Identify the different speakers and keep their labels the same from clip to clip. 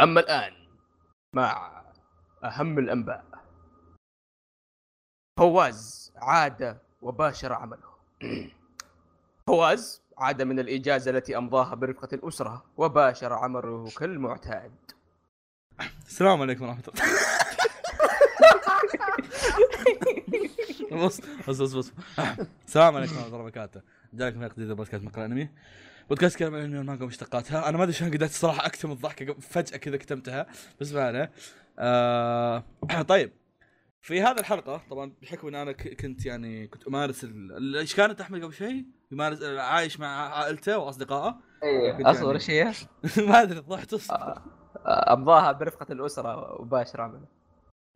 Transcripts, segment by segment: Speaker 1: أما الآن مع أهم الأنباء فواز عاد وباشر عمله فواز عاد من الإجازة التي أمضاها برفقة الأسرة وباشر عمله كالمعتاد
Speaker 2: السلام عليكم ورحمه الله بص بص بص بص السلام عليكم ورحمه الله وبركاته جالكم حلقه جديده من بودكاست مقر الانمي بودكاست كلام عن الانمي والمانجا ومشتقاتها انا ما ادري شلون قدرت الصراحه اكتم الضحكه قبل- فجاه كذا كتمتها بس ما عليه آه طيب في هذه الحلقه طبعا بحكم ان انا ك- كنت يعني كنت امارس ال- ال- ايش كانت احمد قبل شوي؟ يمارس عايش مع عائلته واصدقائه كنت
Speaker 1: أيوة. أصبر
Speaker 2: يعني-
Speaker 1: إيش هي؟
Speaker 2: ما ادري ضحت أصلاً.
Speaker 1: آه، أمضاها برفقة الأسرة وباشر عمله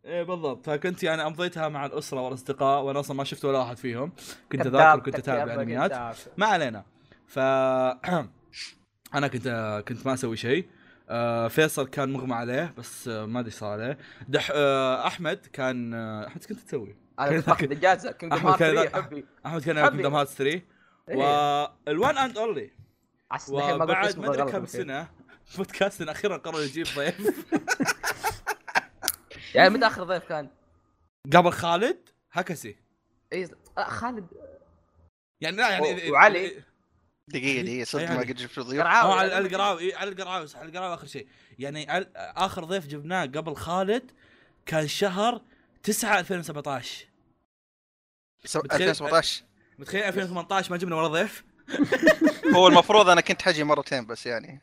Speaker 2: ايه بالضبط فكنت يعني امضيتها مع الاسره والاصدقاء وانا اصلا ما شفت ولا واحد فيهم كنت
Speaker 1: كذاب،
Speaker 2: اذاكر كنت
Speaker 1: تكذب،
Speaker 2: اتابع انميات
Speaker 1: كذاب.
Speaker 2: ما علينا ف انا كنت كنت ما اسوي شيء آه، فيصل كان مغمى عليه بس آه، ما ادري ايش صار عليه دح آه، احمد كان آه، احمد إيش كنت تسوي
Speaker 1: أنا كنت باخذ إجازة كنت
Speaker 2: أحمد إيه. كان
Speaker 1: حبي
Speaker 2: ذا- احمد كان يلعب
Speaker 1: حبي.
Speaker 2: كيندم هارت 3
Speaker 1: إيه،
Speaker 2: والوان اند اونلي
Speaker 1: عشان الحين ما قلت
Speaker 2: وبعد
Speaker 1: اسمه
Speaker 2: ما ادري
Speaker 1: غلط
Speaker 2: كم
Speaker 1: ممكن.
Speaker 2: سنه بودكاستنا اخيرا قرر يجيب ضيف
Speaker 1: يعني متى آخر ضيف كان؟
Speaker 2: قبل خالد هكسي
Speaker 1: إيه آه، خالد
Speaker 2: يعني لا يعني
Speaker 1: و- وعلي.
Speaker 3: دقيقه دقيقه صدق
Speaker 2: يعني.
Speaker 3: ما قد جبت
Speaker 2: او
Speaker 3: ضيوف
Speaker 1: قرعاوي
Speaker 2: على القراوي إيه، على القراوي صح على القراوي اخر شيء يعني على- اخر ضيف جبناه قبل خالد كان شهر 9 2017
Speaker 3: سو-
Speaker 2: بتخيل-
Speaker 3: 2017
Speaker 2: متخيل 2018 ما جبنا ولا ضيف
Speaker 3: هو المفروض انا كنت حجي مرتين بس يعني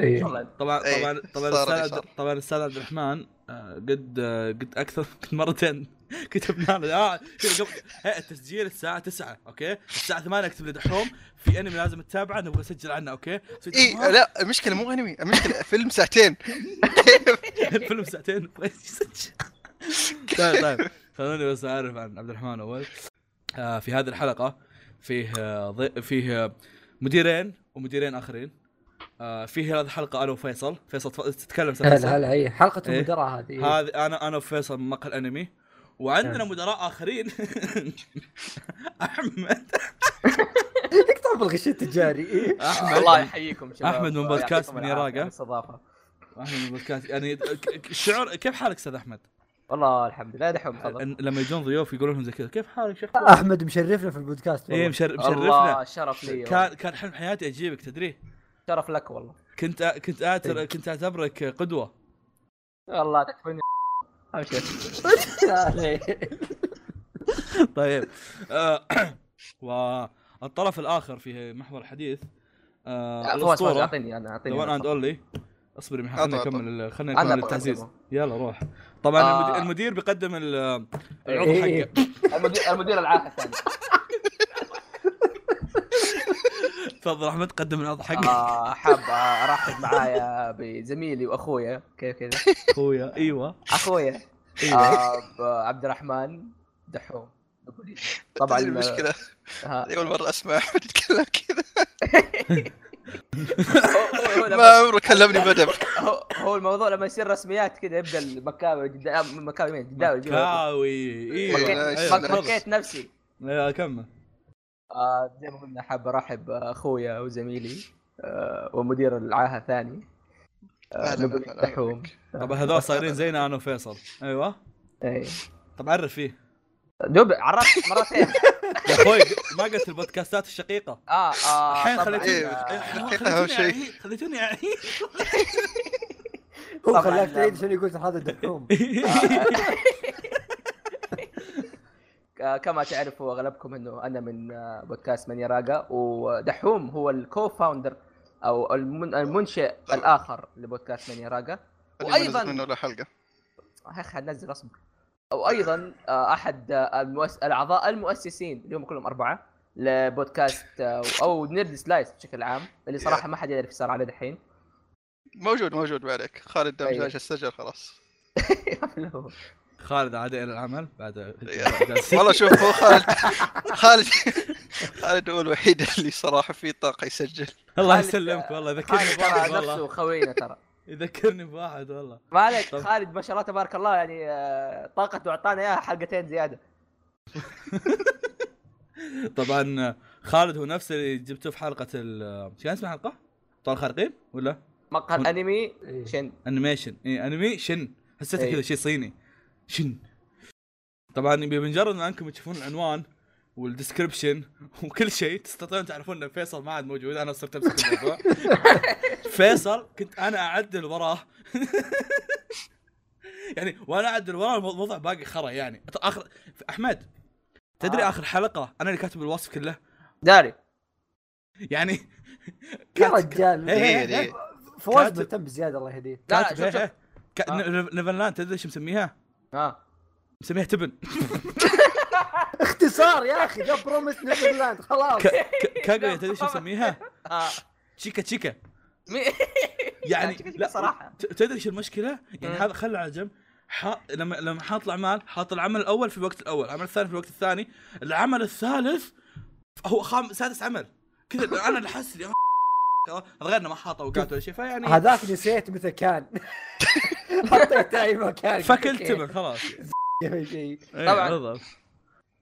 Speaker 1: والله.
Speaker 2: طبعا
Speaker 3: إيه،
Speaker 2: طبعا طبعا
Speaker 3: صار اللي
Speaker 2: الاستاذ
Speaker 3: صار.
Speaker 2: عبد- طبعا الاستاذ عبد الرحمن آه، قد آه، قد اكثر قد مرتين كتبنا له آه، كذا قبل هي، التسجيل الساعه 9 اوكي الساعه 8 كتب لي دحوم في انمي لازم تتابعه نبغى نسجل عنه اوكي
Speaker 3: اي لا المشكله مو انمي المشكله فيلم ساعتين
Speaker 2: فيلم ساعتين بغيت يسجل. طيب طيب خلوني بس اعرف عن عبد الرحمن اول آه في هذه الحلقه فيه آه ضي... فيه آه مديرين ومديرين اخرين آه فيه هذه الحلقه انا وفيصل فيصل تف- تتكلم
Speaker 4: هلا
Speaker 2: سلاسل
Speaker 4: هلا هي حلقه
Speaker 2: إيه.
Speaker 4: المدراء هذه نعم.
Speaker 2: هذه انا انا وفيصل من مقهى الانمي وعندنا مدراء اخرين احمد إيه.
Speaker 4: تقطع بالغش التجاري إيه.
Speaker 1: الله
Speaker 2: احمد
Speaker 1: يحييكم شباب
Speaker 2: أحمد من بودكاست
Speaker 1: يعطيكم
Speaker 2: من
Speaker 1: العافية
Speaker 2: يراقة.
Speaker 1: على الاستضافة
Speaker 2: احمد من بودكاست يعني ك- ك- شعور كيف حالك استاذ احمد؟
Speaker 1: والله الحمد لله دحوم تفضل
Speaker 2: أن- لما يجون ضيوف يقولون لهم زي كذا كيف حالك شو اخبارك؟
Speaker 4: احمد مشرفنا في البودكاست
Speaker 2: ايه
Speaker 4: والله.
Speaker 2: مشر- مشرفنا
Speaker 1: الله شرف لي والله.
Speaker 2: كان كان حلم حياتي اجيبك تدري
Speaker 1: شرف لك والله
Speaker 2: كنت أ- كنت
Speaker 1: إيه.
Speaker 2: أعتر... كنت اعتبرك قدوه
Speaker 1: والله تكفيني أمشي.
Speaker 2: طيب آه، والطرف الاخر في محور الحديث آه
Speaker 1: فواز فواز
Speaker 2: الاسطوره
Speaker 1: اعطيني انا اعطيني
Speaker 2: ذا وان اند اونلي اصبري محمد، خليني
Speaker 3: أعطوا-
Speaker 2: اكمل خليني
Speaker 1: أنا
Speaker 2: اكمل
Speaker 1: بقدم
Speaker 2: التعزيز
Speaker 1: أهو.
Speaker 2: يلا روح طبعا
Speaker 1: آه.
Speaker 2: المدير, المدير بيقدم ال-
Speaker 4: إيه،
Speaker 2: العضو
Speaker 4: إيه.
Speaker 2: حقه
Speaker 1: المدير المدير العاقل الثاني
Speaker 2: تفضل احمد قدم العضو حقه
Speaker 1: آه، حاب آه، ارحب معايا بزميلي واخويا كيف كذا
Speaker 2: اخويا ايوه
Speaker 1: اخويا
Speaker 2: إيه. إيوه.
Speaker 1: آه، ب- عبد الرحمن دحوم طبعا
Speaker 3: طبعا المشكله
Speaker 1: آه،
Speaker 3: اول مره اسمع احمد يتكلم كذا
Speaker 1: هو- هو لما-
Speaker 3: ما عمره كلمني بدب
Speaker 1: هو- هو الموضوع لما يصير رسميات كذا يبدا المكاوي جدا مكاوي مين جداوي
Speaker 2: كاوي
Speaker 3: إيه،
Speaker 2: ايوه
Speaker 3: مكيت-
Speaker 2: أيوة، تفضل.
Speaker 1: فكيت نفسي
Speaker 2: ايوه كمل
Speaker 1: آه، زي ما قلنا حاب ارحب اخويا وزميلي آه، ومدير العاهه الثاني آه،
Speaker 3: أهلاً
Speaker 1: نبيل
Speaker 3: وسهلاً.
Speaker 1: دحوم
Speaker 2: طبعا هذول صايرين زينا انا وفيصل ايوه
Speaker 1: إيه.
Speaker 2: طب عرف فيه
Speaker 1: دوب عرفت مرتين
Speaker 2: يا اخوي ما قلت البودكاستات الشقيقه
Speaker 1: اه اه
Speaker 2: الحين
Speaker 1: طبعاً،
Speaker 2: خليتني
Speaker 1: آه،
Speaker 3: إيه، الحقيقة أهم شيء.
Speaker 2: أعيد، خليتوني اعيد
Speaker 4: هو
Speaker 1: طبعاً
Speaker 4: خلاك
Speaker 1: لا.
Speaker 4: تعيد عشان يقول هذا دحوم
Speaker 1: آه، كما تعرفوا اغلبكم انه انا من آه، بودكاست من يراقا ودحوم هو الكو فاوندر او المن- المنشئ الاخر لبودكاست من يراقا
Speaker 3: وايضا منه
Speaker 1: وايضا
Speaker 3: ولا حلقه
Speaker 1: يا اخي هنزل اصبر وايضا آه، احد آه، المؤس... الاعضاء المؤسسين اليوم كلهم اربعه لبودكاست آه، او نيرد سلايس بشكل عام اللي صراحه ما حد يعرف ايش صار عليه دحين
Speaker 3: موجود موجود ما عليك خالد دمجاج
Speaker 1: أيوة.
Speaker 3: السجل خلاص
Speaker 2: خالد عاد الى العمل بعد
Speaker 3: والله شوف هو خالد خالد خالد هو الوحيد اللي صراحه فيه طاقه يسجل
Speaker 2: الله
Speaker 1: خالد-
Speaker 2: يسلمك والله يذكرني
Speaker 1: خالد
Speaker 2: بواحد
Speaker 1: ترى نفسه
Speaker 2: والله
Speaker 1: خوينا ترى
Speaker 2: يذكرني بواحد والله
Speaker 1: ما عليك
Speaker 2: طب.
Speaker 1: خالد ما شاء الله تبارك الله يعني آه، طاقته اعطانا اياها حلقتين زياده
Speaker 2: طبعا خالد هو نفسه اللي جبته في حلقه ال كان اسمها حلقه؟ ابطال خارقين ولا؟
Speaker 1: مقهى
Speaker 2: ون-
Speaker 1: الانمي
Speaker 4: إيه.
Speaker 1: شن
Speaker 2: انيميشن اي انمي شن حسيتها
Speaker 1: إيه.
Speaker 2: إيه، كذا شيء صيني شن طبعا بمجرد ما انكم تشوفون العنوان والديسكربشن وكل شيء تستطيعون تعرفون ان فيصل ما عاد موجود انا صرت امسك الموضوع فيصل كنت انا اعدل وراه يعني وانا اعدل وراه الوضع باقي خرا يعني أت- اخر احمد تدري
Speaker 1: آه.
Speaker 2: اخر حلقه انا اللي كاتب الوصف كله
Speaker 1: داري
Speaker 2: يعني
Speaker 4: يا
Speaker 2: كاتب- إيه.
Speaker 4: رجال
Speaker 3: دقيقه دقيقه
Speaker 4: فواز
Speaker 2: كاتب.
Speaker 4: مهتم بزياده الله يهديه
Speaker 1: لا،
Speaker 2: كاتب-
Speaker 1: شوف-
Speaker 2: إيه،
Speaker 1: شوف.
Speaker 2: إيه. كا-
Speaker 1: آه.
Speaker 2: نيف- نيفرلاند تدري ايش مسميها؟
Speaker 1: ها
Speaker 2: مسميها تبن
Speaker 4: اختصار يا اخي ذا بروميس نيفرلاند خلاص
Speaker 2: ك- ك- كاغويا تدري ايش مسميها؟
Speaker 1: ها
Speaker 2: تشيكا تشيكا
Speaker 1: مي-
Speaker 2: يعني
Speaker 1: تشيكا تشيكا
Speaker 2: لا
Speaker 1: صراحة. إيه.
Speaker 2: ت- تدري ايش المشكله؟ يعني
Speaker 1: مم.
Speaker 2: هذا خله على جنب حا... لما لما حاط الاعمال حاط العمل الاول في الوقت الاول، العمل الثاني في الوقت الثاني، العمل الثالث هو خام... سادس عمل كذا انا اللي حاسس اللي هذا غيرنا ما حاطه اوقات ولا شيء فيعني
Speaker 4: هذاك نسيت متى كان حطيته اي مكان
Speaker 2: فكلت تبن خلاص
Speaker 4: أي شيء.
Speaker 2: إيه،
Speaker 1: طبعاً.
Speaker 2: بالضبط.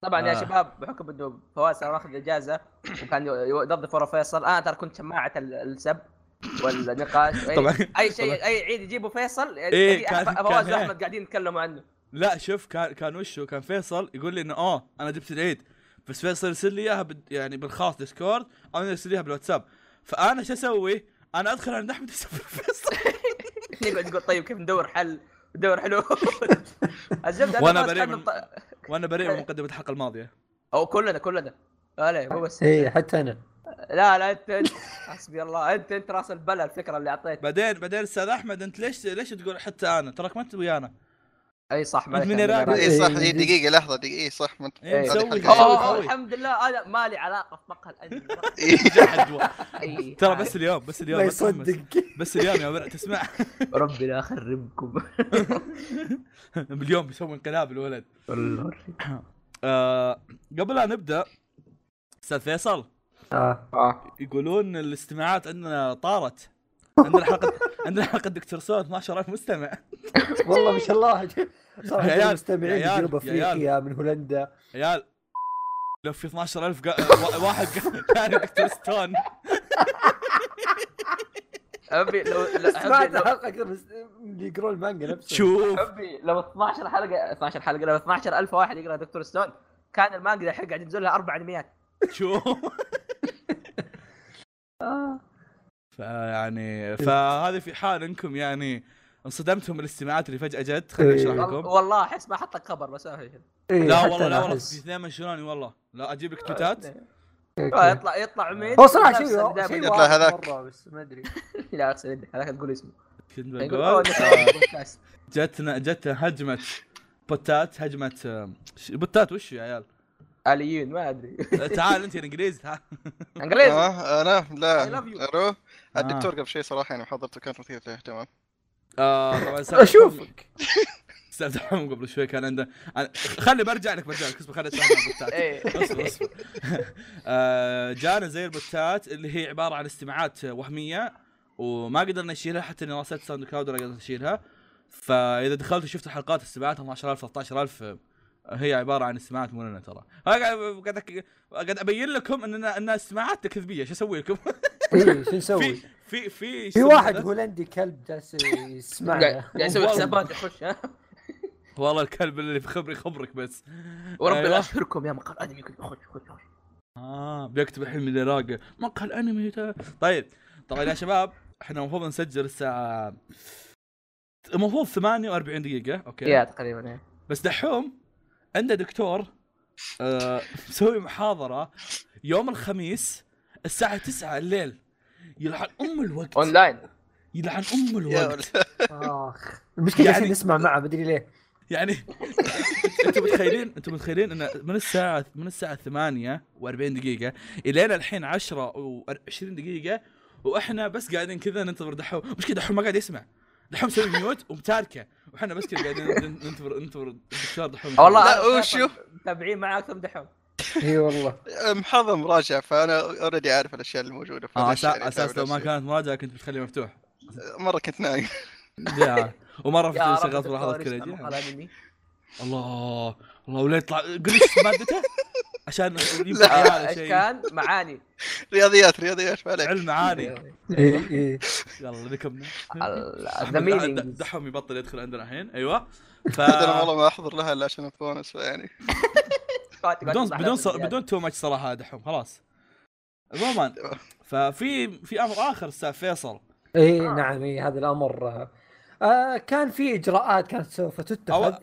Speaker 1: طبعا يا
Speaker 2: آه.
Speaker 1: شباب بحكم انه فواز صار ماخذ اجازه وكان يوظف ورا فيصل انا ترى كنت شماعه ال- السب والنقاش أي-
Speaker 2: طبعاً.
Speaker 1: اي
Speaker 2: طبعاً.
Speaker 1: شيء اي عيد يجيبوا فيصل
Speaker 2: إيه،
Speaker 1: أي-
Speaker 2: كان-
Speaker 1: فواز
Speaker 2: كان-
Speaker 1: واحمد قاعدين يتكلموا عنه
Speaker 2: لا شوف كان كان وشو كان فيصل يقول لي انه اه انا جبت العيد بس فيصل يرسل لي اياها بال- يعني بالخاص ديسكورد او يرسل لي اياها بالواتساب فانا شو اسوي؟ انا ادخل عند احمد اسوي فيصل
Speaker 1: نقعد نقول طيب كيف ندور حل ندور حلول الزبده
Speaker 2: وأنا
Speaker 1: فواز
Speaker 2: بريء
Speaker 1: كان
Speaker 2: من-
Speaker 1: مط-
Speaker 2: وانا بريء من مقدمه الحلقه الماضيه
Speaker 1: او كلنا كلنا لا لا مو بس
Speaker 4: اي إيه، حتى انا
Speaker 1: لا لا انت انت حسبي الله انت انت راس البلا الفكره اللي اعطيت
Speaker 2: بعدين بعدين استاذ احمد انت ليش ليش تقول حتى انا تراك ما انت ويانا
Speaker 1: اي صح معليش،
Speaker 2: من
Speaker 1: أنا
Speaker 2: يرابي؟
Speaker 1: معليش.
Speaker 3: اي صح إيه، دقيقه لحظه دقيقه اي صح ما انت
Speaker 2: إيه،
Speaker 1: إيه.
Speaker 2: مسوي
Speaker 1: أوه،
Speaker 2: قوي،
Speaker 1: أوه،
Speaker 2: قوي.
Speaker 1: الحمد لله انا ما لي علاقه في مقهى الانمي
Speaker 2: جاء عدوى.
Speaker 1: أي
Speaker 2: ترى
Speaker 1: حاجة.
Speaker 2: بس اليوم بس اليوم
Speaker 4: ما
Speaker 2: بس أحمد.
Speaker 4: يصدق
Speaker 2: بس اليوم يا مرأة تسمع
Speaker 1: ربي لا اخربكم
Speaker 2: اليوم بيسوي انقلاب الولد
Speaker 1: والله
Speaker 2: آه قبل لا نبدا استاذ فيصل
Speaker 4: آه.
Speaker 1: آه.
Speaker 2: يقولون الاستماعات عندنا طارت عندنا حلقه عندنا حلقه دكتور سو 12000 مستمع
Speaker 4: والله ما شاء الله صار
Speaker 2: يا عيال،
Speaker 4: عندنا
Speaker 2: يا
Speaker 4: مستمعين من
Speaker 2: عيال،
Speaker 4: جنوب
Speaker 2: يا
Speaker 4: افريقيا من هولندا
Speaker 2: عيال لو في 12000 قا... وا- واحد قا- ثاني دكتور ستون
Speaker 1: ابي لو لو-
Speaker 4: سمعت
Speaker 1: أبي- لو-
Speaker 4: حلقه كذا بس- اللي يقرون المانجا نفسه
Speaker 2: شوف
Speaker 1: ابي لو 12 حلقه 12 حلقه لو 12000 واحد يقرا دكتور ستون كان المانجا الحين قاعد ينزل لها اربع انميات
Speaker 2: شوف
Speaker 4: إيه.
Speaker 2: فيعني فهذه في حال انكم يعني انصدمتم من الاستماعات اللي فجاه جت خليني اشرح لكم
Speaker 1: والله احس ما حطك خبر بس ما في شيء.
Speaker 4: إيه،
Speaker 2: لا
Speaker 4: حتى
Speaker 2: والله
Speaker 4: أنا
Speaker 2: لا والله
Speaker 4: أحس.
Speaker 2: في اثنين منشوني والله لا اجيب لك تويتات
Speaker 1: آه،
Speaker 4: أوكي.
Speaker 1: يطلع يطلع مين
Speaker 4: هو صراحه شيء
Speaker 1: نفس اللي دايماً
Speaker 4: شيء
Speaker 1: يطلع.
Speaker 3: يطلع
Speaker 4: واضح
Speaker 3: هذاك.
Speaker 4: مرة، بس ما ادري
Speaker 1: لا اغسل يدك هذاك تقول اسمه
Speaker 2: كنت
Speaker 1: يقول أوه،
Speaker 2: بقول
Speaker 4: آه.
Speaker 2: آه،
Speaker 1: نسيت البودكاست.
Speaker 2: جتنا جتنا هجمه بوتات هجمه آه، ش- بوتات وش يا عيال
Speaker 1: اليين ما ادري
Speaker 2: تعال انت الانجليزي تعال
Speaker 4: آه.
Speaker 1: انجليزي
Speaker 3: اه انا
Speaker 1: I
Speaker 3: لا
Speaker 1: love you.
Speaker 3: الو الدكتور قبل شوي صراحه يعني محاضرته كانت مثيره للاهتمام
Speaker 2: آه طبعا استاذ
Speaker 4: أشوف.
Speaker 2: دحوم- استاذ دحوم قبل شوي كان عنده أنا- خلي برجع لك برجع لك اصبر خلي اتكلم عن البوتات.
Speaker 1: إيه.
Speaker 2: اصبر اصبر آه، جانا زي البوتات اللي هي عباره عن استماعات وهميه وما قدرنا نشيلها حتى اني راسلت ساوند كلاود ولا قدرت اشيلها فاذا دخلت وشفت حلقات استماعاتها 12000 13000 آه، هي عباره عن استماعات مو لنا ترى أنا قاعد قاعد أك- قاعد ابين لكم اننا ان استماعاتنا كذبيه شو اسوي لكم؟
Speaker 4: ايه شو
Speaker 2: في
Speaker 4: نسوي؟
Speaker 2: في في
Speaker 4: في واحد هولندي كلب جالس
Speaker 1: قاعد
Speaker 4: يسمعنا
Speaker 1: قاعد يسوي حسابات يخش ها
Speaker 2: والله الكلب اللي بخبري خبرك بس
Speaker 1: وربي
Speaker 2: أيوة.
Speaker 1: لا اشهركم يا مقال انمي يقول خش خش خش
Speaker 2: اه بيكتب الحين من العراق مقهى الانمي تا- طيب طبعا يا شباب احنا المفروض نسجل الساعه المفروض 48 دقيقه
Speaker 1: يا
Speaker 2: اوكي
Speaker 1: تقريبا إيه.
Speaker 2: بس دحوم عنده دكتور آه، مسوي محاضره يوم الخميس الساعه 9 الليل يلعن ام الوقت
Speaker 1: اونلاين
Speaker 2: يلعن ام
Speaker 3: يا
Speaker 2: الوقت
Speaker 3: ولد.
Speaker 4: اخ المشكله
Speaker 2: يعني-
Speaker 4: يعني... نسمع معه ما ادري ليه
Speaker 2: يعني انتم متخيلين انتم متخيلين ان من الساعه من الساعه 8 و40 دقيقه الين الحين 10 و20 دقيقه واحنا بس قاعدين كذا ننتظر دحوم مش كذا دحوم ما قاعد يسمع دحوم مسوي ميوت ومتاركه واحنا بس كذا قاعدين نن- ننتظر ننتظر الدكتور دحوم آه،
Speaker 1: والله
Speaker 3: لا،
Speaker 1: أنا
Speaker 3: وشو؟
Speaker 1: فيصل متابعين معاه اكثر من دحوم
Speaker 4: اي والله
Speaker 3: محاضره مراجعه فانا اوريدي عارف الاشياء اللي موجوده
Speaker 2: اه
Speaker 3: فليش يعني
Speaker 2: اساس اساس لو ما
Speaker 3: أتعب
Speaker 2: كانت مراجعه كنت بتخليه مفتوح
Speaker 3: نفسي؟ مره كنت نايم
Speaker 2: يا. ومره
Speaker 1: يا
Speaker 2: في
Speaker 1: رب
Speaker 2: شغلت
Speaker 1: دكتور
Speaker 2: ملاحظات
Speaker 1: يسمع
Speaker 2: كريدي
Speaker 1: مقال انمي
Speaker 2: الله الله ولا يطلع قل ايش مادته عشان يبقى
Speaker 1: آه،
Speaker 2: على شيء
Speaker 1: اشكال معاني
Speaker 3: رياضيات رياضيات ما عليك
Speaker 2: علم عالي
Speaker 4: إيه، إيه.
Speaker 2: يلا ذكرنا
Speaker 1: ذا مينينج
Speaker 2: دحوم يبطل يدخل عندنا الحين ايوه ف
Speaker 3: انا والله ما احضر لها الا عشان البونس يعني
Speaker 2: بدون بدون ص... بدون تو ماتش صراحه دحوم خلاص عموما ففي في امر اخر استاذ فيصل
Speaker 4: ايه
Speaker 1: آه.
Speaker 4: نعم إيه هذا الامر آه، آه كان في اجراءات كانت سوف
Speaker 2: أو...
Speaker 4: تتخذ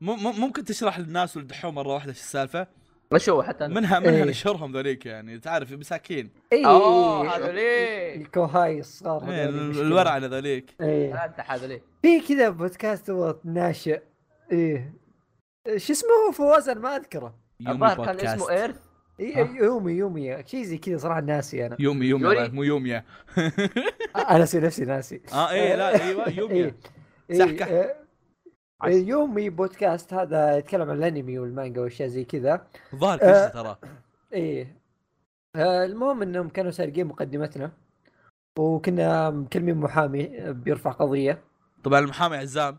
Speaker 2: مم- مم- ممكن تشرح للناس والدحوم مره واحده ايش السالفه
Speaker 1: وشو حتى أنا.
Speaker 2: منها منها
Speaker 4: إيه.
Speaker 2: نشرهم ذوليك يعني تعرف مساكين
Speaker 4: اي
Speaker 1: اوه هذوليك
Speaker 4: الكوهاي الصغار
Speaker 2: إيه،
Speaker 4: هذول
Speaker 2: ال-
Speaker 4: المشكلة.
Speaker 2: الورعنه ذوليك
Speaker 4: إيه.
Speaker 1: لا انت هذوليك
Speaker 4: في كذا بودكاست هو ناشئ ايه شو اسمه هو فواز انا ما اذكره
Speaker 1: الظاهر كان اسمه ايرث
Speaker 4: إيه،
Speaker 2: ها؟
Speaker 4: يومي يومي شيء زي كذا صراحه ناسي انا
Speaker 2: يومي يومي
Speaker 1: يوري.
Speaker 2: الله، مو يوميا
Speaker 4: انا ناسي نفسي ناسي
Speaker 2: اه
Speaker 1: إيه.
Speaker 2: ايه لا ايوه يوميا
Speaker 4: إيه. إيه،
Speaker 2: صح، كح.
Speaker 4: إيه، إيه، يومي بودكاست هذا يتكلم عن الانمي والمانجا واشياء زي كذا
Speaker 2: الظاهر كذا ترى
Speaker 4: ايه آه، المهم انهم كانوا سارقين مقدمتنا وكنا مكلمين محامي بيرفع قضيه
Speaker 2: طبعا المحامي عزام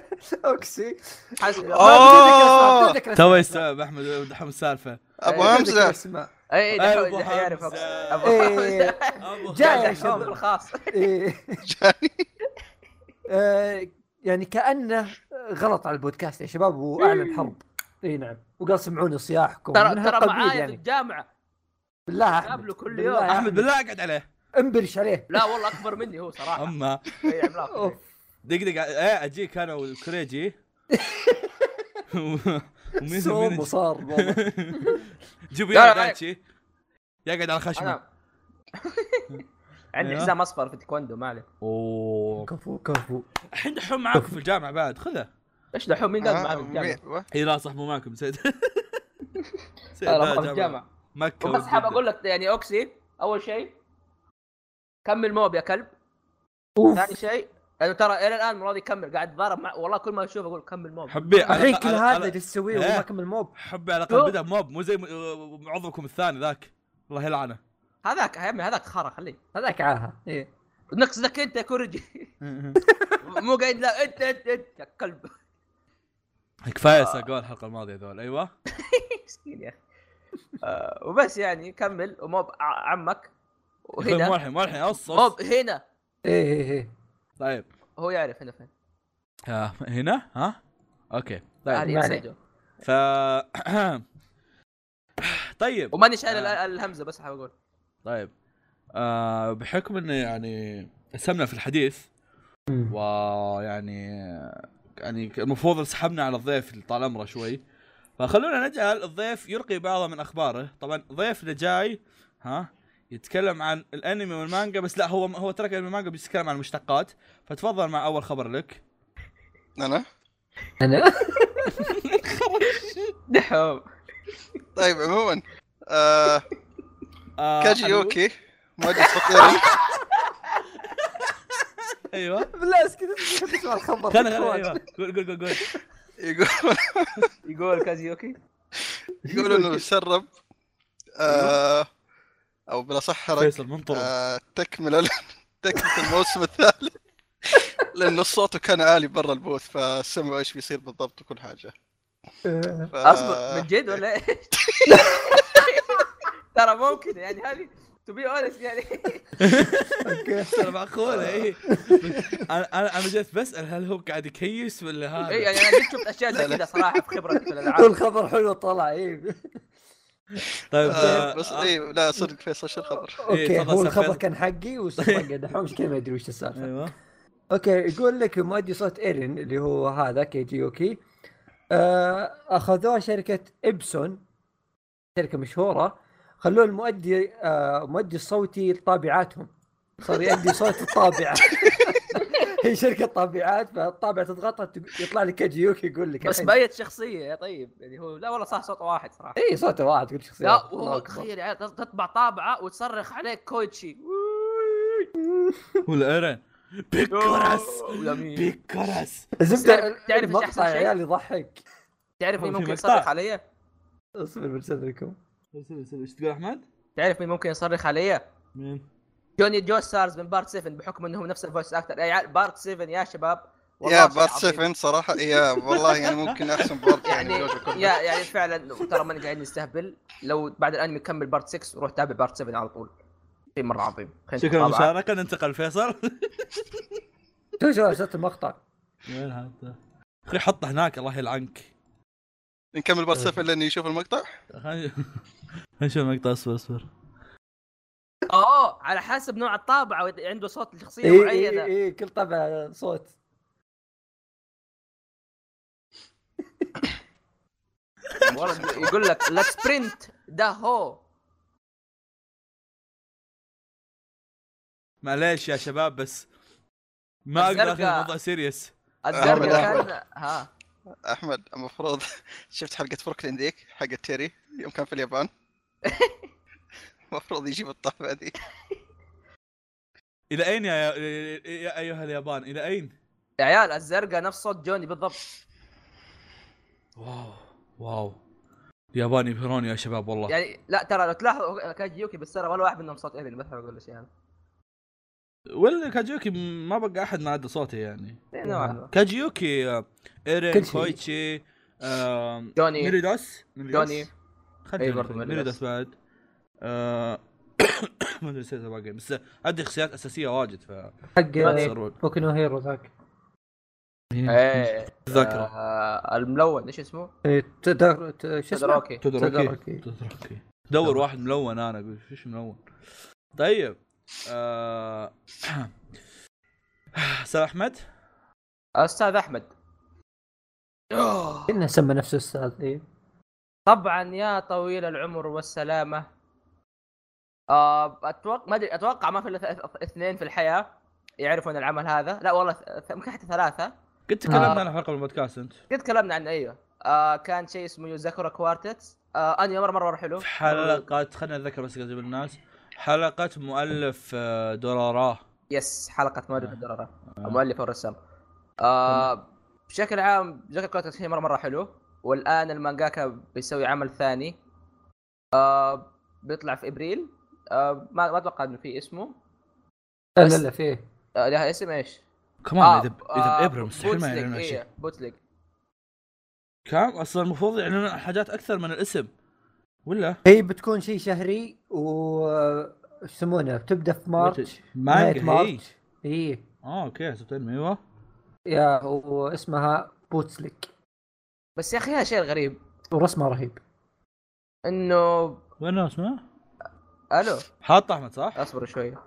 Speaker 4: اوكسي
Speaker 1: حسبي الله.
Speaker 3: أوه.
Speaker 2: تو يستوعب احمد ودحوم السالفه
Speaker 3: ابو
Speaker 1: إيه.
Speaker 3: حمزه
Speaker 1: اي
Speaker 2: أبو
Speaker 1: إيه، دحوم- دحوم يعرف
Speaker 2: حمزة.
Speaker 1: أبو
Speaker 4: إيه.
Speaker 1: حمزة.
Speaker 2: أبو
Speaker 4: جاي
Speaker 2: خالد.
Speaker 4: يا شباب.
Speaker 1: دحوم الخاص
Speaker 4: إيه. يعني كانه غلط على البودكاست يا شباب واعلن حرب اي نعم وقال سمعوني صياحكم
Speaker 1: إيه. ترى
Speaker 4: منها
Speaker 1: ترى
Speaker 4: قبيل
Speaker 1: معايا في
Speaker 4: يعني
Speaker 1: الجامعه
Speaker 4: بالله يا احمد
Speaker 1: قابله كل
Speaker 4: بالله
Speaker 1: يوم.
Speaker 4: يا
Speaker 2: احمد بالله اقعد عليه
Speaker 4: انبرش عليه
Speaker 1: لا والله اكبر مني هو صراحه
Speaker 2: اما
Speaker 1: إي عملاق
Speaker 4: اوف
Speaker 2: دق دق ايه اجيك انا والكريجي ومين
Speaker 4: سوم
Speaker 2: مين
Speaker 4: وصار والله
Speaker 2: جيبوا
Speaker 1: لا، لا، لا.
Speaker 2: يا دايتشي يقعد على خشمه
Speaker 1: انا عندي
Speaker 2: أيوه.
Speaker 1: حزام اصفر في التايكوندو ما عليه
Speaker 2: اوه
Speaker 4: كفو كفو
Speaker 2: الحين دحوم معاكم في الجامعه بعد خذه
Speaker 1: ايش دحوم مين
Speaker 3: آه،
Speaker 1: قال معنا في آه، الجامعه؟
Speaker 2: اي لا صح مو معاكم سيد سيد
Speaker 1: أنا
Speaker 2: لا،
Speaker 1: أبغى في
Speaker 2: جامعة.
Speaker 1: الجامعه
Speaker 2: مكه
Speaker 1: بس حاب اقول لك يعني اوكسي اول شيء كمل موب يا كلب
Speaker 4: اوف
Speaker 1: ثاني شيء لانه ترى الى الان مو راضي يكمل قاعد اتضارب مع والله كل ما اشوف اقول كمل موب
Speaker 2: حبي على-
Speaker 4: الحين كل
Speaker 2: على-
Speaker 4: هذا
Speaker 2: على-
Speaker 4: اللي تسويه
Speaker 2: إيه.
Speaker 4: وما كمل موب
Speaker 2: حبي على
Speaker 1: شوف.
Speaker 2: الاقل بدا موب مو زي م- عضوكم الثاني ذاك الله يلعنه
Speaker 1: هذاك يا عمي هذاك خرا خليه
Speaker 4: هذاك عاهه ايه
Speaker 1: نقصدك انت يا كورجي مو قاعد لا انت انت انت يا كلب
Speaker 2: كفايه ساقوها الحلقه الماضيه ذول ايوه
Speaker 1: مسكين يا اخي آه، وبس يعني كمل وموب ع- عمك
Speaker 2: يا أخوي، مو
Speaker 1: وهنا
Speaker 2: الحين مو الحين أص، أص
Speaker 1: موب هنا
Speaker 4: ايه ايه ايه
Speaker 2: طيب
Speaker 1: هو يعرف هنا فين
Speaker 2: آه، هنا ها اوكي طيب
Speaker 1: أهلي
Speaker 4: آه، ما عليك.
Speaker 1: يسعدوه.
Speaker 2: ف طيب
Speaker 1: وماني شايل ال-
Speaker 2: آه.
Speaker 1: الهمزه بس حاب اقول
Speaker 2: طيب آه بحكم انه يعني سمنا في الحديث
Speaker 4: مم.
Speaker 2: ويعني يعني المفروض سحبنا على الضيف اللي طال عمره شوي فخلونا نجعل الضيف يلقي بعض من اخباره طبعا ضيفنا جاي ها يتكلم عن الانمي والمانجا بس لا هو هو ترك الانمي والمانجا بيتكلم عن المشتقات فتفضل مع اول خبر لك
Speaker 3: انا
Speaker 4: انا نعم.
Speaker 1: دحوم
Speaker 3: طيب عموما آه،
Speaker 2: آه
Speaker 3: كاجي
Speaker 2: حلو.
Speaker 3: يوكي مؤلف فقيري
Speaker 2: ايوه
Speaker 4: بالله اسكت اسكت اسمع الخبر
Speaker 2: خلنا خلنا أيوة. قول قول قول قول
Speaker 3: يقول
Speaker 1: يقول كازيوكي
Speaker 3: يقول انه سرب آه، او بالاصح حرق
Speaker 2: فيصل منطر
Speaker 3: آه، تكمله تكمله الموسم الثالث لانه صوته كان عالي برا البوث فسمعوا ايش بيصير بالضبط وكل حاجه
Speaker 4: آه،
Speaker 3: ف-
Speaker 1: اصبر من جد ولا ايش؟ ترى ممكن يعني هذه تو بي اونست يعني
Speaker 4: اوكي
Speaker 2: ترى معقوله اي انا انا انا جيت بسال هل هو قاعد يكيس ولا هذا؟
Speaker 1: إيه، يعني انا قد شفت اشياء
Speaker 3: لا،
Speaker 1: زي
Speaker 3: لا.
Speaker 1: كذا صراحه في خبرتي في الالعاب
Speaker 4: الخبر حلو طلع ايه
Speaker 2: طيب
Speaker 3: آه،
Speaker 2: آه،
Speaker 3: بس
Speaker 2: آه،
Speaker 3: اي لا صدق فيصل شو الخبر
Speaker 4: اوكي
Speaker 2: تفضل
Speaker 4: هو
Speaker 2: سافر.
Speaker 4: الخبر كان حقي وصدق دحوم كذا ما ادري وش السالفه
Speaker 2: ايوه
Speaker 4: اوكي يقول لك مؤدي صوت ايرين اللي هو هذا كيجي يوكي آه، اخذوه شركه ابسون شركه مشهوره خلوه المؤدي أه، آه، مؤدي الصوتي لطابعاتهم صار يؤدي صوت الطابعه هي شركه طابعات فالطابعه تضغطها تق- يطلع لك كاجيوكي يقول لك
Speaker 1: بس
Speaker 4: الحين.
Speaker 1: باية شخصيه يا طيب يعني هو لا والله صح صوت واحد صراحه
Speaker 4: اي صوته إيه، واحد تقول شخصيه
Speaker 1: لا
Speaker 4: الله
Speaker 1: والله
Speaker 4: أكبر.
Speaker 1: تخيل يعني تطبع طابعه وتصرخ عليك كوتشي
Speaker 2: والارن بيكرس
Speaker 1: يمين.
Speaker 2: بيكرس
Speaker 4: الزبده
Speaker 1: تعرف- تعرف إيش
Speaker 4: المقطع
Speaker 1: أحسن
Speaker 4: يا
Speaker 1: شيء؟
Speaker 4: عيال يضحك
Speaker 1: تعرف مين
Speaker 2: في
Speaker 1: ممكن
Speaker 2: مقطع.
Speaker 1: يصرخ علي؟
Speaker 4: اصبر برسل لكم
Speaker 2: ايش تقول احمد؟
Speaker 1: تعرف مين ممكن يصرخ علي؟
Speaker 2: مين؟
Speaker 1: جوني جو ستارز من بارت 7 بحكم انهم نفس الفويس اكتر يا عيال يعني بارت 7 يا شباب
Speaker 3: يا
Speaker 1: شيء
Speaker 3: بارت
Speaker 1: عظيم.
Speaker 3: 7 صراحه يا والله يعني ممكن احسن بارت يعني
Speaker 1: يعني
Speaker 3: جوجو كله
Speaker 1: يا يعني فعلا ترى ماني قاعد نستهبل لو بعد الانمي كمل بارت 6 وروح تابع بارت 7 على طول شيء مره عظيم خلينا
Speaker 2: شكرا
Speaker 1: نشوف طبعاً.
Speaker 2: للمشاركه ننتقل فيصل
Speaker 4: شوف شوف شفت المقطع
Speaker 1: طيب،
Speaker 2: وين حطه؟ اخي حطه هناك الله يلعنك
Speaker 3: نكمل بارت 7 لاني يشوف المقطع
Speaker 2: خلينا نشوف المقطع اصبر اصبر
Speaker 1: اه على حسب نوع الطابعه عنده صوت لشخصيه
Speaker 4: اي
Speaker 1: معينه
Speaker 4: اي اي إيه، كل طبع صوت
Speaker 1: والله يقول لك لا سبرنت ده هو
Speaker 2: معليش يا شباب بس ما
Speaker 1: الزرقاء.
Speaker 2: اقدر اخذ الموضوع سيريس
Speaker 3: آه،
Speaker 1: الزرقاء
Speaker 3: أحمد.
Speaker 1: كان ها
Speaker 3: احمد المفروض شفت حلقه بروكلين ذيك حقت تيري يوم كان في اليابان المفروض يجيب الطاقه ذي
Speaker 2: الى اين يا, يا, يا ايها اليابان الى اين؟
Speaker 1: يا عيال الزرقاء نفس صوت جوني بالضبط
Speaker 2: واو واو اليابان يبهرون يا شباب والله
Speaker 1: يعني لا ترى لو تلاحظوا كاجيوكي بس ترى ولا يعني. واحد منهم صوت ايرين بس اقول الشيء هذا
Speaker 2: ولا كاجيوكي ما بقى احد ما عنده صوتي يعني
Speaker 1: إيه، نوعاً ما.
Speaker 2: كاجيوكي آه، ايرين
Speaker 4: كل شيء.
Speaker 2: كويتشي آم،
Speaker 1: جوني.
Speaker 2: ميريدوس ميريدوس.
Speaker 1: جوني.
Speaker 2: خلي
Speaker 1: إي
Speaker 2: جوني
Speaker 1: إيه، برضو
Speaker 2: خلي.
Speaker 1: ميريدوس.
Speaker 2: ميريدوس بعد آه، ما ادري نسيت الباقيين بس عندي شخصيات اساسيه واجد ف
Speaker 4: حق
Speaker 2: يخسرون.
Speaker 4: بوكينو هيرو ذاك
Speaker 1: ايه
Speaker 2: ذاكره
Speaker 1: آه الملون ايش اسمه؟
Speaker 4: إيه، تدر ت- شو اسمه؟
Speaker 1: تدروكي
Speaker 2: تدركي
Speaker 4: تدركي.
Speaker 2: تدركي دور واحد ملون انا اقول ايش ملون طيب آه، استاذ احمد
Speaker 1: استاذ احمد أوه.
Speaker 4: انه سمى نفسه استاذ إيه.
Speaker 1: طبعا يا طويل العمر والسلامه آه، اتوقع ما ادري اتوقع ما في الا ث- ث- اثنين في الحياه يعرفون العمل هذا لا والله ث- ممكن حتى ثلاثه
Speaker 2: قد تكلمنا
Speaker 1: آه.
Speaker 2: عن حلقه من البودكاست انت
Speaker 1: قد تكلمنا عنه ايوه آه، كان شيء اسمه يوزاكورا كوارتت آه، انمي مره مره حلو
Speaker 2: في حلقة خلينا نتذكر بس قبل الناس حلقة مؤلف آه، دوراراه
Speaker 1: يس حلقه مؤلف
Speaker 2: آه.
Speaker 1: الدرارة المؤلف والرسام آه بشكل عام جاكا كوتا شيء مره مره حلو والان المانجاكا بيسوي عمل ثاني آه بيطلع في ابريل آه ما ما اتوقع انه في اسمه
Speaker 4: لا
Speaker 1: بس-
Speaker 4: لا لا فيه
Speaker 1: آه لها اسم ايش؟
Speaker 2: كمان
Speaker 1: آه،
Speaker 2: اذا ب- اذا بابريل مستحيل ما يعلنون
Speaker 1: يعلنون
Speaker 2: عن شيء
Speaker 1: إيه بوتليج
Speaker 2: كم اصلا المفروض يعلنون عن حاجات اكثر من الاسم ولا
Speaker 4: هي بتكون شيء شهري و ايش يسمونه بتبدا في مارتش نهاية
Speaker 2: مانجا هي
Speaker 4: مارتش اي
Speaker 2: اه اوكي حسبت انمي ايوه
Speaker 4: يا واسمها بوتسليك
Speaker 1: بس يا اخي هذا شيء غريب
Speaker 4: ورسمها رهيب
Speaker 1: انه
Speaker 2: وين اسمه؟
Speaker 1: الو
Speaker 2: حاط احمد صح؟
Speaker 1: اصبر شوي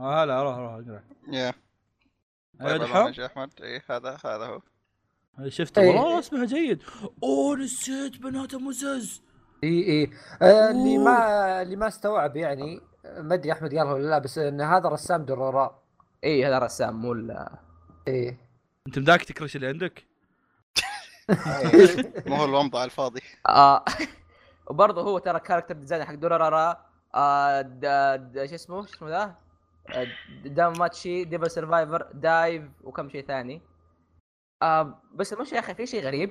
Speaker 2: آه هلا روح روح اقرا
Speaker 3: يا
Speaker 2: أيوة
Speaker 3: طيب
Speaker 2: دحوم؟
Speaker 3: الله يا احمد اي هذا هذا هو
Speaker 2: شفته
Speaker 4: إيه.
Speaker 2: والله اسمها جيد اوه نسيت بنات مزز
Speaker 4: اي اي آه، اللي
Speaker 2: أوه.
Speaker 4: ما اللي ما استوعب يعني آه، ما ادري احمد قالها ولا لا بس ان هذا رسام درارا
Speaker 1: اي إيه، هذا رسام مو ال-
Speaker 4: اي
Speaker 2: انت مداك تكرش اللي عندك؟
Speaker 4: إيه.
Speaker 3: ما هو الومضه على الفاضي
Speaker 1: آه وبرضه هو ترى كاركتر ديزاين حق دورارارا آه دا دا شو اسمه شو اسمه ذا آه، دام ماتشي ديفل سرفايفر دايف وكم شيء ثاني آه بس مش يا اخي في شيء غريب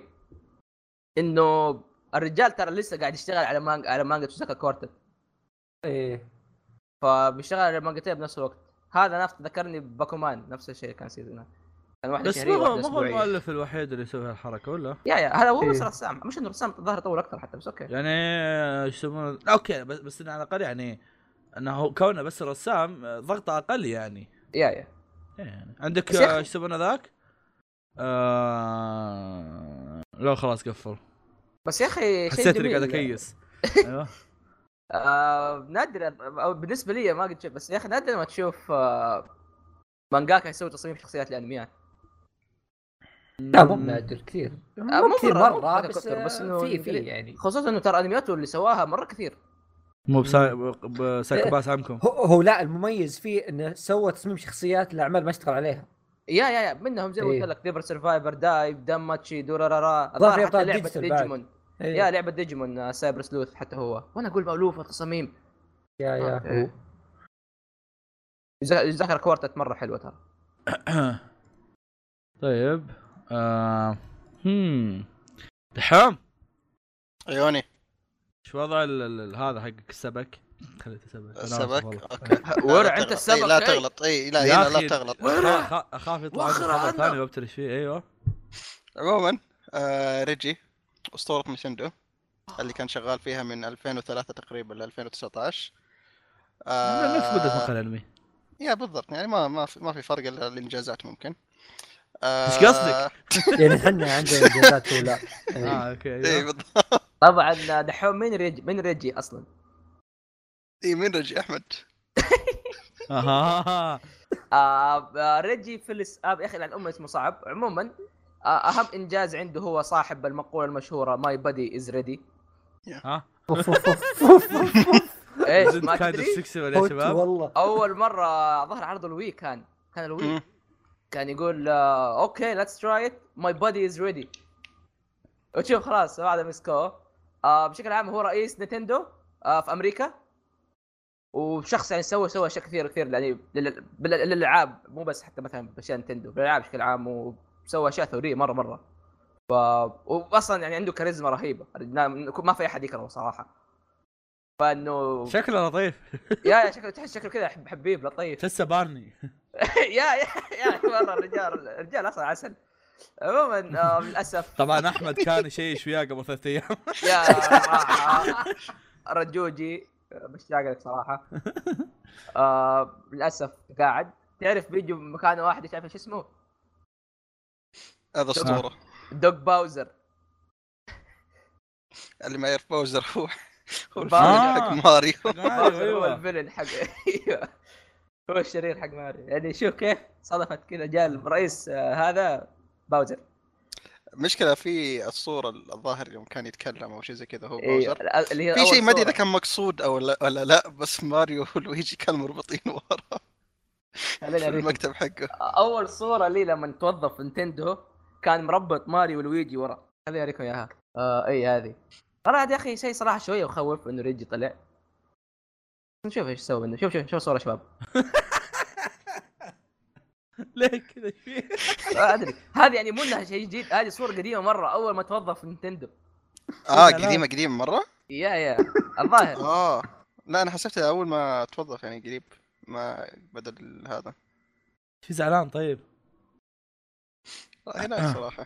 Speaker 1: انه الرجال ترى لسه قاعد يشتغل على مانجا على مانجا تسوكا كورتت
Speaker 4: اي
Speaker 1: فبيشتغل على مانجتين بنفس الوقت هذا نفس ذكرني بباكومان نفس الشيء كان سيزونه كان واحده
Speaker 2: بس ما
Speaker 1: شهريه
Speaker 2: هو
Speaker 1: واحده
Speaker 2: ما هو
Speaker 1: اسبوعيه
Speaker 2: المؤلف الوحيد اللي يسوي هالحركه ولا؟
Speaker 1: يا يا هذا هو بس
Speaker 4: إيه.
Speaker 1: رسام مش انه رسام الظاهر طول اكثر حتى بس اوكي
Speaker 2: يعني ايش يسمونه اوكي بس بس إنه على الاقل يعني انه كونه بس رسام آه، ضغطه اقل يعني
Speaker 1: يا يا
Speaker 2: إيه يعني عندك
Speaker 1: بس يا أخي-
Speaker 2: آه، ايش يسمونه ذاك؟ آه... لا خلاص قفل
Speaker 1: بس يا اخي إيه، شيء
Speaker 2: حسيت اني قاعد
Speaker 1: جميل. يعني.
Speaker 2: اكيس ايوه
Speaker 1: آه نادر او بالنسبه لي ما قد شفت بس يا اخي نادر ما تشوف آه مانجاكا يسوي تصميم شخصيات الانميات
Speaker 4: لا مو بنادر كثير
Speaker 1: آه،
Speaker 4: مو كثير
Speaker 1: مو
Speaker 4: مره
Speaker 1: كثير
Speaker 4: بس
Speaker 1: كثير،
Speaker 4: آه، في في
Speaker 1: قليل.
Speaker 4: يعني
Speaker 1: خصوصا انه ترى انمياته اللي سواها مره كثير
Speaker 2: مو بسا... بسايكوباس عمكم
Speaker 4: هو, هو لا المميز فيه انه سوى تصميم شخصيات لاعمال ما اشتغل عليها
Speaker 1: يا يا يا منهم زي ما
Speaker 4: إيه.
Speaker 1: قلت لك ديفر سرفايفر دايف دماتشي دورارارا
Speaker 4: ظهر
Speaker 1: الظاهر
Speaker 4: يعطى
Speaker 1: حتى لعبه
Speaker 4: ديجيتال بعد.
Speaker 1: ديجيمون
Speaker 4: إيه.
Speaker 1: يا لعبه ديجيمون آه، سايبر سلوث حتى هو وانا اقول مالوفه تصاميم
Speaker 4: يا يا
Speaker 1: إيه.
Speaker 4: هو
Speaker 1: زهر كوارتت مره حلوه ترى
Speaker 2: طيب آه. هم دحوم
Speaker 3: عيوني
Speaker 2: شو وضع ال- ال- ال- هذا حقك السبك؟ خليته سبك أنا آسف والله.
Speaker 3: السبك اوكي
Speaker 1: ورع،
Speaker 3: لا
Speaker 1: أنت
Speaker 3: تغلط.
Speaker 1: السبك،
Speaker 3: إي، لا
Speaker 1: إي.
Speaker 3: تغلط اي لا
Speaker 2: إيه؟ يا
Speaker 3: إي، لا
Speaker 2: أخي،
Speaker 3: لا تغلط
Speaker 2: أخاف- اخاف يطلع عندي
Speaker 1: وخر
Speaker 2: خبر
Speaker 1: عنه.
Speaker 2: ثاني وابتلش فيه ايوه
Speaker 3: آه. عموما آه، ريجي اسطوره نينتندو اللي كان شغال فيها من 2003 تقريبا ل 2019 آه،
Speaker 2: نفس مده مقال انمي
Speaker 3: يا بالضبط يعني ما ما في, ما في فرق الا الانجازات ممكن آه،
Speaker 2: إيش قصدك؟
Speaker 4: يعني احنا عندنا انجازات ولا
Speaker 3: إيه.
Speaker 4: إيه.
Speaker 2: اه اوكي
Speaker 3: اي
Speaker 2: أيوة.
Speaker 3: بالضبط
Speaker 1: طبعا دحوم من ريجي من ريجي اصلا
Speaker 3: اي من إيه، ريجي احمد
Speaker 2: اها
Speaker 1: آه آه، ريجي فيلس آه يا اخي لان امه اسمه صعب عموما آه اهم انجاز عنده هو صاحب المقوله المشهوره ماي بادي از ريدي
Speaker 2: ها
Speaker 4: أوف، أوف، أوف، أوف، أوف.
Speaker 1: ايش
Speaker 2: زد
Speaker 1: إيه، ما
Speaker 2: كايند
Speaker 1: تدري
Speaker 2: اوف 60 ولا يا
Speaker 4: فوت
Speaker 2: شباب
Speaker 4: والله
Speaker 1: اول مره ظهر عرض الوي كان كان الوي
Speaker 3: مم.
Speaker 1: كان يقول آه، اوكي ليتس تراي ات ماي بادي از ريدي وتشوف خلاص هذا مسكو آه بشكل عام هو رئيس نينتندو آه في امريكا وشخص يعني سوى سوى اشياء كثير كثير يعني لل- بال- للالعاب مو بس حتى مثلا باشياء نينتندو بالالعاب بشكل عام وسوى اشياء ثوريه مره مره ف واصلا يعني عنده كاريزما رهيبه ما في احد يكرهه صراحه فانه
Speaker 2: شكله لطيف
Speaker 1: يا يا شكله تحس شكله كذا حب- حبيب لطيف
Speaker 2: تحسه بارني
Speaker 1: يا يا يا والله الرجال الرجال اصلا عسل عموما آه، للاسف
Speaker 2: طبعا احمد كان يشيش وياه قبل ثلاث ايام
Speaker 1: يا صراحه رجوجي آه، مشتاق لك صراحه آه، للاسف قاعد تعرف بيجوا من مكان واحد تعرف ايش اسمه؟
Speaker 3: هذا اسطوره
Speaker 1: دوغ باوزر
Speaker 3: اللي ما يعرف باوزر هو هو الفيلن
Speaker 2: آه.
Speaker 3: حق ماريو
Speaker 1: باوزر هو
Speaker 2: أيوة.
Speaker 1: الفيلن حق ايوه هو الشرير حق ماريو يعني شوف كيف صدفت كذا جاء الرئيس آه، هذا باوزر
Speaker 3: المشكله في الصوره الظاهر يوم كان يتكلم او شيء زي كذا هو
Speaker 1: إيه،
Speaker 3: باوزر
Speaker 1: اللي هي
Speaker 3: في
Speaker 1: أول
Speaker 3: شيء ما ادري
Speaker 1: صورة.
Speaker 3: اذا كان مقصود او لا ولا لا بس ماريو ولويجي كانوا مربوطين ورا
Speaker 1: خليني
Speaker 3: في
Speaker 1: أوريكم.
Speaker 3: المكتب حقه
Speaker 1: اول صوره لي لما توظف نينتندو كان مربط ماريو ولويجي ورا هذه اوريكم اياها آه اي هذه ترى هذا يا اخي شيء صراحه شويه يخوف انه ريجي طلع نشوف ايش سوى منه شوف شوف شوف صوره شباب
Speaker 2: ليه كذا إيش فيه؟
Speaker 1: آه ادري هذه يعني مو انها شيء جديد هذه صوره قديمه مره اول ما توظف نينتندو
Speaker 3: اه
Speaker 2: لا.
Speaker 3: قديمه قديمه مره
Speaker 1: يا يا الظاهر
Speaker 3: اه لا انا حسبتها اول ما توظف يعني قريب ما بدل هذا
Speaker 2: في زعلان طيب
Speaker 1: آه.
Speaker 3: هنا صراحه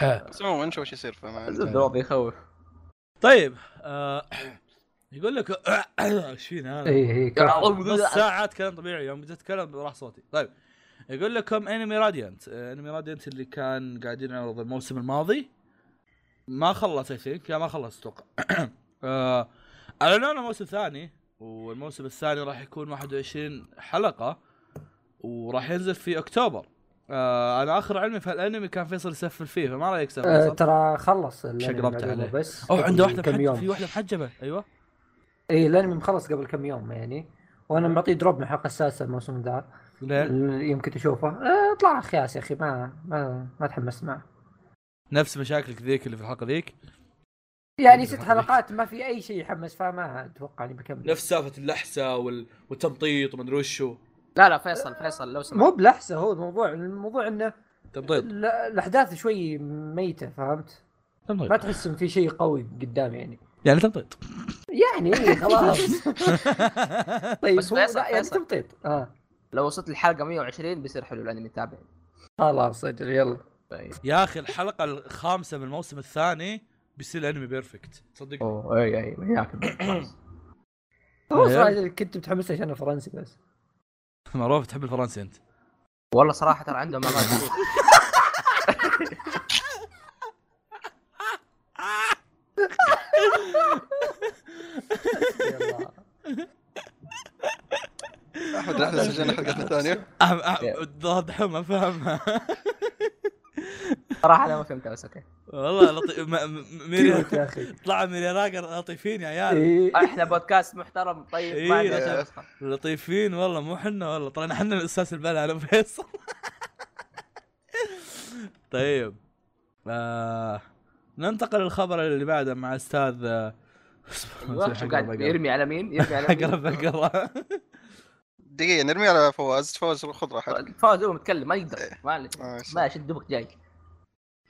Speaker 3: آه، بس عموما نشوف ايش يصير فما
Speaker 1: زبده الوضع يخوف
Speaker 2: طيب آه، يقول لك ايش فينا انا؟
Speaker 4: اي اي كفو.
Speaker 2: نص
Speaker 1: يا
Speaker 2: ساعة كلام طبيعي يوم بديت اتكلم راح صوتي طيب يقول لكم انمي راديانت انمي راديانت اللي كان قاعدين يعرض الموسم الماضي ما خلص اي ثينك ما خلص اتوقع آه، اعلنوا لنا موسم ثاني والموسم الثاني راح يكون 21 حلقة وراح ينزل في اكتوبر آه، انا اخر علمي في الانمي كان فيصل يسفل فيه فما رايك
Speaker 4: آه،
Speaker 2: سفل
Speaker 4: ترى خلص الأنمي
Speaker 2: شقربت
Speaker 4: معلومة
Speaker 2: عليه.
Speaker 4: بس
Speaker 2: او عنده واحدة
Speaker 4: كم
Speaker 2: محجبة
Speaker 4: يوم
Speaker 2: في واحدة محجبة ايوه
Speaker 4: اي الانمي إيه، مخلص قبل كم يوم يعني وانا معطيه دروب من الحلقه السادسه الموسم ذا
Speaker 1: إيه.
Speaker 2: ليه؟
Speaker 4: يمكن تشوفه آه، طلع خياس يا اخي ما ما ما تحمست معه
Speaker 2: نفس مشاكلك ذيك اللي في الحلقة ذيك
Speaker 4: يعني ست حلقات ما في اي شيء يحمس فما اتوقع اني بكمل
Speaker 2: نفس سالفه اللحسه وال... والتمطيط ومدري وشو
Speaker 1: لا لا فيصل فيصل لو
Speaker 4: مو
Speaker 1: سمحت
Speaker 4: بلحسه هو الموضوع الموضوع انه
Speaker 2: تمطيط
Speaker 4: ال- الاحداث شوي ميته فهمت؟ ما
Speaker 2: تمطيط
Speaker 4: تحس ان في شيء قوي قدام يعني
Speaker 2: يعني تمطيط
Speaker 4: يعني إيه، خلاص طيب
Speaker 1: بس
Speaker 4: هو
Speaker 1: فيصل-
Speaker 4: لا يعني
Speaker 1: فيصل.
Speaker 4: تمطيط اه
Speaker 1: لو وصلت الحلقه 120 بيصير حلو الانمي تابع
Speaker 4: خلاص اجل يلا
Speaker 1: طيب.
Speaker 2: يا اخي الحلقه الخامسه من الموسم الثاني بيصير انمي بيرفكت تصدق
Speaker 1: اوه اي اي هناك خلاص.
Speaker 4: هو
Speaker 1: إيه.
Speaker 2: طيب.
Speaker 4: صراحه كنت متحمس عشان الفرنسي بس
Speaker 2: معروف تحب الفرنسي انت
Speaker 1: والله صراحه ترى عندهم اعمال كثير.
Speaker 4: يلا
Speaker 3: احمد احنا سجلنا حلقتنا الثانية
Speaker 2: أهم- أهم- الظاهر دحوم ما فاهمها
Speaker 1: صراحه انا ما فهمتها بس اوكي
Speaker 2: والله لطيف ما- م- م-
Speaker 1: إيه.
Speaker 2: ميري
Speaker 4: كيوت يا اخي
Speaker 2: طلع ميري لطيفين يا عيال
Speaker 4: إيه.
Speaker 1: احنا آه، بودكاست محترم طيب ما عندنا
Speaker 2: إيه.
Speaker 1: شيء نسخة.
Speaker 2: لطيفين والله مو حنا والله طلعنا حنا الاساس البال على فيصل طيب آه ننتقل للخبر اللي بعده مع استاذ آه،
Speaker 1: والله شو قاعد يرمي على مين؟ يرمي على مين؟
Speaker 2: اقرب اقرب
Speaker 3: دقيقه نرمي على فواز فواز خذ راحتك
Speaker 1: فوز هو متكلم ما يقدر ما عليك
Speaker 3: آه، يس.
Speaker 1: ماشي دوبك جاي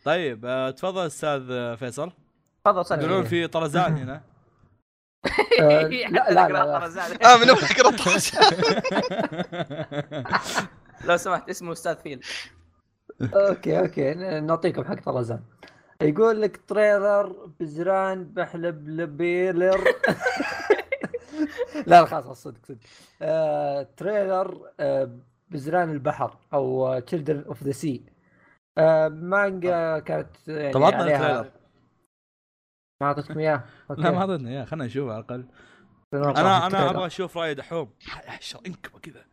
Speaker 2: طيب آه، تفضل استاذ آه، فيصل
Speaker 1: تفضل
Speaker 2: يقولون
Speaker 1: صلي
Speaker 2: في طرزان هنا
Speaker 4: آه، لا لا لا
Speaker 3: اه من اول قرأت الخبر.
Speaker 1: لو سمحت اسمه استاذ فيل
Speaker 4: اوكي اوكي ن- نعطيكم حق طرزان يقول لك تريلر بزران بحلب لبيلر لا لا، خلاص خلاص، صدق صدق آه، تريلر آه، بزران البحر او تشيلدرن اوف ذا سي آه، مانجا كانت يعني
Speaker 2: طب عطنا
Speaker 4: عليها-
Speaker 2: التريلر.
Speaker 4: ما اعطيتكم اياه
Speaker 2: لا ما اعطتني اياه خلنا نشوف على الاقل انا
Speaker 4: انا
Speaker 2: انا ابغى اشوف راي دحوم احشر انكبه كذا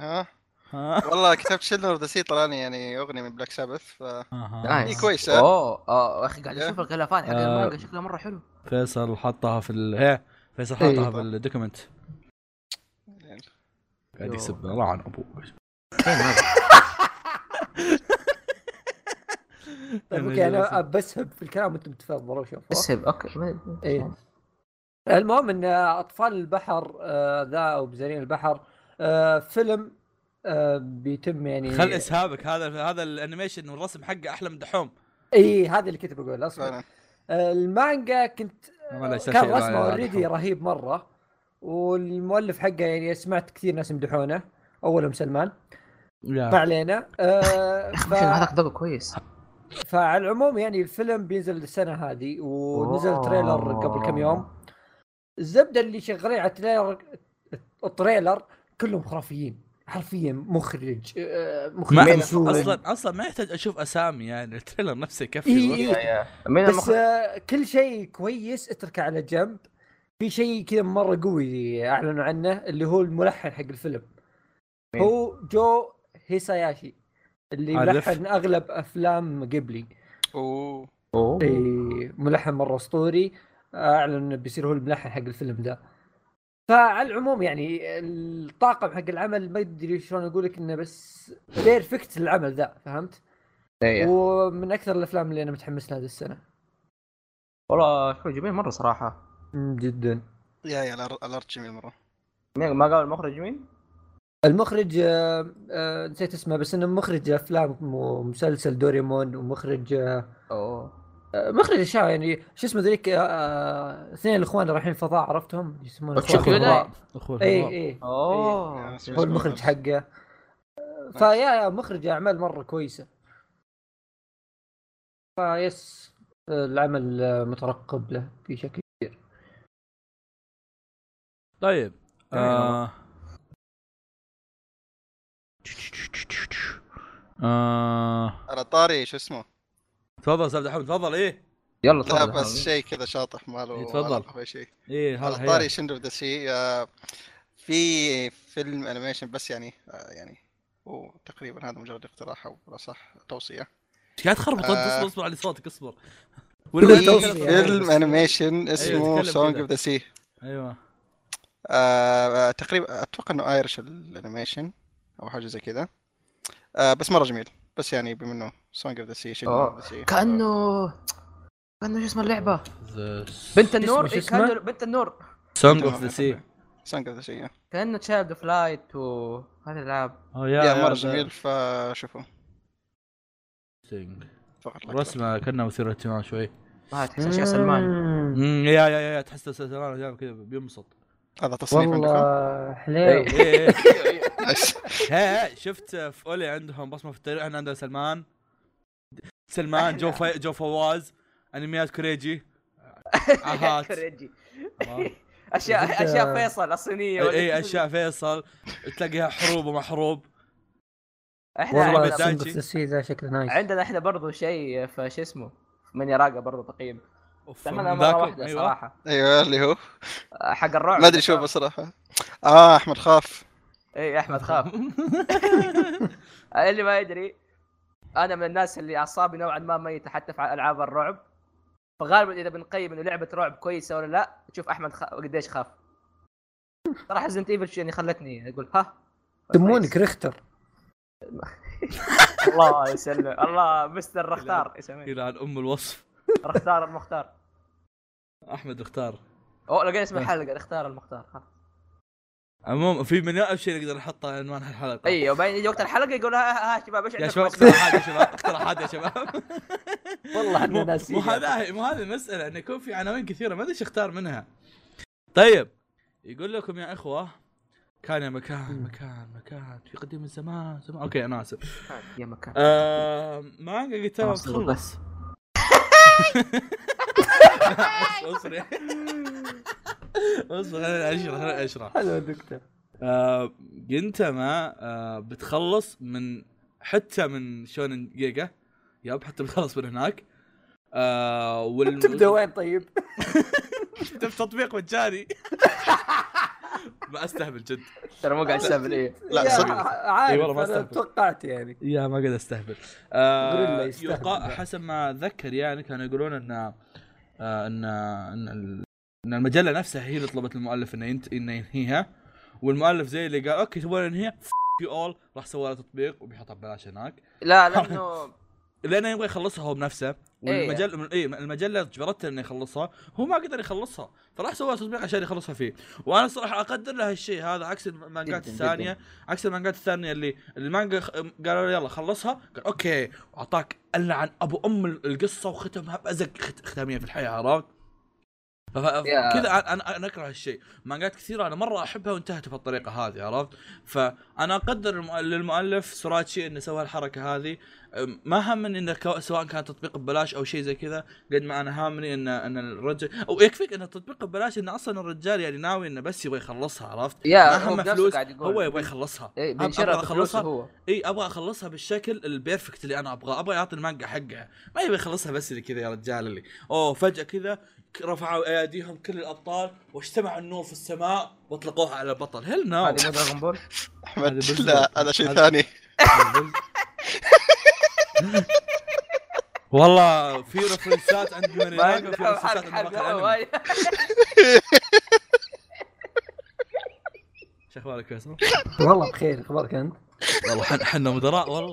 Speaker 2: آه.
Speaker 3: ها
Speaker 2: ها
Speaker 3: والله كتبت شيلدر اوف ذا سي طلع لي يعني اغنيه من بلاك سابث ف
Speaker 2: أها.
Speaker 3: إيه، كويس آه. إيه.
Speaker 1: اوه آه، اخي قاعد اشوف الغلافات حق
Speaker 2: آه.
Speaker 1: المانجا شكلها مره حلو
Speaker 2: فيصل حطها في ال هي فيصل حطها
Speaker 4: إيه.
Speaker 2: في الدوكيمنت
Speaker 3: يعني
Speaker 2: قاعد
Speaker 1: يو.
Speaker 2: يسب الله عن ابوك إيه،
Speaker 4: طيب اوكي انا بسهب في الكلام وانتم تفضلوا شوفوا
Speaker 1: اسهب اوكي
Speaker 4: إيه. المهم ان اطفال البحر آه، ذا او بزارين البحر آه، فيلم آه، بيتم يعني
Speaker 2: خل اسهابك هذا هذا الانيميشن والرسم حقه احلى من دحوم
Speaker 4: اي إيه، هذا اللي كنت بقول اصلا
Speaker 3: فعلا
Speaker 4: آه، المانجا كنت
Speaker 2: ما له شيء
Speaker 4: آه، كان
Speaker 2: يبغى
Speaker 4: رسمه
Speaker 2: على
Speaker 4: اوريدي
Speaker 2: دحوم.
Speaker 4: رهيب مره والمؤلف حقه يعني سمعت كثير ناس يمدحونه اولهم سلمان ما
Speaker 2: يا.
Speaker 4: علينا آه، ف...
Speaker 1: هذاك ضبط كويس
Speaker 4: فعلى العموم يعني الفيلم بينزل السنه هذه ونزل
Speaker 1: أوه.
Speaker 4: تريلر قبل كم يوم الزبده اللي شغالين على التريلر التريلر كلهم خرافيين حرفيا مخرج آه،
Speaker 2: ما
Speaker 4: مخرج مسؤول.
Speaker 2: اصلا اصلا ما يحتاج اشوف اسامي يعني التريلر نفسه
Speaker 4: إيه،
Speaker 2: يكفي
Speaker 4: إيه.
Speaker 1: مين
Speaker 4: بس
Speaker 1: المخرج؟
Speaker 4: آه، كل شيء كويس اتركه على جنب في شيء كذا مره قوي اعلنوا عنه اللي هو الملحن حق الفيلم
Speaker 1: مين؟
Speaker 4: هو جو هيساياشي اللي
Speaker 2: عارف.
Speaker 4: ملحن اغلب افلام قبلي
Speaker 3: اوه
Speaker 1: أوه.
Speaker 4: إي، إيه، ملحن مره اسطوري اعلن انه بيصير هو الملحن حق الفيلم ذا فعلى العموم يعني الطاقم حق العمل ما ادري شلون اقول لك انه بس بيرفكت للعمل ذا فهمت؟
Speaker 1: إيه.
Speaker 4: ومن اكثر الافلام اللي انا متحمس لها هذه السنه
Speaker 1: والله شوي جميل مره صراحه
Speaker 4: جدا
Speaker 3: يا يا الأر- الارت جميل مره
Speaker 1: مين ما قال المخرج مين؟
Speaker 4: المخرج آه، آه، نسيت اسمه بس انه مخرج افلام ومسلسل دوريمون ومخرج آه،
Speaker 1: اوه
Speaker 4: مخرج اشياء يعني شو اسمه ذيك آه، آه، اثنين الاخوان رايحين الفضاء عرفتهم يسمونه
Speaker 1: أخوان
Speaker 4: أخوان
Speaker 1: الفضاء.
Speaker 4: الفضاء. إيه،
Speaker 2: اخوه
Speaker 4: اي
Speaker 2: الفضاء.
Speaker 4: اي
Speaker 1: اوه
Speaker 3: إيه.
Speaker 4: هو المخرج حقه فيا يا مخرج اعمال مره كويسه فيس آه، العمل مترقب له بشكل كبير
Speaker 2: طيب
Speaker 4: إيه،
Speaker 2: آه. آه.
Speaker 3: على طاري شو اسمه
Speaker 2: تفضل استاذ دحوم تفضل ايه
Speaker 1: يلا
Speaker 3: لا
Speaker 1: تفضل
Speaker 3: بس شيء كذا شاطح ماله
Speaker 2: تفضل.
Speaker 3: ولا شيء
Speaker 2: ايه هذا
Speaker 3: على
Speaker 2: حياة.
Speaker 3: طاري شندر ذا سي آه، في فيلم انيميشن بس يعني آه، يعني هو تقريبا هذا مجرد اقتراح او بالاصح توصيه
Speaker 2: ايش قاعد تخربط انت
Speaker 3: آه.
Speaker 2: اصبر اصبر على صوتك اصبر
Speaker 4: ولا
Speaker 3: في
Speaker 4: توصية.
Speaker 3: فيلم انيميشن اسمه
Speaker 2: تكلم
Speaker 3: سونج
Speaker 2: كده.
Speaker 3: اوف ذا سي أيوة.
Speaker 2: ايوه
Speaker 3: آه، تقريبا اتوقع انه ايرش الانيميشن او حاجه زي كذا آه، بس مره جميل بس يعني بما انه سونج اوف ذا سي
Speaker 1: آه، كانه كانه شو اسمه اللعبه بنت النور
Speaker 4: شو
Speaker 1: إيه،
Speaker 4: اسمه؟
Speaker 1: كانه بنت النور
Speaker 2: سونج اوف ذا سي
Speaker 3: سونج اوف ذا سي
Speaker 1: كانه تشايلد اوف لايت وهذه الالعاب
Speaker 2: اه
Speaker 3: يا مره جميل فشوفوا فقط لا أكثر.
Speaker 2: رسمه كنا مثير اهتمام شوي
Speaker 1: ما تحس يا سلمان
Speaker 2: امم يا يا يا تحس سلمان كذا بينبسط
Speaker 3: هذا تصنيف عندكم
Speaker 4: والله حليو
Speaker 2: إيه، إيه، إيه.
Speaker 3: نايس.
Speaker 2: ها ها شفت في اولي عندهم بصمه في التاريخ احنا عندنا سلمان سلمان جو في... جو فواز انميات كوريجي آه. عهات
Speaker 1: كرنجي.
Speaker 2: تمام؟
Speaker 1: اشياء
Speaker 4: أنت-
Speaker 1: اشياء فيصل الصينيه ولا-
Speaker 2: اي أي اشياء إيه، فيصل تلاقيها حروب وما حروب
Speaker 1: احنا
Speaker 4: والله
Speaker 2: عندنا-
Speaker 1: عندنا,
Speaker 4: صندوق التسويق ذا شكله نايس
Speaker 1: عندنا احنا برضو شيء في شو اسمه في من يراقه برضو تقييم
Speaker 2: اوف
Speaker 1: تعملنا
Speaker 2: من
Speaker 1: مره
Speaker 2: ذاك-
Speaker 1: واحده
Speaker 2: أيوة.
Speaker 1: صراحه
Speaker 3: ايوه اللي هو
Speaker 1: حق الرعب
Speaker 3: ما ادري شو بصراحه اه احمد خاف
Speaker 1: إيه، اي احمد خاف اللي ما يدري انا من الناس اللي اعصابي نوعا ما ميته حتى في العاب الرعب فغالبا اذا بنقيم انه لعبه رعب كويسه ولا لا تشوف احمد خ... قديش خاف صراحه زنت ايفل يعني خلتني اقول ها
Speaker 4: يسمونك ريختر
Speaker 1: الله يسلمك الله مستر رختار يسميه
Speaker 2: الى عن ام الوصف
Speaker 1: رختار المختار
Speaker 2: احمد اختار
Speaker 1: اوه لقينا اسم الحلقه رختار المختار خلاص
Speaker 2: عموما في مليون شيء نقدر نحطه عنوان الحلقه
Speaker 1: اي طيب. أيوة، وبعدين يجي وقت الحلقه يقول ها ها شباب ايش
Speaker 2: يا
Speaker 1: عندكم
Speaker 2: شباب
Speaker 1: أسئلة؟
Speaker 2: اقتراحات يا شباب اقتراحات يا شباب
Speaker 4: والله احنا
Speaker 2: مو
Speaker 4: ناسيين
Speaker 2: مو هذا مو هذه المساله انه يكون في عناوين كثيره ما ادري ايش اختار منها طيب يقول لكم يا اخوه كان يا مكان مكان مكان في قديم الزمان زمان اوكي انا اسف
Speaker 1: يا مكان
Speaker 2: آه ما قلت خلص
Speaker 1: بس
Speaker 2: اصبر اصبر خليني اشرح خليني اشرح
Speaker 4: حلو دكتور
Speaker 2: آه، جنتما آه، بتخلص من حتى من شونن جيجا ياب حتى بتخلص من هناك آه وال...
Speaker 4: تبدا وين طيب؟
Speaker 2: تبدا بتطبيق مجاني ما استهبل جد
Speaker 1: ترى مو قاعد استهبل
Speaker 2: إيه.
Speaker 1: ايه
Speaker 3: لا،
Speaker 4: يا
Speaker 3: صدق.
Speaker 4: عارف
Speaker 2: إي إيه، والله ما
Speaker 4: أنا
Speaker 2: استهبل.
Speaker 4: توقعت يعني
Speaker 2: يا ما قد استهبل
Speaker 4: غوريلا
Speaker 2: آه
Speaker 4: يستهبل
Speaker 2: يقا...
Speaker 4: بعد.
Speaker 2: حسب ما اتذكر يعني كانوا يقولون ان آه ان ان ال- ان المجله نفسها هي اللي طلبت المؤلف انه ينت... انه ينهيها والمؤلف زي اللي قال اوكي تبغون ننهيها يو اول راح سوى لها تطبيق وبيحطها ببلاش هناك
Speaker 1: لا لانه
Speaker 2: لانه يبغى يخلصها هو بنفسه
Speaker 1: إيه.
Speaker 2: إيه، والمجله اي المجله اجبرته انه يخلصها هو ما قدر يخلصها فراح سوى تطبيق عشان يخلصها فيه وانا صراحه اقدر له هالشيء هذا عكس المانجات
Speaker 1: جداً،
Speaker 2: الثانيه عكس المانجات الثانيه اللي المانجا خ- قالوا له يلا خلصها قال اوكي واعطاك اللعن ابو ام القصه وختمها بازق خت- ختاميه في الحياه عرفت؟ ف- ف-
Speaker 1: يا.
Speaker 2: كذا أنا- انا انا اكره هالشيء، مانجات كثيره انا مره احبها وانتهت بهالطريقه هذه عرفت؟ فانا اقدر الم- للمؤلف سوراتشي انه سوى الحركه هذه أم، ما همني انه كو- سواء كان تطبيق ببلاش او شيء زي كذا قد ما انا هامني ان ان الرجل او يكفيك ان التطبيق ببلاش انه اصلا الرجال يعني ناوي انه بس يبغى يخلصها عرفت؟
Speaker 1: يا
Speaker 2: ما
Speaker 1: هو
Speaker 2: همه
Speaker 1: بنفسه
Speaker 2: فلوس
Speaker 1: قاعد يقول.
Speaker 2: هو يبغى يخلصها
Speaker 1: ايه
Speaker 2: أب-
Speaker 1: بنشرها
Speaker 2: أبغى
Speaker 1: بفلوسه
Speaker 2: أخلصها.
Speaker 1: هو
Speaker 2: اي ابغى اخلصها بالشكل البيرفكت اللي انا ابغاه ابغى يعطي المانجا حقها ما يبغى يخلصها بس اللي كذا يا رجال اللي اوه فجاه كذا ك- رفعوا اياديهم كل الابطال واجتمع النور في السماء واطلقوها على البطل هل نو
Speaker 1: هذه مو دراغون بول
Speaker 3: احمد
Speaker 2: هذا بالضبط.
Speaker 3: لا هذا شيء
Speaker 2: هذا-
Speaker 3: ثاني
Speaker 2: والله في رفرنسات عند من
Speaker 1: ما
Speaker 2: هناك وفي
Speaker 1: عندنا حرق
Speaker 2: رفرنسات عند مقهى
Speaker 1: حرق
Speaker 2: الأنمي.
Speaker 1: وايد.
Speaker 2: شو اخبارك يا اسامه؟
Speaker 4: والله بخير اخبارك انت؟
Speaker 2: والله حن- حنا مدراء والله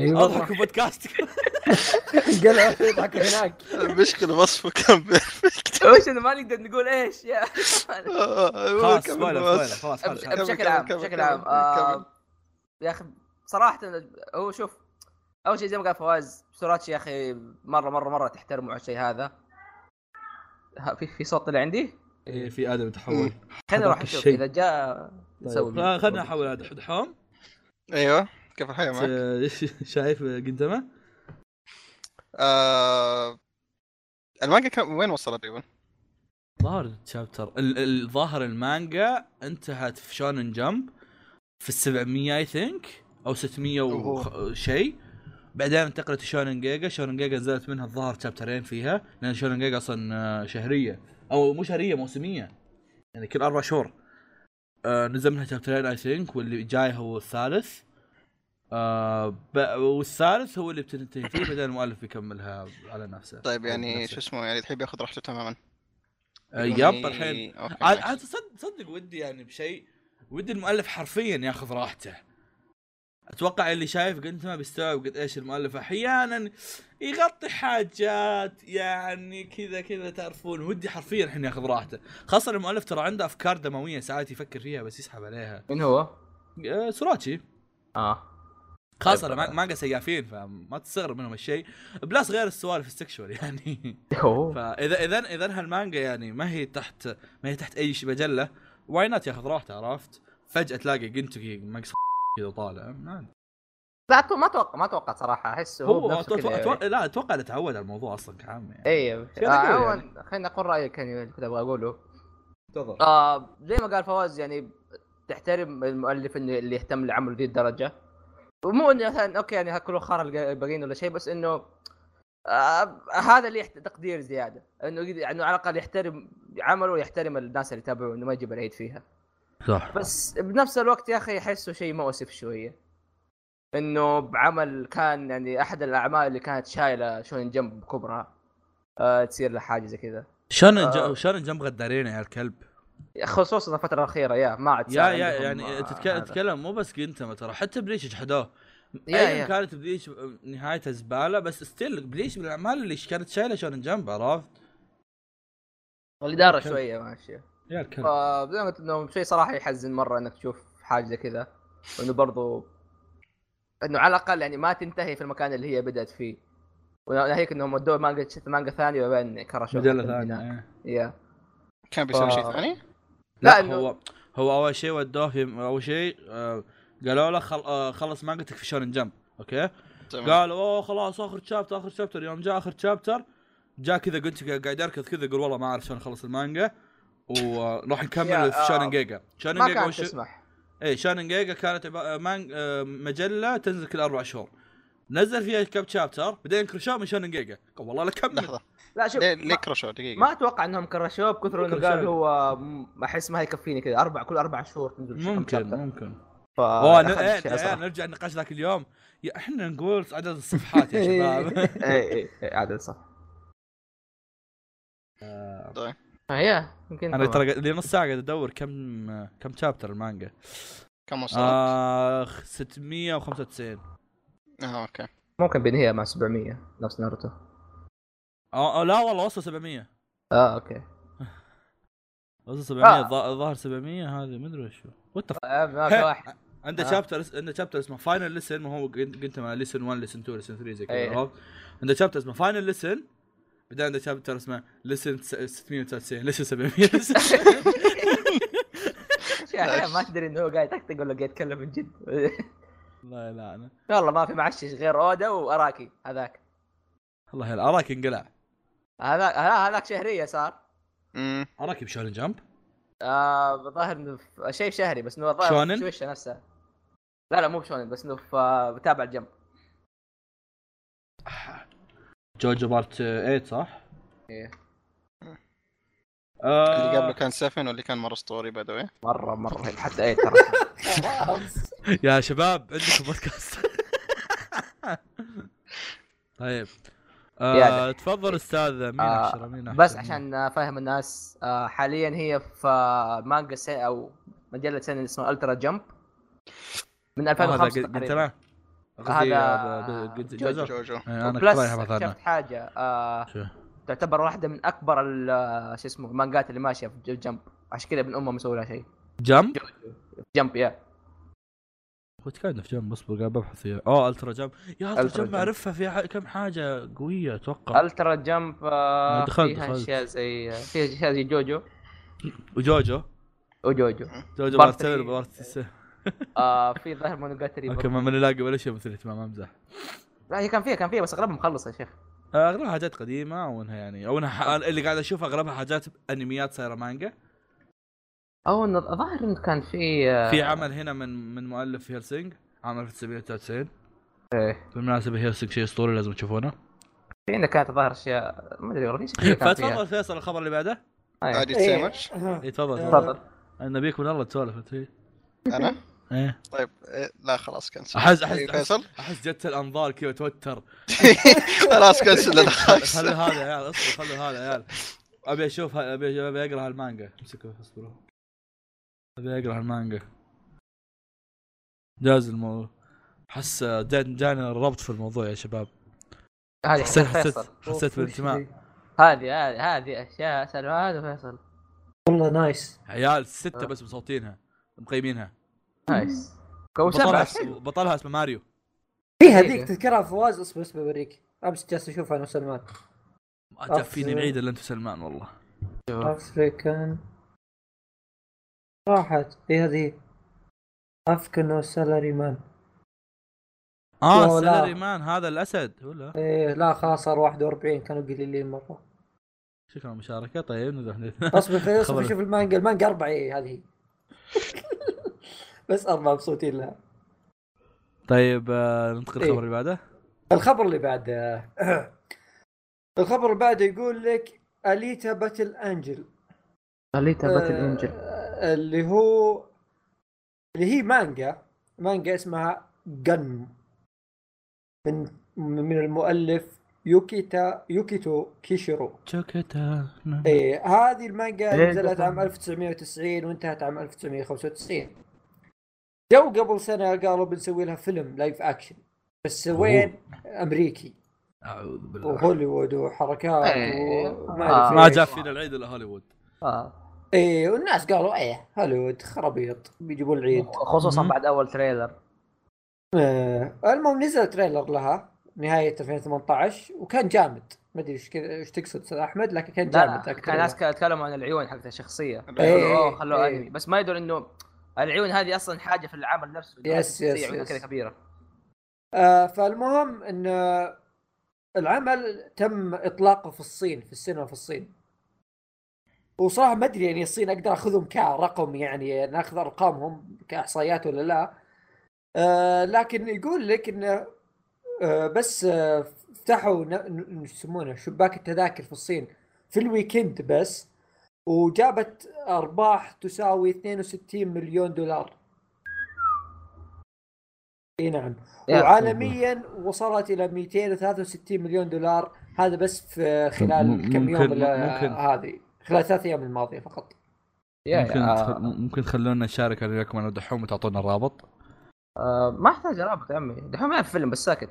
Speaker 4: اي
Speaker 2: اضحك
Speaker 4: والله
Speaker 2: في بودكاستك
Speaker 4: قلع إيه، يضحك هناك
Speaker 3: المشكله وصفه كان
Speaker 1: وش إنه ما نقدر نقول ايش يا
Speaker 2: خلاص
Speaker 3: آه، خلاص
Speaker 2: سوالف سوالف خلاص خلاص
Speaker 1: أب-
Speaker 3: كمل،
Speaker 1: بشكل
Speaker 3: كمل،
Speaker 1: عام
Speaker 3: كمل،
Speaker 1: بشكل
Speaker 3: كمل،
Speaker 1: عام
Speaker 3: كمل.
Speaker 1: آه، يا اخي صراحه أنا- هو شوف اول شيء زي ما قال فواز سوراتشي يا اخي مره مره مره تحترمه على الشيء هذا ها، في في صوت اللي عندي
Speaker 2: إيه، في ادم تحول
Speaker 1: خلينا نروح
Speaker 2: حضرت
Speaker 1: نشوف
Speaker 2: الشيء.
Speaker 1: اذا جاء نسوي
Speaker 2: طيب، خلنا احول هذا دحوم
Speaker 3: ايوه كيف الحياه معك؟
Speaker 2: شايف قدامه
Speaker 3: آه، المانجا كم وين وصلت تقريبا؟
Speaker 2: ظاهر التشابتر ال- ال- ظاهر المانجا انتهت في شونن جمب في ال 700 اي ثينك او 600
Speaker 3: أوه.
Speaker 2: وشيء بعدين انتقلت شونن جيجا شونن جيجا نزلت منها الظاهر تشابترين فيها لان شونن جيجا اصلا آه، شهريه او مو شهريه موسميه يعني كل اربع شهور آه، نزل منها تشابترين اي ثينك واللي جاي هو الثالث آه ب- والثالث هو اللي بتنتهي فيه بعدين المؤلف بيكملها على نفسه
Speaker 3: طيب يعني
Speaker 2: بنفسه.
Speaker 3: شو اسمه يعني الحين بياخذ راحته تماما
Speaker 2: آه،
Speaker 3: يعني
Speaker 2: يب الحين
Speaker 3: أوكي،
Speaker 2: عاد
Speaker 3: ماشي.
Speaker 2: عاد تصدق تصدق ودي يعني بشيء ودي المؤلف حرفيا ياخذ راحته اتوقع اللي شايف قد ما بيستوعب قد ايش المؤلف احيانا يغطي حاجات يعني كذا كذا تعرفون ودي حرفيا الحين ياخذ راحته خاصه المؤلف ترى عنده افكار دمويه ساعات يفكر فيها بس يسحب عليها
Speaker 1: من هو؟
Speaker 2: آه، سوراتشي
Speaker 1: اه
Speaker 2: خاصه
Speaker 1: طيب.
Speaker 2: ما مانجا سيافين فما تستغرب منهم الشيء بلاس غير السوالف السكشوال يعني
Speaker 1: أوه.
Speaker 2: فاذا اذا اذا هالمانجا يعني ما هي تحت ما هي تحت اي شي- مجله واي نوت ياخذ راحته عرفت؟ فجاه تلاقي جنتوكي مقص كذا طالع ما أدري.
Speaker 1: لا أتو- ما اتوقع ما اتوقع صراحه احسه هو
Speaker 2: هو
Speaker 1: بنفسه
Speaker 2: أتوقع-
Speaker 1: كذا
Speaker 2: أتوقع-
Speaker 1: يعني.
Speaker 2: لا اتوقع انه تعود على الموضوع اصلا كعامه يعني
Speaker 1: ايوه
Speaker 2: كذا
Speaker 1: آه،
Speaker 2: كذا
Speaker 1: عموما
Speaker 2: يعني.
Speaker 1: خلينا اقول رايي كان اللي كنت ابغى اقوله
Speaker 2: تفضل
Speaker 1: آه زي ما قال فواز يعني تحترم المؤلف انه اللي يهتم لعمله ذي الدرجه ومو انه مثلا اوكي يعني هاكلوا خار الق- الباقيين ولا شيء بس انه آه هذا اللي يحت... تقدير زياده انه يقدر- انه يعني على الاقل يحترم عمله ويحترم الناس اللي تابعوه انه ما يجيب العيد فيها
Speaker 2: صح
Speaker 1: بس بنفس الوقت يا اخي احسه شيء مؤسف شويه انه بعمل كان يعني احد الاعمال اللي كانت شايله شونن جمب بكبرها آه تصير له حاجه زي كذا
Speaker 2: شونن
Speaker 1: آه.
Speaker 2: ج- شونن جنب غدارينا يا الكلب
Speaker 1: خصوصا الفتره الاخيره يا ما عاد
Speaker 2: يا
Speaker 1: صار
Speaker 2: يا
Speaker 1: عندهم،
Speaker 2: يعني
Speaker 1: آه،
Speaker 2: تتك-
Speaker 1: هذا.
Speaker 2: تتكلم مو بس جنتما ترى حتى بليش جحدوه
Speaker 1: يا-
Speaker 2: ايا
Speaker 1: يا.
Speaker 2: كانت بليش نهايتها زباله بس ستيل بليش من الاعمال اللي كانت شايله شونن جنب عرفت؟
Speaker 1: الاداره
Speaker 2: كلب.
Speaker 1: شويه ماشيه
Speaker 2: يا الكلب
Speaker 1: فزي ما قلت انه شيء صراحه يحزن مره انك تشوف حاجه زي كذا وانه برضو انه على الاقل يعني ما تنتهي في المكان اللي هي بدات فيه وناهيك انهم ودوا مانجا مانجا ثانيه وبين كرشوا
Speaker 2: مجله
Speaker 1: حتى البناء.
Speaker 2: ثانيه إيه.
Speaker 1: يا
Speaker 3: كان بيسوي شيء
Speaker 1: آه.
Speaker 3: ثاني
Speaker 1: لا،
Speaker 2: لا
Speaker 1: إنه-
Speaker 2: هو هو اول شيء ودوه في اول شيء آه، قالوا له خل... آه، خلص مانجتك في شونن جمب اوكي
Speaker 3: تمام.
Speaker 2: قالوا اوه خلاص اخر شابتر اخر شابتر يوم جاء اخر شابتر جاء كذا قلت قاعد اركض كذا يقول والله ما اعرف شلون اخلص المانجا وراح
Speaker 1: يا،
Speaker 2: نكمل في
Speaker 1: آه،
Speaker 2: شونن جيجا شونن
Speaker 1: ما
Speaker 2: جيجا
Speaker 1: كانت
Speaker 2: وش
Speaker 1: تسمح
Speaker 2: اي شونن جيجا إيه، كانت عبا... آه، مان... آه، مجله تنزل كل اربع شهور نزل فيها كم شابتر بعدين كرشوا من شونن جيجا قال والله لا كمل
Speaker 3: لحظه
Speaker 1: لا شوف
Speaker 3: ليه
Speaker 1: ما-
Speaker 3: ليه كرشوا دقيقه
Speaker 1: ما اتوقع انهم كرشوه بكثر انه
Speaker 2: كرشوه.
Speaker 1: قال هو م- احس ما هيكفيني كذا اربع كل اربع شهور تنزل شيء كم
Speaker 2: ممكن
Speaker 1: شابتر.
Speaker 2: ممكن
Speaker 1: ف-
Speaker 2: اوه ن-
Speaker 1: دخل
Speaker 2: إيه،
Speaker 1: الشيء
Speaker 2: إيه،
Speaker 1: صراحة.
Speaker 2: نرجع النقاش ذاك اليوم يا احنا نقول عدد الصفحات يا شباب
Speaker 1: اي اي إي، إيه، عادل صح
Speaker 3: طيب.
Speaker 1: فيا آه، يمكن
Speaker 2: انا
Speaker 1: طبعاً.
Speaker 2: ترى لي نص ساعه قاعد ادور كم كم شابتر المانجا
Speaker 3: كم وصلت؟
Speaker 2: آه.
Speaker 3: اه
Speaker 2: اخ 695
Speaker 3: اوكي
Speaker 1: ممكن بينهيها مع 700 نفس ناروتو
Speaker 2: اه آه، لا والله وصل 700
Speaker 1: اه اوكي
Speaker 2: وصل 700
Speaker 1: آه.
Speaker 2: الظ- الظاهر 700 هذه ما ادري وشو وات
Speaker 1: آه، ما في واحد
Speaker 2: عنده
Speaker 1: آه.
Speaker 2: شابتر اس- عنده شابتر اسمه فاينل ليسن ما هو قلت مع ليسن 1 ليسن 2 ليسن 3 زي كذا
Speaker 1: إيه.
Speaker 2: عرفت عنده شابتر اسمه فاينل ليسن بعدين عنده شابتر اسمه ليسن 699 ليسن 700 ليسن
Speaker 1: يا أخي، ما تدري انه هو قاعد يطقطق ولا قاعد يتكلم من جد
Speaker 2: الله يلعنه
Speaker 1: والله ما في معشش غير اودا واراكي هذاك
Speaker 2: الله يلعنه اراك انقلع
Speaker 1: هذاك ها- هذاك شهريه صار
Speaker 3: امم
Speaker 2: اراك بشون جمب
Speaker 1: آه الظاهر انه في- شيء شهري بس انه الظاهر
Speaker 2: شونن؟
Speaker 1: شويش نفسه لا لا مو بشونن بس انه في آه، تابع الجنب
Speaker 2: جوجو بارت 8 صح؟
Speaker 1: إيه.
Speaker 2: آه،
Speaker 3: اللي قبله كان 7 واللي كان مره اسطوري باي ذا واي
Speaker 1: مره مره رهيب. حتى إيه، اي ترى
Speaker 2: يا شباب عندكم بودكاست طيب آه
Speaker 1: يلا.
Speaker 2: تفضل استاذ مين
Speaker 1: آه،
Speaker 2: احشره مين
Speaker 1: بس
Speaker 2: أحشره؟
Speaker 1: عشان افهم الناس آه، حاليا هي في آه، مانجا سي او مجله سنه اسمها الترا جمب من
Speaker 2: آه، هذا
Speaker 1: 2005
Speaker 2: قلت قلت
Speaker 1: تقريبا
Speaker 2: انا قصدي،
Speaker 1: هذا
Speaker 2: آه، قلت جوجو.
Speaker 3: جوجو
Speaker 2: إيه، انا كنت رايح
Speaker 1: بلس
Speaker 2: أبحث عنه.
Speaker 1: اكتشفت حاجه آه
Speaker 2: شو؟
Speaker 1: تعتبر واحده من اكبر ال- آه، شو اسمه المانجات اللي ماشيه في جو- جمب عشان كذا ابن امه مسوي لها شيء
Speaker 2: جمب
Speaker 1: جمب يا
Speaker 2: كنت قاعد في جنب اصبر قاعد ببحث فيها اوه الترا جمب يا الترا
Speaker 1: ألترا
Speaker 2: جمب
Speaker 1: جمب.
Speaker 2: اعرفها في ح- كم حاجه قويه اتوقع
Speaker 1: الترا جمب آه
Speaker 2: أنا دخلت-
Speaker 1: فيها
Speaker 2: دخلت.
Speaker 1: اشياء زي آه، فيها اشياء زي جوجو
Speaker 2: وجوجو
Speaker 1: وجوجو
Speaker 2: جوجو
Speaker 1: بارت
Speaker 2: بارت سبعة،
Speaker 1: ثري.
Speaker 2: بارت تسعة.
Speaker 1: آه في ظهر مونوجاتري
Speaker 2: اوكي
Speaker 1: برضه.
Speaker 2: ما ما نلاقي ولا شيء مثل الاهتمام امزح
Speaker 1: لا هي كان فيها كان فيها بس اغلبها مخلصه يا شيخ
Speaker 2: آه، اغلبها حاجات قديمه او انها يعني او انها ح- اللي قاعد اشوف اغلبها حاجات انميات صايره مانجا
Speaker 1: او انه الظاهر انه كان في آه،
Speaker 2: في عمل هنا من من مؤلف هيلسينج عام 1993
Speaker 1: إيه.
Speaker 2: بالمناسبه هيلسينج شيء اسطوري لازم تشوفونه
Speaker 1: في عندك كانت ظاهر اشياء ما ادري والله في شيء كان فيها
Speaker 2: فتفضل فيصل الخبر اللي بعده
Speaker 1: أي.
Speaker 3: عادي سامج
Speaker 2: اي تفضل تفضل
Speaker 1: تفضل
Speaker 2: انا بيك من الله تسولف انت إيه.
Speaker 3: انا
Speaker 2: ايه
Speaker 3: طيب إيه، لا خلاص كنسل
Speaker 2: احس
Speaker 3: إيه،
Speaker 2: احس
Speaker 3: فيصل
Speaker 2: احس جت الانظار كذا توتر
Speaker 3: خلاص كنسل الخاص
Speaker 2: خلوا هذا يا عيال اصبر خلوا هذا يا عيال ابي اشوف ه- ابي ابي اقرا هالمانجا امسكوا اصبروا ابي اقرا هالمانجا جاز الموضوع حس جان- جاني الربط في الموضوع يا شباب
Speaker 1: هذه
Speaker 2: حسيت
Speaker 1: حق
Speaker 2: حسيت
Speaker 1: فيصل
Speaker 2: حسيت بالانتماء
Speaker 1: هذه هذه هذه اشياء سلوى هذا فيصل
Speaker 4: والله نايس
Speaker 2: عيال ستة بس مصوتينها مقيمينها
Speaker 1: نايس كو
Speaker 2: بطلها
Speaker 1: سبعه
Speaker 2: اس- بطلها اسمه ماريو
Speaker 4: في هذيك تذكرها فواز اصبر اصبر بوريك امس جالس اشوفها انا وسلمان
Speaker 2: ما فيني بعيد الا انت سلمان والله
Speaker 4: افريكان راحت اي هذه افكن سالاري مان
Speaker 2: اه
Speaker 4: أوه، لا.
Speaker 2: سلري آه، مان هذا الاسد ولا
Speaker 4: إيه لا خلاص صار 41 كانوا قليلين مره
Speaker 2: شكرا المشاركة طيب نروح نت-
Speaker 4: اصبر خليني اصبر
Speaker 2: خبر.
Speaker 4: شوف المانجا المانجا اربعه إيه هذه بس اربعه مبسوطين لها
Speaker 2: طيب آه، ننتقل
Speaker 4: إيه.
Speaker 2: الخبر اللي بعده
Speaker 4: الخبر اللي بعده الخبر اللي بعده يقول لك اليتا باتل انجل
Speaker 1: خليتها باتل
Speaker 4: آه،
Speaker 1: انجل
Speaker 4: اللي هو اللي هي مانجا مانجا اسمها جن من من المؤلف يوكيتا يوكيتو كيشيرو
Speaker 2: تشوكتا
Speaker 4: إيه هذه المانجا
Speaker 1: إيه،
Speaker 4: نزلت
Speaker 1: طبعاً.
Speaker 4: عام 1990 وانتهت عام 1995 جو قبل سنه قالوا بنسوي لها فيلم لايف اكشن بس وين امريكي
Speaker 2: اعوذ
Speaker 4: إيه.
Speaker 2: بالله
Speaker 4: وهوليوود وحركات
Speaker 1: إيه.
Speaker 4: وما
Speaker 1: آه.
Speaker 4: أدري
Speaker 2: ما
Speaker 4: إيش.
Speaker 2: جاء فينا العيد الا هوليوود
Speaker 1: آه.
Speaker 4: ايه والناس قالوا ايه هوليوود خرابيط بيجيبون العيد
Speaker 1: خصوصا
Speaker 2: مم.
Speaker 1: بعد اول تريلر
Speaker 4: آه المهم نزل تريلر لها نهاية 2018 وكان جامد ما ادري ايش كذا ايش تقصد استاذ احمد لكن كان
Speaker 1: لا
Speaker 4: جامد
Speaker 1: لا،
Speaker 4: أكثر يعني.
Speaker 1: كان ناس
Speaker 4: منها.
Speaker 1: تكلموا عن العيون حقت الشخصيه
Speaker 4: إيه،
Speaker 1: خلوه خلوه
Speaker 4: إيه.
Speaker 1: انمي بس ما يدرون انه العيون هذه اصلا حاجه في العمل نفسه
Speaker 4: يس، يس،
Speaker 1: عيون
Speaker 4: يس.
Speaker 1: كذا كبيره
Speaker 4: آه فالمهم ان آه، العمل تم اطلاقه في الصين في السينما في الصين وصراحه ما ادري يعني الصين اقدر اخذهم كرقم يعني ناخذ ارقامهم كاحصائيات ولا لا آه لكن يقول لك انه آه بس آه فتحوا ن- ن- إيش يسمونه شباك التذاكر في الصين في الويكند بس وجابت ارباح تساوي 62 مليون دولار اي نعم
Speaker 1: يا
Speaker 4: وعالميا وصلت الى 263 مليون دولار هذا بس في
Speaker 2: مم-
Speaker 4: خلال كم يوم
Speaker 2: ممكن-
Speaker 4: ال-
Speaker 2: ممكن.
Speaker 4: هذه خلال ثلاث ايام الماضيه فقط
Speaker 1: يا-
Speaker 2: ممكن
Speaker 1: آه،
Speaker 2: تخ- ممكن تخلونا نشارك انا وياكم انا ودحوم وتعطونا الرابط
Speaker 1: آه، ما احتاج رابط يا عمي دحوم يعرف فيلم بس ساكت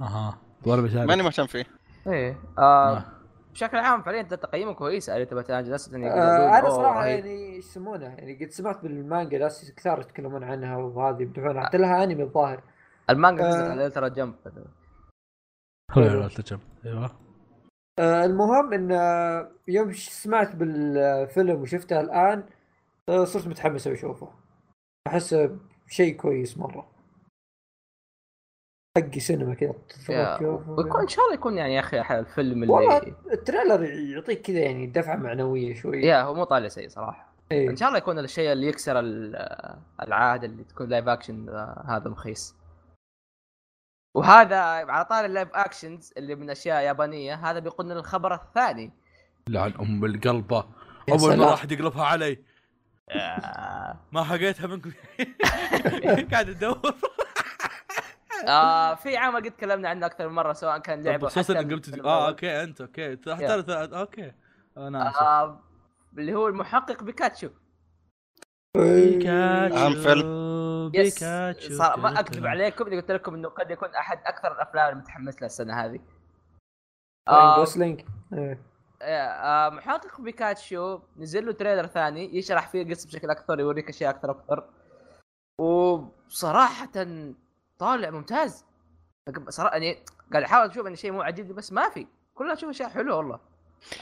Speaker 2: اها وانا بشارك
Speaker 3: ماني مهتم فيه
Speaker 1: ايه آه
Speaker 2: آه.
Speaker 1: بشكل عام فعليا انت تقييمك كويس على تبع انا جلست اني
Speaker 4: آه انا صراحه يعني ايش يسمونه يعني قد سمعت بالمانجا ناس كثار يتكلمون عنها وهذه يمدحونها حتى لها انمي الظاهر
Speaker 1: المانجا
Speaker 4: آه.
Speaker 1: نزلت على الترا جمب
Speaker 2: هلا يا ولد الجم. ايوه
Speaker 4: آه المهم ان آه، يوم ش- سمعت بالفيلم وشفته الان آه صرت متحمس أوي اشوفه احسه شيء كويس مره حقي سينما كذا
Speaker 1: يا،
Speaker 4: تتفرج تشوفه.
Speaker 1: ويكون ان شاء الله يكون يعني يا اخي ح- الفيلم اللي
Speaker 4: والله التريلر يعطيك كذا يعني دفعه معنويه شوي
Speaker 1: يا هو مو طالع سيء صراحه
Speaker 4: إيه.
Speaker 1: ان شاء الله يكون الشيء اللي يكسر ال- العاده اللي تكون لايف اكشن آه، هذا المخيس وهذا على طار اللايف اكشنز اللي من اشياء يابانيه هذا بيقودنا للخبر الثاني
Speaker 2: لعن ام القلبه
Speaker 4: يا
Speaker 2: اول
Speaker 4: سلام.
Speaker 2: مره احد يقلبها علي ما حقيتها منكم قاعد ادور
Speaker 1: آه في عمل قد تكلمنا عنه اكثر من مره سواء كان لعبه أو
Speaker 2: خصوصا
Speaker 1: حتى
Speaker 2: انك قلت
Speaker 1: الفيلم
Speaker 2: اه
Speaker 1: الأول.
Speaker 2: اوكي انت اوكي
Speaker 1: يا.
Speaker 2: تحتار ثلاث اوكي انا آسف.
Speaker 1: آه اللي هو المحقق بيكاتشو
Speaker 2: بيكاتشو
Speaker 3: أهم فيلم.
Speaker 1: يس
Speaker 2: بيكاتشو
Speaker 1: صار ما اكذب عليكم اني قلت لكم انه قد يكون احد اكثر الافلام اللي متحمس لها السنه هذه
Speaker 5: طيب،
Speaker 4: راين
Speaker 2: طيب،
Speaker 1: آه
Speaker 4: جوسلينج إيه.
Speaker 1: آه محقق بيكاتشو نزل له تريلر ثاني يشرح فيه القصه بشكل اكثر يوريك اشياء اكثر اكثر وصراحه طالع ممتاز صراحه يعني قاعد احاول اشوف ان شيء مو عجيب بس ما في كلها اشوف اشياء حلوه والله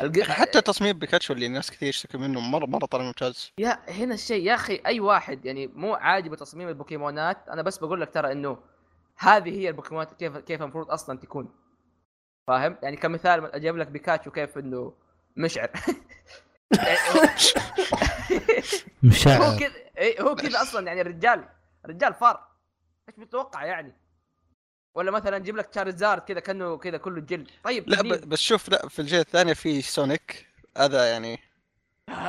Speaker 1: الق-
Speaker 3: حتى تصميم بيكاتشو اللي ناس كثير يشتكوا منه مره مره طالع ممتاز
Speaker 1: يا هنا الشيء يا اخي اي واحد يعني مو عاجبه تصميم البوكيمونات انا بس بقول لك ترى انه هذه هي البوكيمونات كيف كيف المفروض اصلا تكون فاهم يعني كمثال اجيب لك بيكاتشو كيف انه مشعر يعني هو هو
Speaker 2: مشاعر
Speaker 1: كذا إي، هو كذا اصلا يعني الرجال رجال فار ايش متوقع يعني ولا مثلا جيب لك تشارزارد كذا كانه كذا كله جلد طيب
Speaker 3: لا
Speaker 1: جديد.
Speaker 3: ب- بس شوف لا في الجهه الثانيه في سونيك هذا يعني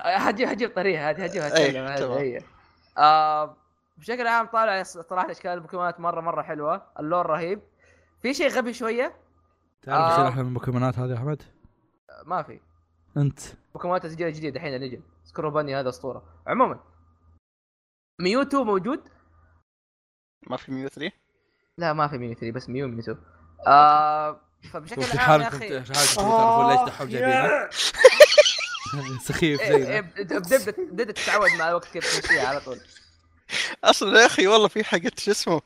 Speaker 1: هجيب هجيب طريقه هذه هجيبها
Speaker 3: أي،
Speaker 1: أتكلم، هذه
Speaker 3: تمام.
Speaker 1: هي آه بشكل عام طالع صراحه اشكال البوكيمونات مره مره حلوه اللون رهيب في شيء غبي شويه
Speaker 2: تعرف ايش
Speaker 1: آه.
Speaker 2: الاحلى من البوكيمونات هذه يا احمد؟
Speaker 1: ما في
Speaker 2: انت
Speaker 1: بوكيمونات تسجيل جديد الحين اللي نجي سكروباني هذا اسطوره عموما ميوتو موجود
Speaker 3: ما في ميو 3
Speaker 1: لا ما في ميو 3 بس ميو ميوتو آه
Speaker 2: في
Speaker 1: فبشكل عام يا
Speaker 2: حالكم
Speaker 1: اخي
Speaker 2: في
Speaker 5: آه.
Speaker 2: حالكم تعرفون ليش دحوم
Speaker 4: آخ،
Speaker 2: جايبينه
Speaker 4: يا.
Speaker 2: سخيف
Speaker 1: إيه، إيه،
Speaker 2: زينا
Speaker 1: بدأت بدأت تتعود مع الوقت كيف تمشيها على طول
Speaker 3: اصلا يا اخي والله في حقت شو اسمه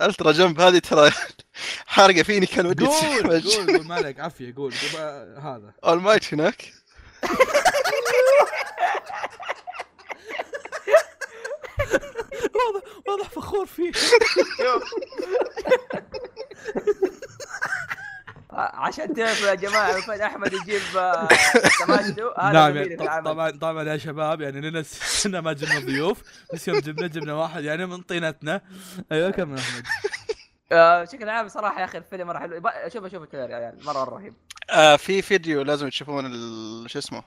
Speaker 3: الترا جنب هذه ترى حارقه فيني كان ودي
Speaker 2: قول
Speaker 3: تتفرج
Speaker 2: قول قول ما عليك عافيه قول قول، آه، هذا
Speaker 3: اول مايت هناك
Speaker 2: واضح واضح فخور فيه
Speaker 1: آه، عشان تعرفوا يا جماعه فين احمد يجيب آه، تماشته هذا
Speaker 2: نعم
Speaker 1: زميلي في
Speaker 2: يعني
Speaker 1: العمل
Speaker 2: طبعا طبعا يا شباب يعني لنا سنه ما جبنا ضيوف بس يوم جبنا جبنا واحد يعني من طينتنا ايوه كمل احمد
Speaker 1: آه، بشكل عام صراحه يا اخي الفيلم مره حلو يبا- شوف شوف التريلر يا عيال مره مره رهيب
Speaker 3: آه في فيديو لازم تشوفون ال- شو اسمه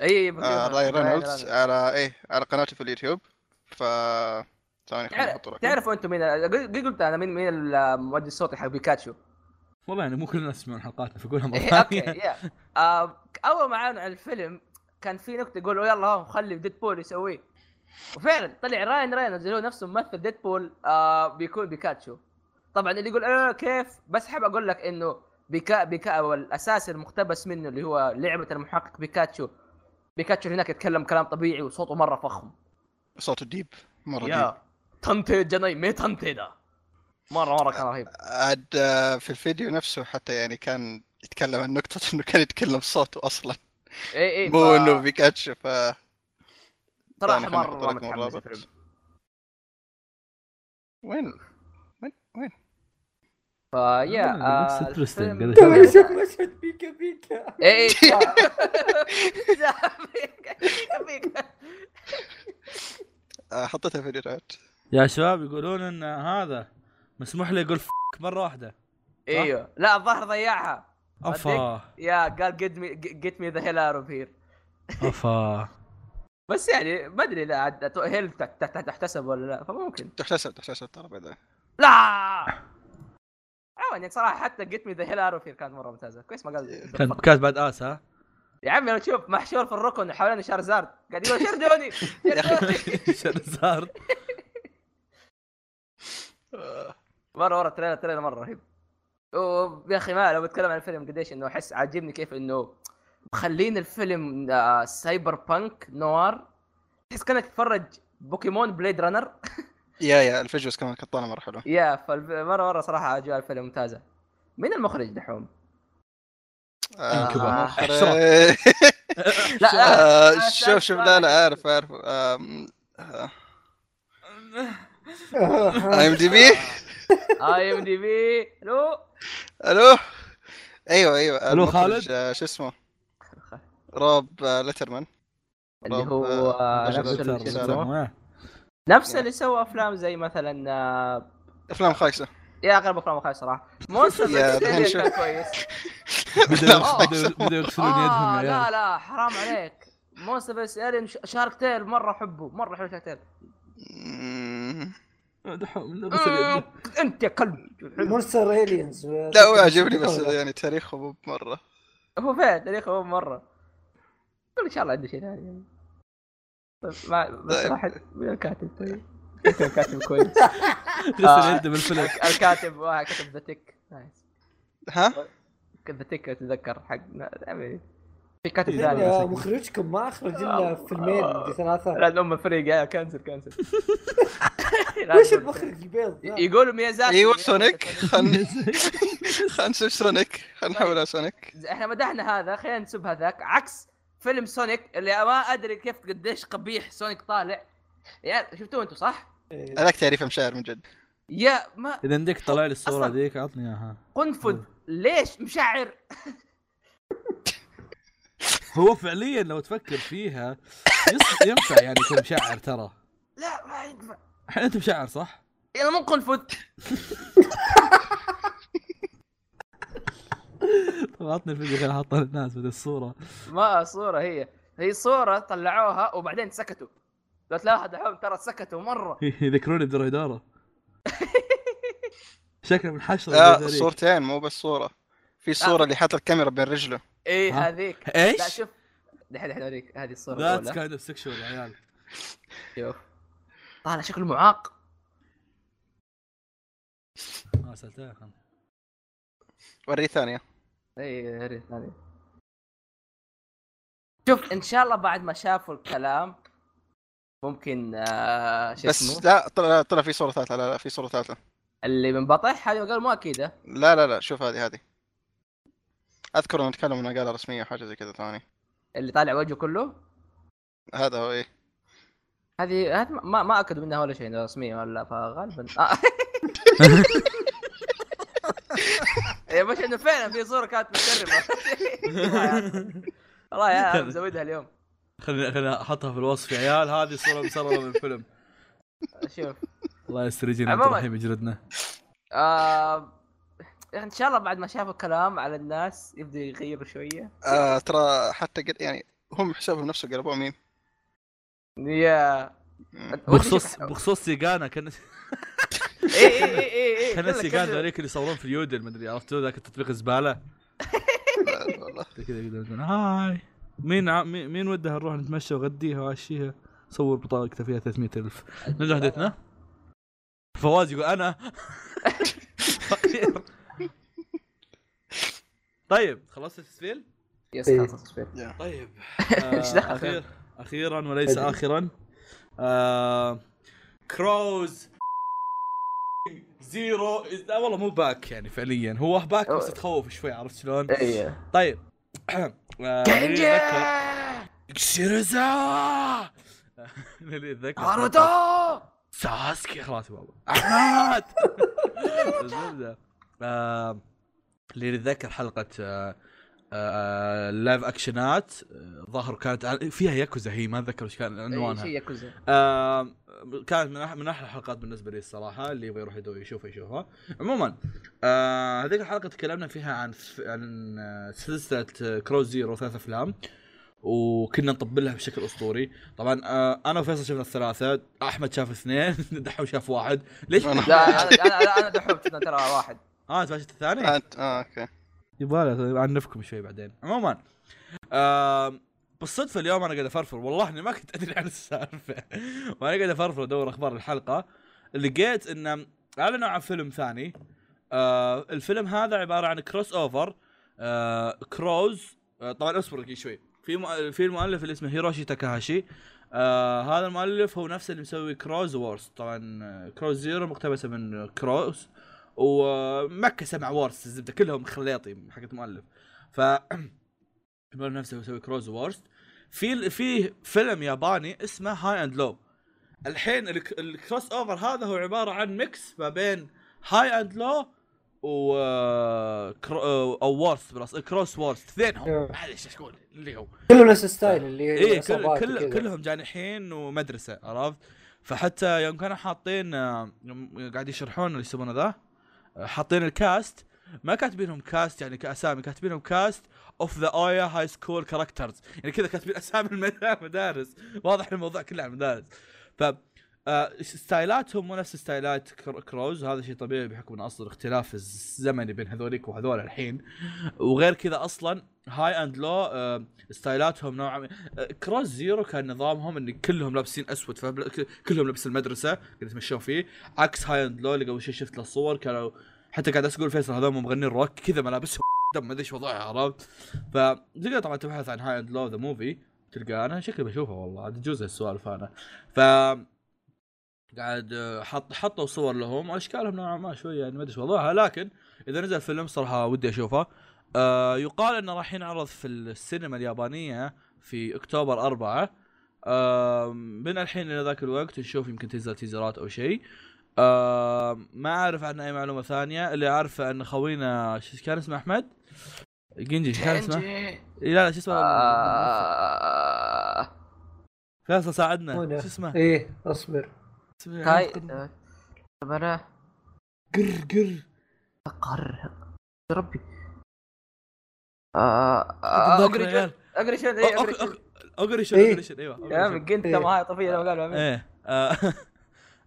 Speaker 1: اي
Speaker 3: إيه، آه راي رينولدز على ايه على قناته في اليوتيوب ف ثواني
Speaker 1: تعرف-
Speaker 2: يعني
Speaker 3: خليني احط لك
Speaker 1: تعرفوا انتم مين قل- قلت انا مين مين المؤدي الصوتي حق بيكاتشو
Speaker 2: والله يعني مو كل الناس يسمعون حلقاتنا فقولها مره
Speaker 1: إيه، اوكي
Speaker 2: ثانيه
Speaker 1: يا آه، اول ما اعلنوا عن الفيلم كان في نكته يقولوا يلا هو خلي ديد بول يسويه وفعلا طلع راين رينولدز اللي هو نفسه ممثل ديد بول آه بيكون بيكاتشو طبعا اللي يقول آه كيف بس حاب اقول لك انه بيكا بيكا او الاساس المقتبس منه اللي هو لعبه المحقق بيكاتشو بيكاتشو هناك يتكلم كلام طبيعي وصوته مره فخم
Speaker 3: صوته ديب مره ديب
Speaker 1: يا تنتي جناي مي تنتي ده مره مره كان رهيب
Speaker 3: عاد آه، في الفيديو نفسه حتى يعني كان يتكلم عن نقطة انه كان يتكلم صوته اصلا
Speaker 1: اي اي
Speaker 3: مو
Speaker 1: إيه،
Speaker 3: آه،
Speaker 1: ف-
Speaker 3: انه بيكاتشو ف
Speaker 1: صراحه
Speaker 3: ثاني خليني أحط
Speaker 1: مره
Speaker 3: يعني لك
Speaker 1: متحمس
Speaker 3: مرابط.
Speaker 1: للفيلم.
Speaker 3: وين وين وين
Speaker 1: فيا
Speaker 2: آه،
Speaker 1: آه،
Speaker 2: interesting.
Speaker 1: الفيلم-
Speaker 2: قاعد
Speaker 4: تو
Speaker 5: طيب،
Speaker 4: شوف مشهد بيكا بيكا
Speaker 1: اي اي إيه، صح. لا، فيك- فيك.
Speaker 3: آه، حطيتها فيديو تعبت
Speaker 2: يا شباب يقولون ان هذا مسموح له يقول فك مره واحده
Speaker 1: ايوه لا الظاهر ضيعها
Speaker 2: افا
Speaker 1: يا قال جيت مي جيت مي ذا هيل اوف هير
Speaker 2: افا
Speaker 1: بس يعني ما ادري لا عاد أتو- هيل تحت- تحت- تحتسب ولا لا فممكن
Speaker 3: تحتسب تحتسب ترى بعدين
Speaker 1: لا عموما يعني صراحه حتى جيت مي ذا هيل اوف هير كانت مره ممتازه كويس ما قال
Speaker 2: كانت كانت باد اس ها
Speaker 1: يا عمي انا شوف محشور في الركن حوالين شارزارد قاعد يقول شردوني شردوني
Speaker 2: شنزار
Speaker 1: آه. مره مره تريلر تريلر مره رهيب ويا اخي ما لو بتكلم عن الفيلم قديش انه احس عاجبني كيف انه مخلين الفيلم آه، سايبر بانك نوار تحس كانك تتفرج بوكيمون بليد رانر
Speaker 3: يا يا الفيجوز كمان كانت طالعه مره حلوه
Speaker 1: يا فمره مره صراحه اجواء الفيلم ممتازه مين المخرج دحوم؟
Speaker 3: آه،
Speaker 1: انكبر.
Speaker 3: مخرج.
Speaker 2: احشرك.
Speaker 1: لا لا
Speaker 3: آه،
Speaker 1: آه،
Speaker 3: شوف شوف لا لا عارف عارف
Speaker 2: آه،
Speaker 1: آه.
Speaker 3: اي ام دي بي
Speaker 1: اي ام دي بي الو
Speaker 3: الو ايوه ايوه
Speaker 2: ألو،
Speaker 3: المخرج،
Speaker 2: خالد؟
Speaker 3: آه، شو اسمه روب آه، ليترمان
Speaker 1: اللي
Speaker 3: روب،
Speaker 1: هو
Speaker 3: آه،
Speaker 1: آه، نفس
Speaker 3: بشر
Speaker 1: اللي-
Speaker 3: بشر.
Speaker 1: شو اسمه؟
Speaker 2: وين؟
Speaker 1: نفس اللي سوى افلام زي مثلا آه،
Speaker 3: افلام خايسه
Speaker 1: يا اغلب افلام خايس صراحه مونستر
Speaker 3: يا الحين شوف.
Speaker 1: كان كويس
Speaker 2: بدأوا
Speaker 1: آه.
Speaker 2: بدأوا- بدأوا يغسلون يدهم يا
Speaker 1: آه لا
Speaker 2: عيال
Speaker 1: لا حرام عليك مونستر فيرس الين شارك تيل مره احبه مره حلو شارك تيل
Speaker 3: مم.
Speaker 2: دحوم، لا، بس اليد.
Speaker 1: انت يا آه، كلب حلو.
Speaker 5: مونستر الينز
Speaker 3: لا هو عجبني بس يعني تاريخه مو بمره
Speaker 1: هو فين تاريخه هو مره قول ان شاء الله عنده شيء ثاني يعني بس ما بس
Speaker 3: طيب.
Speaker 1: واحد من الكاتب طيب كان كاتب كويس
Speaker 2: غسل يده بالفلك
Speaker 1: الكاتب آه، واحد كتب ذا تيك نايس
Speaker 3: ها
Speaker 1: ذا تيك اتذكر حق يعني في كاتب
Speaker 2: إيه،
Speaker 1: ثاني
Speaker 2: لا. آه.
Speaker 1: بس-
Speaker 5: مخرجكم ما اخرج الا فيلمين عندي ثلاثه
Speaker 1: لا الام الفريق يا كنسل كنسل
Speaker 5: وش المخرج البيض ذا؟
Speaker 1: يقولوا ميازاكي
Speaker 2: إيوه،
Speaker 3: ايوه
Speaker 1: ميازاكي
Speaker 3: سونيك خلنا خلنا نشوف سونيك خلنا نحولها سونيك
Speaker 1: احنا مدحنا هذا خلينا نسب هذاك عكس فيلم سونيك اللي ما ادري كيف قديش قبيح سونيك طالع يا شفتوه انتم صح؟
Speaker 3: هذاك تعريف مشاعر من جد
Speaker 1: يا ما
Speaker 2: اذا عندك طلع لي الصوره
Speaker 1: أصلاً-
Speaker 2: ذيك عطني اياها
Speaker 1: قنفذ ليش مشعر؟
Speaker 2: هو فعليا لو تفكر فيها يص- ينفع يعني يكون مشعر ترى
Speaker 1: لا ما ينفع
Speaker 2: الحين انت مشعر صح؟
Speaker 1: انا مو قنفذ
Speaker 2: طب عطني الفيديو خليني احطها للناس بدل الصوره
Speaker 1: ما صورة هي هي صورة طلعوها وبعدين سكتوا لو تلاحظ الحين ترى سكتوا مرة
Speaker 2: يذكروني بدرويدارة شكله من حشرة
Speaker 3: لا
Speaker 2: بدرويداري.
Speaker 3: آه، صورتين مو بس صوره في صوره اللي حاط الكاميرا بين رجله
Speaker 1: اي
Speaker 2: ها؟
Speaker 1: إيه، هذيك لا
Speaker 2: ايش؟
Speaker 1: شوف دحين دحين اوريك هذه الصورة
Speaker 2: ذاتس
Speaker 1: الأولى
Speaker 2: كايند اوف سكشوال يا عيال
Speaker 1: شوف طالع شكله معاق
Speaker 2: اه سالتها
Speaker 3: وريه ثانية
Speaker 1: اي هري ثانية شوف ان شاء الله بعد ما شافوا الكلام ممكن آه شو
Speaker 3: بس
Speaker 1: اسمه
Speaker 3: لا طلع طلع في صورة ثالثة لا لا في صورة ثالثة
Speaker 1: اللي من بطح هذه قال مو آه، اكيد
Speaker 3: لا لا لا شوف هذه هذه اذكر انه نتكلم انها قالها رسمية وحاجة زي كذا ثاني
Speaker 1: اللي طالع وجهه كله
Speaker 3: هذا هو ايه
Speaker 1: هذه هذه ما ما اكدوا منها ولا شيء رسميا ولا فغالبا آه. يا باشا انه فعلا في صوره كانت متكرمه والله يا مزودها اليوم
Speaker 2: خليني خليني احطها في الوصف يا عيال هذه صورة مسربة من فيلم
Speaker 1: شوف
Speaker 2: الله يستر يجينا عبد
Speaker 1: عموماً.
Speaker 2: الرحيم يجلدنا
Speaker 1: آه... ان شاء الله بعد ما شافوا الكلام على الناس يبدوا يغيروا شويه
Speaker 3: آه ترى حتى قل يعني هم حسابهم نفسه قلبوه ميم
Speaker 1: يا إيه،
Speaker 2: بخصوص بخصوص سيجانا كان
Speaker 1: اي اي اي اي
Speaker 2: كان سيجانا ذوليك اللي يصورون في اليودل مدري عرفتوا ذاك التطبيق الزباله
Speaker 3: لا والله
Speaker 2: كذا يقدر يقول هاي مين ع... مين مين ودها نروح نتمشى وغديها وعشيها صور بطاقته فيها 300 ألف نرجع حدثنا فواز يقول انا فقير طيب خلصت التسفيل؟
Speaker 1: يس خلاص
Speaker 2: طيب
Speaker 1: إيش دخل؟
Speaker 2: أخير أخيرا وليس آخرا آه، كروز زيرو لا والله مو باك يعني فعليا هو باك بس تخوف شوي عرفت شلون؟
Speaker 1: اي
Speaker 2: طيب آه، نريد نذكر- شيرزا نريد نذكر ساسكي خلاص والله احمد الزبده آه، اللي يتذكر حلقه آه، آه، اللايف اكشنات آه، ظهر كانت عن- فيها ياكوزا هي ما اتذكر ايش كان عنوانها
Speaker 1: شيء ياكوزا
Speaker 2: آم، كانت من أح- من احلى الحلقات بالنسبه لي الصراحه اللي يبغى يروح يدو- يشوفها يشوفها عموما آه هذيك الحلقه تكلمنا فيها عن ف- عن آه، سلسله آه، كروز زيرو ثلاث افلام وكنا نطبلها بشكل اسطوري طبعا آه انا وفيصل شفنا الثلاثه احمد شاف اثنين دحوم شاف واحد ليش
Speaker 3: أنا-
Speaker 1: لا انا انا انا دحوم شفنا ترى واحد
Speaker 2: اه انت ما شفت الثاني
Speaker 3: أنت- اه اوكي
Speaker 2: يبغى عنفكم شوي بعدين عموما آم، بالصدفه اليوم انا قاعد افرفر والله اني ما كنت ادري عن السالفه وانا قاعد افرفر ادور اخبار الحلقه لقيت ان اعلنوا عن فيلم ثاني آه الفيلم هذا عباره عن كروس اوفر آه كروز آه طبعا اصبر دقيقة شوي في مؤ- في المؤلف اللي اسمه هيروشي تاكاهاشي آه هذا المؤلف هو نفسه اللي مسوي كروز وورز طبعا آه، كروز زيرو مقتبسه من كروز ومكسه مع وورس الزبده كلهم خليطي حقت مؤلف ف المؤلف نفسه هو يسوي كروز وورست في في فيلم ياباني اسمه هاي اند لو الحين الك- الكروس اوفر هذا هو عباره عن ميكس ما بين هاي اند لو و آه، كرو- او وورست بلس كروس وورست اثنينهم
Speaker 5: أيوه.
Speaker 2: معليش ايش اقول اللي هو
Speaker 5: كله نفس الستايل اللي
Speaker 2: اي إيه، كل
Speaker 5: يعني عصابات
Speaker 2: كل
Speaker 5: وكذا.
Speaker 2: كلهم جانحين ومدرسه عرفت فحتى يوم كانوا حاطين آه، يوم قاعد يشرحون اللي يسمونه ذا آه، حاطين الكاست ما كاتبينهم كاست يعني كاسامي كاتبينهم كاست اوف ذا اويا هاي سكول كاركترز يعني كذا كاتبين اسامي المدا- المدارس واضح إن الموضوع كله عن المدارس ف آه، ستايلاتهم مو نفس ستايلات كر- كروز هذا شيء طبيعي بحكم ان اصلا اختلاف الزمني بين هذوليك وهذول الحين وغير كذا اصلا هاي اند لو آه، ستايلاتهم نوعا ما آه، كروز زيرو كان نظامهم ان كلهم لابسين اسود فكلهم لابس المدرسه قاعد يتمشون فيه عكس هاي اند لو اللي قبل شوي شفت له الصور كانوا حتى قاعد اسال فيصل هذول مو مغنيين روك كذا ملابسهم دم ما ادري ايش وضعها عرفت فتقدر طبعا تبحث عن هاي اند لو ذا موفي تلقى انا شكلي بشوفه والله عاد يجوز هالسوالف انا ف قاعد آه، حط حطوا صور لهم واشكالهم نوعا ما شويه يعني ما ادري ايش وضعها لكن اذا نزل فيلم صراحه ودي اشوفه آه يقال انه راح ينعرض في السينما اليابانيه في اكتوبر أربعة آه من الحين الى ذاك الوقت نشوف يمكن تنزل تيزرات او شيء آه ما اعرف عن اي معلومه ثانيه اللي اعرفه ان خوينا شو كان اسمه احمد جنجي شو كان اسمه؟ إيه، لا لا شو اسمه؟
Speaker 1: آه،
Speaker 2: فيصل ساعدنا شو
Speaker 5: هنا.
Speaker 2: اسمه؟
Speaker 5: ايه اصبر
Speaker 2: اسمه- إيه؟
Speaker 1: كاي آه، طب انا
Speaker 2: قر قر
Speaker 1: اقر يا ربي آه، آه،
Speaker 2: تتذكر
Speaker 1: اقري
Speaker 2: يا عيال.
Speaker 1: شوي، اقري شوي، إيه،
Speaker 2: أق-
Speaker 1: اقري
Speaker 2: أق-
Speaker 1: شوي.
Speaker 2: اقري شو
Speaker 5: إيه.
Speaker 2: اقري شو ايوه أقري
Speaker 1: يا
Speaker 2: شنو.
Speaker 1: عم قنت
Speaker 5: إيه.
Speaker 1: معاي طفيله لو قالوا أمين.
Speaker 2: ايه آه،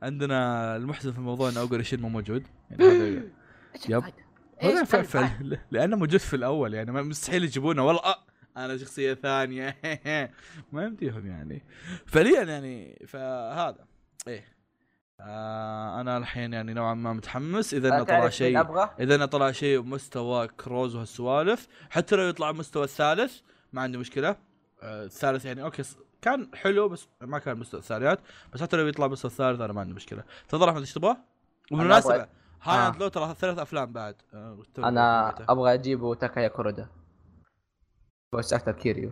Speaker 2: عندنا المحزن في الموضوع ان اوجر شين مو موجود يعني هذا
Speaker 1: إيش
Speaker 2: يب.
Speaker 1: الفايدة؟ إيه، إيش
Speaker 2: هذا فعل
Speaker 1: الفايدة؟
Speaker 2: فعل لانه موجود في الاول يعني ما- مستحيل يجيبونه والله آه انا شخصيه ثانيه ما يمديهم يعني فعليا يعني فهذا ايه آه انا الحين يعني نوعا ما متحمس اذا انه طلع
Speaker 1: تعرف مين
Speaker 2: شيء
Speaker 1: ابغى
Speaker 2: اذا انه طلع شيء بمستوى كروز وهالسوالف حتى لو يطلع المستوى الثالث ما عندي مشكله آه، الثالث يعني اوكي ص- كان حلو بس ما كان مستوى الثانيات بس حتى لو يطلع مستوى الثالث انا ما عندي مشكله تفضل احمد ايش تبغى؟ وبالمناسبه هاي
Speaker 1: آه.
Speaker 2: اند لو ترى ثلاث افلام بعد آه، تو-
Speaker 1: انا
Speaker 2: تو-
Speaker 1: ابغى اجيبه تاكايا كورودا بس اكثر كيريو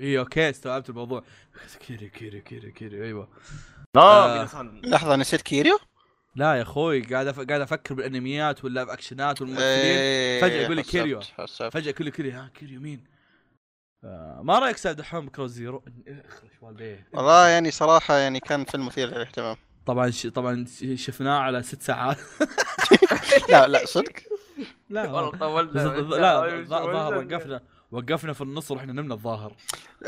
Speaker 2: اي اوكي استوعبت الموضوع كيري كيري كيري كيري ايوه
Speaker 1: آه،
Speaker 2: آه،
Speaker 3: لحظه نسيت كيريو؟
Speaker 2: لا يا اخوي قاعد أف... قاعد افكر بالانميات واللايف اكشنات والممثلين
Speaker 3: إيه،
Speaker 2: فجأة يقول لي
Speaker 3: حسبت-
Speaker 2: كيريو.
Speaker 3: حسبت.
Speaker 2: فجاه كله كيري ها كيري مين؟ آه ما رايك سعد دحوم كروز زيرو؟ اخرش والديه
Speaker 3: والله يعني صراحه يعني كان فيلم مثير للاهتمام
Speaker 2: طبعا ش... طبعا ش- شفناه على ست ساعات
Speaker 3: لا لا صدق
Speaker 2: لا
Speaker 1: والله
Speaker 2: بس-
Speaker 1: طولنا
Speaker 2: لا ظ- ظهر وقفنا وقفنا في النص ورحنا نمنا الظاهر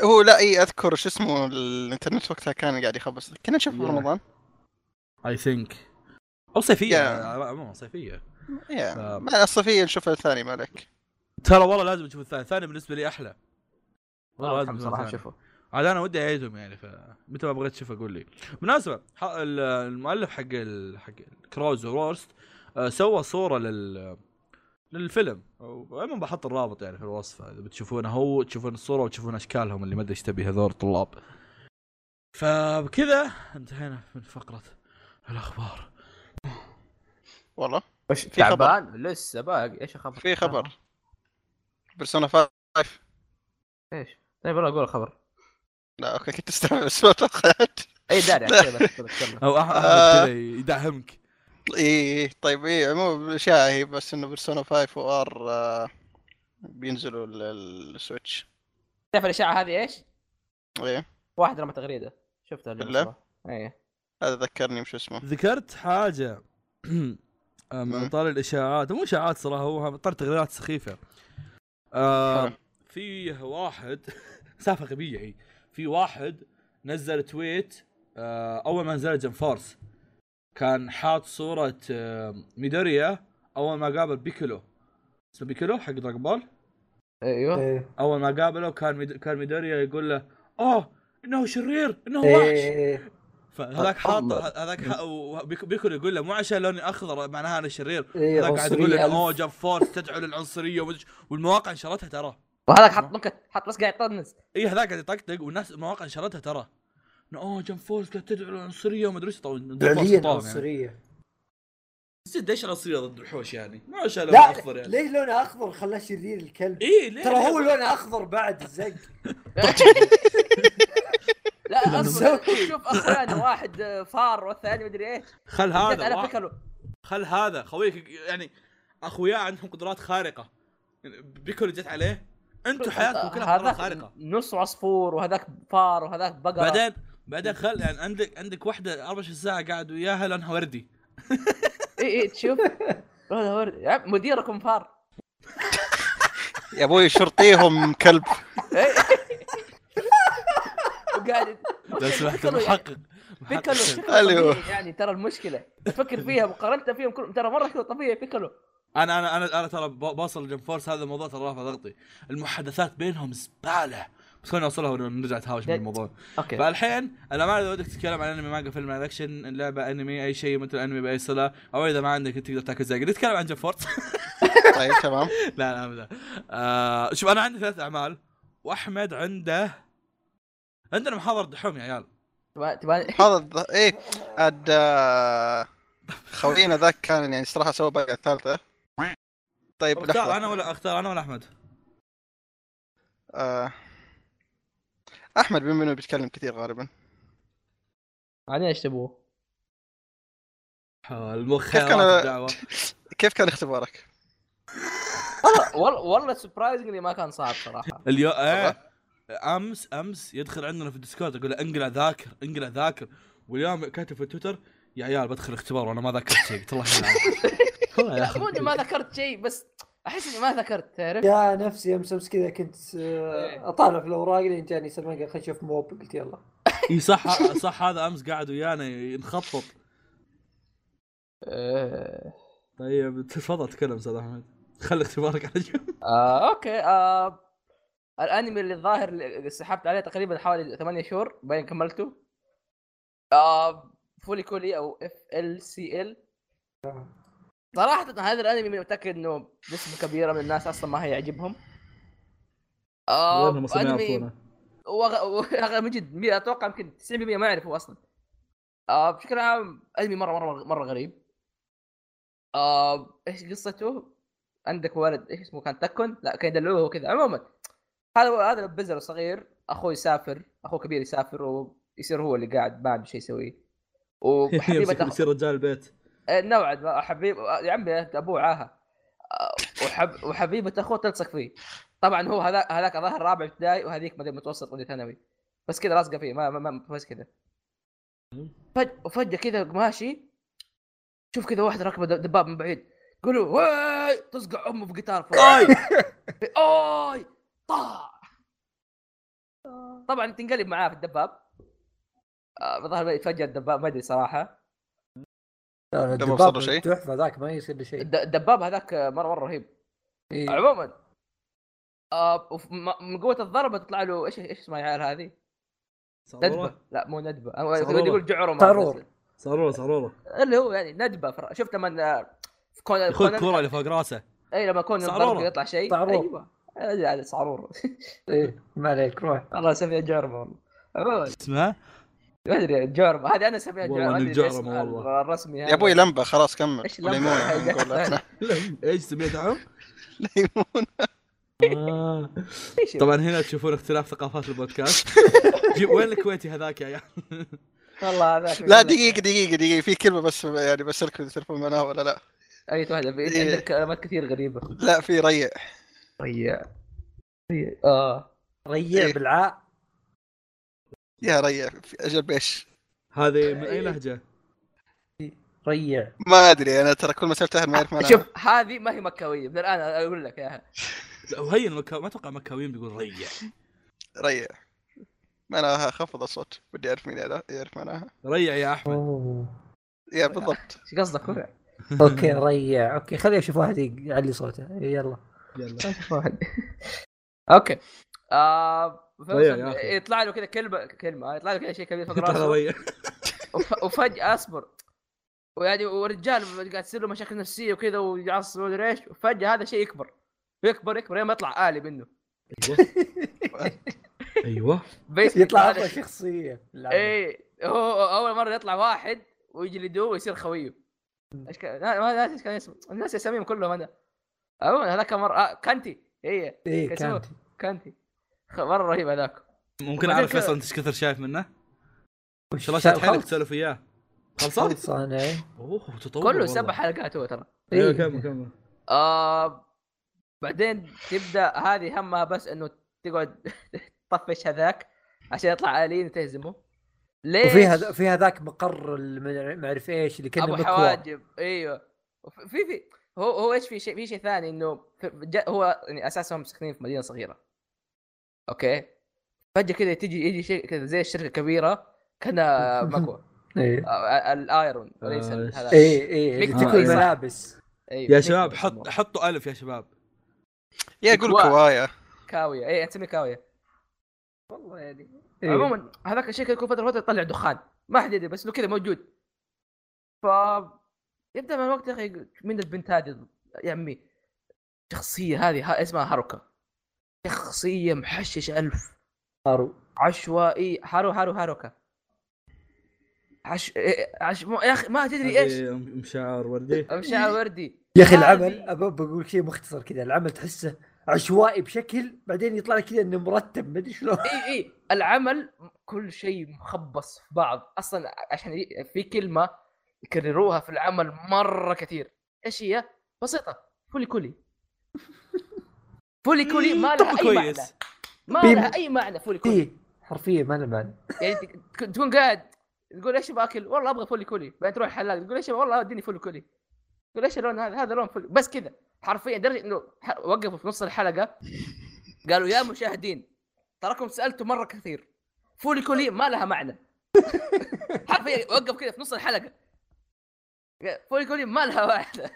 Speaker 3: هو لا اي اذكر شو اسمه الانترنت وقتها كان قاعد يخبص كنا نشوفه
Speaker 2: Yeah.
Speaker 3: برمضان
Speaker 2: اي ثينك او صيفيه
Speaker 3: Yeah.
Speaker 2: عموما صيفيه
Speaker 3: yeah.
Speaker 2: آه.
Speaker 3: مع الصيفيه نشوف الثاني مالك
Speaker 2: ترى والله لازم تشوف الثاني الثاني بالنسبه لي احلى والله
Speaker 1: والله
Speaker 2: لازم
Speaker 1: الحمد
Speaker 2: تشوف
Speaker 1: صراحه
Speaker 2: الثاني.
Speaker 1: شوفوا
Speaker 2: عاد انا ودي اعيدهم يعني فمتى ما بغيت تشوف اقول لي بالمناسبه ح- ال- المؤلف حق ال... حق كراوز وورست آه، سوى صوره لل للفيلم عموما بحط الرابط يعني في الوصف اذا بتشوفونه هو تشوفون الصوره وتشوفون اشكالهم اللي ما ادري ايش تبي هذول الطلاب فبكذا انتهينا من فقره الاخبار
Speaker 3: والله
Speaker 1: وش
Speaker 3: في خبر.
Speaker 1: تعبان لسه باقي ايش الخبر؟
Speaker 2: آه.
Speaker 3: في خبر بيرسونا 5
Speaker 1: ايش؟ طيب والله اقول الخبر
Speaker 3: لا اوكي كنت استمع بس ما توقعت
Speaker 1: اي داري عن كذا بس أقول أتكلم.
Speaker 2: او أح- احمد
Speaker 3: آه.
Speaker 2: كذا يدعمك
Speaker 3: اي طيب اي عموما الاشاعه هي بس انه بيرسونا 5 وار بينزلوا ال- ال- السويتش
Speaker 1: تعرف الاشاعه هذه ايش؟
Speaker 3: ايه
Speaker 1: واحد رمى تغريده شفتها اليوم إيه.
Speaker 3: بالله؟
Speaker 1: الصبح. اي
Speaker 3: هذا ذكرني بشو اسمه
Speaker 2: ذكرت حاجه أمم. أم-
Speaker 3: مم.
Speaker 2: عن طار الاشاعات مو اشاعات صراحه هو طار تغريدات سخيفه آه
Speaker 3: حلو.
Speaker 2: في واحد سالفه غبيه هي في واحد نزل تويت آه اول ما نزل جيم فورس كان حاط صوره آه ميدوريا اول ما قابل بيكولو اسمه بيكولو حق دراجون بول
Speaker 1: ايوه
Speaker 5: ايه
Speaker 2: اول ما قابله كان ميد... كان ميدوريا يقول له اه انه شرير انه وحش
Speaker 4: إيه.
Speaker 5: ايه
Speaker 2: فهذاك حاط
Speaker 1: الله.
Speaker 2: هذاك ح- و- بيك- بيكون يقول له مو عشان لوني اخضر معناها انا شرير
Speaker 4: إيه،
Speaker 5: ايه
Speaker 2: هذاك قاعد يقول له
Speaker 5: عنصرية
Speaker 2: اوه جاب فورس تدعو للعنصريه ومدري إيش. والمواقع نشرتها ترى
Speaker 1: وهذاك حط نكت حط بس قاعد يطنز
Speaker 2: اي إيه، هذاك قاعد يطقطق والناس المواقع نشرتها ترى إنه، اوه جيم فورس قاعد تدعو للعنصريه ومدري ايش طبعا
Speaker 5: فعليا
Speaker 2: يعني.
Speaker 5: عنصريه
Speaker 2: جد ايش العنصريه ضد الوحوش يعني؟ مو عشان لوني
Speaker 5: لا
Speaker 2: اخضر يعني
Speaker 5: ليش لونه اخضر خلاه شرير الكلب
Speaker 2: اي ليه؟
Speaker 5: ترى هو لونه اخضر بعد زق
Speaker 1: لا اصبر
Speaker 5: مسوي.
Speaker 1: شوف اخوان واحد آه، فار والثاني مدري ايش
Speaker 2: خل
Speaker 1: جت
Speaker 2: هذا
Speaker 1: على
Speaker 2: واحد-
Speaker 1: بيكلو
Speaker 2: خل هذا خويك يعني اخويا عندهم قدرات خارقه بيكون جت عليه انتم حياتكم كلها قدرات خارقه
Speaker 1: هذاك نص عصفور وهذاك فار وهذاك بقره
Speaker 2: بعدين بعدين خل يعني عندك عندك واحده 24 ساعه قاعد وياها لونها وردي
Speaker 1: اي اي إيه، تشوف هذا ورد يا عم، مديركم فار
Speaker 3: يا ابوي شرطيهم كلب
Speaker 1: إي. إيه. وقاعد
Speaker 2: لو سمحت
Speaker 1: بيكلو
Speaker 2: محقق
Speaker 1: بيكلو
Speaker 2: محقق.
Speaker 1: شكله
Speaker 3: أيوه.
Speaker 1: طبيعي يعني ترى المشكله تفكر فيها مقارنه فيهم كلهم ترى مره كذا طبيعي بيكلو
Speaker 2: انا انا انا انا ترى ب- بوصل جيم فورس هذا الموضوع ترى رافع ضغطي المحادثات بينهم زباله بس خلينا نوصلها ونرجع نتهاوش من
Speaker 1: جد.
Speaker 2: الموضوع
Speaker 1: اوكي
Speaker 2: فالحين انا ما اذا ودك تتكلم عن انمي مانجا فيلم اكشن لعبه انمي اي شيء مثل انمي باي صله او اذا ما عندك تقدر تاكل زي نتكلم عن جيم فورس
Speaker 3: طيب تمام
Speaker 2: لا لا ابدا آه شوف انا عندي ثلاث اعمال واحمد عنده عندنا محاضره دحوم يا عيال
Speaker 1: تبغى- تبغى-
Speaker 3: هذا الظ- ايه عاد آه، خوينا ذاك كان يعني صراحه سوى باقي الثالثه طيب
Speaker 2: اختار
Speaker 3: لحظه
Speaker 2: انا ولا اختار انا ولا احمد
Speaker 3: آه، احمد بما انه بيتكلم كثير غالبا
Speaker 1: بعدين ايش تبغوا؟
Speaker 2: المخ
Speaker 3: كيف كان-
Speaker 2: يا الدعوه
Speaker 3: كيف كان اختبارك؟
Speaker 1: والله والله سبرايزنجلي ما كان صعب صراحه
Speaker 2: اليوم آه. امس امس يدخل عندنا في الديسكورد يقول له انقلع ذاكر انقلع ذاكر واليوم كاتب في تويتر يا عيال بدخل اختبار وانا ما ذاكرت شيء قلت الله يلعنك. الله
Speaker 1: لا مو اني ما
Speaker 2: يلعنك.
Speaker 1: ذكرت شيء بس احس اني ما ذكرت تعرف
Speaker 5: يا نفسي امس امس كذا كنت آه،
Speaker 1: إيه.
Speaker 5: اطالع في الاوراق لين جاني سلمان قال خلينا نشوف موب قلت يلا
Speaker 2: اي صح صح هذا امس قاعد ويانا نخطط
Speaker 1: آه،
Speaker 2: طيب تفضل تكلم استاذ احمد خلي اختبارك على جنب
Speaker 1: آه، اوكي آه، الانمي اللي الظاهر اللي سحبت عليه تقريبا حوالي ثمانية شهور بعدين كملته آه، فولي كولي او اف ال سي ال صراحة هذا الانمي من متأكد انه نسبة كبيرة من الناس اصلا ما هيعجبهم آه، انمي وغ- وغ- مجد مي- اتوقع يمكن 90% ما يعرفوا اصلا آه بشكل عام انمي مره مره مره غريب آه ايش قصته؟ عندك ولد ايش اسمه كان تكن؟ لا كان يدلوه وكذا عموما هذا هذا البزر صغير اخوه يسافر اخوه كبير يسافر ويصير هو اللي قاعد ما عنده شيء يسويه وحبيبه أخ-
Speaker 2: يصير رجال البيت
Speaker 1: آه، نوعا ما حبيب آه، يا عمي أنت ابوه عاهه آه، وحب... وحبيبه اخوه تلصق فيه طبعا هو هذاك هذاك ظهر رابع ابتدائي وهذيك مدري متوسط مدري ثانوي بس كذا لاصقه فيه ما ما, ما بس كذا فج... وفجاه كذا ماشي شوف كذا واحد راكبه دب- دباب من بعيد قولوا واي تصقع امه في قطار فوق.
Speaker 2: اي
Speaker 1: اوي طاع طبعا تنقلب معاه في الدباب آه، بظهر يتفجر الدباب ما ادري صراحه
Speaker 3: ما وصل شيء؟
Speaker 4: تحفه ذاك ما يصير له شيء
Speaker 1: الد- الدباب هذاك آه، مره مره رهيب
Speaker 4: إيه.
Speaker 1: عموما آه، وف- م- من قوه الضربه تطلع له ايش ايش اسمها العيال هذه؟ ندبه
Speaker 2: صاروره
Speaker 1: لا مو ندبه أنا
Speaker 2: صاروره.
Speaker 1: كنت يقول جعرمه
Speaker 4: طارور.
Speaker 2: صاروره صاروره
Speaker 1: اللي هو يعني ندبه فر- شفت لما آه، في كون
Speaker 2: ياخذ كره اللي فوق راسه
Speaker 1: اي لما كون
Speaker 2: صعرورة.
Speaker 1: الضرب يطلع شيء
Speaker 4: صعرور.
Speaker 1: ايوه هذا هذا صعرور
Speaker 4: إيه، ما عليك روح
Speaker 1: والله اسميها جعرمه والله عموما
Speaker 2: اسمها
Speaker 1: ما ادري الجعرمه هذه انا اسميها جعرمه
Speaker 2: والله
Speaker 1: ما
Speaker 2: إنك
Speaker 1: أدري ليش
Speaker 2: جعرمة
Speaker 1: اسمها
Speaker 2: والله.
Speaker 1: الرسمي
Speaker 3: يا ابوي لمبه خلاص كمل
Speaker 1: إيش لمبة؟
Speaker 3: ليمون نقول احنا
Speaker 2: ايش سميت عم؟
Speaker 3: ليمون
Speaker 1: طبعا
Speaker 2: آه. طبعا هنا تشوفون اختلاف ثقافات البودكاست جيب وين الكويتي هذاك يا عيال؟
Speaker 1: والله هذاك
Speaker 3: لا دقيقه دقيقه دقيقه في كلمه بس يعني بس اركب التليفون معنا ولا لا
Speaker 1: اي واحده في-
Speaker 3: إيه.
Speaker 1: عندك كلمات كثير غريبه
Speaker 3: لا في ريع طيب.
Speaker 1: ريع ريع اه
Speaker 4: ريع
Speaker 3: إيه.
Speaker 4: بالعاء
Speaker 3: يا ريع في اجل بيش
Speaker 2: هذه من
Speaker 1: إيه.
Speaker 2: اي لهجه؟
Speaker 4: ريع
Speaker 3: ما ادري انا ترى كل ما سالت احد ما يعرف معناها
Speaker 1: شوف هذه ما هي مكاويه من الان أنا اقول لك اياها
Speaker 2: لا وهي المكا... ما اتوقع مكاويين بيقول ريع
Speaker 3: ريع ما انا خفض الصوت بدي اعرف مين هذا، يعرف معناها
Speaker 2: ريع يا احمد
Speaker 4: أوه.
Speaker 3: يا بالضبط
Speaker 1: ايش قصدك ورع؟
Speaker 4: اوكي ريع اوكي خليني اشوف واحد يعلي صوته إيه، يلا
Speaker 2: يلا
Speaker 1: أشوف واحد. اوكي آه
Speaker 2: ريع يا أخي.
Speaker 1: يطلع له كذا كلمه كلمه يطلع له كذا شيء كبير فوق
Speaker 2: ترى
Speaker 1: راسه
Speaker 2: ريع
Speaker 1: وف- وفجأة اصبر ويعني والرجال قاعد تصير له مشاكل نفسية وكذا ويعصب ومدري ايش وفجأة هذا الشيء يكبر يكبر يكبر لين ما يطلع آلي منه أيوة.
Speaker 2: أيوة. ايوه
Speaker 5: إيه،
Speaker 1: Basically
Speaker 4: يطلع
Speaker 1: هذا-
Speaker 4: اقوى شخصيه
Speaker 1: اي هو اول مرة يطلع واحد ويجلدوه ويصير خويه ايش كان لا- ما أدري ايش كان اسمه الناس اساميهم كلهم انا عموما هذاك مرة آه كانتي هي
Speaker 4: اي
Speaker 1: كسوه.
Speaker 4: إيه، كانت
Speaker 1: كانتي خ- مرة رهيب هذاك
Speaker 2: ممكن
Speaker 1: وبعدين
Speaker 2: اعرف
Speaker 1: كذا-
Speaker 2: فيصل انت ايش كثر شايف منه؟ ان شاء الله شد حيلك تسولف اياه خلصان؟
Speaker 4: خلصانه إيه.
Speaker 2: اوه تطور
Speaker 1: كله
Speaker 2: والله.
Speaker 1: سبع حلقات هو ترى
Speaker 2: ايوه
Speaker 1: إيه.
Speaker 2: كمل كمل
Speaker 1: آه بعدين تبدا هذه همها بس انه تقعد تطفش هذاك عشان يطلع الين تهزمه ليش
Speaker 4: وفيها فيها ذاك مقر المدري- ما اعرف ايش اللي كان
Speaker 1: ابو حواجب ايوه وف- في في هو هو ايش في شيء في شيء ثاني انه في- جا- هو يعني اساسا هم ساكنين في مدينه صغيره اوكي فجاه كذا تجي يجي شيء كذا زي الشركه كبيره كانها مكوى
Speaker 4: اي
Speaker 1: آه، الايرون وليس
Speaker 2: آه،
Speaker 1: ال- هذا
Speaker 4: إيه. اي
Speaker 1: مكتب.
Speaker 3: إيه.
Speaker 4: تكوي
Speaker 2: آه، صح.
Speaker 4: ملابس
Speaker 1: أيوة،
Speaker 2: يا
Speaker 1: مكوى
Speaker 2: شباب حط
Speaker 1: يسموها.
Speaker 2: حطوا الف يا شباب
Speaker 3: يا يقول
Speaker 1: كوا.
Speaker 3: كوايا
Speaker 1: كاويه اي إيه، تسميه كاويه
Speaker 4: والله يعني
Speaker 1: إيه. عموما هذاك الشيء كل فتره فتره يطلع دخان ما حد يدري بس انه كذا موجود ف يبدا من الوقت يا اخي من البنت هذه يا عمي شخصيه هذه ها اسمها هاروكا شخصيه محششه الف
Speaker 4: صاروا
Speaker 1: عشوائي هارو هارو هاروكا عش إيه، عش مو- يا اخي ما تدري ايش
Speaker 2: هذه أم- أم شعر وردي
Speaker 1: مشاعر وردي
Speaker 4: يا اخي
Speaker 1: هذه-
Speaker 4: العمل ابى بقول شيء مختصر كذا العمل تحسه عشوائي بشكل بعدين يطلع لك كذا انه مرتب ما ادري شلون
Speaker 1: اي اي العمل كل شيء مخبص في بعض اصلا عشان ي- في كلمه يكرروها في العمل مره كثير ايش هي؟ بسيطه فولي كولي فولي كولي ما
Speaker 2: طب
Speaker 1: لها اي
Speaker 2: كويس
Speaker 1: معنى ما
Speaker 4: بيم.
Speaker 1: لها اي معنى فولي كولي
Speaker 4: إيه، حرفيا ما له معنى
Speaker 1: يعني تك- تك- تكون قاعد تقول ايش باكل والله ابغى فولي كولي بعدين تروح الحلاق تقول ايش والله اديني فولي كولي تقول ايش اللون هذا هذا لون فولي بس كذا حرفيا لدرجه انه ح- وقفوا في نص الحلقه قالوا يا مشاهدين تراكم سالتوا مره كثير فولي كولي ما لها معنى حرفيا وقف كذا في نص الحلقه قال فولي كولي ما لها معنى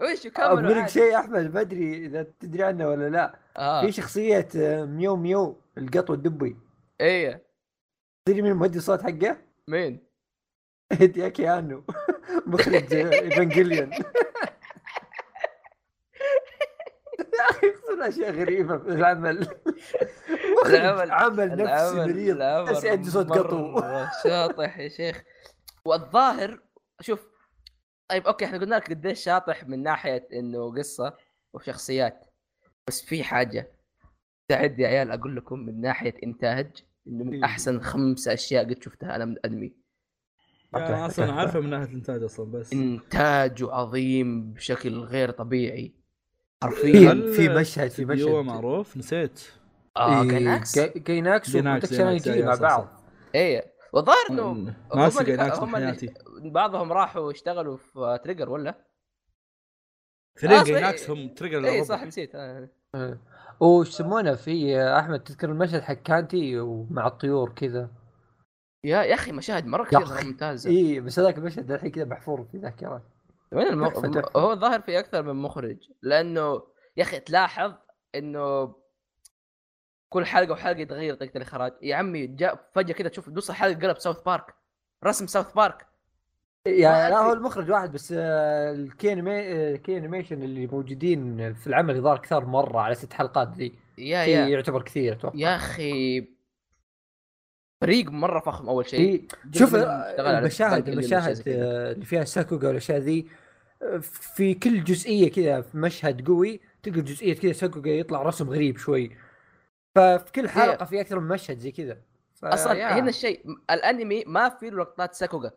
Speaker 1: وش
Speaker 4: اقول
Speaker 1: كملوا
Speaker 4: لك
Speaker 1: عادي.
Speaker 4: شيء احمد ما ادري اذا تدري عنه ولا لا
Speaker 1: اه
Speaker 4: في شخصيه آه، ميو ميو القط والدبي
Speaker 1: ايه
Speaker 4: تدري مين مؤدي الصوت حقه؟
Speaker 1: مين؟
Speaker 4: هيدي كيانو مخرج آه، ايفانجيليون يا اخي يصير اشياء غريبه في العمل مخرج
Speaker 1: العمل-
Speaker 4: عمل نفسي مريض
Speaker 1: العمل
Speaker 4: بس يعدي صوت قطو
Speaker 1: مرة شاطح يا شيخ والظاهر شوف طيب اوكي احنا قلنا لك قديش شاطح من ناحيه انه قصه وشخصيات بس في حاجه تعد يا عيال اقول لكم من ناحيه انتاج انه من
Speaker 4: إيه.
Speaker 1: احسن خمس اشياء قد شفتها انا من انمي
Speaker 2: انا اصلا عارفه من ناحيه الانتاج اصلا بس
Speaker 1: انتاجه عظيم بشكل غير طبيعي حرفيا
Speaker 4: في في مشهد في
Speaker 2: فيديو
Speaker 4: مشهد آه،
Speaker 2: معروف نسيت
Speaker 1: اه كانكس
Speaker 4: كايناكس
Speaker 2: جيناكس، جيناكس،
Speaker 4: إيه،
Speaker 1: أيوة،
Speaker 4: وبروتكشن اي مع
Speaker 2: جيناكس،
Speaker 4: بعض
Speaker 1: ايه والظاهر انه
Speaker 2: ناسي
Speaker 1: اللي-
Speaker 2: جايناكس من
Speaker 1: هم اللي-
Speaker 2: حياتي
Speaker 1: بعضهم راحوا اشتغلوا في تريجر ولا؟
Speaker 2: اثنين
Speaker 1: أصلاً- إيه،
Speaker 2: جايناكس هم تريجر
Speaker 1: اي
Speaker 2: للربع
Speaker 1: صح نسيت آه.
Speaker 4: وش يسمونه في احمد تذكر المشهد حق كانتي ومع الطيور كذا
Speaker 1: يا يا اخي مشاهد مره كثير
Speaker 4: أخي. إيه،
Speaker 1: ممتازه
Speaker 4: اي بس هذاك المشهد الحين كذا محفور في ذاكرتي
Speaker 1: وين المو...
Speaker 4: تحفة، تحفة.
Speaker 1: هو ظاهر في اكثر من مخرج لانه يا اخي تلاحظ انه كل حلقه وحلقه يتغير طريقه الاخراج يا عمي جاء فجاه كذا تشوف نص الحلقه قلب ساوث بارك رسم ساوث بارك
Speaker 4: يا
Speaker 1: ما
Speaker 4: يعني لا هو
Speaker 1: أدري.
Speaker 4: المخرج واحد بس آه، الكي أنيمي- آه، كي انيميشن اللي موجودين في العمل ظهر كثر مره على ست حلقات ذي
Speaker 1: آه، يا
Speaker 4: شيء
Speaker 1: يا
Speaker 4: يعتبر كثير اتوقع
Speaker 1: يا اخي فريق مره فخم اول شيء
Speaker 4: إي. شوف
Speaker 1: منهم
Speaker 4: آه،
Speaker 1: اشتغل على
Speaker 4: المشاهد
Speaker 1: التقال اللي
Speaker 4: المشاهد
Speaker 1: مشاهد
Speaker 4: آه، اللي فيها ساكوغا والاشياء ذي آه، في كل جزئيه كذا في مشهد قوي تلقى جزئيه كذا ساكوغا يطلع رسم غريب شوي ففي كل حلقه في اكثر من مشهد زي كذا ف- يا.
Speaker 1: اصلا هنا إيه. الشيء م- الانمي ما في له لقطات ساكوغا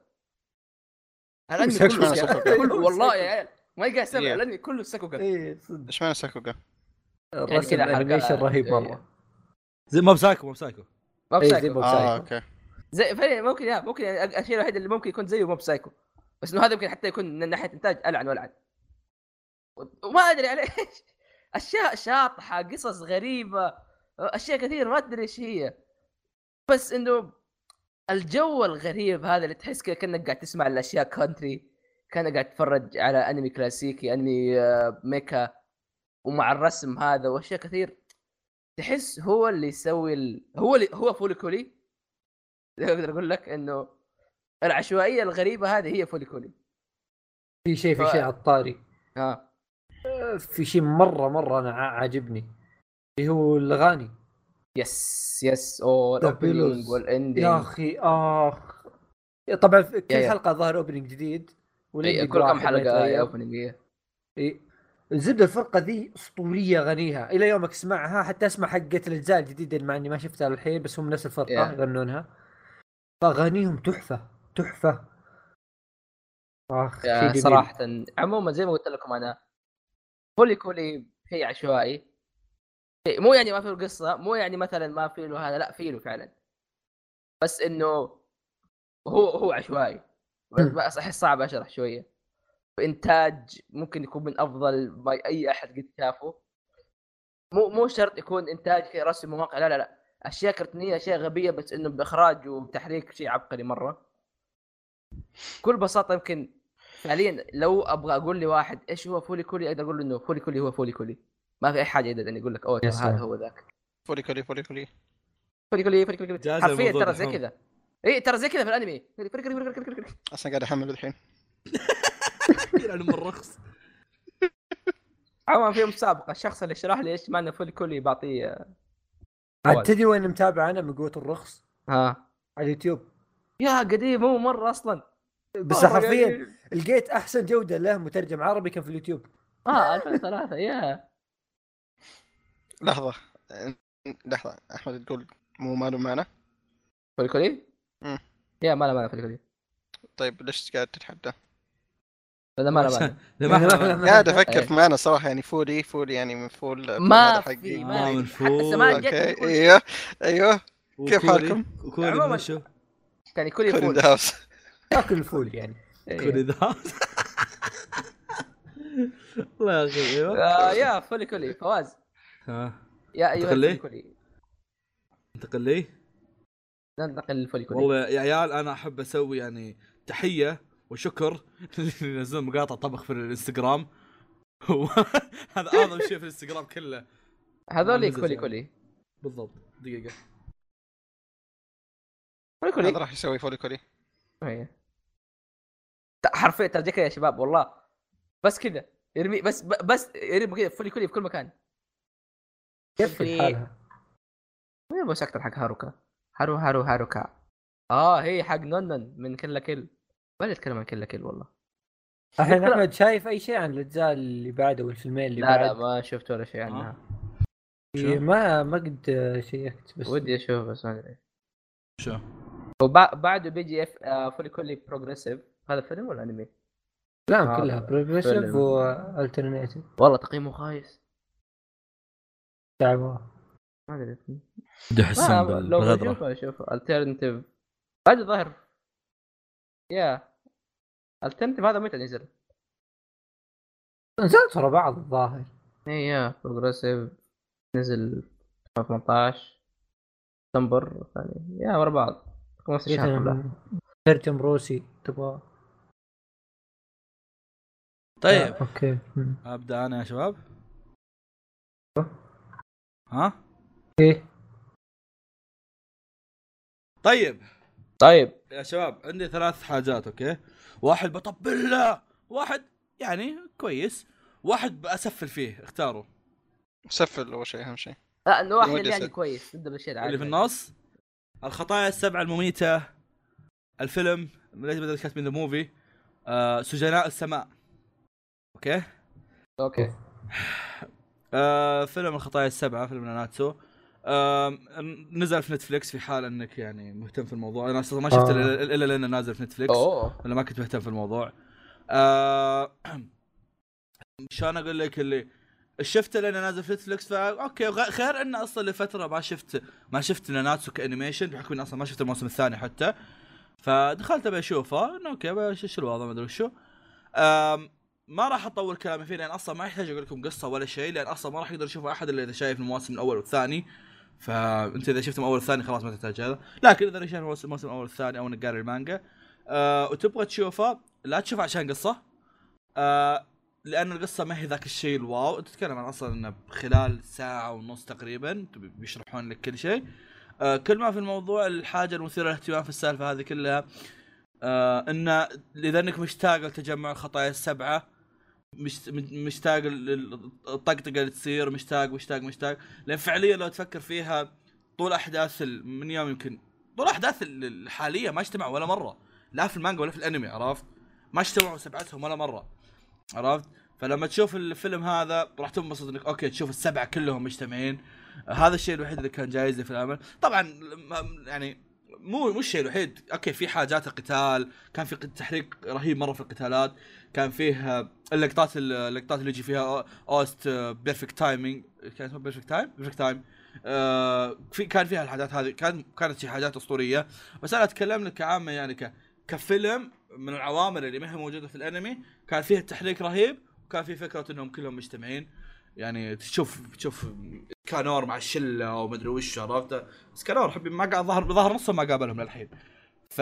Speaker 1: الانمي
Speaker 4: ساكوغا.
Speaker 1: كله ساكوغا. كله والله يا
Speaker 4: ساكوغا.
Speaker 1: عيال ما يقع سبب
Speaker 3: Yeah.
Speaker 1: الانمي كله ساكوغا
Speaker 4: اي إيه، صدق
Speaker 3: ايش معنى ساكوغا؟
Speaker 4: الرسم
Speaker 1: يعني كذا إيه. حركة-
Speaker 4: الانيميشن رهيب مره
Speaker 2: زي ما بساكو ما بساكو
Speaker 1: ما
Speaker 4: إي، زي
Speaker 1: بساكوغا.
Speaker 4: بوب
Speaker 3: اه
Speaker 4: سايكو.
Speaker 3: اوكي
Speaker 1: زي فعلا ممكن يا ممكن يعني الشيء الوحيد اللي ممكن يكون زيه مو بسايكو بس انه هذا يمكن حتى يكون من ناحيه انتاج العن والعن و- وما ادري على ايش اشياء شاطحه قصص غريبه اشياء كثير ما ادري ايش هي بس انه الجو الغريب هذا اللي تحس كده كانك قاعد تسمع الاشياء كونتري كانك قاعد تتفرج على انمي كلاسيكي انمي آه، ميكا ومع الرسم هذا واشياء كثير تحس هو اللي يسوي ال... هو اللي هو فوليكولي اقدر اقول لك انه العشوائيه الغريبه هذه هي فوليكولي
Speaker 4: في شيء في
Speaker 1: ف-
Speaker 4: شيء على الطاري آه.
Speaker 1: ها
Speaker 4: في شيء مره مره انا ع- عاجبني اللي هو الاغاني
Speaker 1: يس يس او
Speaker 4: The
Speaker 1: الاوبننج
Speaker 4: Pillows. يا
Speaker 1: والاندنج
Speaker 4: اخي اخ طبعا في كل
Speaker 1: إيه. يا- يا.
Speaker 4: حلقه ظهر اوبننج جديد
Speaker 1: إيه،
Speaker 4: والending
Speaker 1: كل
Speaker 4: واحد
Speaker 1: كم
Speaker 4: ما
Speaker 1: حلقه
Speaker 4: يتغير.
Speaker 1: اوبننج
Speaker 4: إيه. الزبده الفرقه ذي اسطوريه اغانيها الى يومك اسمعها حتى اسمع حقت الاجزاء الجديده مع اني ما شفتها الحين بس هم نفس الفرقه
Speaker 1: يا.
Speaker 4: يغنونها فاغانيهم تحفه تحفه اخ شيء جميل.
Speaker 1: صراحه عموما زي ما قلت لكم انا فوليكولي هي عشوائي إيه، مو يعني ما في له قصه مو يعني مثلا ما في له هذا لا في له فعلا بس انه هو هو عشوائي
Speaker 4: مم.
Speaker 1: بس احس صعب اشرح شويه انتاج ممكن يكون من افضل ما اي احد قد شافه مو مو شرط يكون انتاج كي رسم وموقع لا لا لا اشياء كرتونيه اشياء غبيه بس انه باخراج وتحريك شيء عبقري مره بكل بساطه يمكن فعليا لو ابغى اقول لواحد ايش هو فولي كولي اقدر اقول له انه فولي كولي هو فولي كولي ما في اي حاجه يقدر يعني يقول لك اوه ترى
Speaker 4: سلام.
Speaker 1: هذا هو ذاك
Speaker 3: فولي كولي فولي كولي
Speaker 1: فولي كولي فولي كولي- كولي
Speaker 2: جاز
Speaker 1: حرفيا
Speaker 2: الموضوع
Speaker 1: ترى زي
Speaker 2: بالحب.
Speaker 1: كذا اي ترى زي كذا في الانمي فولي كولي فولي كولي فولي كولي
Speaker 3: اصلا قاعد احمله الحين
Speaker 2: يعني مرخص
Speaker 1: عموما في مسابقه الشخص اللي شرح لي ايش معنى فولي كولي بعطيه آه،
Speaker 4: عاد
Speaker 1: جوال.
Speaker 4: تدري وين متابع انا من قوه الرخص
Speaker 1: ها
Speaker 4: على اليوتيوب
Speaker 1: يا قديم هو مره اصلا
Speaker 4: بس
Speaker 1: يعني.
Speaker 4: حرفيا لقيت احسن جوده له مترجم عربي كان في اليوتيوب
Speaker 1: اه 2003 يا
Speaker 3: لحظه لحظه احمد تقول مو ماله معنى
Speaker 1: فولي كولي
Speaker 3: مم.
Speaker 1: يا ما له معنى فولي كولي
Speaker 3: طيب ليش قاعد تتحدى؟
Speaker 1: هذا ما له معنى
Speaker 2: لا، ما إحنا-
Speaker 3: قاعد
Speaker 1: إيه.
Speaker 3: افكر في معنى صراحه يعني فولي فولي يعني من فول
Speaker 1: ما
Speaker 3: هذا حقي،
Speaker 1: في
Speaker 3: فولي.
Speaker 1: ما
Speaker 2: آه،
Speaker 1: في
Speaker 2: من
Speaker 1: حتى ما
Speaker 2: فوق.
Speaker 1: جت
Speaker 3: اوكي
Speaker 1: كولي.
Speaker 3: ايوه ايوه كيف
Speaker 2: وكوري-
Speaker 3: حالكم؟
Speaker 2: وكوري
Speaker 1: عموماً.
Speaker 2: من شو؟
Speaker 1: يعني كولي
Speaker 3: كولي
Speaker 1: فول
Speaker 3: ذا هاوس
Speaker 4: تاكل الفول يعني
Speaker 1: إيه.
Speaker 2: كوري ذا الله يا اخي ايوه
Speaker 1: آه، يا فولي كولي فواز
Speaker 2: ها،
Speaker 1: يا ايها
Speaker 2: تخليه؟
Speaker 1: الفولي كولي
Speaker 2: انتقل لي
Speaker 1: ننتقل للفولي كولي
Speaker 2: والله يا عيال انا احب اسوي يعني تحيه وشكر اللي ينزلون مقاطع طبخ في الانستغرام هذا اعظم شيء في الانستغرام كله
Speaker 1: هذول
Speaker 2: مزز
Speaker 1: كولي
Speaker 2: يعني.
Speaker 1: كولي
Speaker 2: بالضبط دقيقه
Speaker 1: فولي
Speaker 3: هذا
Speaker 1: كولي
Speaker 3: راح يسوي فولي كولي
Speaker 1: إيه. ت- حرفيا ترى زي كذا يا شباب والله بس كذا يرمي بس ب- بس يرمي كذا فولي كولي في كل مكان
Speaker 4: كيف
Speaker 1: في-
Speaker 4: حالها
Speaker 1: مين الفويس اكتر حق هاروكا؟ هارو هارو هاروكا اه هي حق نونن من كلا كل ما لي اتكلم عن كلا كل والله
Speaker 4: الحين احمد شايف اي شيء عن الاجزاء اللي بعد او الفيلمين اللي
Speaker 1: لا
Speaker 4: بعد
Speaker 1: لا ما شفت ولا شيء
Speaker 2: آه.
Speaker 1: عنها
Speaker 4: إيه، ما ما قد شيكت بس
Speaker 1: ودي اشوف بس ما ادري
Speaker 2: شو
Speaker 1: وبعده بيجي آه، اف فولي كولي بروجريسيف هذا فيلم ولا انمي؟
Speaker 4: لا
Speaker 1: آه،
Speaker 4: كلها بروجريسيف
Speaker 1: فيلم.
Speaker 4: والترنيتيف
Speaker 1: والله تقييمه خايس
Speaker 4: دعوه
Speaker 1: ما ادري
Speaker 2: بدي
Speaker 1: ما لو بشوفه اشوفه الترنتيف بعد ظهر يا الترنتيف هذا متى نزل؟
Speaker 4: نزلت ورا بعض الظاهر
Speaker 1: إيه، اي يا بروجريسيف نزل 2018 سبتمبر الثاني يا ورا بعض نفس الشهر كلها
Speaker 4: ترجم روسي تبغى
Speaker 2: طيب
Speaker 4: اوكي آه، مم.
Speaker 2: ابدا انا يا شباب ها
Speaker 4: ايه
Speaker 2: طيب
Speaker 1: طيب
Speaker 2: يا شباب عندي ثلاث حاجات اوكي واحد بطبل له واحد يعني كويس واحد باسفل فيه اختاروا
Speaker 3: سفل اول شيء اهم شيء
Speaker 1: لا انه واحد
Speaker 3: ودي
Speaker 1: اللي عندي
Speaker 3: أسأل.
Speaker 1: كويس نبدا بالشيء العادي
Speaker 2: اللي في النص الخطايا السبعه المميته الفيلم ليس بدل كات من ذا موفي آه، سجناء السماء اوكي
Speaker 1: اوكي
Speaker 2: آه، فيلم الخطايا السبعه فيلم ناناتسو آه، نزل في نتفلكس في حال انك يعني مهتم في الموضوع انا اصلا ما شفت
Speaker 4: آه.
Speaker 2: الا إلا لانه نازل في نتفلكس
Speaker 1: اوه
Speaker 2: ولا ما كنت مهتم في الموضوع آه شلون اقول لك اللي شفته لانه نازل في نتفلكس فا اوكي غ- خير انه اصلا لفتره ما شفت ما شفت ناناتسو كانيميشن بحكم اني اصلا ما شفت الموسم الثاني حتى فدخلت ابي اشوفه انه اوكي أبي أشوف شو الوضع ما ادري شو آم، ما راح اطول كلامي فيه لان اصلا ما يحتاج اقول لكم قصه ولا شيء لان اصلا ما راح يقدر يشوفه احد الا اذا شايف المواسم الاول والثاني فانت اذا شفتم اول والثاني خلاص ما تحتاج هذا لكن اذا شايف الموسم الموسم الاول والثاني او انك قاري المانجا آه وتبغى تشوفه لا تشوفه عشان قصه آه لان القصه ما هي ذاك الشيء الواو أنت تتكلم عن اصلا انه خلال ساعه ونص تقريبا تب- بيشرحون لك كل شيء آه كل ما في الموضوع الحاجه المثيره للاهتمام في السالفه هذه كلها آه انه اذا انك مشتاق لتجمع الخطايا السبعه مش- مشتاق لل- الطقطقه اللي تصير مشتاق مشتاق مشتاق لان فعليا لو تفكر فيها طول احداث ال- من يوم يمكن طول احداث ال- الحاليه ما اجتمعوا ولا مره لا في المانجا ولا في الانمي عرفت؟ ما اجتمعوا سبعتهم ولا مره عرفت؟ فلما تشوف الفيلم هذا راح تنبسط انك اوكي تشوف السبعه كلهم مجتمعين هذا الشيء الوحيد اللي كان جايز لي في العمل طبعا م- يعني مو مو الشيء الوحيد اوكي في حاجات القتال كان في قت- تحريك رهيب مره في القتالات كان فيه آه، اللقطات ال- اللقطات اللي يجي فيها أو- اوست بيرفكت تايمينج كان اسمه بيرفكت تايم بيرفكت تايم آه، في كان فيها الحاجات هذه كان كانت شي حاجات اسطوريه بس انا اتكلم لك كعامه يعني ك كفيلم من العوامل اللي ما هي موجوده في الانمي كان فيها تحريك رهيب وكان في فكره انهم كلهم مجتمعين يعني تشوف تشوف كانور مع الشله ومدري وش عرفت بس كانور حبي ما قا- ظهر ظهر نصهم ما قابلهم للحين ف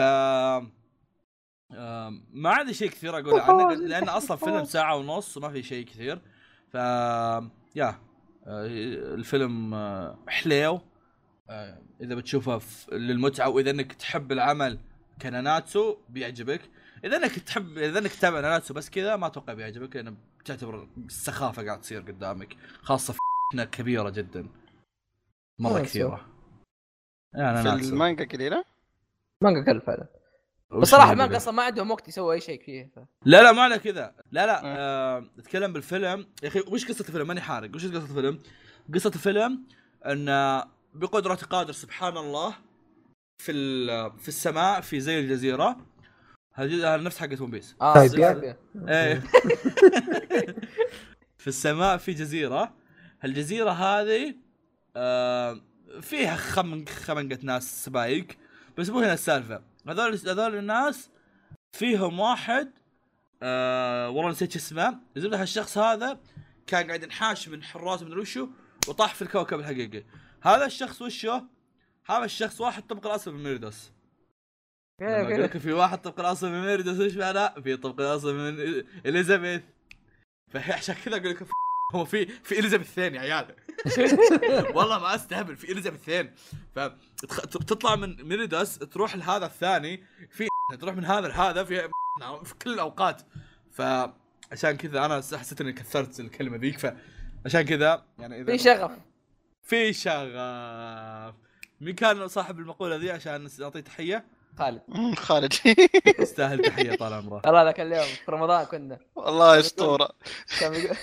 Speaker 2: آم، ما عندي شيء كثير اقول عنه لان اصلا فيلم ساعه ونص وما في شيء كثير ف يا آه، الفيلم آه، حليو آه، اذا بتشوفه ف- للمتعه واذا انك تحب العمل كناناتسو بيعجبك اذا انك تحب اذا انك تتابع ناناتسو بس كذا ما اتوقع بيعجبك لانه بتعتبر السخافه قاعد تصير قدامك خاصه في كبيره جدا مره
Speaker 1: ناناتسو.
Speaker 2: كثيره يا
Speaker 3: في
Speaker 2: ناناتسو
Speaker 3: المانجا قليله
Speaker 1: مانجا كلب فعلا
Speaker 2: وش
Speaker 1: بصراحه
Speaker 2: اللي
Speaker 1: المانجا
Speaker 2: بي-
Speaker 1: اصلا ما عندهم وقت يسووا اي شيء فيه ف...
Speaker 2: لا لا ما على كذا لا لا
Speaker 3: آه.
Speaker 2: آه، اتكلم بالفيلم يا اخي وش قصه الفيلم ماني حارق وش قصه الفيلم قصه الفيلم ان بقدره قادر سبحان الله في ال- في السماء في زي الجزيره هذه نفس حقت ون بيس
Speaker 1: اه
Speaker 4: طيب،
Speaker 1: زي-
Speaker 4: يا.
Speaker 1: زي-
Speaker 2: ايه في السماء في جزيره هالجزيره هذه آه، فيها خم خمنقه ناس سبايك بس مو هنا السالفه هذول هذول الناس فيهم واحد آه والله نسيت شو اسمه الزبده هالشخص هذا كان قاعد ينحاش من حراس من وشو وطاح في الكوكب الحقيقي هذا الشخص وشو هذا الشخص واحد طبق الاسفل من ميردوس لما
Speaker 1: يا-
Speaker 2: اقول لك في واحد طبق الاصل من ميردوس ايش معناه؟ في طبق الاصل من اليزابيث فعشان كذا اقول لك ف- هو في في اليزابيث الثاني يا عيال والله ما استهبل في اليزابيث الثاني فتطلع من ميردوس تروح لهذا الثاني في تروح من هذا لهذا في في كل الاوقات فعشان كذا انا حسيت اني كثرت الكلمه ذيك فعشان كذا يعني اذا
Speaker 1: في شغف
Speaker 2: في شغف مين كان صاحب المقوله ذي عشان نعطيه تحيه
Speaker 1: خالد
Speaker 3: مم، خالد
Speaker 2: يستاهل تحيه طال عمره
Speaker 1: والله ذاك اليوم في رمضان كنا
Speaker 3: والله اسطوره
Speaker 1: كان يقول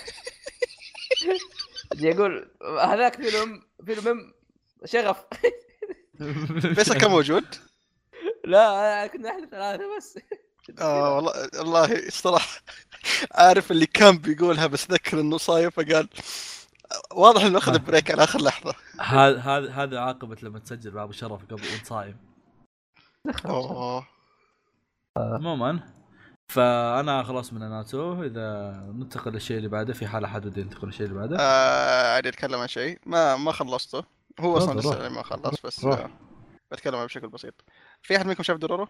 Speaker 1: يقول هذاك فيلم فيلم شغف
Speaker 3: فيصل كان موجود
Speaker 1: لا كنا احنا ثلاثه بس
Speaker 3: آه والله والله الصراحه عارف اللي كان بيقولها بس ذكر انه صايم فقال واضح انه اخذ
Speaker 2: آه.
Speaker 3: بريك على اخر لحظه
Speaker 2: هذا هذا هذا عاقبه لما تسجل مع ابو شرف قبل وانت صايم
Speaker 3: اوه
Speaker 2: عموما فانا خلاص من ناتو اذا ننتقل للشيء اللي بعده في حال احد بده ينتقل للشيء اللي بعده
Speaker 3: آه عادي اتكلم عن شيء ما ما خلصته هو اصلا
Speaker 2: تفضل،
Speaker 3: لسه
Speaker 2: روح.
Speaker 3: يعني ما خلص بس
Speaker 2: روح.
Speaker 3: آه بتكلم عنه بشكل بسيط في احد منكم شاف دورورو؟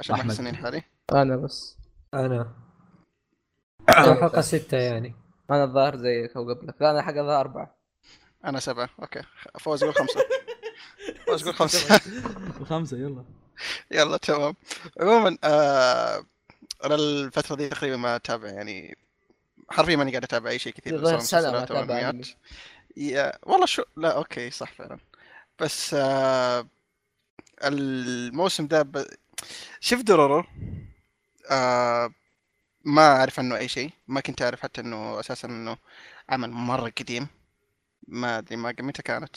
Speaker 3: عشان ما
Speaker 2: أحمد.
Speaker 3: احس اني حالي
Speaker 1: انا بس
Speaker 4: انا
Speaker 1: أيوة،
Speaker 4: حلقه
Speaker 1: بس.
Speaker 4: سته يعني
Speaker 1: انا الظاهر زيك او قبلك لا انا حق الظاهر اربعه
Speaker 3: انا سبعه اوكي فوز قول خمسه فوز قول خمسه
Speaker 1: آه.
Speaker 2: خمسه يلا
Speaker 3: يلا تمام عموما آه انا الفتره دي تقريبا ما اتابع يعني حرفيا ماني قاعد اتابع اي شيء كثير
Speaker 1: الظاهر
Speaker 3: سواء
Speaker 1: سنة ما
Speaker 3: مسلسلات او
Speaker 1: أتابع يعني.
Speaker 3: انميات
Speaker 1: أنمي.
Speaker 3: يا والله شو لا اوكي صح فعلا بس آه الموسم ده ب... شوف دورورو آه ما اعرف عنه اي شيء ما كنت اعرف حتى انه اساسا انه عمل مره قديم ما ادري ما متى كانت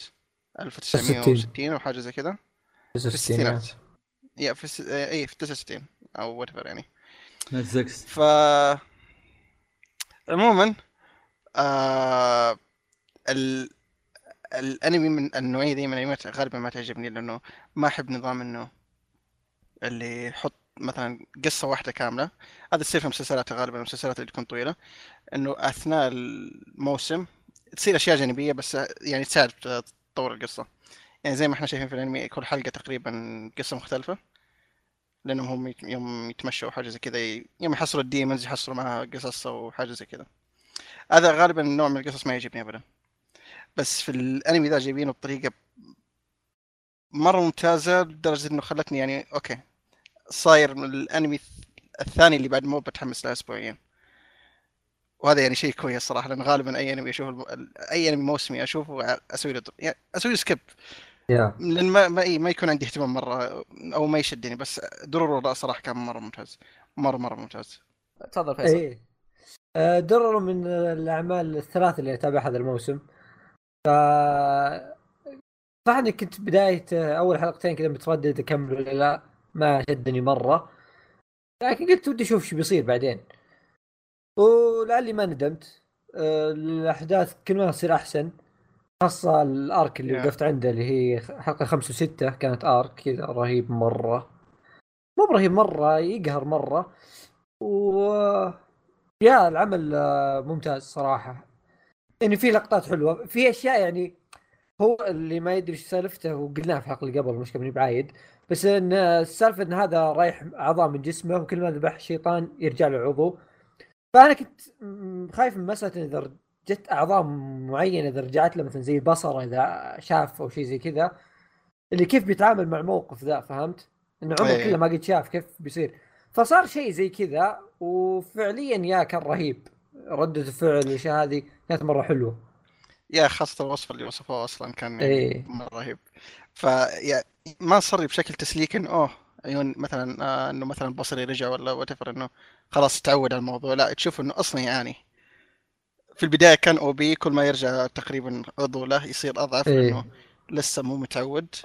Speaker 3: 1960 او حاجه زي كذا
Speaker 4: في
Speaker 3: في الستينات يا في الس... اي في 69 او وات ايفر يعني
Speaker 2: نتفلكس
Speaker 3: ف عموما آه... ال... الانمي من النوعيه دي من الانميات غالبا ما تعجبني لانه ما احب نظام انه اللي يحط مثلا قصه واحده كامله هذا يصير في المسلسلات غالبا المسلسلات اللي تكون طويله انه اثناء الموسم تصير اشياء جانبيه بس يعني تساعد تطور القصه يعني زي ما احنا شايفين في الانمي كل حلقه تقريبا قصه مختلفه لانهم هم يت- يوم يتمشوا حاجه زي كذا ي- يوم يحصلوا الديمونز يحصلوا معها قصص او حاجه زي كذا هذا غالبا النوع من القصص ما يعجبني ابدا بس في الانمي ذا جايبينه بطريقه مره ممتازه لدرجه انه خلتني يعني اوكي صاير من الانمي الث- الثاني اللي بعد مو بتحمس له اسبوعيا وهذا يعني شيء كويس صراحه لان غالبا اي انمي اشوفه الم- ال- اي انمي موسمي اشوفه أ- اسوي له در- يعني اسوي له سكيب
Speaker 4: يا
Speaker 3: لان ما ما, إيه ما يكون عندي اهتمام مره او ما يشدني بس درورو لا صراحه كان مره ممتاز مره مره ممتاز
Speaker 1: تفضل فيصل
Speaker 4: اي إيه. آه، درر من الاعمال الثلاث اللي اتابعها هذا الموسم ف صح اني كنت بدايه آه، اول حلقتين كذا متردد اكمل ولا لا ما شدني مره لكن قلت ودي اشوف شو بيصير بعدين ولعلي ما ندمت آه، الاحداث كل ما تصير احسن خاصه الارك اللي
Speaker 3: يا.
Speaker 4: وقفت عنده اللي هي حلقه خمسة وستة كانت ارك كذا رهيب مره مو برهيب مره يقهر مره و يا العمل آه، ممتاز صراحه يعني في لقطات حلوه في اشياء يعني هو اللي ما يدري ايش سالفته وقلناها في الحلقه اللي قبل مش ماني بعايد بس ان آه، السالفه ان هذا رايح اعضاء من جسمه وكل ما ذبح شيطان يرجع له عضو فانا كنت م- خايف من مساله إن اذا جت اعضاء معينه اذا رجعت له مثلا زي بصره اذا شاف او شيء زي كذا اللي كيف بيتعامل مع الموقف ذا فهمت؟ انه عمره
Speaker 3: إيه.
Speaker 4: كله ما قد شاف كيف بيصير فصار شيء زي كذا وفعليا يا كان رهيب ردة الفعل الاشياء هذه كانت مره حلوه
Speaker 3: يا خاصه الوصف اللي وصفوه اصلا كان يعني
Speaker 1: إيه.
Speaker 4: ايه
Speaker 3: مره رهيب ف يعني ما صار لي بشكل تسليك انه اوه عيون مثلا آه انه مثلا بصري رجع ولا وات انه خلاص تعود على الموضوع لا تشوف انه اصلا يعاني في البدايه كان او بي كل ما يرجع تقريبا عضو له يصير اضعف
Speaker 4: إيه.
Speaker 3: لانه لسه مو متعود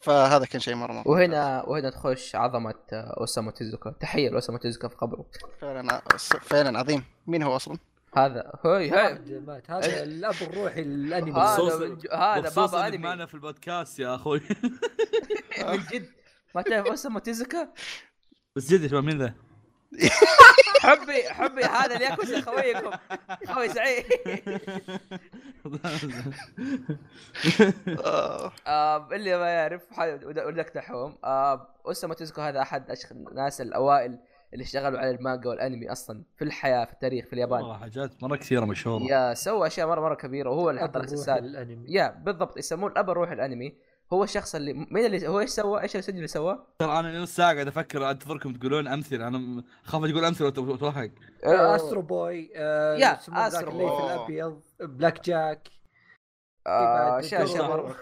Speaker 3: فهذا كان شيء مره مره
Speaker 1: وهنا وهنا تخش عظمه آه، اوسامو تيزوكا تحيه لاوسامو تيزوكا في قبره
Speaker 3: فعلا فعلا عظيم مين هو اصلا؟
Speaker 1: هذا هوي هاي
Speaker 4: واحد مات هذا الاب الروحي للانمي
Speaker 2: بخصوص-
Speaker 1: هذا هذا
Speaker 2: بخصوص
Speaker 1: بابا
Speaker 2: إنك
Speaker 1: انمي
Speaker 2: معنا في البودكاست يا اخوي
Speaker 1: من جد ما تعرف اوسامو تيزوكا
Speaker 2: بس جد يا شباب مين ذا؟
Speaker 1: حبي حبي هذا الياكوزا خويكم خوي سعيد
Speaker 3: آه،
Speaker 1: آه اللي ما يعرف حد- ولك دحوم آه اوسامو تيزوكو هذا احد أشخ- الناس الاوائل اللي اشتغلوا على المانجا والانمي اصلا في الحياه في التاريخ في اليابان
Speaker 2: والله حاجات مره كثيره مشهوره
Speaker 1: يا سوى اشياء مره مره كبيره وهو اللي حط الاساسات
Speaker 4: الانمي
Speaker 1: يا بالضبط يسموه الاب الروحي الانمي هو الشخص اللي مين اللي هو ايش سوى؟ ايش الاستوديو اللي سواه؟
Speaker 2: ترى انا نص ساعه قاعد افكر انتظركم تقولون امثله انا م- خاف تقول امثله وت- وتوهق
Speaker 1: آه،
Speaker 4: استرو بوي آه،
Speaker 1: يا،
Speaker 4: يسمون ذاك
Speaker 1: أسترو
Speaker 4: الليث
Speaker 3: بوي.
Speaker 4: الابيض بلاك جاك
Speaker 1: آه،
Speaker 4: إيه، بعد
Speaker 1: اشياء
Speaker 4: الدور.
Speaker 1: اشياء مره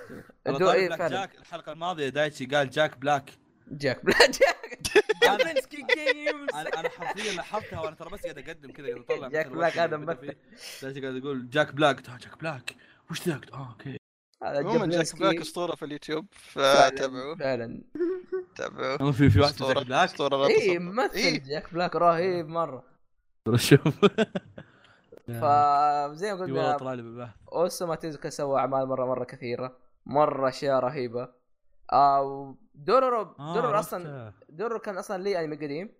Speaker 2: ترى
Speaker 1: الدو- إيه،
Speaker 2: طالب بلاك
Speaker 1: فعلاً.
Speaker 2: جاك الحلقه الماضيه دايتشي قال جاك بلاك
Speaker 1: جاك بلا جاك
Speaker 2: أنا-
Speaker 1: برنسكي جيمز.
Speaker 2: انا انا حرفيا لاحظتها وانا ترى بس قاعد اقدم كذا قاعد اطلع
Speaker 1: جاك
Speaker 2: مثل
Speaker 1: بلاك
Speaker 2: وجهي
Speaker 1: هذا
Speaker 2: اللي بدأ
Speaker 1: ممثل.
Speaker 2: فيه. دايتشي قاعد يقول جاك بلاك آه، جاك بلاك وش ذاك؟ اه اوكي
Speaker 1: هذا
Speaker 3: عموما جاك
Speaker 1: جابلسكي.
Speaker 3: بلاك اسطوره في اليوتيوب
Speaker 1: فعلاً-
Speaker 3: فتابعوه
Speaker 1: فعلا
Speaker 3: تابعوه
Speaker 2: أما في في واحد اسمه جاك
Speaker 3: اسطوره
Speaker 2: بلاك
Speaker 3: اسطوره لا
Speaker 1: اي
Speaker 3: تصدق.
Speaker 1: ممثل
Speaker 3: إيه،
Speaker 1: جاك بلاك رهيب مره
Speaker 2: ترى شوف
Speaker 1: فزي ما
Speaker 2: في والله
Speaker 1: قلنا
Speaker 2: طلع لي بالبحث
Speaker 1: اوسما تيزوكا سوى اعمال مره مره كثيره مره اشياء رهيبه آه، دورورو
Speaker 2: آه،
Speaker 1: دورورو اصلا
Speaker 2: عرفتها.
Speaker 1: دورورو كان اصلا لي انمي قديم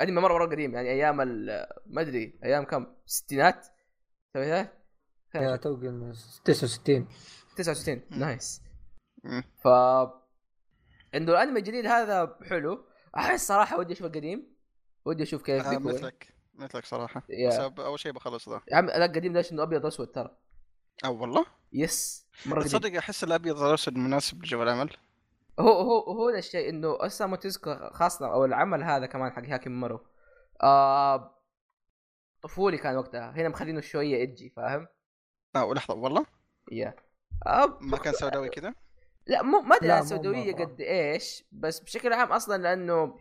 Speaker 1: انمي مره مره قديم يعني ايام ال- ما ادري ايام كم الستينات سبعينات
Speaker 4: يا تو 69
Speaker 1: 69
Speaker 3: مم.
Speaker 1: نايس
Speaker 3: مم.
Speaker 1: ف عنده الانمي الجديد هذا حلو احس صراحه ودي اشوف القديم ودي اشوف كيف
Speaker 3: آه،
Speaker 1: بيكون.
Speaker 3: مثلك مثلك صراحه
Speaker 1: إيه، يا.
Speaker 3: بس أب- اول شيء بخلص ذا
Speaker 1: يا عم لا القديم ليش انه ابيض واسود ترى أه،
Speaker 3: اه والله
Speaker 1: يس مره قديم.
Speaker 3: تصدق احس الابيض والاسود مناسب لجو العمل
Speaker 1: هو هو هو ذا الشيء انه اسا موتيسكو خاصه او العمل هذا كمان حق هاكي مارو آه طفولي كان وقتها هنا مخلينه شويه ادجي فاهم؟
Speaker 3: اه لحظه والله
Speaker 1: يا آه
Speaker 3: ما كان سوداوي كذا
Speaker 1: لا مو ما ادري
Speaker 4: لا،
Speaker 1: عن
Speaker 4: مو
Speaker 1: السوداويه
Speaker 4: مرة.
Speaker 1: قد ايش بس بشكل عام اصلا لانه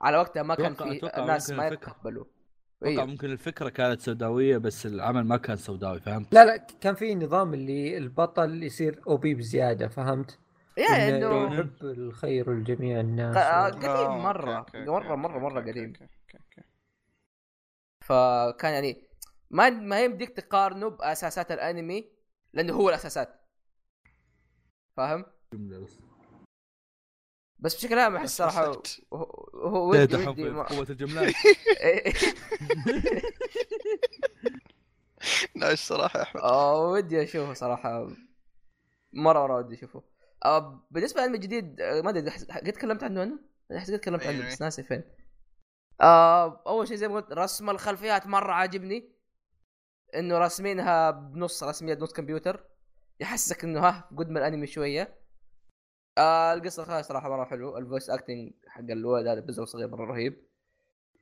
Speaker 1: على وقتها ما كان
Speaker 2: أتوقع-
Speaker 1: في
Speaker 2: أتوقع
Speaker 1: الناس
Speaker 2: ممكن
Speaker 1: ما
Speaker 2: الفكرة.
Speaker 1: يتقبلوا
Speaker 2: اتوقع
Speaker 1: أيوه.
Speaker 2: ممكن الفكره كانت سوداويه بس العمل ما كان سوداوي فهمت؟
Speaker 4: لا لا كان في نظام اللي البطل يصير او بي بزياده فهمت؟
Speaker 1: يا
Speaker 4: إنه
Speaker 1: انه
Speaker 4: يحب الخير لجميع
Speaker 1: ق- آه،
Speaker 4: الناس
Speaker 1: قديم
Speaker 3: آه،
Speaker 1: مره
Speaker 3: أوكي، أوكي،
Speaker 1: مره
Speaker 3: أوكي،
Speaker 1: مره مره
Speaker 3: أوكي،
Speaker 1: قديم
Speaker 3: أوكي، أوكي، أوكي.
Speaker 1: فكان يعني ما ما يمديك تقارنه باساسات الانمي لانه هو الاساسات فاهم؟
Speaker 2: جملة بس.
Speaker 1: بس بشكل عام احس
Speaker 3: بس
Speaker 1: صراحه
Speaker 3: أصدقت.
Speaker 1: هو- هو ودي
Speaker 2: زيادة
Speaker 1: ودي
Speaker 2: حب
Speaker 1: ما- إيه.
Speaker 2: قوه الجملات
Speaker 3: لا ايش صراحه يا احمد
Speaker 1: آه، ودي اشوفه صراحه مره مره ودي اشوفه آه، بالنسبه للانمي الجديد آه، ما ادري أحس- قد تكلمت عنه انا؟ أنا احس قد تكلمت
Speaker 3: أيوه،
Speaker 1: عنه
Speaker 3: أيوه.
Speaker 1: بس ناسي فين آه، اول شيء زي ما قلت رسم الخلفيات مره عاجبني انه راسمينها بنص رسميه بنص كمبيوتر يحسك انه ها قد من الانمي شويه آه القصه الخيال صراحه مره حلو الفويس اكتنج حق الولد هذا بزر صغير مره رهيب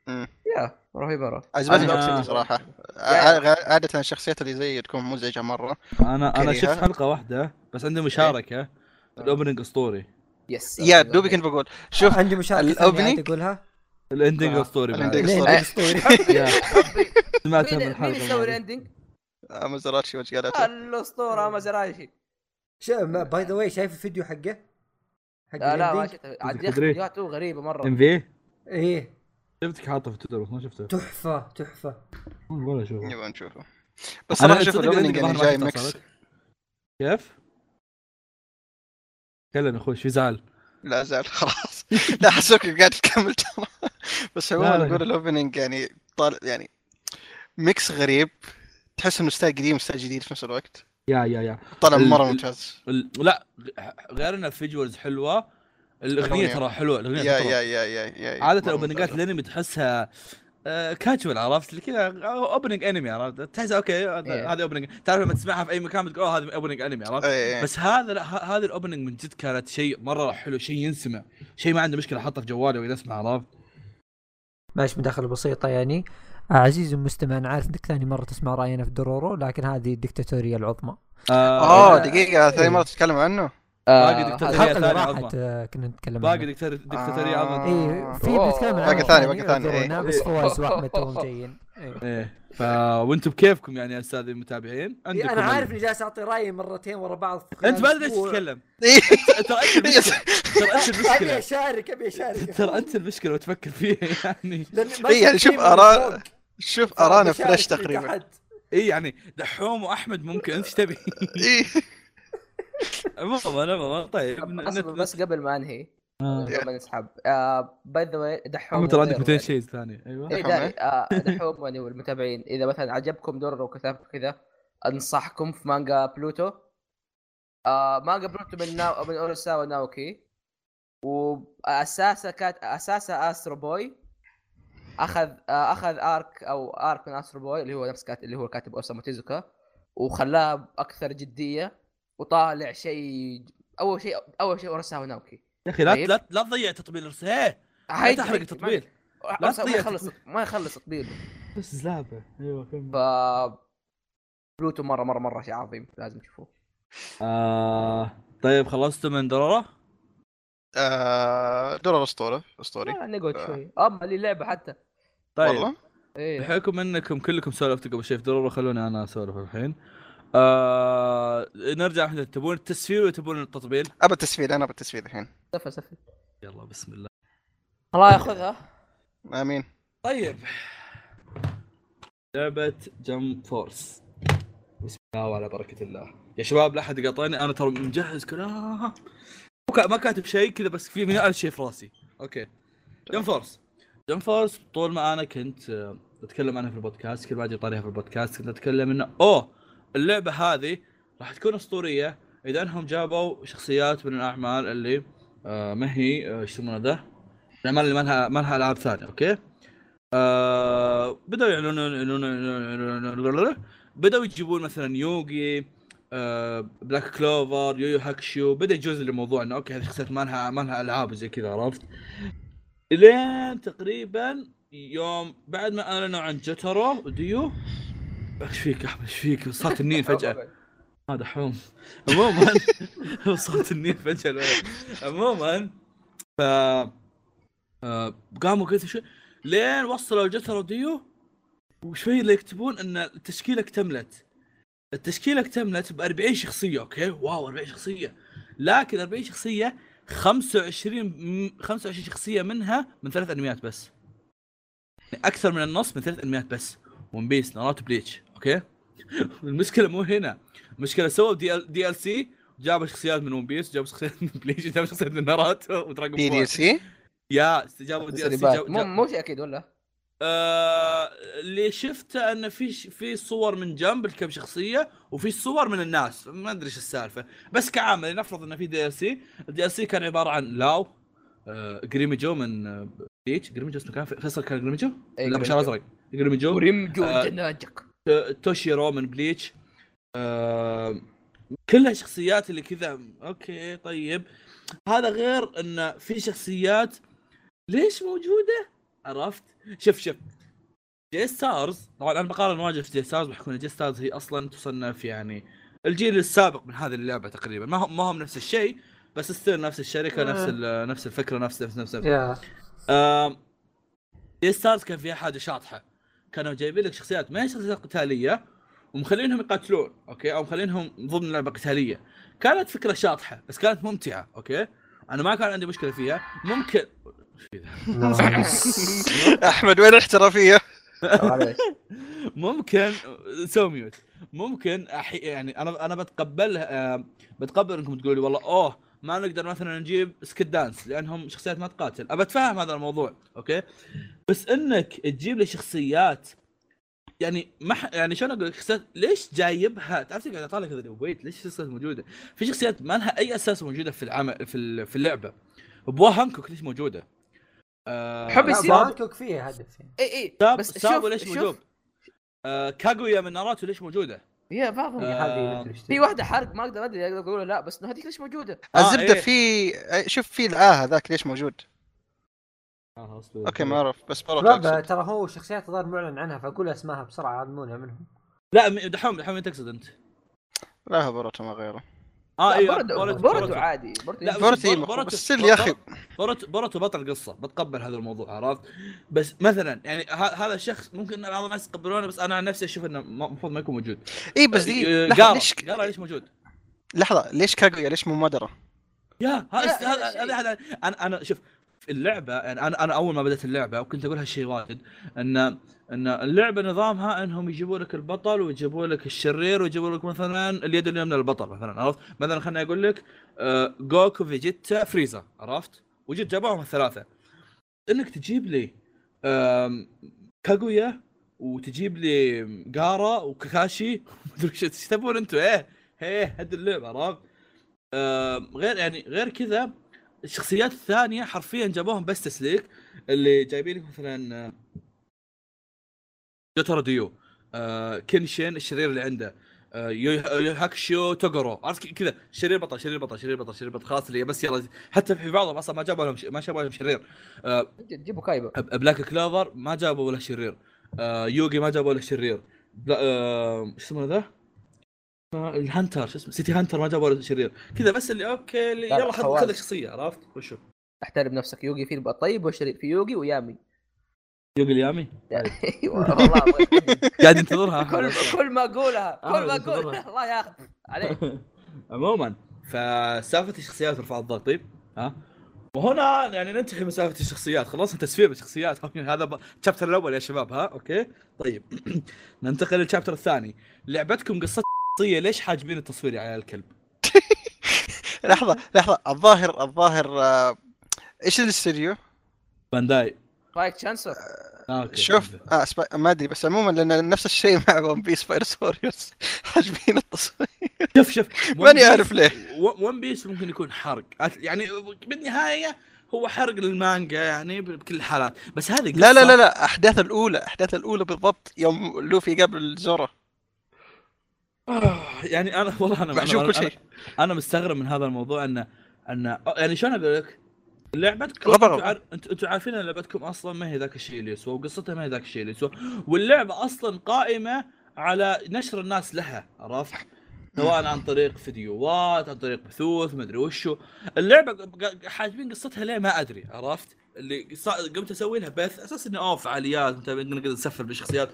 Speaker 3: مم. آه،
Speaker 1: يا رهيب مره
Speaker 3: عجبتني
Speaker 2: أنا-
Speaker 3: الأوبشن صراحه
Speaker 1: يعني-
Speaker 3: عا- عاده الشخصيات اللي زي تكون مزعجه مره
Speaker 2: انا انا
Speaker 3: كريهة.
Speaker 2: شفت حلقه واحده بس عندي مشاركه الاوبننج اسطوري
Speaker 1: يس
Speaker 3: يا دوبي كنت بقول شوف
Speaker 4: عندي مشاكل
Speaker 3: الأوبننج؟
Speaker 4: تقولها
Speaker 2: الاندنج
Speaker 4: آه.
Speaker 2: اسطوري بعد.
Speaker 3: الاندنج
Speaker 4: ليه
Speaker 3: اسطوري
Speaker 4: أسطوري؟
Speaker 2: يا، سمعتها
Speaker 1: مين
Speaker 2: من
Speaker 1: مين
Speaker 2: الحلقه
Speaker 1: يسوي
Speaker 2: الماضية.
Speaker 1: الاندنج؟
Speaker 3: آه، مزراتشي وش قالته
Speaker 1: آه، الاسطوره مزراشي
Speaker 4: باي ذا واي شايف الفيديو حقه؟ حق
Speaker 1: لا لا ما
Speaker 4: الإندينج؟
Speaker 1: شفته عاد يا أخي
Speaker 2: تدري؟
Speaker 1: فيديوهاته غريبه
Speaker 2: ام
Speaker 1: مره
Speaker 2: في
Speaker 4: ايه
Speaker 2: شفتك حاطه في تويتر بس ما شفته
Speaker 4: تحفه تحفه
Speaker 2: ولا اشوفه
Speaker 3: نبغى نشوفه بس
Speaker 2: أنا
Speaker 3: صراحه شوف
Speaker 2: تصدق
Speaker 3: الاوبننج
Speaker 2: عندي
Speaker 3: يعني
Speaker 2: ظهر
Speaker 3: جاي
Speaker 2: ما شفت
Speaker 3: ميكس
Speaker 2: أصلاً. كيف؟ تكلم يا اخوي شو زعل؟
Speaker 3: لا زال خلاص لا حسوك قاعد تكمل ترى بس
Speaker 2: لا،
Speaker 3: عموما
Speaker 2: لا.
Speaker 3: اقول الاوبننج يعني طال يعني ميكس غريب تحس انه ستايل قديم وستايل جديد في نفس الوقت
Speaker 2: يا يا يا
Speaker 3: طلع
Speaker 2: ال-
Speaker 3: مره
Speaker 2: ال-
Speaker 3: ممتاز
Speaker 2: ال- لا غير ان الفيجوالز حلوه الاغنيه
Speaker 3: الأغنية.
Speaker 2: ترى حلوه الاغنيه
Speaker 3: يا
Speaker 2: ترى.
Speaker 3: يا يا يا يا
Speaker 2: عاده
Speaker 3: مرة
Speaker 2: الاوبننجات
Speaker 3: ممتازة.
Speaker 2: الانمي تحسها آه، كاجوال عرفت اللي كذا اوبننج انمي عرفت تحس اوكي
Speaker 1: إيه.
Speaker 2: هذا- هذه اوبننج تعرف لما تسمعها في اي مكان بتقول اوه هذه اوبننج انمي عرفت
Speaker 3: إيه، إيه.
Speaker 2: بس هذا لا ه- هذا الاوبننج من جد كانت شيء مره حلو شيء ينسمع شيء ما عنده مشكله احطه في جوالي واذا اسمع عرفت
Speaker 4: ماشي مداخله بسيطه يعني آه، عزيزي المستمع انا عارف انك ثاني مره تسمع راينا في درورو لكن هذه الدكتاتوريه العظمى
Speaker 3: اه
Speaker 2: آه،
Speaker 3: دقيقه ثاني مره تتكلم عنه
Speaker 2: باقي
Speaker 1: آه،
Speaker 2: دكتاتورية
Speaker 4: الحلقه اللي
Speaker 2: ثانية
Speaker 4: راحت
Speaker 2: عظمى
Speaker 4: آه، كنا نتكلم
Speaker 2: باقي
Speaker 4: عنها
Speaker 2: دكتاتورية دكتاتورية عظمى
Speaker 4: ايه في
Speaker 1: أوه.
Speaker 4: بنتكلم عن
Speaker 1: باقي
Speaker 4: عمل
Speaker 3: ثاني،
Speaker 4: ثاني
Speaker 3: باقي ثاني،
Speaker 4: ودورنا،
Speaker 2: إيه.
Speaker 4: بس فواز واحمد توهم جايين إيه.
Speaker 2: ايه فوانتم بكيفكم يعني يا استاذ المتابعين
Speaker 1: إيه،
Speaker 4: إيه،
Speaker 2: عندكم
Speaker 5: انا عارف
Speaker 2: ال-
Speaker 5: اني جالس اعطي رايي مرتين ورا بعض
Speaker 2: انت ما ادري ليش تتكلم ترى انت المشكله ترى انت
Speaker 5: ابي
Speaker 2: المشكله
Speaker 5: اشارك ابي اشارك
Speaker 2: ترى انت المشكله وتفكر فيها يعني
Speaker 5: لأن ما
Speaker 3: إيه، يعني
Speaker 5: شفت شيء
Speaker 3: شوف
Speaker 5: من
Speaker 3: آراء-
Speaker 5: فوق،
Speaker 3: شوف
Speaker 2: آه،
Speaker 3: ارانا
Speaker 5: فبشارك
Speaker 3: فلاش
Speaker 5: من
Speaker 2: يعني
Speaker 3: تقريبا
Speaker 5: تحت.
Speaker 2: اي يعني دحوم واحمد ممكن انت ايش تبي
Speaker 3: إيه.
Speaker 2: عموما عموما طيب ن-
Speaker 1: أصلاً
Speaker 2: نت-
Speaker 1: بس قبل ما انهي
Speaker 2: آه.
Speaker 1: قبل ما نسحب آه باي ذا واي دحوم
Speaker 2: عمو ترى عندك
Speaker 1: وغيره
Speaker 2: 200
Speaker 1: يعني.
Speaker 2: شيء ثاني ايوه
Speaker 1: إيه، داري. آه، دحوم يعني والمتابعين اذا مثلا عجبكم دور وكتاب كذا انصحكم في مانجا بلوتو آه مانجا بلوتو من ناو من اورساوا ناوكي واساسها كانت اساسها استرو بوي اخذ آه اخذ ارك او ارك من استرو بوي اللي هو نفس كاتب اللي هو كاتب اوسامو تيزوكا وخلاها اكثر جديه وطالع شيء اول شيء اول شيء اورساوا ناوكي
Speaker 2: يا اخي لا
Speaker 1: طيب.
Speaker 2: لا لا تضيع تطبيل رس- هيه لا
Speaker 1: هاي-
Speaker 2: تحرق
Speaker 1: هاي-
Speaker 2: التطبيل
Speaker 1: ما-
Speaker 2: لا
Speaker 1: ما
Speaker 2: تضيع
Speaker 1: يخلص ما يخلص تطبيله
Speaker 2: بس زلابه ايوه
Speaker 1: ف بلوتو مره مره مره شيء عظيم لازم تشوفوه
Speaker 2: آه طيب خلصتوا من درورة؟
Speaker 3: آه، دور الاسطوره اسطوري
Speaker 1: لا نقعد
Speaker 3: آه.
Speaker 1: شوي اما لي لعبه حتى
Speaker 2: طيب
Speaker 3: والله
Speaker 1: ايه
Speaker 2: بحكم انكم كلكم سولفتوا قبل شوي في ضروره خلوني انا اسولف الحين. آه نرجع احنا تبون التسفير ولا تبون التطبيل؟
Speaker 3: ابى التسفيل انا ابى التسفيل الحين
Speaker 1: سفل سفل
Speaker 2: يلا بسم الله.
Speaker 1: الله ياخذها
Speaker 3: امين
Speaker 2: طيب لعبة جم فورس بسم الله وعلى بركة الله يا شباب لا احد يقاطعني انا ترى مجهز كلام مو كا- ما كاتب شيء كذا بس في مليار شيء في راسي اوكي جم فورس جنفورس طول ما انا كنت آه، اتكلم عنها في البودكاست كل ما اجي طاريها في البودكاست كنت اتكلم انه اوه اللعبه هذه راح تكون اسطوريه اذا انهم جابوا شخصيات من الاعمال اللي آه ما هي آه، ايش يسمونها ذا؟ الاعمال اللي ما لها ما لها العاب ثانيه اوكي؟ آه بدأوا يعلنون يعلنون- يعلنون يعلنون- بدأوا يجيبون مثلا يوغي آه بلاك كلوفر يويو هاكشو بدأ يجوز الموضوع انه اوكي هذه شخصيات ما لها ما لها العاب زي كذا عرفت؟ لين تقريبا يوم بعد ما اعلنوا عن جترو وديو ايش فيك يا احمد ايش فيك صارت النيل إيه، فجأة هذا حوم عموما وصلت النيل فجاه الولد. عموما ف آه، قاموا كذا شوي لين وصلوا جتر ديو وشوي اللي يكتبون ان التشكيله اكتملت التشكيله اكتملت ب 40 شخصيه اوكي واو 40 شخصيه لكن 40 شخصيه 25 م- 25 شخصيه منها من ثلاث انميات بس يعني اكثر من النص من ثلاث انميات بس ون بيس ناروتو بليتش اوكي المشكله مو هنا المشكله سووا دي ال دي ال سي جابوا شخصيات من ون بيس جابوا شخصيات من بليتش جابوا شخصيات من ناروتو ودراجون
Speaker 3: دي دي
Speaker 2: بول
Speaker 3: سي
Speaker 2: يا جابوا دي ال سي
Speaker 3: تسريبات.
Speaker 2: جابوا-
Speaker 1: مو مو شيء اكيد ولا
Speaker 2: آه، اللي شفته انه في ش- في صور من جنب لكم شخصيه وفي صور من الناس ما ادري ايش السالفه بس كعامل لنفرض انه في دي ال سي الدي ال سي كان عباره عن لاو آه، جريميجو من آه، بليتش جريميجو اسمه كان فيصل كان جريميجو؟
Speaker 1: إيه،
Speaker 2: لا بشار ازرق جريميجو
Speaker 1: ورمجو
Speaker 2: آه.
Speaker 1: جناجك
Speaker 2: ت- توشيرو من بليتش آه، كلها شخصيات اللي كذا اوكي طيب هذا غير ان في شخصيات ليش موجوده عرفت شوف شوف جي ستارز طبعا انا بقارن واجد في جي ستارز بحكم ان جي ستارز هي اصلا تصنف يعني الجيل السابق من هذه اللعبه تقريبا ما هم ما هم نفس الشيء بس ستيل نفس الشركه نفس ال- نفس الفكره نفس نفس نفس, نفس
Speaker 4: يا
Speaker 2: آم، دي ستارز كان فيها حاجه شاطحه كانوا جايبين لك شخصيات ما هي شخصيات قتاليه ومخلينهم يقاتلون اوكي او مخلينهم ضمن لعبه قتاليه كانت فكره شاطحه بس كانت ممتعه اوكي انا ما كان عندي مشكله فيها ممكن
Speaker 3: احمد وين الاحترافيه؟
Speaker 1: معليش.
Speaker 2: ممكن سو ميوت ممكن أحي... يعني انا انا بتقبل آه، بتقبل انكم تقولوا لي والله اوه ما نقدر مثلا نجيب سكيت دانس لانهم شخصيات ما تقاتل ابى اتفهم هذا الموضوع اوكي بس انك تجيب لي شخصيات يعني ما ح... يعني شلون اقول لك شخصيات ليش جايبها تعرف تقعد اطالع كذا ويت ليش الشخصيات موجوده في شخصيات ما لها اي اساس موجوده في العمل في ال- في اللعبه بوا هانكوك ليش موجوده آه...
Speaker 1: حب
Speaker 4: لا،
Speaker 1: يصير-
Speaker 4: بانكوك فيها هدف يعني.
Speaker 1: اي اي
Speaker 2: ساب
Speaker 1: إيه، بس
Speaker 2: سابو
Speaker 1: شوف-
Speaker 2: ليش
Speaker 1: شوف.
Speaker 2: موجود؟ آه كاغويا من ناروتو ليش موجوده؟
Speaker 1: يا بعضهم
Speaker 2: آه.
Speaker 4: هذه مدري إيش
Speaker 1: في واحده حرق ما اقدر ادري اقدر اقول لا بس انه هذيك ليش موجوده؟
Speaker 2: آه،
Speaker 3: الزبده
Speaker 2: إيه.
Speaker 3: في آه، شوف في العاه هذاك ليش موجود؟
Speaker 2: آه،
Speaker 3: اوكي ما اعرف بس ما
Speaker 4: لا ب-
Speaker 3: اعرف
Speaker 4: ترى هو شخصيات الظاهر معلن عنها فاقول اسمائها بسرعه علمونا منهم
Speaker 2: لا م- دحوم دحوم مين تقصد انت؟ آه،
Speaker 3: لا بوروتو ما غيره
Speaker 2: اه
Speaker 1: لا،
Speaker 2: ايوه
Speaker 1: بوردو
Speaker 2: بورتو-
Speaker 1: بوردو
Speaker 2: بورتو.
Speaker 1: عادي بوردو
Speaker 2: لا،
Speaker 1: يمشي.
Speaker 3: بوروتو
Speaker 2: بور-
Speaker 3: هي مخ-
Speaker 2: بوروتو-
Speaker 3: بس ال يا اخي
Speaker 2: بورتو بورتو بطل قصه بتقبل هذا الموضوع عرفت؟ بس مثلا يعني ه- هذا الشخص ممكن إن بعض الناس يتقبلونه بس انا عن نفسي اشوف انه م- المفروض ما يكون موجود
Speaker 3: اي بس
Speaker 2: آه،
Speaker 3: دي
Speaker 2: جارا
Speaker 3: لحظه ليش
Speaker 2: جارا ليش موجود؟
Speaker 3: لحظه ليش كاغويا ليش مو مدره؟
Speaker 2: يا
Speaker 1: لا،
Speaker 2: هذا
Speaker 1: هذا
Speaker 2: هذا-
Speaker 1: شيء.
Speaker 2: هذا انا انا شوف في اللعبه يعني انا انا اول ما بدات اللعبه وكنت اقول هالشيء واجد ان ان اللعبه نظامها انهم يجيبوا لك البطل ويجيبوا لك الشرير ويجيبوا لك مثلا اليد اليمنى للبطل مثلا عرفت؟ مثلا خليني اقول لك آه، جوكو فيجيتا فريزا عرفت؟ وجيت جابوهم الثلاثه انك تجيب لي آم، كاغويا وتجيب لي جارا وكاكاشي مدري ايش إيش تبون انتم ايه ايه هد اللعبه عرفت؟ آم، غير يعني غير كذا الشخصيات الثانيه حرفيا جابوهم بس تسليك اللي جايبين لك مثلا آه، جوتارو ديو آه، كينشين الشرير اللي عنده آه، يو- يو هاكشيو توغورو عرفت ك- كذا شرير بطل شرير بطل شرير بطل شرير بطل خلاص اللي بس يلا حتى في بعضهم اصلا ما جابوا لهم ش- ما جابوا لهم شرير
Speaker 1: جد، جيبوا كايبا
Speaker 2: ب- بلاك كلوفر ما جابوا ولا شرير آه، يوغي ما جابوا ولا شرير بلا- آه، ايش اسمه ذا؟ آه، الهانتر شو اسمه سيتي هانتر ما جابوا ولا شرير كذا بس اللي اوكي اللي
Speaker 1: لا، لا،
Speaker 2: يلا خذ
Speaker 1: خواص.
Speaker 2: خذ الشخصيه عرفت وشو
Speaker 1: احترم نفسك يوغي في البقى طيب وشرير في يوغي ويامي
Speaker 2: يوغي اليامي
Speaker 1: ايوه والله أبغى أتكلم.
Speaker 2: قاعد ينتظرها أحمد.
Speaker 1: كل كل ما اقولها كل ما
Speaker 2: أحمد،
Speaker 1: اقولها
Speaker 2: انتظرها.
Speaker 1: الله ياخذ عليك
Speaker 2: عموما فسالفه الشخصيات رفعت ضغطي ها وهنا يعني ننتهي من سالفه الشخصيات خلصنا تسفير الشخصيات هذا ب- الشابتر الاول يا شباب ها اوكي طيب ننتقل للشابتر الثاني لعبتكم قصه شخصيه ليش حاجبين التصوير يا عيال الكلب
Speaker 3: لحظه لحظه الظاهر الظاهر آه، ايش الاستوديو؟
Speaker 2: بانداي
Speaker 1: رايك تشانسلر
Speaker 2: آه، أوكي.
Speaker 3: شوف آه سبا... ما ادري بس عموما لان نفس الشيء مع ون بيس فاير سوريوس حاجبين التصوير
Speaker 2: شوف شوف
Speaker 3: ماني اعرف ليه
Speaker 2: ون بيس ممكن يكون حرق يعني بالنهايه هو حرق للمانجا يعني بكل الحالات بس هذه
Speaker 3: لا لا
Speaker 2: قصة-
Speaker 3: لا لا احداث الاولى احداث الاولى بالضبط يوم لوفي قبل زورو
Speaker 2: آه، يعني انا والله انا
Speaker 3: محشوف كل
Speaker 2: أنا-
Speaker 3: شيء
Speaker 2: انا مستغرب من هذا الموضوع انه انه أو- يعني شلون اقول لك؟ لعبتكم
Speaker 3: غبروا.
Speaker 2: انتوا عار- انتوا انتوا عارفين ان لعبتكم اصلا ما هي ذاك الشيء اللي يسوى وقصتها ما هي ذاك الشيء اللي يسوى واللعبه اصلا قائمه على نشر الناس لها عرفت؟ سواء عن طريق فيديوهات عن طريق بثوث ما ادري وشو اللعبه ق- ق- حاجبين قصتها ليه ما ادري عرفت؟ اللي صا- قمت اسوي لها بث اساس انه اوه فعاليات متابعين، نقدر نسفر بالشخصيات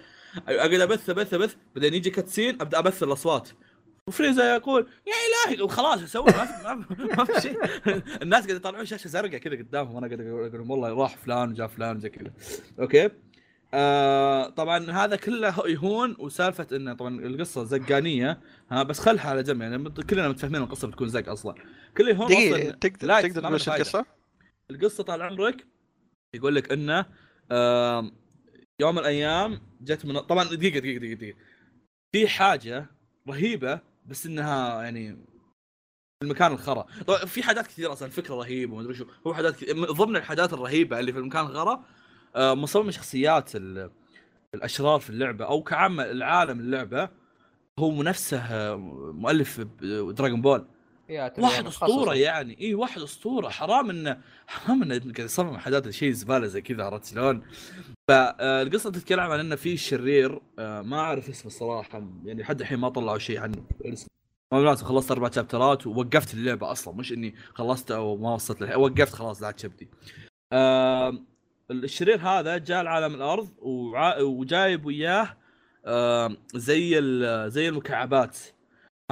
Speaker 2: اقعد ابث ابث ابث بعدين يجي كاتسين ابدا ابث الاصوات وفريزا يقول يا الهي وخلاص اسوي ما في ما في- ما في شيء الناس قاعد يطلعون شاشه زرقاء كذا قدامهم وانا قاعد اقول لهم والله راح فلان وجاء فلان زي كذا اوكي آه طبعا هذا كله يهون وسالفه انه طبعا القصه زقانيه ها بس خلها على جنب يعني مت- كلنا متفاهمين القصه بتكون زق اصلا كله يهون
Speaker 3: دقيقه
Speaker 2: اصلا
Speaker 3: تقدر
Speaker 2: لا،
Speaker 3: تقدر
Speaker 2: ما
Speaker 3: تمشي
Speaker 2: له فايدة.
Speaker 3: القصه
Speaker 2: القصه طال عمرك يقول لك انه آم، يوم من الايام جت من طبعا دقيقه دقيقه دقيقه دقيقه في حاجه رهيبه بس انها يعني في المكان الخرا طبعا في حاجات كثيره اصلا فكره رهيبه وما ادري شو هو حاجات كثير من ضمن الحاجات الرهيبه اللي في المكان الخرا آه، مصمم شخصيات ال- الاشرار في اللعبه او كعامه العالم اللعبه هو نفسه آه، مؤلف آه، دراغون بول
Speaker 1: يا ترى
Speaker 2: واحد
Speaker 1: يعني
Speaker 2: اسطوره
Speaker 1: مخصص.
Speaker 2: يعني اي واحد اسطوره حرام انه حرام انه قاعد يصمم حاجات شيء زباله زي كذا عرفت شلون؟ فالقصه تتكلم عن انه في شرير آه، ما اعرف اسمه الصراحه يعني لحد الحين ما طلعوا شيء عنه الاسم ما بالعكس خلصت اربع شابترات ووقفت اللعبه اصلا مش اني خلصت او ما وصلت للحين وقفت خلاص لا تشبدي. آه، الشرير هذا جاء لعالم الارض وع- وجايب وياه آه، زي ال- زي المكعبات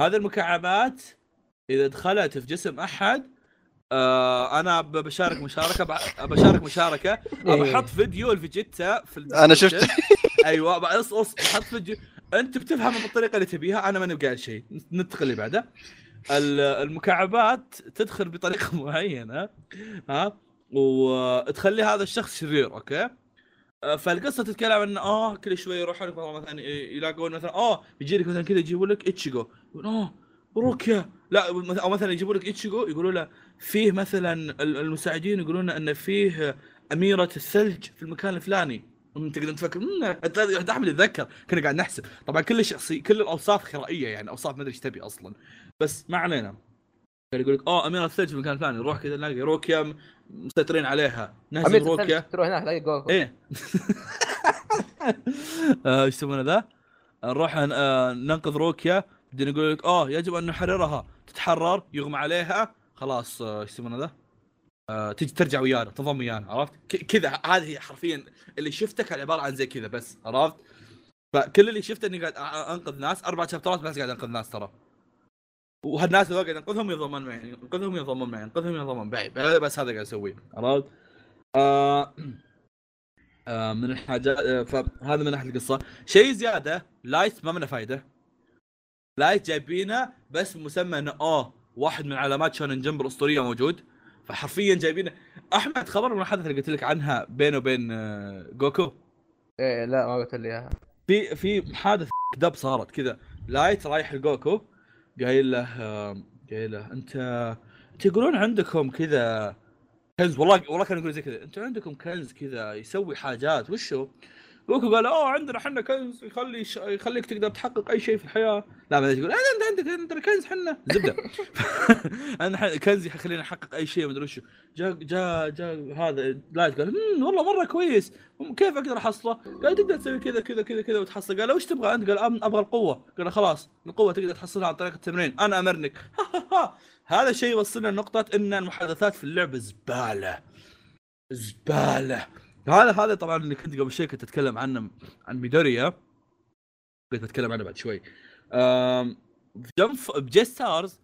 Speaker 2: هذه المكعبات اذا دخلت في جسم احد آه انا ب- بشارك مشاركه بع- بشارك مشاركه
Speaker 4: إيه.
Speaker 2: بحط فيديو الفيجيتا في ال-
Speaker 3: أنا شفته.
Speaker 2: ايوه بقص قص بحط فيديو انت بتفهم بالطريقه اللي تبيها انا ماني قايل شيء ننتقل اللي بعده ال- المكعبات تدخل بطريقه معينه ها وتخلي هذا الشخص شرير اوكي آه، فالقصه تتكلم عن اه كل شوي يروحون لك والله مثلا ي- يلاقون مثلا اه بيجي لك مثلا كذا يجيبوا لك اتشيجو يقول اه روكيا لا مث- او مثلا يجيبوا لك اتشيجو يقولوا له فيه مثلا ال- المساعدين يقولون ان فيه اميره الثلج في المكان الفلاني أمم، تقدر تفكر أمم، أت- أت- احمد يتذكر كنا قاعد نحسب طبعا كل شخصي كل الاوصاف خرائيه يعني اوصاف ما ادري ايش تبي اصلا بس ما علينا كان يقول لك اه اميره الثلج في المكان الفلاني نروح كذا نلاقي روكيا م- مسيطرين عليها
Speaker 1: عميد
Speaker 2: نهزم
Speaker 1: الثلج،
Speaker 2: روكيا
Speaker 1: تروح هناك تلاقي جوكو
Speaker 2: ايه آه، ايش يسمونه ذا؟ نروح ن- آه، ننقذ روكيا بعدين يقول لك اه يجب ان نحررها تتحرر يغمى عليها خلاص آه، ايش يسمونه ذا؟ آه، تجي ترجع ويانا تنضم ويانا عرفت؟ ك- كذا ه- هذه حرفيا اللي شفته كان عباره عن زي كذا بس عرفت؟ فكل اللي شفته اني قاعد أ- أ- انقذ ناس اربع شابترات بس قاعد انقذ ناس ترى وهالناس اللي قاعد انقذهم ينضمون معي انقذهم ينضمون معي انقذهم ينضمون معي بس هذا قاعد اسويه عرفت؟ آه آه، من الحاجات آه، فهذا من ناحيه القصه شيء زياده لايت ما منه فايده لايت جايبينه بس مسمى انه اه واحد من علامات شونن جمب الاسطوريه موجود فحرفيا جايبينه احمد خبر من الحدث اللي قلت لك عنها بينه وبين آه، جوكو
Speaker 1: ايه لا ما قلت لي اياها
Speaker 2: في في محادثه دب صارت كذا لايت رايح لجوكو قايل له آم، قايل له انت انت يقولون عندكم كذا كنز والله والله كانوا يقولون زي كذا انتوا عندكم كنز كذا يسوي حاجات وشو؟ جوكو قال اوه عندنا احنا كنز يخلي ش... يخليك تقدر تحقق اي شيء في الحياه لا ما أدري، يقول انا انت عندك عندنا كنز احنا زبده انا ح- كنز يخلينا نحقق اي شيء ما ادري وشو جاء جاء جاء هذا لايت قال "مم، والله مره كويس مم، كيف اقدر احصله؟ قال تقدر تسوي كذا كذا كذا كذا وتحصل قال وش تبغى انت؟ قال أم- ابغى القوه قال له خلاص القوه تقدر تحصلها عن طريق التمرين انا امرنك هذا الشيء يوصلنا لنقطه ان المحادثات في اللعبه زباله زباله هذا هذا طبعا اللي كنت قبل شوي كنت اتكلم عنه عن ميدوريا كنت اتكلم عنه بعد شوي أم، في جنب بجي ستارز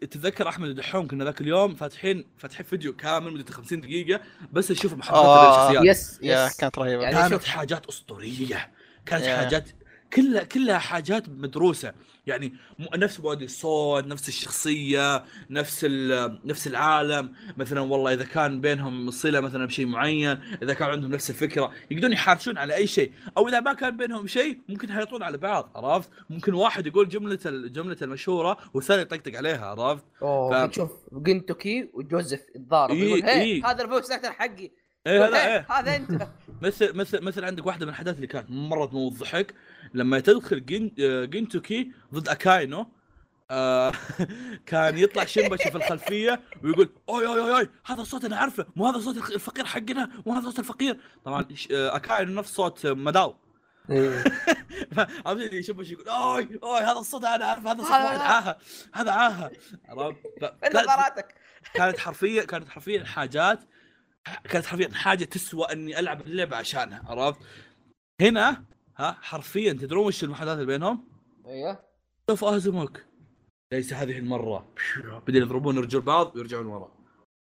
Speaker 2: تتذكر احمد ودحوم كنا ذاك اليوم فاتحين فاتحين فيديو كامل مدته 50 دقيقه بس نشوف محادثات
Speaker 3: آه.
Speaker 2: الشخصيات
Speaker 1: يس
Speaker 3: يا
Speaker 1: يس
Speaker 3: كانت رهيبه
Speaker 1: يعني-
Speaker 2: كانت
Speaker 1: شوف-
Speaker 2: حاجات اسطوريه كانت
Speaker 3: يا.
Speaker 2: حاجات كلها كلها حاجات مدروسه يعني م- نفس مواد الصوت نفس الشخصيه نفس ال- نفس العالم مثلا والله اذا كان بينهم صله مثلا بشيء معين اذا كان عندهم نفس الفكره يقدرون يحارشون على اي شيء او اذا ما كان بينهم شيء ممكن يحيطون على بعض عرفت ممكن واحد يقول جمله الجمله المشهوره والثاني يطقطق عليها عرفت
Speaker 1: اوه
Speaker 2: فاهم.
Speaker 1: بتشوف جنتوكي وجوزيف يتضارب
Speaker 2: إيه،
Speaker 1: يقول هي
Speaker 2: إيه.
Speaker 1: هذا الفويس اكتر حقي
Speaker 2: ايه
Speaker 1: يقول،
Speaker 2: هذا
Speaker 1: "هي،
Speaker 2: ايه
Speaker 1: هذا إيه انت
Speaker 2: مثل مثل مثل عندك واحده من الاحداث اللي كانت مره تموت ضحك لما تدخل جين آه، جينتوكي ضد اكاينو آه كان يطلع شنبشي في الخلفيه ويقول اوي اوي اوي, أوي هذا الصوت انا عارفه مو هذا صوت الخ- الفقير حقنا مو هذا صوت الفقير طبعا ش- آه، اكاينو نفس صوت آه، مداو
Speaker 4: إيه.
Speaker 2: عرفت اللي شنبشي يقول اوي اوي هذا الصوت انا عارفه هذا صوت واحد عاها هذا عاها عرفت ف-
Speaker 1: انت ضراتك
Speaker 2: كانت حرفيا كانت حرفيا حاجات كانت حرفيا حاجه تسوى اني العب اللعبه عشانها عرفت؟ هنا ها حرفيا تدرون وش المحادثات اللي بينهم؟
Speaker 1: ايوه
Speaker 2: سوف اهزمك ليس هذه المره بدين يضربون رجل بعض ويرجعون ورا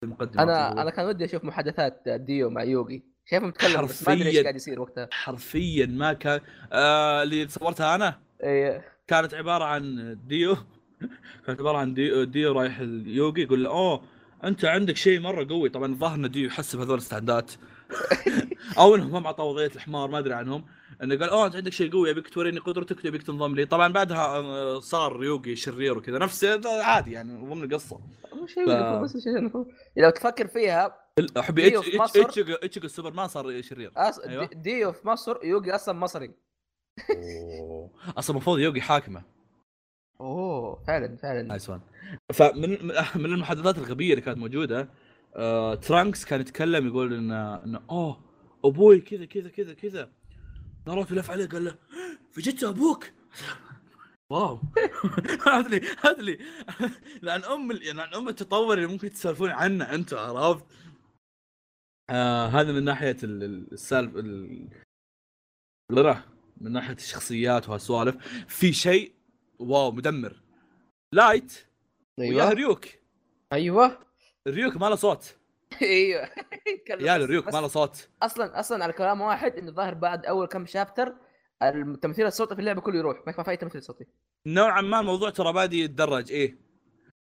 Speaker 2: المقدمه
Speaker 1: انا انا كان ودي اشوف محادثات ديو مع يوغي شايفهم يتكلموا بس ما ادري ايش
Speaker 2: حرفياً.
Speaker 1: قاعد يصير وقتها
Speaker 2: حرفيا ما كان آه اللي صورتها انا
Speaker 1: ايوه
Speaker 2: كانت عباره عن ديو كانت عباره عن ديو, ديو رايح اليوغي يقول له اوه انت عندك شيء مره قوي طبعا الظاهر ان ديو يحسب هذول الستاندات او انهم هم عطوا وضعيه الحمار ما ادري عنهم انه قال اوه انت عندك شيء قوي ابيك توريني قدرتك ابيك تنضم لي طبعا بعدها آه، صار يوغي شرير وكذا نفس عادي يعني ضمن القصه
Speaker 1: مو شيء يقولوا، بس شيء يقولوا. لو تفكر فيها
Speaker 2: حبي
Speaker 1: ديو
Speaker 2: إيتش-
Speaker 1: إيه، في
Speaker 2: إيتش-
Speaker 1: مصر.
Speaker 2: إيتشيجو- إيتشيجو السوبر ما صار شرير
Speaker 1: أص...
Speaker 2: أيوة.
Speaker 1: دي- ديو في مصر يوغي اصلا مصري
Speaker 2: اصلا المفروض يوغي حاكمه
Speaker 1: اوه فعلا فعلا
Speaker 2: نايس وان فمن من- من المحادثات الغبيه اللي كانت موجوده آه، ترانكس كان يتكلم يقول ان انه اوه ابوي كذا كذا كذا كذا ناروتو لف عليه قال له فجدت ابوك واو هذا لي هذا لي لان ام ال- لان ام التطور اللي ممكن تسولفون عنه انتم عرفت آه هذا من ناحيه ال- ال- السالف ال- ال- من ناحيه الشخصيات وهالسوالف في شيء واو مدمر لايت وياه
Speaker 1: ايوه
Speaker 2: ريوك
Speaker 1: ايوه
Speaker 2: ريوك ما له صوت
Speaker 1: ايوه يتكلم
Speaker 2: يا
Speaker 1: بس-
Speaker 2: ريوك
Speaker 1: بس
Speaker 2: ما له صوت
Speaker 1: اصلا اصلا على كلام واحد انه ظاهر بعد اول كم شابتر التمثيل الصوتي في اللعبه كله يروح ما يكفى في اي تمثيل صوتي
Speaker 2: نوعا ما الموضوع ترى بادي يتدرج ايه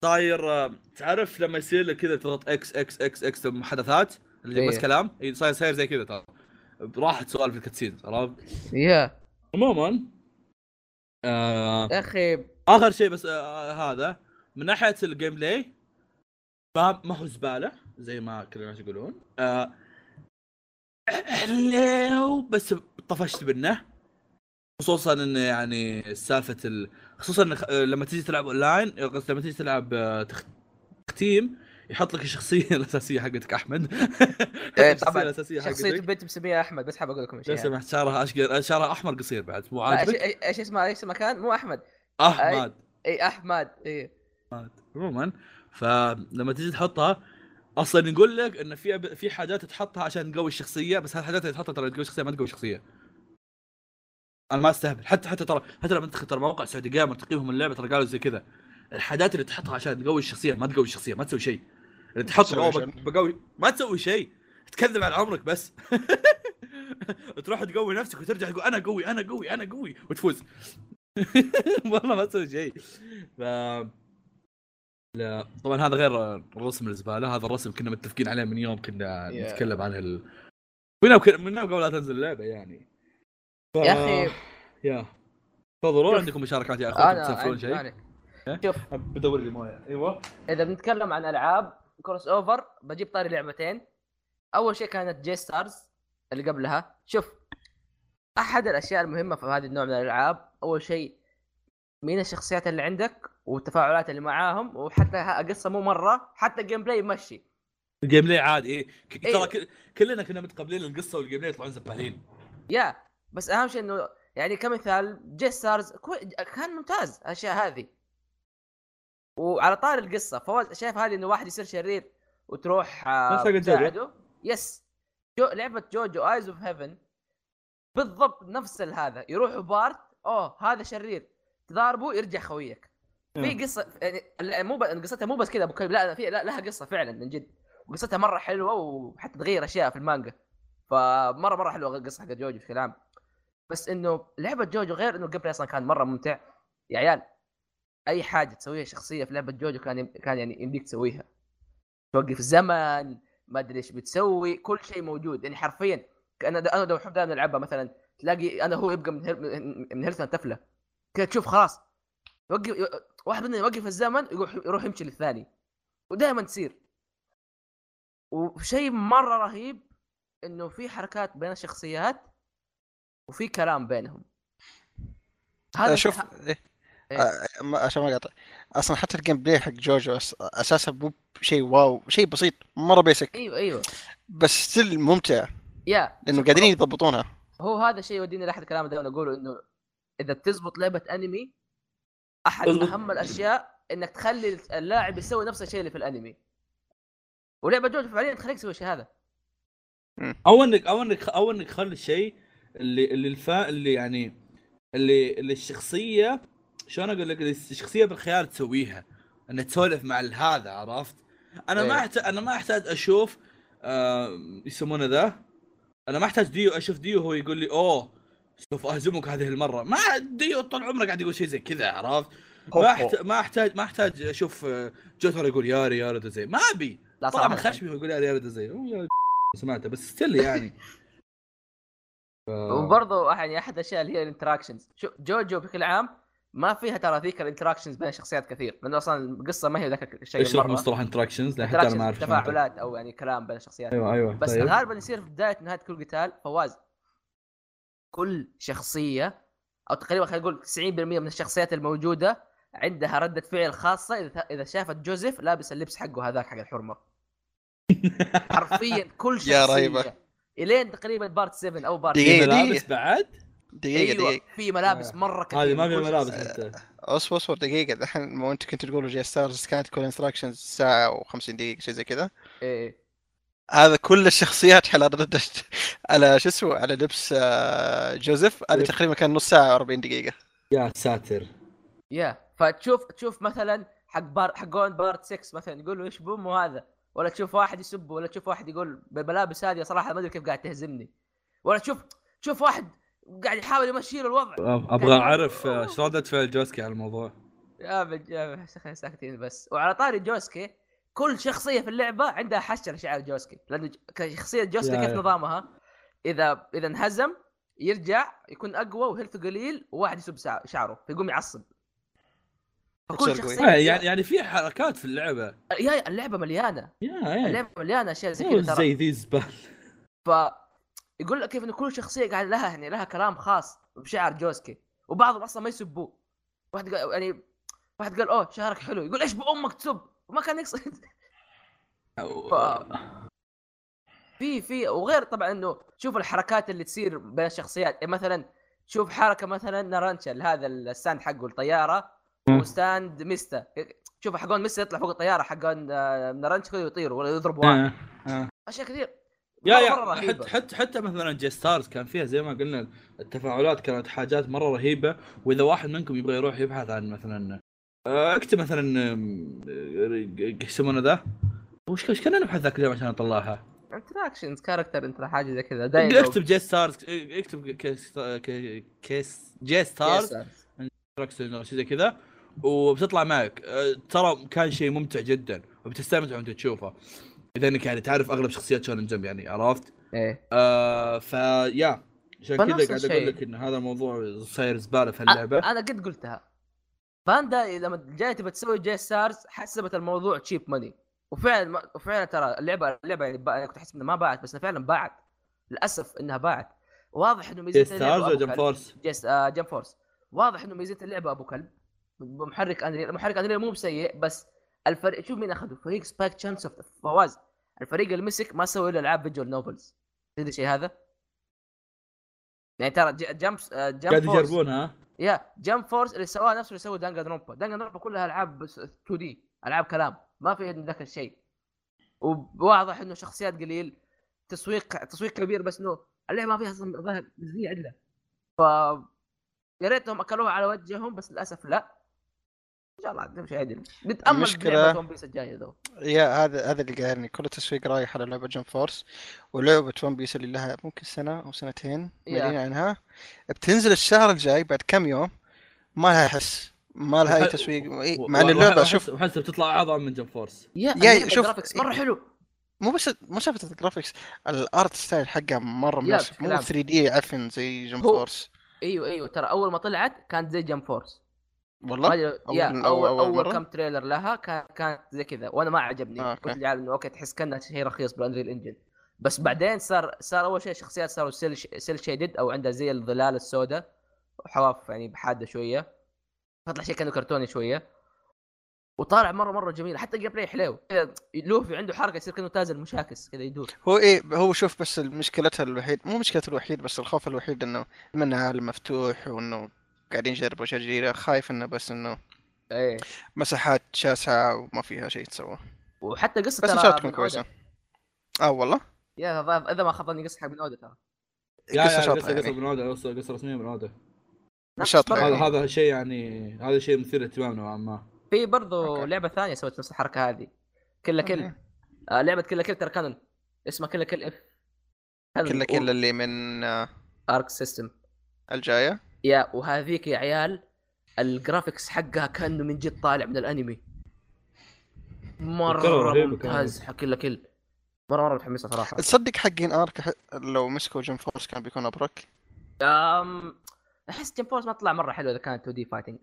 Speaker 2: صاير آه، تعرف لما يصير لك كذا تضغط اكس اكس اكس اكس محادثات اللي
Speaker 1: إيه.
Speaker 2: بس كلام اي صاير صاير زي كذا ترى راحت سؤال في الكتسين عرفت
Speaker 1: يا
Speaker 2: عموما آه
Speaker 1: يا اخي
Speaker 2: اخر شيء بس آه هذا من ناحيه الجيم بلاي ما ما هو زباله زي ما كل الناس يقولون آه حلو بس طفشت منه خصوصا انه يعني سالفه ال... خصوصا إن خ- آه، لما تيجي تلعب اونلاين قصدي لما تيجي تلعب آه، تخ- تختيم يحط لك الشخصيه الاساسيه حقتك احمد يحط
Speaker 1: إيه،
Speaker 2: لك الشخصية
Speaker 1: طبعاً.
Speaker 2: الاساسيه
Speaker 1: شخصية
Speaker 2: حقتك
Speaker 1: البنت مسميها احمد بس حاب اقول لكم شيء
Speaker 2: لو
Speaker 1: يعني.
Speaker 2: سمحت شعرها اشقر شعرها احمر قصير بعد مو
Speaker 1: لا،
Speaker 2: عاجبك
Speaker 1: ايش ايش اسمها ايش اسمها كان مو إيه، احمد
Speaker 2: احمد
Speaker 1: اي احمد اي
Speaker 2: عموما فلما تجي تحطها اصلا يقول لك ان في أب- في حاجات تحطها عشان تقوي الشخصيه بس هالحاجات اللي تحطها ترى تقوي الشخصيه ما تقوي الشخصيه انا ما استهبل حتى حتى ترى حتى لما تدخل ترى موقع سعودي جيمر تقييمهم اللعبه ترى قالوا زي كذا الحاجات اللي تحطها عشان تقوي الشخصيه ما تقوي الشخصيه ما تسوي شيء اللي تحطها
Speaker 3: تسوي
Speaker 2: أوه،
Speaker 3: شيء.
Speaker 2: بق- بقوي ما تسوي شيء تكذب على عمرك بس تروح تقوي نفسك وترجع تقول انا قوي انا قوي انا قوي وتفوز والله ما تسوي شيء ف لا طبعا هذا غير الرسم الزباله هذا الرسم كنا متفقين عليه من يوم كنا
Speaker 1: Yeah.
Speaker 2: نتكلم عن ال... من يوم- من يوم قبل لا تنزل اللعبه يعني ف...
Speaker 1: يا أخي.
Speaker 2: يا تفضلوا
Speaker 1: شوف.
Speaker 2: عندكم مشاركات يا اخوان
Speaker 1: انا
Speaker 2: تسافرون
Speaker 1: عندي-
Speaker 2: شيء إيه؟
Speaker 1: أنا.
Speaker 2: بدور لي مويه ايوه
Speaker 1: اذا بنتكلم عن العاب كروس اوفر بجيب طاري لعبتين اول شيء كانت جي ستارز اللي قبلها شوف احد الاشياء المهمه في هذا النوع من الالعاب اول شيء مين الشخصيات اللي عندك والتفاعلات اللي معاهم وحتى ها- قصه مو مره حتى الجيم بلاي يمشي
Speaker 2: الجيم بلاي عادي ايه ك-
Speaker 1: أيوة.
Speaker 2: ترى كل- كلنا كنا متقبلين القصه والجيم بلاي يطلعون زبالين
Speaker 1: يا بس اهم شيء انه يعني كمثال جي ستارز كوي... كان ممتاز الاشياء هذه وعلى طار القصه فواز شايف هذه انه واحد يصير شرير وتروح آه،
Speaker 2: نفس حق الجوجو.
Speaker 1: تساعده يس جو... لعبه جوجو ايز اوف هيفن بالضبط نفس هذا يروح بارت اوه هذا شرير تضاربه يرجع خويك في قصه يعني لا، مو ب... قصتها مو بس كذا أبو كلب، لا لا، في لا لها قصه فعلا من جد قصتها مره حلوه وحتى تغير اشياء في المانجا فمره مره حلوه القصه حق جوجو بشكل عام بس انه لعبه جوجو غير انه الجيم بلاي اصلا كان مره ممتع يا عيال اي حاجه تسويها شخصيه في لعبه جوجو كان يم... كان يعني يمديك تسويها توقف زمن ما ادري ايش بتسوي كل شيء موجود يعني حرفيا انا انا لو احب دائما العبها مثلا تلاقي انا هو يبقى من هير... من هيرثنا تفله كذا تشوف خلاص يوقف واحد منهم يوقف الزمن يروح يروح يمشي للثاني ودائما تصير وشيء مره رهيب انه في حركات بين الشخصيات وفي كلام بينهم هذا
Speaker 3: شوف
Speaker 1: الشيء-
Speaker 3: إيه.
Speaker 1: إيه.
Speaker 3: آه، ما- عشان ما اقاطع اصلا حتى الجيم بلاي حق جوجو أس- اساسا مو شيء واو شيء بسيط مره بيسك
Speaker 1: ايوه ايوه
Speaker 3: بس ستيل ممتع
Speaker 1: يا
Speaker 3: لانه قاعدين يضبطونها
Speaker 1: هو هذا الشيء يوديني لاحد كلام دائما اقوله انه اذا بتزبط لعبه انمي احد
Speaker 2: تزبط.
Speaker 1: اهم الاشياء انك تخلي اللاعب يسوي نفس الشيء اللي في الانمي ولعبه جوجو فعليا تخليك تسوي الشيء هذا
Speaker 2: او انك او انك او انك خلي الشيء اللي اللي الفا اللي يعني اللي اللي الشخصيه شلون اقول لك اللي الشخصيه بالخيال تسويها انها تسولف مع هذا عرفت؟ انا ما
Speaker 1: إيه.
Speaker 2: أحتاج انا ما احتاج اشوف آه يسمونه ذا انا ما احتاج ديو اشوف ديو هو يقول لي اوه سوف اهزمك هذه المره ما ديو طول عمره قاعد يقول شيء زي كذا عرفت؟ ما أحت... ما احتاج ما احتاج اشوف آه، جوتر يقول يا ريال زي ما ابي
Speaker 1: لا
Speaker 2: طبعا
Speaker 1: صراحة.
Speaker 2: خشمي يقول يا ريال زي سمعته بس ستيل يعني ف...
Speaker 1: وبرضه أح- يعني احد الاشياء اللي هي الانتراكشنز شو جوجو بشكل عام ما فيها ترى ذيك الانتراكشنز بين الشخصيات كثير لانه اصلا القصه ما هي ذاك الشيء
Speaker 2: اشرح
Speaker 1: مرة.
Speaker 2: مصطلح انتراكشنز لحتى انا ما
Speaker 1: interactions
Speaker 2: اعرف شلون أنت-
Speaker 1: تفاعلات او يعني كلام بين الشخصيات
Speaker 2: ايوه ايوه
Speaker 1: بس
Speaker 2: طيب.
Speaker 1: غالبا يصير في بدايه نهايه كل قتال فواز كل شخصيه او تقريبا خلينا نقول 90% من الشخصيات الموجوده عندها رده فعل خاصه اذا اذا شافت جوزيف لابس اللبس حقه هذاك حق الحرمه حرفيا كل شخصيه
Speaker 3: يا رهيبة.
Speaker 1: الين تقريبا بارت 7 او بارت
Speaker 2: في
Speaker 3: دقيقة،
Speaker 1: 8.
Speaker 2: إيه، ملابس بعد أيوة.
Speaker 3: دقيقه
Speaker 1: ايوه
Speaker 3: دقيقه
Speaker 1: في ملابس مره كثير
Speaker 2: هذه ما
Speaker 1: لكل
Speaker 2: فيها
Speaker 1: شخصية.
Speaker 2: ملابس حتى
Speaker 3: اصبر اصبر دقيقه دحين ما انت كنت تقول جي ستارز كانت كل انستراكشنز ساعه و50 دقيقه شيء زي كذا
Speaker 1: ايه
Speaker 3: هذا كل الشخصيات على ردة على شو اسمه على لبس آه، جوزيف هذا تقريبا كان نص ساعه و40 دقيقه
Speaker 2: يا ساتر
Speaker 1: يا فتشوف تشوف مثلا حق بار حقون بارت 6 مثلا يقول له ايش بومه هذا ولا تشوف واحد يسبه ولا تشوف واحد يقول بالملابس هذه صراحه ما ادري كيف قاعد تهزمني ولا تشوف تشوف واحد قاعد يحاول يمشي له الوضع
Speaker 2: أب- ابغى اعرف آه، شلون ردة فعل جوسكي على الموضوع
Speaker 1: يا بج... يا بج- خلينا ساكتين بس وعلى طاري جوسكي كل شخصيه في اللعبه عندها حشر شعار جوسكي لانه ج- كشخصيه جوسكي
Speaker 2: يا-
Speaker 1: كيف
Speaker 2: يا.
Speaker 1: نظامها اذا اذا انهزم يرجع يكون اقوى وهيلث قليل وواحد يسب سع- شعره فيقوم يعصب فكل
Speaker 3: يصير قوي.
Speaker 1: شخصيه
Speaker 2: آه، يعني يعني في حركات في اللعبه
Speaker 1: يا يا اللعبه مليانه
Speaker 2: يا يا
Speaker 1: اللعبه مليانه اشياء زي
Speaker 2: إيه. مو
Speaker 1: كذا ترى
Speaker 2: زي ذي الزبال
Speaker 1: ف يقول لك كيف ان كل شخصيه قاعد لها يعني لها كلام خاص بشعر جوسكي وبعضهم اصلا ما يسبوه واحد قال يعني واحد قال اوه شعرك حلو يقول ايش بامك تسب وما كان يقصد
Speaker 2: إيه.
Speaker 1: في في وغير طبعا انه شوف الحركات اللي تصير بين الشخصيات يعني مثلا شوف حركه مثلا نارانشال هذا الستاند حقه الطياره وستاند ميستا شوف حقون ميستا يطلع فوق الطياره حقون آه، نارانشال يطيروا ولا يضربوا واحد
Speaker 2: آه.
Speaker 1: اشياء كثير
Speaker 2: يا
Speaker 1: مرة-
Speaker 2: يا
Speaker 1: مرة رهيبة.
Speaker 2: حتى حتى حتى مثلا جي ستارز كان فيها زي ما قلنا التفاعلات كانت حاجات مره رهيبه واذا واحد منكم يبغى يروح يبحث عن مثلا آه، اكتب مثلا آم، آه، ايش يسمونه ذا؟ وش وش كنا نبحث ذاك اليوم عشان اطلعها؟
Speaker 1: انتراكشنز كاركتر انت حاجه زي كذا dialogue.
Speaker 2: اكتب جي ستارز اكتب كيس كيس جي ستارز تراكسون او شيء زي كذا وبتطلع معك أه، ترى كان شيء ممتع جدا وبتستمتع وانت تشوفه اذا انك يعني تعرف اغلب شخصيات شونن جمب يعني عرفت؟
Speaker 1: ايه
Speaker 2: آه فيا عشان
Speaker 1: فنفس
Speaker 2: كذا قاعد
Speaker 1: الشيء.
Speaker 2: اقول لك ان هذا الموضوع صاير زباله في اللعبه
Speaker 1: انا قد قلتها باندا لما جاي تبى تسوي جي ستارز حسبت الموضوع تشيب ماني وفعلا ما- وفعلا ترى اللعبه اللعبه يعني با- انا كنت احسب انها ما باعت بس انها فعلا باعت للاسف انها باعت واضح انه ميزه
Speaker 2: جي ستارز ولا جمب فورس
Speaker 1: جيس آه جمب فورس واضح انه ميزه اللعبه ابو كلب بمحرك انريل محرك انريل مو بسيء بس الفريق شوف مين اخذه فريق سبايك تشانس اوف فواز الفريق اللي مسك ما سوى الا العاب فيجوال نوفلز تدري شيء هذا؟ يعني ترى ج- جمب آه، جمب
Speaker 2: قاعد
Speaker 1: فورس
Speaker 2: يجربونها ها؟
Speaker 1: يا جمب فورس اللي سواه نفسه اللي سوى دانجا رومبا دانجا رومبا كلها العاب 2 دي العاب كلام ما في عندهم ذاك الشيء وواضح انه شخصيات قليل تسويق تسويق كبير بس انه اللعبه ما فيها اصلا ظاهر ميزانيه عدله ف يا ريتهم اكلوها على وجههم بس للاسف لا ان شاء الله عاد نمشي عدل نتامل
Speaker 3: المشكلة-
Speaker 1: لعبه ون بيس الجايه ذو
Speaker 3: يا هذا هذا اللي قاهرني كل التسويق رايح على لعبه جمب فورس ولعبه ون بيس اللي لها ممكن سنه او سنتين
Speaker 1: يا.
Speaker 3: مالين عنها بتنزل الشهر الجاي بعد كم يوم ما لها حس ما لها اي
Speaker 6: وح-
Speaker 3: تسويق إيه،
Speaker 6: و-
Speaker 3: مع ان
Speaker 6: و-
Speaker 3: اللعبه
Speaker 6: وأحس-
Speaker 3: شوف
Speaker 6: وأحس بتطلع اعظم من جمب فورس
Speaker 1: يا
Speaker 3: يا
Speaker 1: اللعبة
Speaker 3: شوف-
Speaker 1: جرافيكس مره يعني حلو
Speaker 3: مو بس مو سالفه الجرافيكس الارت ستايل حقها مره
Speaker 1: يا،
Speaker 3: مناسب
Speaker 1: بشكل
Speaker 3: مو
Speaker 1: عام.
Speaker 3: 3 دي عفن زي جمب
Speaker 1: هو-
Speaker 3: فورس
Speaker 1: ايوه ايوه ترى اول ما طلعت كانت زي جمب فورس ما
Speaker 3: والله
Speaker 1: أدري- يا
Speaker 3: أول-
Speaker 1: اول
Speaker 3: أول-
Speaker 1: اول,
Speaker 3: أول
Speaker 1: أول
Speaker 3: مرة؟
Speaker 1: كم تريلر لها كان- كانت زي كذا وانا ما عجبني
Speaker 3: آه،
Speaker 1: قلت
Speaker 3: أوكي.
Speaker 1: للعيال انه اوكي تحس كانها شيء رخيص بالانريل انجن بس بعدين صار صار اول شيء الشخصيات صاروا سيل سيل شيدد او عندها زي الظلال السوداء وحواف يعني حاده شويه فطلع شيء كانه كرتوني شويه وطالع مره مره جميل حتى الجيم بلاي حلو كذا لوفي عنده حركه يصير كانه تازل مشاكس كذا يدور
Speaker 3: هو ايه هو شوف بس مشكلتها الوحيد مو مشكلتها الوحيد بس الخوف الوحيد انه بما انه عالم مفتوح وانه قاعدين يجربوا اشياء جديده خايف انه بس انه
Speaker 1: ايه
Speaker 3: مساحات شاسعه وما فيها شيء تسوى
Speaker 1: وحتى قصه
Speaker 3: بس ان شاء الله تكون كويسه اه والله
Speaker 1: يا الظاهر اذا ما خطرني قصه حق من اودا ترى
Speaker 6: يا
Speaker 3: قصة
Speaker 6: يا
Speaker 3: شاطحة
Speaker 6: قصه قصه
Speaker 3: يعني.
Speaker 6: من عوده قصه قصة رسميه من عوده
Speaker 1: نفس
Speaker 3: شاطر
Speaker 1: برضو-
Speaker 6: هذا
Speaker 3: يعني.
Speaker 6: هذا شيء يعني هذا شيء مثير اهتمام نوعا ما
Speaker 1: في برضو
Speaker 3: أوكي.
Speaker 1: لعبه ثانيه سوت نفس الحركه هذه كلا كل
Speaker 3: أوكي.
Speaker 1: آه لعبه كلا كل ترى كانون اسمها كلا كل اف
Speaker 3: كلا كلا اللي من آه،
Speaker 1: ارك سيستم
Speaker 3: الجايه
Speaker 1: يا وهذيك يا عيال الجرافيكس حقها كانه من جد طالع من الانمي
Speaker 6: ترى
Speaker 1: مره
Speaker 6: رهيبة
Speaker 1: ممتاز حق كلا كل مره مره متحمسه صراحه
Speaker 3: تصدق حقين ارك أح- لو مسكوا جيم فورس كان بيكون ابرك
Speaker 1: أم... احس جيم فورس ما طلع مره حلو اذا كانت 2 دي فايتنج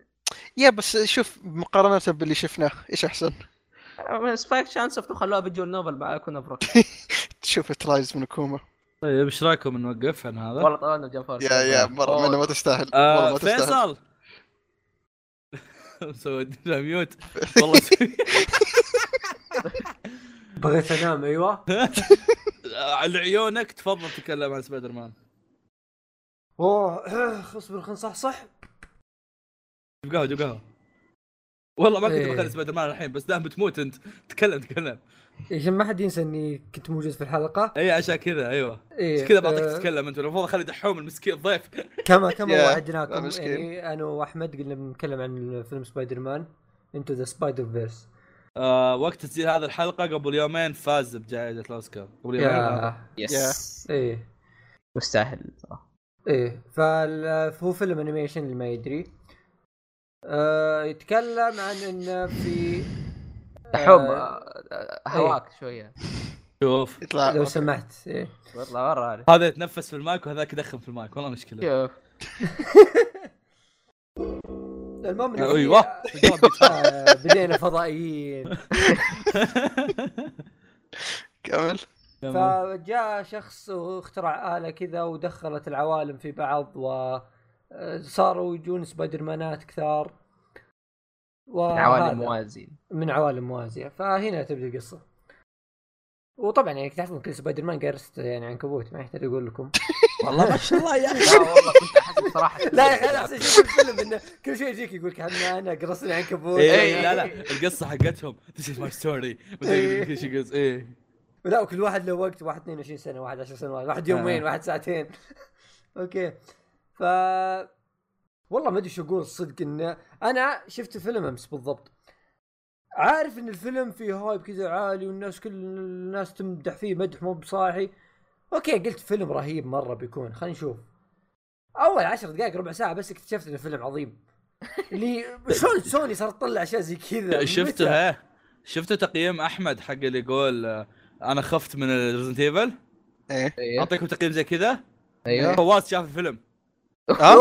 Speaker 3: يا بس شوف مقارنه باللي شفناه ايش احسن
Speaker 1: سبايك شانس اوف خلوها فيجوال نوفل مع كنا بروك
Speaker 3: تشوف ترايز من كوما
Speaker 2: طيب ايش رايكم نوقف عن هذا؟
Speaker 1: والله طولنا بجيم فورس
Speaker 3: يا يا مره
Speaker 1: أوه.
Speaker 3: منه ما تستاهل والله
Speaker 2: آه
Speaker 3: ما تستاهل
Speaker 2: فيصل سويت له ميوت والله سوي-
Speaker 4: بغيت انام ايوه
Speaker 2: آه، على عيونك تفضل تكلم عن سبايدر مان
Speaker 4: اوه اصبر خلنا صح
Speaker 2: جيب قهوه جيب قهوه والله ما كنت
Speaker 4: إيه.
Speaker 2: بخلي سبايدر مان الحين بس دام بتموت انت تكلم تكلم
Speaker 4: عشان إيه، ما حد ينسى اني كنت موجود في الحلقه
Speaker 2: اي عشان كذا ايوه
Speaker 4: ايه
Speaker 2: عشان كذا بعطيك
Speaker 4: آه،
Speaker 2: تتكلم انت المفروض اخلي دحوم المسكين الضيف
Speaker 4: كما كما
Speaker 3: يا،
Speaker 4: وعدناكم
Speaker 3: مسكين.
Speaker 4: يعني انا واحمد قلنا بنتكلم عن فيلم سبايدر مان انتو ذا سبايدر فيرس
Speaker 2: آه وقت تسجيل هذه الحلقه قبل يومين فاز بجائزه الاوسكار قبل يومين هذا.
Speaker 4: يا
Speaker 1: يس
Speaker 4: ايه
Speaker 1: مستاهل صراحه
Speaker 4: ايه فال- فهو فيلم انيميشن اللي ما يدري آه يتكلم عن انه في
Speaker 1: دحوم
Speaker 4: آه،
Speaker 1: آه، آه، هواك شويه
Speaker 2: شوف
Speaker 3: يطلع
Speaker 4: لو سمحت إيه.
Speaker 1: والله مره عارف
Speaker 2: هذا يتنفس في المايك وهذاك يدخن في المايك والله مشكله
Speaker 1: شوف
Speaker 4: المهم إنه في-
Speaker 2: ايوه الجواب بيت-
Speaker 4: آه، بدينا فضائيين
Speaker 3: كمل
Speaker 4: فجاء شخص واخترع آلة كذا ودخلت العوالم في بعض و آه، صاروا يجون سبايدر مانات كثار وهذا-
Speaker 1: عوالم موازين
Speaker 4: من عوالم موازية فهنا تبدا القصة وطبعا يعني تعرفون كل سبايدر مان قرص يعني عنكبوت ما يحتاج اقول لكم
Speaker 2: والله ما شاء الله يا
Speaker 1: لا والله كنت احس صراحه
Speaker 4: لا يا اخي انا احسن شيء في الفيلم انه كل شيء يجيك يقول لك انا انا قرصني عنكبوت
Speaker 2: اي إيه، لا لا القصه حقتهم this is my story
Speaker 4: إيه.
Speaker 2: مدري ايش يقص ايه
Speaker 4: لا وكل واحد له وقت واحد 22 سنه واحد 10 سنوات واحد يومين
Speaker 2: آه.
Speaker 4: واحد ساعتين اوكي ف والله ما ادري شو اقول صدق انه انا شفت الفيلم امس بالضبط عارف ان الفيلم فيه هايب كذا عالي والناس كل الناس تمدح فيه مدح مو بصاحي اوكي قلت فيلم رهيب مره بيكون خلينا نشوف اول عشر دقائق ربع ساعه بس اكتشفت ان الفيلم عظيم اللي شلون سوني صارت تطلع اشياء زي كذا متى؟
Speaker 2: شفته ها شفته إيه، تقييم احمد حق اللي يقول آه، انا خفت من ريزنت ايفل
Speaker 3: ايه
Speaker 1: ايوه
Speaker 2: اعطيكم تقييم زي كذا
Speaker 1: ايوه
Speaker 2: فواز شاف الفيلم
Speaker 3: ها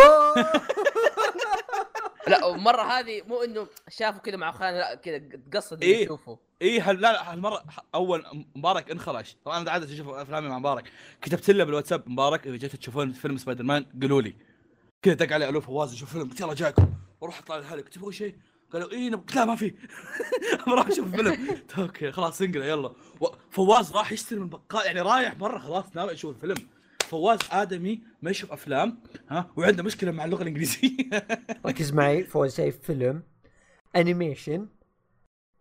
Speaker 1: لا والمره هذه مو انه شافوا كذا مع خلاني لا كذا تقصد
Speaker 2: إيه.
Speaker 1: يشوفوا
Speaker 2: اي هل لا لا هالمره ح- اول مبارك انخرش طبعا انا عاده اشوف افلامي مع مبارك كتبت له بالواتساب مبارك اذا جيتوا تشوفون فيلم سبايدر مان قولوا لي كذا دق علي الو فواز شوف فيلم قلت يلا جاكم واروح اطلع لحالي قلت تبغوا شيء قالوا اي نب... لا ما في بروح اشوف فيلم قلت اوكي خلاص انقلع يلا و- فواز راح يشتري من بقال يعني رايح مره خلاص ناوي اشوف الفيلم فواز ادمي ما يشوف افلام ها وعنده مشكله مع اللغه الانجليزيه
Speaker 4: ركز معي فوز شايف فيلم انيميشن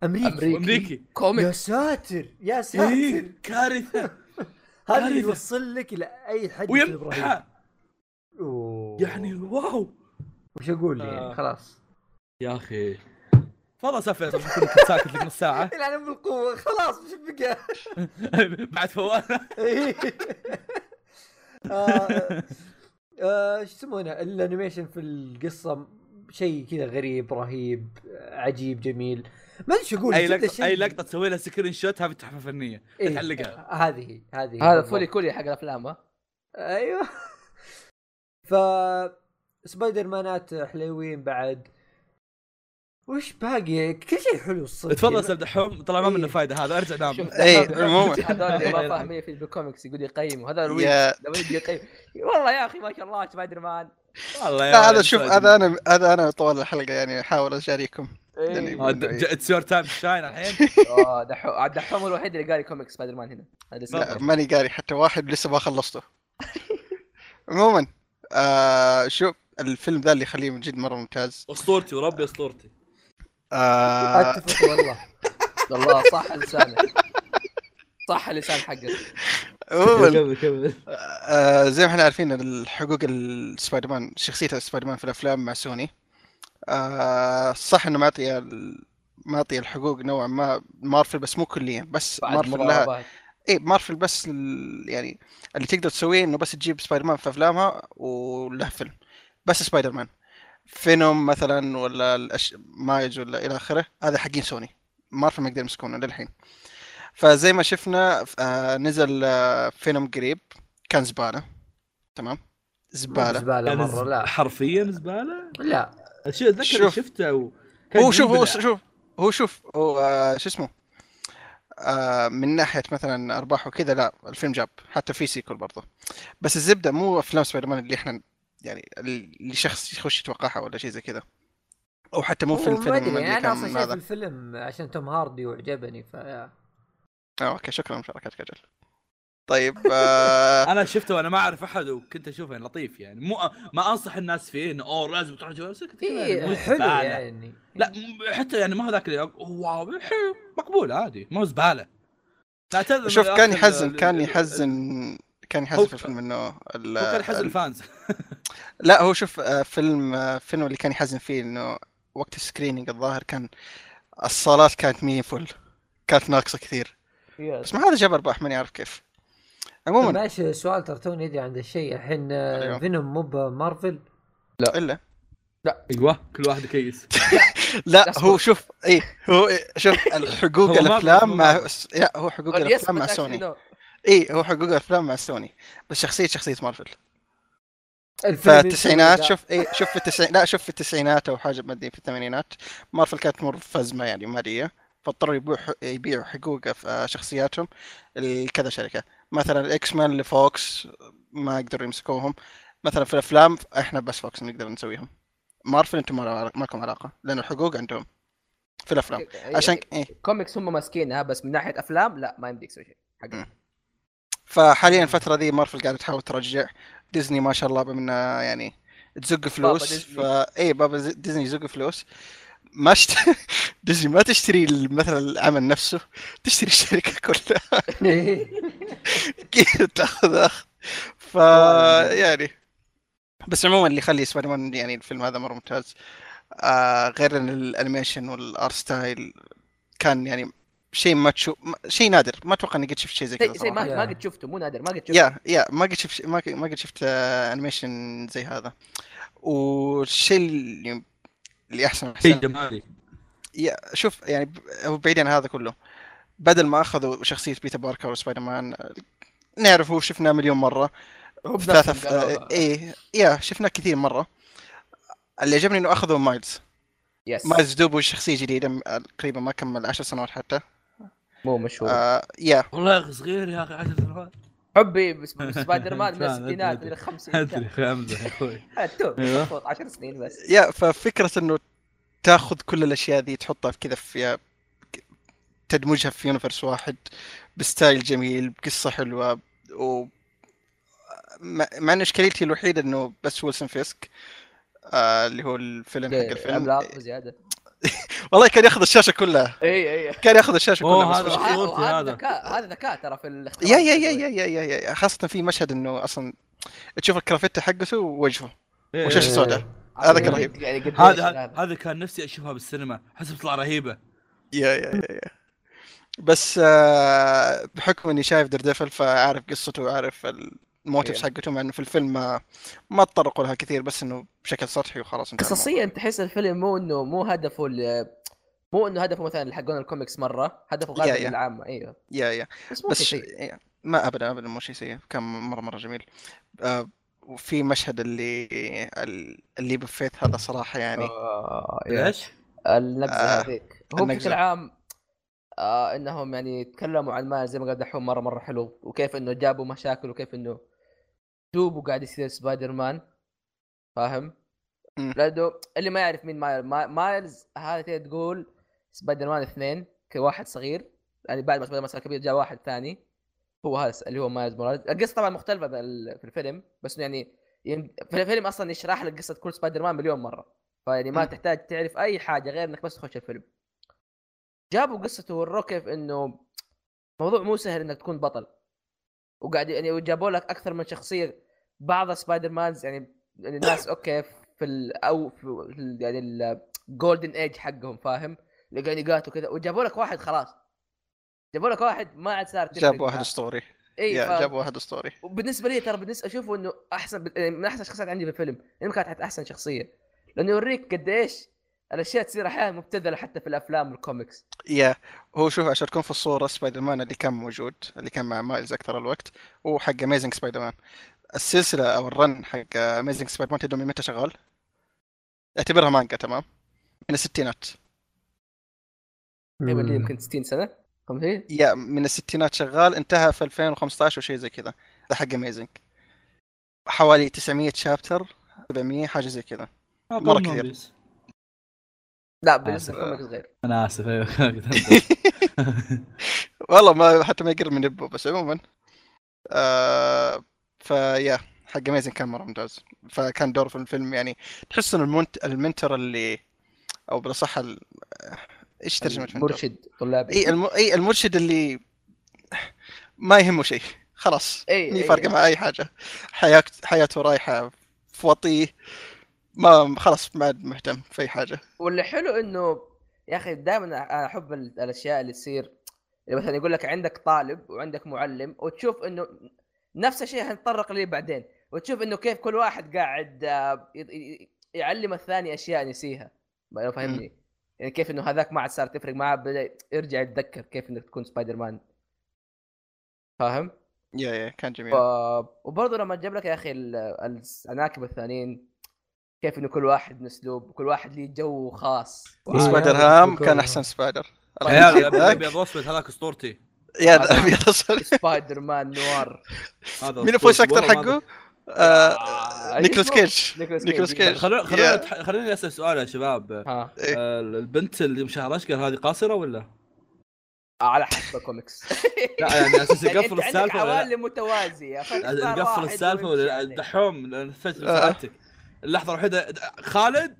Speaker 4: امريكي
Speaker 2: امريكي
Speaker 4: يا
Speaker 1: كوميك
Speaker 4: ساتر يا ساتر
Speaker 2: اي كارثه
Speaker 4: هذا اللي
Speaker 2: كارثة.
Speaker 4: يوصل لك الى اي حد في ابراهيم
Speaker 2: ويمحى
Speaker 4: أوه.
Speaker 2: يعني واو
Speaker 1: آه.
Speaker 4: وش اقول يعني
Speaker 1: خلاص
Speaker 2: يا اخي تفضل سافر عشان كنت ساكت لك نص ساعه
Speaker 5: يلعن بالقوه إيه، خلاص مش بقى
Speaker 2: بعد فواز
Speaker 5: إيه. آه، آه، شو يسمونه الانيميشن في القصه شيء كذا غريب رهيب آه، عجيب جميل ما ادري شو اقول
Speaker 2: اي
Speaker 5: جدا
Speaker 2: لقطه
Speaker 5: شيء-
Speaker 2: اي لقطه تسوي لها سكرين شوت هذه تحفه فنيه
Speaker 5: إيه،
Speaker 2: تعلقها
Speaker 5: آه، هذه هي، هذه هي
Speaker 1: هذا
Speaker 5: بالضبط.
Speaker 1: فولي كولي حق الافلام ها
Speaker 5: ايوه
Speaker 4: أيوه.
Speaker 5: ف سبايدر مانات حلوين بعد وش باقي كل شيء حلو الصدق
Speaker 2: تفضل سيد دحوم طلع ما منه
Speaker 5: إيه.
Speaker 2: فايده هذا ارجع نام
Speaker 1: شوف
Speaker 3: إيه،
Speaker 1: هذول-
Speaker 3: عموماً.
Speaker 1: هذول اللي
Speaker 2: الله
Speaker 1: ما
Speaker 2: يرحمه.
Speaker 1: فاهمين في الكوميكس يقول يقيم وهذا الويل
Speaker 3: يا
Speaker 1: لما يجي يقيم والله يا اخي ما شاء الله سبايدر مان
Speaker 2: والله يا
Speaker 3: لا، هذا
Speaker 2: ولد
Speaker 3: شوف
Speaker 2: سعد.
Speaker 3: هذا انا هذا انا طوال الحلقه يعني احاول اشارككم
Speaker 1: إيه.
Speaker 2: آه، د- ج- It's your time to shine الحين
Speaker 1: آه، دحو- عاد دحوم الوحيد اللي قاري كوميكس سبايدر مان هنا هذا
Speaker 3: لا
Speaker 1: السبب.
Speaker 3: ماني قاري حتى واحد لسه ما خلصته عموما آه شوف الفيلم ذا اللي يخليه من جد مره ممتاز
Speaker 6: اسطورتي وربي اسطورتي
Speaker 3: آه
Speaker 5: اتفق والله
Speaker 1: والله صح لسانك صح لسان حقك
Speaker 3: عموما
Speaker 6: كمل
Speaker 3: آه، زي ما احنا عارفين الحقوق السبايدر مان شخصية السبايدر مان في الأفلام مع سوني آه، صح إنه معطي ال- معطي الحقوق نوعا ما مارفل بس مو كليا بس
Speaker 1: بعد
Speaker 3: مارفل لها
Speaker 1: مضاربات
Speaker 3: اي إيه، مارفل بس ال- يعني اللي تقدر تسويه انه بس تجيب سبايدر مان في افلامها وله فيلم بس سبايدر مان فينوم مثلا ولا الأش... مايج ولا الى اخره هذا حقين سوني مارفل ما يقدر يمسكونه للحين فزي ما شفنا آه، نزل آه، فينوم قريب كان زباله تمام زباله
Speaker 4: زباله مره لا
Speaker 6: حرفيا زباله
Speaker 4: لا
Speaker 6: الشيء اتذكر
Speaker 3: شوف.
Speaker 6: شفته و... كان
Speaker 3: هو شوف هو
Speaker 6: يبلع.
Speaker 3: شوف هو شوف هو آه، شو اسمه آه، من ناحيه مثلا ارباح وكذا لا الفيلم جاب حتى في سيكول برضه بس الزبده مو افلام سبايدر مان اللي احنا يعني اللي شخص يخش يتوقعها ولا شيء زي كذا او حتى مو فيلم
Speaker 4: ما
Speaker 3: فيلم
Speaker 4: ادري
Speaker 3: اللي
Speaker 4: انا اصلا
Speaker 3: كان
Speaker 4: شايف
Speaker 3: هذا
Speaker 4: الفيلم عشان توم هاردي وعجبني ف
Speaker 2: إيه،
Speaker 3: آه، اوكي شكرا لمشاركتك اجل طيب آه،
Speaker 2: انا شفته وانا ما اعرف احد وكنت اشوفه يعني لطيف يعني مو ما انصح الناس فيه انه اوه لازم تروح تشوفه بس كنت كذا يعني
Speaker 4: إيه،
Speaker 2: مو
Speaker 4: حلو
Speaker 2: زبالة.
Speaker 4: يعني
Speaker 2: لا م- حتى يعني ما هو ذاك اللي واو حلو مقبول عادي مو زباله تعتذر من
Speaker 3: شوف كان
Speaker 2: الأخ
Speaker 3: يحزن
Speaker 2: ال-
Speaker 3: كان
Speaker 2: ال-
Speaker 3: يحزن كان
Speaker 2: هو-
Speaker 3: يحزن في الفيلم انه ال-
Speaker 2: هو كان يحزن
Speaker 3: ال-
Speaker 2: الفانز
Speaker 3: لا هو شوف آه، فيلم آه، فيلم اللي كان يحزن فيه انه وقت السكريننج الظاهر كان الصالات كانت مين فل كانت ناقصه كثير بس ما هذا جاب ارباح ماني عارف كيف عموما
Speaker 4: ماشي سؤال ترى توني ادري عن ذا الشيء الحين آه،
Speaker 3: أيوه.
Speaker 4: فينوم مو بمارفل
Speaker 3: الا
Speaker 2: ايوه كل واحد كيس
Speaker 3: لا
Speaker 1: لحظة.
Speaker 3: هو شوف اي هو إيه، شوف الحقوق
Speaker 2: هو ما-
Speaker 3: الافلام
Speaker 2: هو Oh,
Speaker 3: مع
Speaker 2: ما-
Speaker 3: لا هو حقوق
Speaker 1: قال
Speaker 3: الافلام مع
Speaker 1: يثبت actually
Speaker 3: سوني
Speaker 1: no.
Speaker 3: اي هو حقوق الافلام مع سوني بس شخصيه شخصيه مارفل
Speaker 4: الفيلم يمكن
Speaker 3: فالتسعينات
Speaker 4: إذا-
Speaker 3: شوف اي شوف في التسعين لا شوف في التسعينات او حاجه ما ادري في الثمانينات مارفل كانت تمر بأزمة يعني ماليه فاضطروا يبيعوا يبيعوا حقوق أف- آه، شخصياتهم لكذا شركه مثلا الاكس مان لفوكس ما قدروا يمسكوهم مثلا في الافلام احنا بس فوكس نقدر نسويهم مارفل انتم ما له- ما لكم علاقه لان الحقوق عندهم
Speaker 1: أيوة،
Speaker 3: في الافلام عشان ك- إيه.
Speaker 1: كوميكس هم ماسكينها بس من ناحيه افلام لا ما يمديك تسوي شيء حق
Speaker 3: فحاليا الفتره دي مارفل قاعده تحاول ترجع ديزني ما شاء الله بمنا يعني تزق فلوس
Speaker 1: ديزني.
Speaker 3: فا اي بابا ز- ديزني يزق فلوس ما شت... ديزني ما تشتري ال- مثلا العمل نفسه تشتري الشركه كلها
Speaker 4: إيه.
Speaker 3: كذا تاخذ اخذ ف يعني بس عموما اللي يخلي سبايدر مان يعني الفيلم هذا مره ممتاز آه غير ان الانيميشن والار ستايل كان يعني شيء ما تشوف شيء نادر ما اتوقع اني قد شفت شيء زي كذا
Speaker 1: شيء شيء
Speaker 3: صراحة.
Speaker 1: إيه، ما ما قد شفته مو نادر ما قد شفته
Speaker 3: يا يا ما قد شفت ما قد- ما قد شفت آه، انيميشن زي هذا والشيء اللي اللي احسن
Speaker 2: شيء
Speaker 3: احسن
Speaker 2: جمالي
Speaker 3: يا شوف يعني ب- هو بعيد عن هذا كله بدل ما اخذوا شخصيه بيتر باركر وسبايدر مان آه، نعرفه وشفناه مليون مره
Speaker 1: هو
Speaker 3: في
Speaker 1: بنفسه
Speaker 3: ثلاثة
Speaker 1: قالوها.
Speaker 3: ايه يا شفناه كثير مره اللي عجبني انه اخذوا مايلز
Speaker 1: يس
Speaker 3: مايلز دوبو شخصيه جديده م- آه، تقريبا ما كمل عشر سنوات حتى
Speaker 1: مو مشهور
Speaker 3: آه يا
Speaker 6: والله يا اخي صغير يا اخي 10 سنوات
Speaker 1: حبي بس- بسبايدر مان من
Speaker 2: فاهم، أدري،
Speaker 1: الستينات
Speaker 2: أدري.
Speaker 1: من الخمسينات
Speaker 2: ادري امزح يا اخوي
Speaker 1: تو
Speaker 2: أيوه.
Speaker 1: مضبوط 10 سنين بس
Speaker 3: يا ففكرة انه تاخذ كل الاشياء ذي تحطها في كذا في تدمجها في يونيفرس واحد بستايل جميل بقصة حلوة و مع مع ان اشكاليتي الوحيدة انه بس ويلسون فيسك آه اللي هو الفيلن
Speaker 1: إيه،
Speaker 3: حق الفيلم
Speaker 1: عملاق زياده
Speaker 3: والله كان ياخذ الشاشة كلها
Speaker 1: اي اي
Speaker 3: كان ياخذ الشاشة
Speaker 2: أوه،
Speaker 3: كلها بس
Speaker 2: هذا
Speaker 3: وش-
Speaker 2: واحد. صورتي هذا.
Speaker 1: هذا ذكاء هذا ذكاء ترى في الاختراع
Speaker 3: يا يا يا يا يا يا يا- خاصة في مشهد انه اصلا تشوف الكرافتة حقته ووجهه
Speaker 2: إيه،
Speaker 3: وشاشة
Speaker 2: إيه.
Speaker 3: سوداء هذا كان رهيب
Speaker 1: يعني قديش
Speaker 2: هذا هذا كان نفسي اشوفها بالسينما احس بتطلع رهيبه
Speaker 3: يا يا يا يا بس آه، بحكم اني شايف دردفل فاعرف قصته واعرف الموتيفز حقته مع انه في الفيلم ما ما تطرقوا لها كثير بس انه بشكل سطحي وخلاص انتهى الموضوع.
Speaker 1: قصصيا تحس الفيلم مو انه مو هدفه ال- مو انه هدفه مثلا حقون الكوميكس مره هدفه
Speaker 3: يا-
Speaker 1: غالبا
Speaker 3: يا.
Speaker 1: العامه ايوه
Speaker 3: يا يا
Speaker 1: بس مو
Speaker 3: بس
Speaker 1: بس
Speaker 3: ش- يا. ما ابدا ابدا مو شيء سيء كان مره مره جميل آه، وفي مشهد اللي ال- اللي بفيت هذا صراحه يعني
Speaker 1: آه،
Speaker 2: ليش؟
Speaker 1: النبذه
Speaker 3: آه،
Speaker 1: هذيك هو
Speaker 3: النبذة.
Speaker 1: بشكل عام آه انهم يعني تكلموا عن ما زي ما قال دحوم مره مره حلو وكيف انه جابوا مشاكل وكيف انه دوبو قاعد يصير سبايدر مان فاهم؟
Speaker 3: مم.
Speaker 1: لانه اللي ما يعرف مين مايل ما- مايلز هذا تقدر تقول سبايدر مان اثنين كواحد صغير يعني بعد ما سبايدر مان صار كبير جاء واحد ثاني هو هذا اللي هو مايلز موراليز القصه طبعا مختلفه بال- في الفيلم بس إنه يعني يعني في الفيلم اصلا يشرح لك قصه كل سبايدر مان مليون مره فيعني ما
Speaker 3: مم.
Speaker 1: تحتاج تعرف اي حاجه غير انك بس تخش الفيلم جابوا قصته وروك كيف انه موضوع مو سهل انك تكون بطل وقاعد يعني وجابوا لك اكثر من شخصيه بعض سبايدر مانز يعني يعني الناس اوكي في ال او في ال- يعني الجولدن ايج حقهم فاهم لقينيقات وكذا وجابوا لك واحد خلاص جابوا لك واحد ما عاد صار تفرق
Speaker 3: جاب واحد
Speaker 1: معاه. إيه،
Speaker 3: اسطوري
Speaker 1: اي
Speaker 3: يا
Speaker 1: ف-
Speaker 3: جاب واحد اسطوري
Speaker 1: وبالنسبه لي ترى بالنسبه اشوفه انه احسن يعني من احسن الشخصيات عندي في الفيلم انه كانت حتى احسن شخصيه لانه يوريك قديش الاشياء تصير احيانا مبتذله حتى في الافلام والكوميكس
Speaker 3: يا هو شوف عشان تكون في الصورة سبايدر مان اللي كان موجود اللي كان مع مايلز أكثر الوقت وحق أميزنج سبايدر مان السلسلة أو الرن حق أميزنج سبايدر مان تدوم من متى شغال؟ اعتبرها مانجا تمام؟ من الستينات
Speaker 1: تقريبا
Speaker 4: إيه،
Speaker 1: لي يمكن 60 سنه 50
Speaker 3: يا من الستينات شغال انتهى في 2015 وشيء زي كذا ده حق أميزنج حوالي 900 شابتر 700 حاجة زي كذا مرة كثير.
Speaker 1: لا بالنسبه للكوميكس غير
Speaker 2: انا اسف ايوه أيوة.
Speaker 3: والله ما حتى ما يقرب من يبه بس عموما آه فيا حق اميزنج كان مره ممتاز فكان دوره في الفيلم يعني تحس انه المنت... المنتر اللي او بالاصح ال... ايش ترجمه المنتر؟
Speaker 1: مرشد طلابي
Speaker 3: اي الم... اي المرشد اللي ما يهمه شيء خلاص
Speaker 1: إي-
Speaker 3: مي
Speaker 1: إي.
Speaker 3: فارقه مع اي حاجه حياة... حياته رايحه في وطيه ما خلاص ما عاد مهتم في اي حاجه
Speaker 1: واللي حلو انه يا اخي دائما انا احب ال- الاشياء اللي تصير اللي مثلا يقول لك عندك طالب وعندك معلم وتشوف انه نفس الشيء هنتطرق ليه بعدين وتشوف انه كيف كل واحد قاعد آه، ي- ي- يعلم الثاني اشياء نسيها ما- لو فهمني يعني كيف انه هذاك ما عاد صار تفرق معاه بدا يرجع يتذكر كيف انك تكون سبايدر مان فاهم؟
Speaker 3: يا يا كان جميل
Speaker 1: ف... وبرضه لما جاب لك يا اخي ال- ال- العناكب الثانيين كيف انه كل واحد من اسلوب وكل واحد ليه جو خاص
Speaker 4: آه،
Speaker 3: سبايدر هام كان احسن سبايدر
Speaker 2: عيال
Speaker 3: الأخير ذاك-
Speaker 2: ابيض واسود طيب. هذاك اسطورتي
Speaker 3: يا
Speaker 1: هذا-
Speaker 3: ابيض اسود
Speaker 1: سبايدر مان نوار
Speaker 2: هذا
Speaker 3: مين الفويس اكتر
Speaker 2: والله ما أدري.
Speaker 3: حقه؟ آه،
Speaker 1: آه،
Speaker 3: نيكولاس
Speaker 1: اسمه؟
Speaker 3: كيج
Speaker 1: نيكولاس
Speaker 3: نيكولاس
Speaker 1: كيج.
Speaker 3: كيج
Speaker 2: خلو-
Speaker 3: يا.
Speaker 2: خلوني أتح- خلوني اسال سؤال يا شباب
Speaker 1: ها
Speaker 3: إيه.
Speaker 2: آه، البنت اللي مشعر اشقر هذه قاصره ولا؟
Speaker 1: على حسب الكوميكس
Speaker 2: لا يعني اساس
Speaker 1: يعني أنت
Speaker 2: يقفل
Speaker 1: عندك
Speaker 2: السالفه ولا لا؟
Speaker 1: عوالم متوازيه فاختار
Speaker 2: نقفل
Speaker 1: واحد
Speaker 2: السالفه
Speaker 1: ويمشي
Speaker 2: ولا
Speaker 1: عليه.
Speaker 2: دحوم لأن فجأة
Speaker 3: آه.
Speaker 2: سألتك. اللحظه الوحيده خالد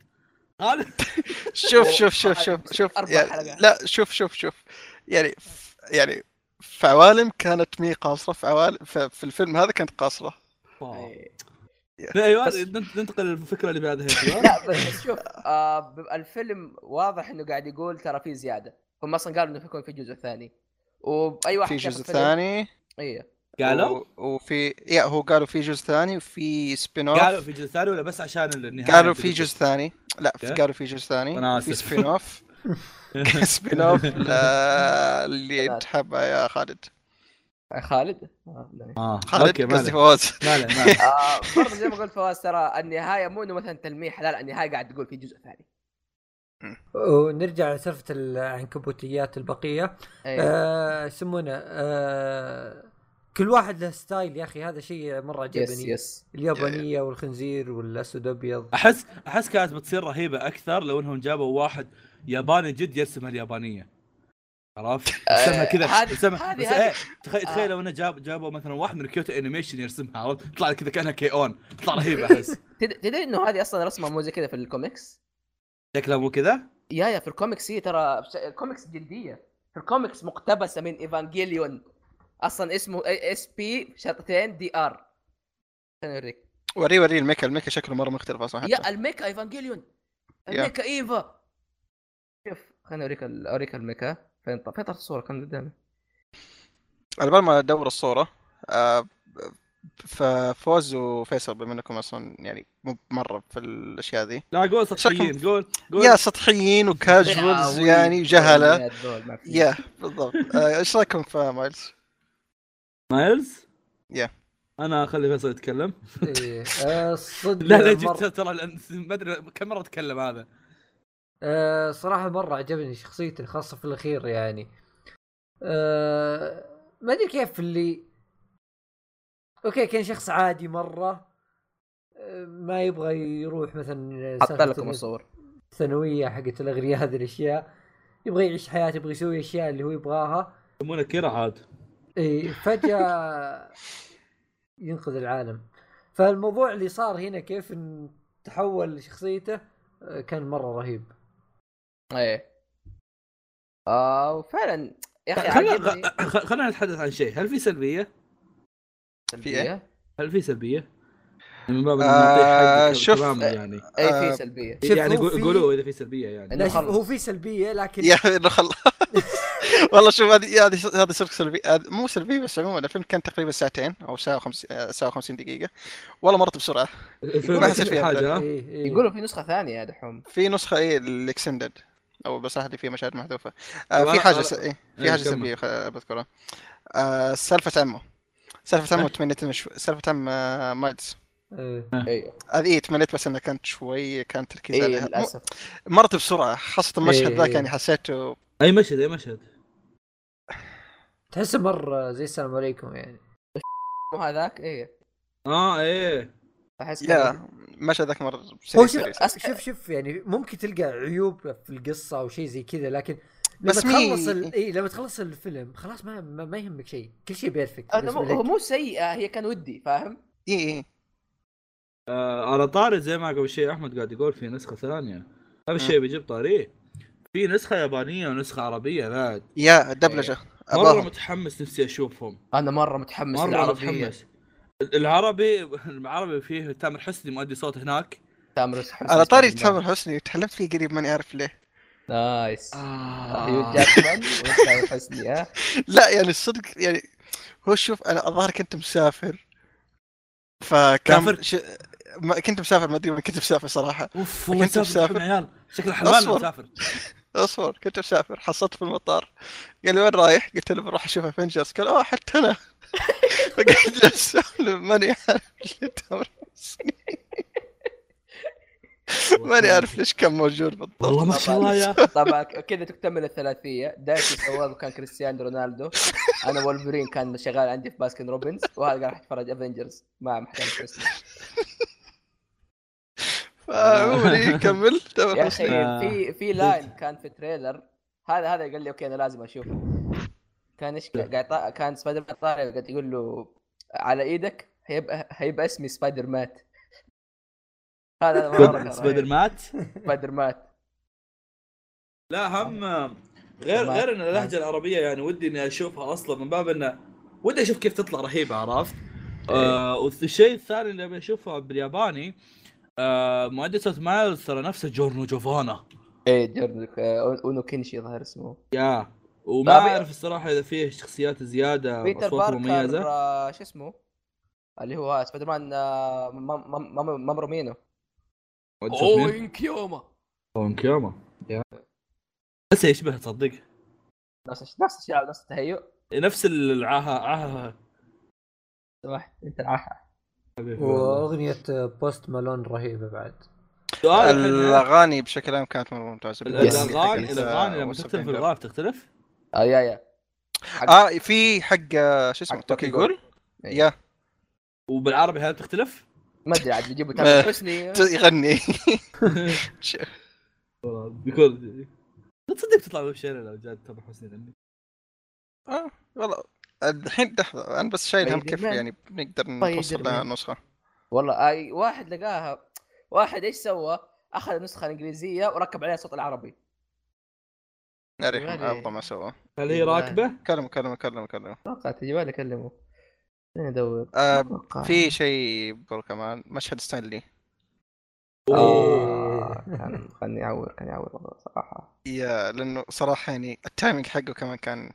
Speaker 2: خالد
Speaker 3: شوف
Speaker 1: أوه،
Speaker 3: شوف شوف
Speaker 1: أربع-
Speaker 3: شوف شوف
Speaker 1: أربع
Speaker 3: يعني-
Speaker 1: حلقات.
Speaker 3: لا شوف شوف شوف يعني ف- يعني في عوالم كانت مي قاصره في عوالم في في الفيلم هذا كانت قاصره
Speaker 1: إيه.
Speaker 2: ايوه
Speaker 3: آه. بس-
Speaker 2: ننت- ننتقل للفكره اللي بعدها يا شباب.
Speaker 1: لا بس شوف آه ب- الفيلم واضح انه قاعد يقول ترى في زياده هم اصلا قالوا انه يكون في جزء ثاني واي واحد
Speaker 3: في
Speaker 1: شاف
Speaker 3: جزء
Speaker 1: الفيلم-
Speaker 3: ثاني
Speaker 1: ايه
Speaker 2: قالوا
Speaker 3: و- وفي يا هو قالوا في جزء ثاني وفي سبين
Speaker 2: قالوا
Speaker 3: اوف
Speaker 2: في جزء ثاني ولا بس عشان النهايه
Speaker 3: آه. قالوا في جزء ثاني لا في-
Speaker 2: أوكي.
Speaker 3: قالوا في جزء ثاني
Speaker 2: أنا
Speaker 3: في
Speaker 2: آسف.
Speaker 3: سبين اوف سبين اوف لا، اللي
Speaker 1: لا.
Speaker 3: تحبه يا خالد
Speaker 1: آه، خالد آه، لا.
Speaker 2: اه اوكي
Speaker 3: خالد
Speaker 2: ما
Speaker 3: قصدي
Speaker 2: عليه.
Speaker 3: فواز
Speaker 2: ما عليه، ما عليه.
Speaker 1: آه، برضه زي ما قلت فواز ترى النهايه مو انه مثلا تلميح لا لا النهايه قاعد تقول في جزء ثاني
Speaker 4: ونرجع لسالفه العنكبوتيات البقيه
Speaker 1: إيه.
Speaker 4: آه، يسمونه آه، كل واحد له ستايل يا اخي هذا شيء مره
Speaker 1: يس
Speaker 4: عجبني
Speaker 1: يس
Speaker 4: اليابانيه والخنزير والاسود ابيض
Speaker 2: احس احس كانت بتصير رهيبه اكثر لو انهم جابوا واحد ياباني جد يرسمها اليابانيه عرفت؟ يرسمها كذا
Speaker 1: آه، هذه-
Speaker 2: يرسمها
Speaker 1: هذه-
Speaker 2: بس
Speaker 1: هذه-
Speaker 2: ايه تخيل
Speaker 1: آه.
Speaker 2: تخيل لو انه جاب جابوا مثلا واحد من كيوتو انيميشن يرسمها عرفت؟ تطلع كذا كانها كي اون تطلع رهيبه احس
Speaker 1: تد- تدري انه هذه اصلا رسمه مو زي كذا في الكوميكس
Speaker 2: شكلها مو كذا؟
Speaker 1: يا يا في الكوميكس هي ترى بس- الكوميكس جلديه في الكوميكس مقتبسه من ايفانجيليون اصلا اسمه اس بي شرطتين دي ار خليني اوريك
Speaker 3: وري وري الميكا الميكا شكله مره مختلف اصلا حتى
Speaker 1: يا الميكا ايفانجيليون
Speaker 3: يا.
Speaker 1: الميكا ايفا شوف خليني اوريك ال- اوريك الميكا فين طلع- فين طلعت الصوره كان قدامي
Speaker 3: على بال ما ادور الصوره آه، ففوز وفيصل بما انكم اصلا يعني مو مره في الاشياء ذي
Speaker 2: لا قول سطحيين قول قول
Speaker 3: يا سطحيين وكاجوالز يعني جهله يا بالضبط آه، ايش رايكم في مايلز؟
Speaker 2: مايلز
Speaker 3: يا.
Speaker 2: انا اخلي فيصل يتكلم
Speaker 4: إيه. آه، صدق
Speaker 7: لا لا
Speaker 4: مرة-
Speaker 7: جبت ترى لأن ما ادري كم مره اتكلم هذا
Speaker 4: آه، صراحة مرة عجبني شخصيته خاصة في الأخير يعني أه ما أدري كيف اللي أوكي كان شخص عادي مرة آه، ما يبغى يروح مثلا
Speaker 1: حط
Speaker 4: سالفة
Speaker 1: لكم الصور
Speaker 4: الثانوية حقت الأغنياء هذه الأشياء يبغى يعيش حياته يبغى يسوي أشياء اللي هو يبغاها
Speaker 2: يسمونه كيرا عاد
Speaker 4: إي فجأة ينقذ العالم فالموضوع اللي صار هنا كيف إن تحول شخصيته آه، كان مرة رهيب
Speaker 1: ايه آه وفعلا يا اخي عجبني
Speaker 2: خلينا خ- خلينا نتحدث عن شيء هل في سلبيه
Speaker 3: في إيه؟
Speaker 2: هل في سلبيه من باب
Speaker 3: آه،
Speaker 2: نعطيه حقه
Speaker 3: شوف.
Speaker 2: تماما يعني
Speaker 3: آه.
Speaker 1: اي إيه، في سلبيه
Speaker 4: شوف،
Speaker 2: يعني
Speaker 4: هو
Speaker 2: قول-
Speaker 4: في-
Speaker 2: قولوا اذا في سلبيه يعني
Speaker 1: إنه
Speaker 4: لا شوف،
Speaker 1: خلص.
Speaker 4: هو في سلبيه لكن
Speaker 3: يا اخي انه خل والله شوف هذه هذه هذه صدق سلبي هذه- مو سلبي بس عموما الفيلم كان تقريبا ساعتين او ساعه وخمس آه، ساعه و50 دقيقه والله مرت بسرعه
Speaker 2: الفيلم
Speaker 3: ما
Speaker 2: يصير
Speaker 3: حسيت
Speaker 2: في
Speaker 3: فيها
Speaker 2: حاجه ها؟
Speaker 4: إيه إيه.
Speaker 1: يقولوا في نسخه ثانيه يا دحوم
Speaker 3: في نسخه ايه الاكسندد او بس اللي فيها مشاهد محذوفه
Speaker 2: طب
Speaker 3: آه في
Speaker 2: أنا-
Speaker 3: حاجه
Speaker 2: أنا-
Speaker 3: س... إيه
Speaker 2: إيه،
Speaker 3: في حاجه
Speaker 2: كمل.
Speaker 3: سلبيه خ- بذكرها آه سالفه عمه سالفه عمه تمنيت إنه شو... سالفه عم آه، مايلز
Speaker 4: إيه.
Speaker 1: اي
Speaker 3: هذه إيه تمنيت بس انها كانت شوي كان تركيز
Speaker 1: اي
Speaker 3: عليها مو-
Speaker 1: للاسف
Speaker 3: مرت بسرعه خاصه المشهد
Speaker 4: إيه،
Speaker 3: ذاك
Speaker 4: إيه.
Speaker 3: يعني حسيته
Speaker 2: اي مشهد اي مشهد
Speaker 4: تحس مره زي السلام عليكم يعني
Speaker 1: مو هذاك إيه. اي
Speaker 2: اه ايه
Speaker 1: احس كان-
Speaker 3: يا المشهد ذاك مر
Speaker 4: هو
Speaker 3: سريع
Speaker 4: شوف
Speaker 3: سريع.
Speaker 1: أس-
Speaker 4: شوف شوف يعني ممكن تلقى عيوب في القصه او شيء زي كذا لكن لما
Speaker 3: بس مين-
Speaker 4: تخلص ال... اي لما تخلص الفيلم خلاص ما ما, ما يهمك شيء كل شيء بيرفكت
Speaker 1: أنا مو-
Speaker 4: بالنسبة
Speaker 1: هو
Speaker 4: لك.
Speaker 1: مو سيئه هي كان ودي فاهم
Speaker 3: اي اي
Speaker 2: آه، على طاري زي ما قبل شيء احمد قاعد يقول في نسخه ثانيه
Speaker 4: آه.
Speaker 2: هذا الشيء بيجيب طاريه في نسخه يابانيه ونسخه عربيه بعد
Speaker 3: يا الدبلجه
Speaker 2: مره
Speaker 3: أباهم.
Speaker 2: إيه. متحمس نفسي اشوفهم
Speaker 1: انا مره متحمس
Speaker 2: مره
Speaker 1: للعربيه
Speaker 2: متحمس ال- العربي العربي فيه تامر حسني مؤدي صوت هناك
Speaker 1: تامر حسني
Speaker 3: على طاري
Speaker 1: استخدمه.
Speaker 3: تامر حسني تحلمت فيه قريب ماني عارف ليه
Speaker 4: آه.
Speaker 1: نايس هيو
Speaker 2: آه.
Speaker 1: جاكمان وتامر حسني آه. ها
Speaker 3: لا يعني الصدق يعني هو شوف انا الظاهر كنت مسافر فكان
Speaker 2: مسافر؟
Speaker 3: ش... ما كنت مسافر ما ادري وين كنت مسافر صراحه
Speaker 2: اوف هو
Speaker 3: كنت
Speaker 2: مسافر
Speaker 3: مسافر.
Speaker 2: الحين عيال شكله حلوان
Speaker 3: أصفر.
Speaker 2: مسافر
Speaker 3: اصبر كنت مسافر حصلت في المطار قال لي وين رايح؟ قلت له بروح اشوف افنجرز قال اوه حتى انا فقعدت اسولف ماني عارف ليه تامر حسني ماني عارف ليش كان موجود بالضبط
Speaker 2: والله ما شاء الله يا
Speaker 1: طبعا كذا تكتمل الثلاثيه دايتي سواه كان كريستيانو رونالدو انا وولفرين كان شغال عندي في باسكن روبنز وهذا قاعد راح يتفرج افنجرز مع محمد حسني
Speaker 3: فعموما إيه، كمل
Speaker 1: يا
Speaker 3: تامر
Speaker 1: اخي
Speaker 3: حسني
Speaker 2: آه.
Speaker 1: في في لاين كان في تريلر هذا هذا قال لي اوكي انا لازم اشوفه كان ايش قاعد يطا- كان سبايدر مان طالع قاعد يقول له على ايدك هيبقى هيبقى اسمي سبايدر مات هذا هذا مرة كان
Speaker 2: سبايدر
Speaker 1: رهيب.
Speaker 2: مات
Speaker 1: سبايدر مات
Speaker 2: لا هم غير غير ان اللهجه العربيه يعني ودي اني اشوفها اصلا من باب انه ودي اشوف كيف تطلع رهيبه عرفت؟ آه والشيء الثاني اللي ابي اشوفه بالياباني آه مؤدي صوت مايلز ترى نفسه جورنو جوفانا
Speaker 1: ايه جورن آه، اونو كينشي ظهر اسمه
Speaker 2: يا وما
Speaker 1: طيب.
Speaker 2: اعرف الصراحه اذا فيه شخصيات زياده
Speaker 1: بيتر
Speaker 2: اصوات
Speaker 1: باركر
Speaker 2: مميزه
Speaker 1: آه، شو اسمه اللي هو سبايدر مان آه، مام- مام- مام- مامورو مينو انكيوما
Speaker 2: كياما بس يشبه تصدق
Speaker 1: نفس الش- نفس الشعب نفس التهيؤ
Speaker 2: نفس العاهه عاهه
Speaker 1: سمحت انت العاحة
Speaker 4: واغنيه بوست مالون رهيبه بعد
Speaker 2: سؤال الحين،
Speaker 3: الاغاني بشكل عام كانت مره ممتازه
Speaker 2: الاغاني الاغاني لما تختلف الغاف تختلف آه،
Speaker 1: اه يا يا
Speaker 3: اه في حق آه، شو اسمه
Speaker 1: حق توكي
Speaker 3: توكي جول
Speaker 1: إيه.
Speaker 3: يا
Speaker 2: وبالعربي هل تختلف؟
Speaker 1: ما ادري عاد بيجيبوا
Speaker 3: ما-
Speaker 1: تامر حسني
Speaker 3: ت- يغني
Speaker 2: بيكون تصدق تطلع ويب شير لو جاء تامر حسني يغني
Speaker 3: آه، والله الحين لحظه انا بس شايل هم كيف
Speaker 1: سبايدر مان.
Speaker 3: يعني بنقدر
Speaker 1: سبايدر
Speaker 3: نوصل لها
Speaker 1: مان.
Speaker 3: نسخه
Speaker 1: والله اي واحد لقاها واحد ايش سوى؟ اخذ النسخة الانجليزية وركب عليها الصوت العربي
Speaker 3: يا ريح
Speaker 1: يبالي.
Speaker 3: افضل ما سواه
Speaker 2: هل هي راكبه؟
Speaker 3: كلم كلم كلم كلم
Speaker 1: اتوقع تجيبها لي كلمه خليني ادور
Speaker 3: آه،
Speaker 1: أتوقع.
Speaker 3: في شيء برو كمان مشهد ستانلي
Speaker 1: آه،
Speaker 3: إيه.
Speaker 1: كان خلني اعور خلني اعور صراحه
Speaker 3: يا لانه صراحه يعني التايمينج حقه كمان كان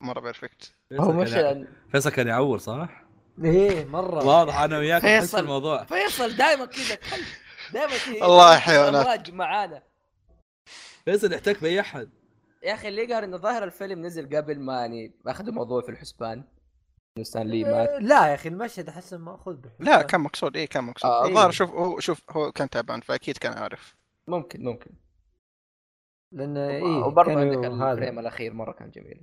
Speaker 3: مره بيرفكت
Speaker 1: هو مش يعني.
Speaker 2: فيصل كان يعور صح؟
Speaker 4: ايه مره
Speaker 2: واضح انا وياك
Speaker 1: فيصل.
Speaker 2: نفس الموضوع
Speaker 1: فيصل دائما كذا كلب دائما كذا
Speaker 3: الله يا حيوانات.
Speaker 1: أمواج معانا
Speaker 2: فيصل يحتاج باي احد
Speaker 1: يا اخي اللي يقهر انه ظاهر الفيلم نزل قبل ما يعني اخذوا موضوع في الحسبان إنه ستان لي مات
Speaker 4: إيه، لا يا اخي المشهد احسه ماخذ بالحسبان.
Speaker 3: لا كان مقصود ايه كان مقصود
Speaker 1: آه،
Speaker 3: الظاهر
Speaker 1: إيه.
Speaker 3: شوف هو شوف هو كان تعبان فاكيد كان عارف
Speaker 1: ممكن ممكن
Speaker 4: لان ايه
Speaker 1: وبرضه
Speaker 4: كانوا
Speaker 1: عندك الفريم
Speaker 4: هذا
Speaker 1: الاخير مره كان جميل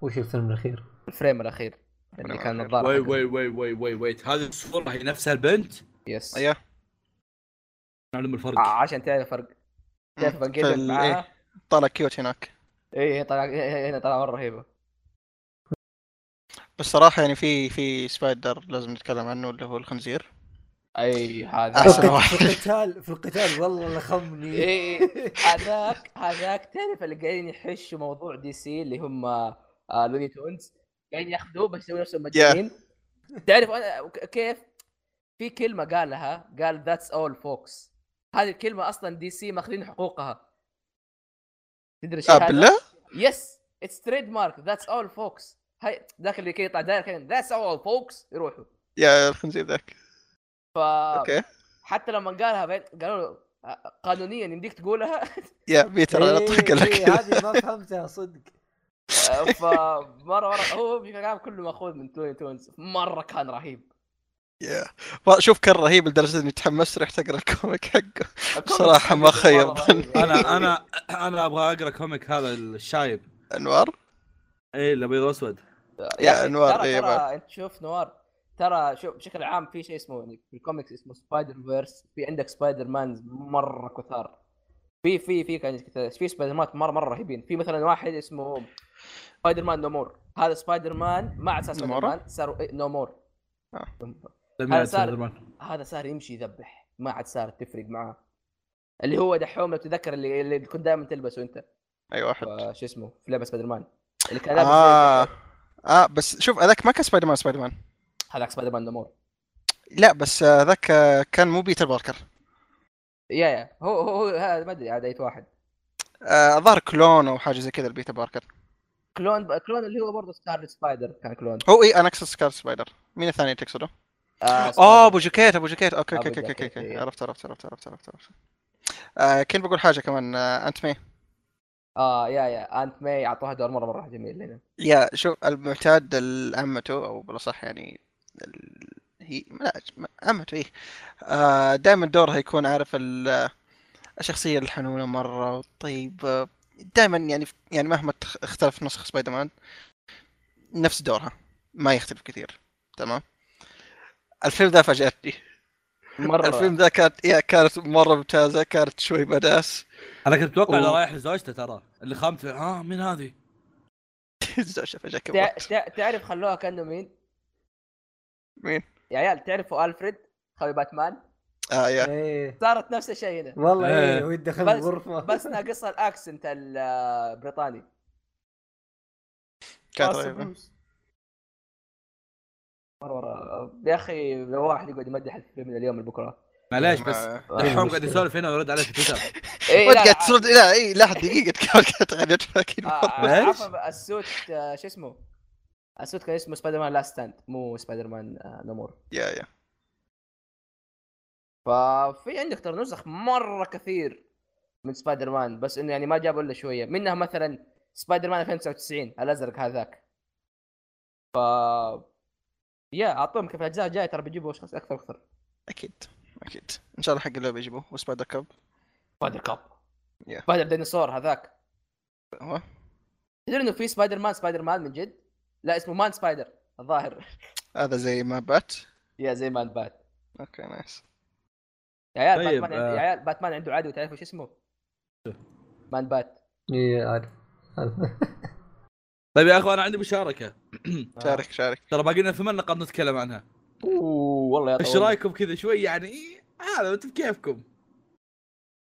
Speaker 4: وش الفيلم الاخير؟
Speaker 1: الفريم الاخير اللي
Speaker 3: الفريم
Speaker 1: كان
Speaker 3: الأخير.
Speaker 1: النظاره
Speaker 2: وي
Speaker 1: حقه.
Speaker 2: وي وي وي وي ويت هذه الصوره هي نفسها البنت
Speaker 1: يس
Speaker 3: ايوه
Speaker 2: نعلم الفرق
Speaker 1: آه، عشان تعرف فرق تعرف
Speaker 3: مم.
Speaker 1: فانجيليون
Speaker 3: فال-
Speaker 1: معاها
Speaker 3: طلع كيوت هناك
Speaker 1: اي طلع إيه، هنا طلع مره رهيبه
Speaker 3: بس صراحه يعني في في سبايدر لازم نتكلم عنه اللي هو الخنزير
Speaker 1: اي هذا
Speaker 3: احسن
Speaker 4: في
Speaker 3: واحد
Speaker 4: القتال في القتال والله لخمني
Speaker 1: اي إي. إيه، هذاك هذاك تعرف اللي قاعدين يحشوا موضوع دي سي اللي هم آه، لوني تونز قاعدين ياخذوه بس يسووا نفسهم مجانين تعرف انا ك- كيف في كلمه قالها قال ذاتس اول فوكس هذه الكلمه اصلا دي سي ماخذين حقوقها تدري شيء
Speaker 3: اه
Speaker 1: هذا؟
Speaker 3: بالله
Speaker 1: يس اتس تريد مارك ذاتس اول فوكس هاي ذاك اللي كي يطلع داير ذاتس اول فوكس يروحوا
Speaker 3: يا الخنزير ذاك
Speaker 1: ف
Speaker 3: اوكي
Speaker 1: حتى لما قالها بين- قالوا له آه، قانونيا يمديك تقولها
Speaker 3: يا بيتر انا
Speaker 4: إيه،
Speaker 3: اطلق لك
Speaker 4: إيه،
Speaker 3: كذا
Speaker 4: هذه ما فهمتها صدق
Speaker 1: فمره مره هو بشكل عام كله ماخوذ من توني تونز مره كان رهيب
Speaker 3: يا شوف كان رهيب لدرجه اني تحمست رحت اقرا الكوميك حقه
Speaker 1: الكوميكس
Speaker 3: صراحة ما
Speaker 1: مرة
Speaker 3: خيب
Speaker 1: رهيب.
Speaker 2: انا انا انا ابغى اقرا كوميك هذا الشايب
Speaker 3: انوار
Speaker 2: ايه اللي ابيض واسود
Speaker 1: يا
Speaker 3: يا
Speaker 1: أخي،
Speaker 3: أنوار،
Speaker 1: ترى-
Speaker 3: إيه
Speaker 1: ترى انت شوف نوار ترى شوف بشكل عام في شيء اسمه يعني في الكوميكس اسمه سبايدر فيرس في عندك سبايدر مانز مره كثار في في في كان كثير- في سبايدر مان مره مره رهيبين في مثلا واحد اسمه سبايدر مان نومور هذا سبايدر مان مع اساس سبايدر
Speaker 3: نومورا؟
Speaker 1: مان صار إيه، نومور
Speaker 2: لم
Speaker 1: هذا صار-
Speaker 2: يعد سبايدر مان
Speaker 1: هذا صار يمشي يذبح ما عاد صارت تفرق معاه اللي هو دحوم لو تتذكر اللي, اللي كنت دائما تلبسه انت
Speaker 3: اي واحد
Speaker 1: آه، شو اسمه في لعبه سبايدر مان اللي كان لابس
Speaker 3: اه اه بس شوف هذاك ما كان سبايدر مان سبايدر مان
Speaker 1: هذاك سبايدر مان نمور
Speaker 3: لا بس آه، ذاك آه، كان مو بيتر باركر
Speaker 1: يا يا هو هو, هو هذا ما ادري عاد اي واحد
Speaker 3: آه، الظاهر كلون او حاجه زي كذا البيتر باركر
Speaker 1: كلون كلون اللي هو برضه ستار سبايدر كان كلون
Speaker 3: هو اي انا اقصد سكار سبايدر مين الثاني اللي تقصده؟
Speaker 1: آه
Speaker 3: اه
Speaker 1: سبايدر.
Speaker 3: ابو جاكيت ابو جاكيت اوكي
Speaker 1: أبو
Speaker 3: اوكي اوكي اوكي
Speaker 1: جاكيت،
Speaker 3: اوكي
Speaker 1: إيه.
Speaker 3: عرفت عرفت عرفت عرفت عرفت عرفت آه كنت بقول حاجه كمان آه انت مي
Speaker 1: اه يا يا انت ماي اعطوها دور مره مره جميل هنا
Speaker 3: يا شوف المعتاد عمته او بالاصح يعني ال- هي لا عمته هي آه دائما دورها يكون عارف ال- الشخصيه الحنونه مره والطيبه دائما يعني يعني مهما تخ- اختلف نسخ سبايدر مان نفس دورها ما يختلف كثير تمام الفيلم ذا فاجأتني
Speaker 1: مره
Speaker 3: الفيلم ذا كانت يا كانت مره ممتازه كانت شوي بداس
Speaker 2: انا كنت اتوقع انه
Speaker 1: أوه.
Speaker 2: رايح لزوجته ترى اللي خامت ها مين هذه؟
Speaker 3: الزوجة
Speaker 1: تع...
Speaker 3: فجاه كبرت
Speaker 1: تع... تعرف خلوها كانه مين؟
Speaker 3: مين؟
Speaker 1: يا عيال تعرفوا الفريد خوي باتمان
Speaker 3: اه يا
Speaker 4: ايه
Speaker 1: صارت نفس الشيء هنا
Speaker 4: والله
Speaker 2: إيه.
Speaker 4: ايه وهي دخلت
Speaker 1: بس-
Speaker 4: الغرفه
Speaker 1: بس ناقصها الاكسنت البريطاني
Speaker 3: كانت
Speaker 1: خلاص
Speaker 3: رهيبه
Speaker 1: فلوس. مرة يا اخي لو واحد يقعد يمدح الفيلم من اليوم لبكره
Speaker 2: معليش بس دحوم قاعد يسولف هنا ويرد عليه في الكتاب
Speaker 1: اي
Speaker 3: وانت قاعد ترد لا اي إيه، لا دقيقه قاعد تغني فاكر
Speaker 2: ليش؟
Speaker 1: آه، عفوا السوت آه، شو اسمه؟ السوت كان اسمه سبايدر مان لاست ستاند مو سبايدر مان آه، نمور
Speaker 3: يا يا
Speaker 1: ففي عندك ترى نسخ مره كثير من سبايدر مان بس انه يعني ما جابوا الا شويه منها مثلا سبايدر مان 2099 الازرق هذاك ف يا اعطوهم كيف الاجزاء الجايه ترى بيجيبوا اشخاص اكثر اكثر
Speaker 3: اكيد اكيد ان شاء الله حق اللعبه يجيبوه وسبايدر كاب
Speaker 1: سبايدر كاب
Speaker 3: Yeah.
Speaker 1: سبايدر ديناصور هذاك
Speaker 3: هو
Speaker 1: تدري انه في سبايدر مان سبايدر مان من جد؟ لا اسمه مان سبايدر الظاهر
Speaker 3: هذا زي ما بات
Speaker 1: يا زي مان بات
Speaker 3: اوكي نايس
Speaker 1: يا عيال
Speaker 2: طيب،
Speaker 1: باتمان عند-
Speaker 2: آه.
Speaker 1: يا عيال باتمان عنده عدو تعرف ايش اسمه؟ مان بات
Speaker 4: ايه عارف عارف.
Speaker 2: طيب يا اخوان انا عندي مشاركه
Speaker 1: آه.
Speaker 3: شارك شارك
Speaker 2: ترى باقي لنا ثمان نقاط نتكلم عنها
Speaker 1: اوه آه. والله يا
Speaker 2: ايش رايكم كذا شوي يعني إيه، هذا انتم بكيفكم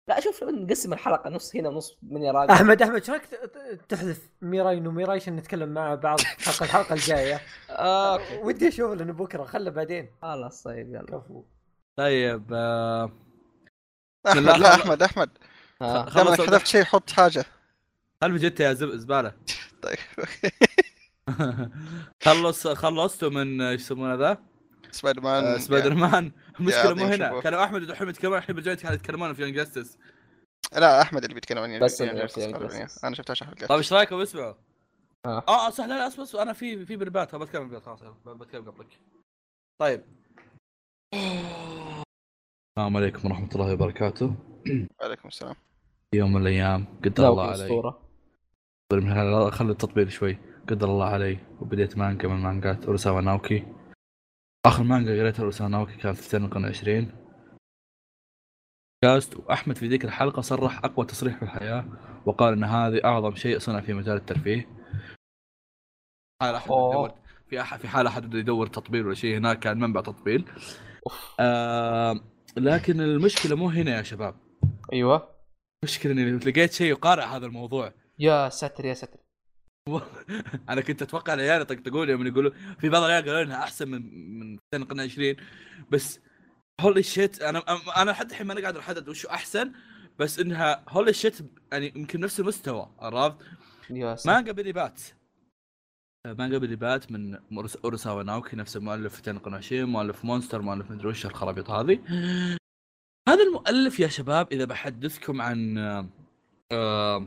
Speaker 1: لا شوف نقسم الحلقه نص هنا ونص من يا راجل
Speaker 4: احمد احمد شو رايك ت- ت- تحذف ميراي وميراي عشان نتكلم مع بعض حق الحلقه الجايه
Speaker 2: آه.
Speaker 1: اوكي
Speaker 4: ودي اشوف لانه بكره خله بعدين
Speaker 1: خلاص طيب يلا
Speaker 4: كفو
Speaker 2: طيب آه،
Speaker 3: احمد
Speaker 2: لا،
Speaker 3: لا
Speaker 2: لا.
Speaker 3: احمد احمد
Speaker 1: ها.
Speaker 3: دام انك
Speaker 2: خلص-
Speaker 3: حذفت شيء حط حاجه
Speaker 2: هل بجد يا زب- زباله
Speaker 3: طيب
Speaker 2: خلص خلصتوا من آه، ايش يسمونه ذا؟
Speaker 3: سبايدر
Speaker 2: آه،
Speaker 3: مان
Speaker 2: سبايدر مان المشكله مو
Speaker 3: عظيم
Speaker 2: هنا
Speaker 3: شوفوا.
Speaker 2: كانوا احمد ودحوم يتكلمون الحين برجع كانوا يتكلمون في انجستس
Speaker 3: لا احمد اللي بيتكلم عن
Speaker 1: بس
Speaker 3: عن-
Speaker 1: اللي بيتكلم عن
Speaker 3: عن- عن-
Speaker 1: بس.
Speaker 3: انا شفتها عشر حلقات
Speaker 2: طيب ايش رايكم اسمعوا؟
Speaker 1: آه.
Speaker 2: اه صح لا لا اصبر اصبر انا في في بربات أبغى بتكلم بربات خلاص بتكلم قبلك طيب السلام عليكم ورحمه الله وبركاته
Speaker 3: وعليكم السلام
Speaker 2: يوم من الايام قدر
Speaker 1: لا
Speaker 2: الله
Speaker 1: وكل
Speaker 2: علي
Speaker 1: اسطوره
Speaker 2: طيب، من هلا- خلي التطبيل شوي قدر الله علي وبديت مانجا من مانجات اوراساوا ناوكي اخر مانجا قريتها اوراساوا ناوكي كانت في سنه القرن 20 كاست واحمد في ذيك الحلقه صرح اقوى تصريح في الحياه وقال ان هذه اعظم شيء صنع في مجال الترفيه حال احد
Speaker 1: أوه.
Speaker 2: يدور في أح- في حال احد بده يدور تطبيل ولا شيء هناك كان منبع تطبيل آه لكن المشكله مو هنا يا شباب
Speaker 1: ايوه
Speaker 2: المشكله اني لقيت شيء يقارع هذا الموضوع
Speaker 1: يا ساتر يا ساتر
Speaker 2: انا كنت اتوقع العيال يطقطقون يوم يقولوا في بعض العيال قالوا انها احسن من من سنه القرن 20 بس هولي شيت انا أم- انا لحد الحين ماني قادر احدد وش احسن بس انها هولي شيت يعني يمكن نفس المستوى عرفت؟
Speaker 1: يا ساتر
Speaker 2: مانجا بيلي بات آه، مانجا بيلي بات من مورس- اوراساوا ناوكي نفس المؤلف في تنقل 20 مؤلف مونستر مؤلف مدري وش الخرابيط هذه هذا المؤلف يا شباب اذا بحدثكم عن آه،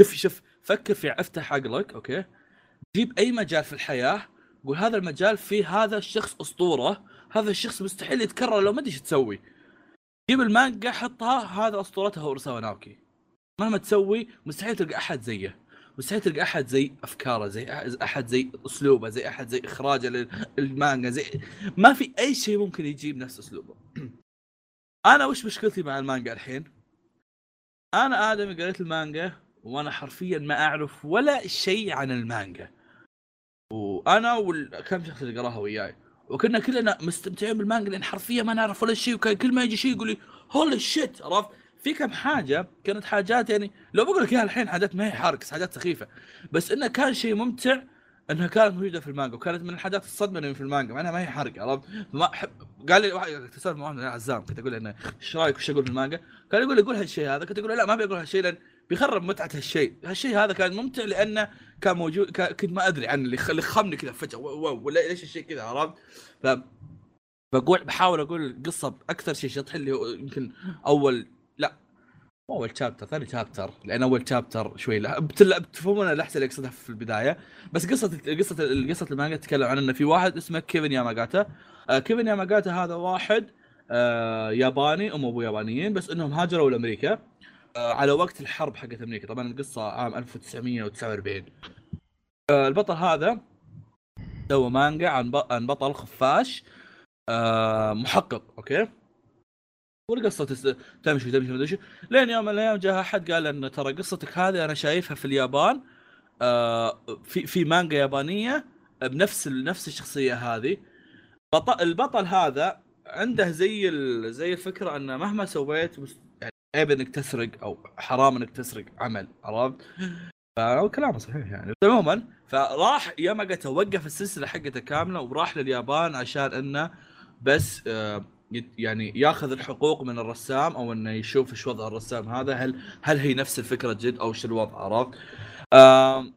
Speaker 2: شوف شوف فكر في افتح عقلك اوكي جيب اي مجال في الحياه قول هذا المجال فيه هذا الشخص اسطوره هذا الشخص مستحيل يتكرر لو ما ادري ايش تسوي جيب المانجا حطها هذا اسطورتها اوراساوا ناوكي مهما تسوي مستحيل تلقى احد زيه مستحيل تلقى احد زي افكاره زي أح- احد زي اسلوبه زي احد زي اخراجه للمانجا زي ما في اي شيء ممكن يجيب نفس اسلوبه انا وش مشكلتي مع المانجا الحين انا ادمي قريت المانجا وانا حرفيا ما اعرف ولا شيء عن المانجا وانا وكم شخص اللي قراها وياي وكنا كلنا مستمتعين بالمانجا لان حرفيا ما نعرف ولا شيء وكان كل ما يجي شيء يقول لي هولي شيت عرفت في كم حاجه كانت حاجات يعني لو بقول لك اياها الحين حاجات ما هي حرق حاجات سخيفه بس انه كان شيء ممتع انها كانت موجوده في المانجا وكانت من الحاجات الصدمه اللي في المانجا مع انها ما هي حرق عرفت ما أحب قال لي واحد اتصل مع واحد من العزام كنت اقول له انه ايش رايك وش اقول في المانجا؟ كان يقول لي قول هالشيء هذا كنت اقول له لا ما ابي اقول هالشيء لان بيخرب متعه هالشيء، هالشيء هذا كان ممتع لانه كان موجود كا- كنت ما ادري عنه اللي خ- اللي خمني كذا فجاه واو واو ولا ليش الشيء كذا عرفت؟ ف بقول بحاول اقول القصه باكثر شيء شطح اللي هو يمكن اول لا مو اول شابتر ثاني شابتر لان اول شابتر شوي لا بتل- بتفهمون اللحسه اللي اقصدها في البدايه بس قصه قصه قصه المانجا تتكلم عن انه في واحد اسمه كيفن ياماغاتا آه، كيفن ياماغاتا هذا واحد آه، ياباني ام ابو يابانيين بس انهم هاجروا لامريكا آه، على وقت الحرب حقت امريكا طبعا القصه عام 1949 آه، البطل هذا سوى مانجا عن ب- عن بطل خفاش آه، محقق اوكي والقصه تس- تمشي تمشي مدري شو لين يوم من الايام جاء احد قال ان ترى قصتك هذه انا شايفها في اليابان آه، في في مانجا يابانيه بنفس ال- نفس الشخصيه هذه بط- البطل هذا عنده زي ال- زي الفكره انه مهما سويت مس- يعني عيب انك تسرق او حرام انك تسرق عمل عرفت؟ فكلامه صحيح يعني بس عموما فراح ياماغاتا وقف السلسله حقته كامله وراح لليابان عشان انه بس آه، يت- يعني ياخذ الحقوق من الرسام او انه يشوف ايش وضع الرسام هذا هل هل هي نفس الفكره جد او ايش الوضع عرفت؟ آم،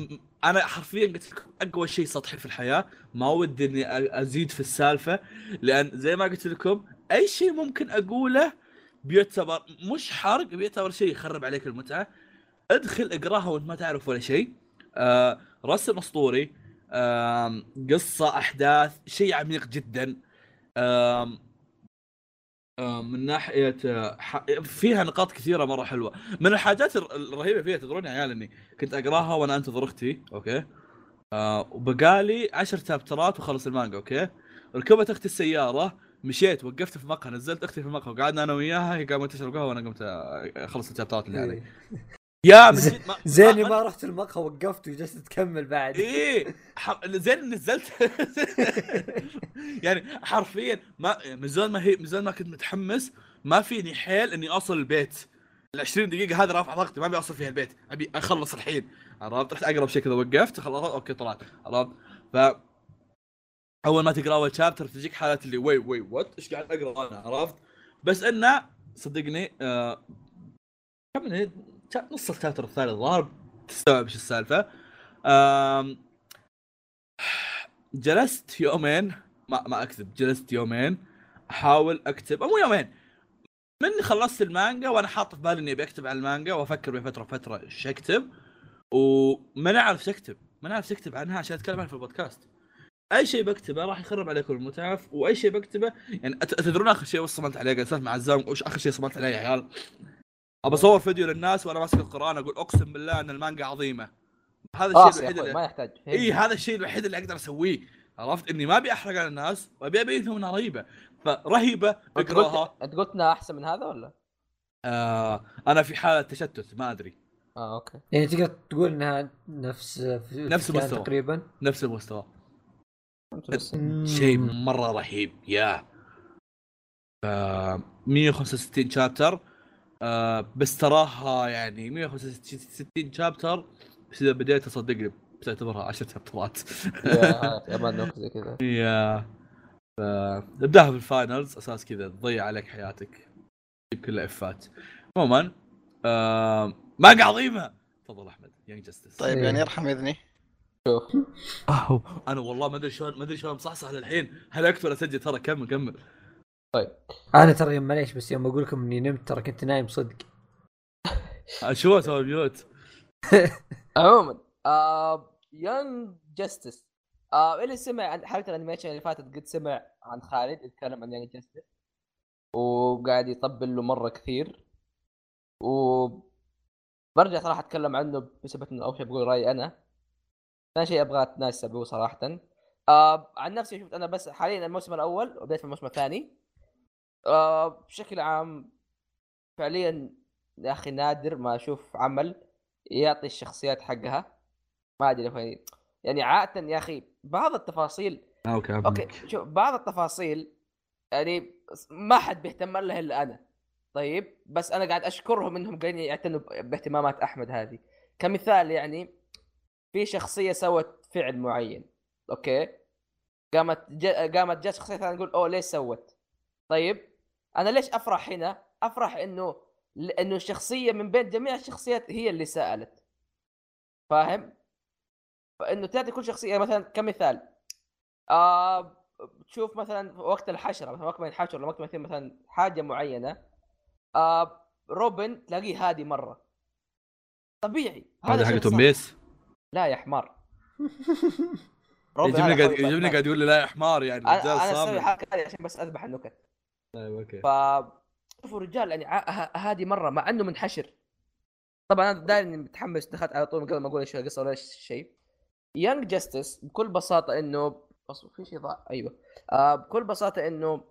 Speaker 2: م- انا حرفيا قلت لكم اقوى شيء سطحي في الحياه ما ودي اني أ- ازيد في السالفه لان زي ما قلت لكم اي شيء ممكن اقوله بيعتبر مش حرق بيعتبر شيء يخرب عليك المتعه ادخل اقراها وانت ما تعرف ولا شيء آه رسم اسطوري آم، قصه احداث شيء عميق جدا آم، آم، من ناحيه آه، ح- فيها نقاط كثيره مره حلوه من الحاجات الر- الرهيبه فيها تدرون يا عيال اني كنت اقراها وانا انتظر اختي اوكي آه وبقالي عشر تابترات وخلص المانجا اوكي ركبت اختي السياره مشيت وقفت في مقهى نزلت اختي في المقهى وقعدنا انا وياها هي قامت تشرب قهوه وانا قمت أ- اخلص التابترات اللي علي يا من جد ما-
Speaker 4: زين
Speaker 2: ما-
Speaker 4: ما رحت المقهى وقفت وجلست تكمل بعد
Speaker 2: ايه ح- زين نزلت يعني حرفيا ما من زمان ما هي من زمان ما كنت متحمس ما فيني حيل اني اوصل البيت ال 20 دقيقة هذه رافع ضغطي ما ابي اوصل فيها البيت، ابي اخلص الحين عرفت؟ رحت اقرب شيء كذا وقفت خلاص اوكي طلعت عرفت؟ ف اول ما تقرا اول شابتر تجيك حالة اللي وي وي وات ايش قاعد اقرا انا عرفت؟ بس انه صدقني آه كم من شا- نص الشابتر الثاني الظاهر تستوعب ايش السالفة. آم، جلست يومين ما ما اكذب جلست يومين احاول اكتب او مو يومين من خلصت المانجا وانا حاط في بالي اني بكتب على المانجا وافكر بين فتره فتره ايش اكتب وما نعرف ايش اكتب ما نعرف ايش اكتب عنها عشان اتكلم عنها في البودكاست اي شيء بكتبه راح يخرب عليكم المتعف واي شيء بكتبه يعني أت- تدرون اخر شيء وش صممت عليه قاعد مع الزام وش اخر شيء صممت عليه يا عيال ابى اصور فيديو للناس وانا ماسك القران اقول اقسم بالله ان المانجا عظيمه هذا الشيء
Speaker 1: خلاص يا
Speaker 2: الوحيد
Speaker 1: اخوي
Speaker 2: اللي-
Speaker 1: ما يحتاج
Speaker 2: اي إيه، هذا الشيء الوحيد اللي اقدر اسويه عرفت اني ما ابي احرق على الناس وابي ابين لهم انها رهيبه فرهيبه
Speaker 1: أنت
Speaker 2: اقراها
Speaker 1: قلت- انت قلت انها احسن من هذا ولا؟
Speaker 2: آه انا في حاله تشتت ما ادري
Speaker 1: اه اوكي
Speaker 4: يعني تقدر تقول انها نفس
Speaker 2: نفس
Speaker 4: كان
Speaker 2: المستوى.
Speaker 4: تقريبا
Speaker 2: نفس المستوى
Speaker 1: فهمت بس.
Speaker 2: شيء مره رهيب يا ف 165 شابتر آه بس تراها يعني 165 شابتر بس اذا بديت اصدقني بتعتبرها 10 شابترات
Speaker 1: يا يا مان وقت زي كذا
Speaker 2: يا ف آه، ابداها في الفاينلز اساس كذا تضيع عليك حياتك تجيب كلها افات عموما آه مانجا عظيمه تفضل احمد يانج جستس
Speaker 3: طيب يعني ارحم اذني
Speaker 2: انا والله ما ادري شلون ما ادري شلون مصحصح للحين هل اكتب ولا اسجل ترى كمل كمل
Speaker 4: انا ترى يوم- معليش بس يوم اقول لكم اني نمت ترى كنت نايم صدق
Speaker 2: شو اسوي ميوت
Speaker 1: عموما آه يانج جاستس آه اللي سمع عن حلقه الانيميشن اللي فاتت قد سمع عن خالد يتكلم عن يانج جاستس وقاعد يطبل له مره كثير و برجع صراحه اتكلم عنه بسبب انه اول شيء بقول رايي انا ثاني شيء ابغى اتناسب به صراحه آه عن نفسي شفت انا بس حاليا الموسم الاول وبديت في الموسم الثاني آه بشكل عام فعليا يا اخي نادر ما اشوف عمل يعطي الشخصيات حقها ما ادري فين يعني عاده يا اخي بعض التفاصيل
Speaker 2: اوكي
Speaker 1: اوكي شوف بعض التفاصيل يعني ما حد بيهتم لها الا انا طيب بس انا قاعد اشكرهم انهم قاعدين يعتنوا ب- باهتمامات احمد هذه كمثال يعني في شخصيه سوت فعل معين اوكي قامت جا قامت جت شخصيه ثانيه تقول اوه ليش سوت طيب انا ليش افرح هنا افرح انه لانه الشخصيه من بين جميع الشخصيات هي اللي سالت فاهم فانه تعطي كل شخصيه مثلا كمثال آه تشوف مثلا وقت الحشره مثلا وقت ما ينحشر لما وقت ما يصير مثلا حاجه معينه آه روبن تلاقيه هادي مره طبيعي
Speaker 2: هذا
Speaker 1: شيء
Speaker 2: حق توم
Speaker 1: صح.
Speaker 2: بيس
Speaker 1: لا يا حمار روبن
Speaker 2: يجيبني
Speaker 1: هذا
Speaker 2: قاعد
Speaker 1: خوي
Speaker 2: يجيبني
Speaker 1: باتمان.
Speaker 2: قاعد يقول لي لا يا حمار يعني
Speaker 1: انا
Speaker 2: رجال
Speaker 1: انا اسوي
Speaker 2: صامل
Speaker 1: الحركه هذه عشان بس اذبح النكت
Speaker 2: طيب اوكي
Speaker 1: ف شوفوا رجال يعني ع- ه- هادي مره مع انه منحشر طبعا انا داري اني متحمس دخلت على طول من قبل ما اقول ايش القصه ولا ايش الشيء يانج جاستس بكل بساطه انه أص- في شيء ضاع ايوه آه بكل بساطه انه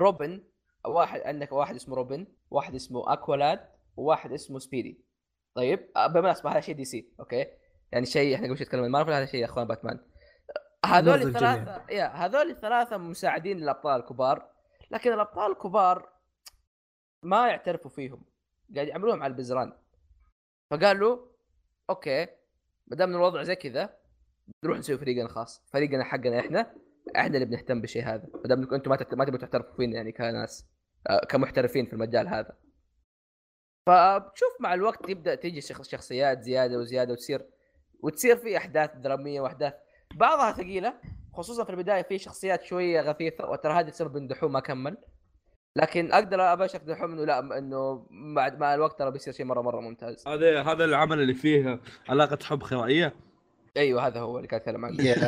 Speaker 1: روبن واحد عندك واحد اسمه روبن واحد اسمه اكولاد وواحد اسمه سبيدي طيب آه بالمناسبه هذا شيء دي سي اوكي يعني شيء احنا قبل شوي تكلمنا عن مارفل هذا شيء يا اخوان باتمان هذول
Speaker 4: نرضي
Speaker 1: الثلاثه يا هذول الثلاثه مساعدين للابطال الكبار لكن الابطال الكبار ما يعترفوا فيهم قاعد يعملوهم على البزران فقالوا اوكي ما دام إن الوضع زي كذا نروح نسوي فريقنا الخاص فريقنا حقنا احنا احنا اللي بنهتم بالشيء هذا ما دام إنكم انتم ما تت- ما تبغوا تعترفوا فينا يعني كناس آه، كمحترفين في المجال هذا فشوف مع الوقت يبدا تيجي شخ- شخصيات زياده وزياده وتصير وتصير في احداث دراميه واحداث بعضها ثقيله خصوصا في البدايه في شخصيات شويه غثيثه وترى هذا السبب ان دحوم ما كمل لكن اقدر ابشر دحوم انه لا انه مع, مع الوقت ترى بيصير شيء مره مره ممتاز
Speaker 2: هذا هذا العمل اللي فيه علاقه حب خرائيه
Speaker 1: ايوه هذا هو اللي قاعد اتكلم عنه
Speaker 3: يا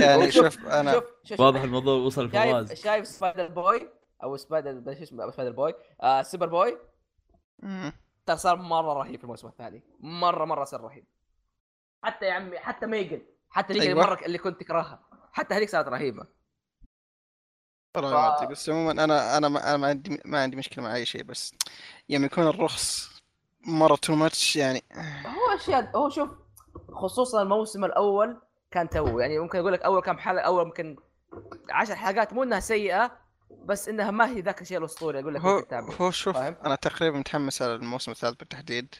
Speaker 3: يعني شوف انا
Speaker 1: شوف شوف
Speaker 2: واضح الموضوع وصل
Speaker 1: شايف
Speaker 2: فواز
Speaker 1: شايف سبايدر بوي او سبايدر شو اسمه سبايدر بوي آه سوبر بوي
Speaker 3: مم.
Speaker 1: ترى صار مره رهيب في الموسم الثاني مره مره صار رهيب حتى يا عمي حتى ميجن حتى اللي
Speaker 3: أيوة.
Speaker 1: المره اللي كنت تكرهها حتى هذيك صارت رهيبه
Speaker 3: والله ما
Speaker 1: ف-
Speaker 3: ادري بس عموما انا انا ما انا ما عندي ما عندي مشكله مع اي شيء بس يوم يكون الرخص مره تو ماتش يعني
Speaker 1: هو اشياء هو شوف خصوصا الموسم الاول كان تو يعني ممكن اقول لك اول كم حلقه اول يمكن 10 حلقات مو انها سيئه بس انها ما هي ذاك الشيء الاسطوري اقول لك
Speaker 3: هو
Speaker 1: انت تتابع
Speaker 3: هو شوف
Speaker 1: فاهم؟
Speaker 3: انا تقريبا متحمس على الموسم الثالث بالتحديد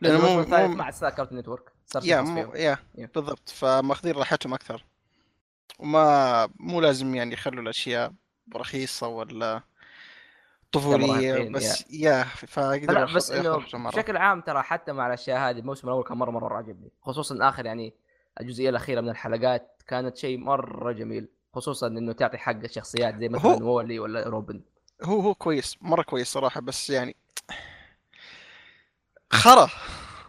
Speaker 3: لانه
Speaker 1: الموسم
Speaker 3: مو
Speaker 1: الثالث
Speaker 3: مو
Speaker 1: مع ستار كارتون نتورك صار
Speaker 3: يا
Speaker 1: شيء
Speaker 3: مو
Speaker 1: تصوير.
Speaker 3: يا
Speaker 1: يا.
Speaker 3: بالضبط فماخذين راحتهم اكثر وما مو لازم يعني يخلوا الاشياء رخيصه ولا طفوليه
Speaker 1: رايحين،
Speaker 3: بس يا فقدروا
Speaker 1: لا
Speaker 3: ياخ-
Speaker 1: بس انه
Speaker 3: يخرجوا مرة.
Speaker 1: بشكل عام ترى حتى مع الاشياء هذه الموسم الاول كان مره مره عجبني خصوصا اخر يعني الجزئيه الاخيره من الحلقات كانت شيء مره جميل خصوصا انه تعطي حق الشخصيات زي مثلا
Speaker 3: هو-
Speaker 1: وولي ولا روبن
Speaker 3: هو هو كويس مره كويس صراحه بس يعني خرا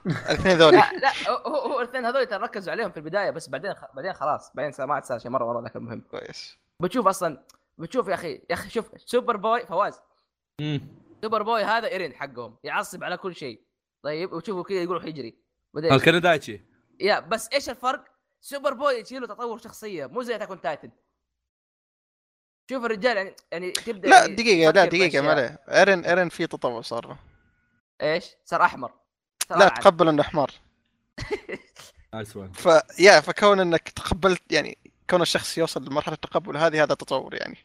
Speaker 3: الاثنين ذولي
Speaker 1: لا لا هو هو الاثنين هذول ترى ركزوا عليهم في البدايه بس بعدين خ... بعدين خلاص بعدين صار- ما عاد صار شيء مره مره ذاك المهم
Speaker 3: كويس
Speaker 1: بتشوف اصلا بتشوف يا اخي يا اخي شوف سوبر بوي فواز سوبر بوي هذا ايرين حقهم يعصب على كل شيء طيب وتشوفه كذا يقول روح يجري بعدين
Speaker 2: الكندا دايتشي
Speaker 1: يا بس ايش الفرق؟ سوبر بوي يجيله تطور شخصيه مو زي تاكون تايتن شوف الرجال يعني يعني تبدا
Speaker 3: لا
Speaker 1: يعني
Speaker 3: دقيقه لا
Speaker 1: تفكر
Speaker 3: دقيقه ما
Speaker 1: بأشياء.
Speaker 3: عليه ايرن ايرن في تطور صار له.
Speaker 1: ايش؟ صار احمر صار
Speaker 3: لا
Speaker 1: أعد.
Speaker 3: تقبل انه حمار
Speaker 2: نايس وان
Speaker 3: ف يا فكون انك تقبلت يعني كون الشخص يوصل لمرحله التقبل هذه هذا تطور يعني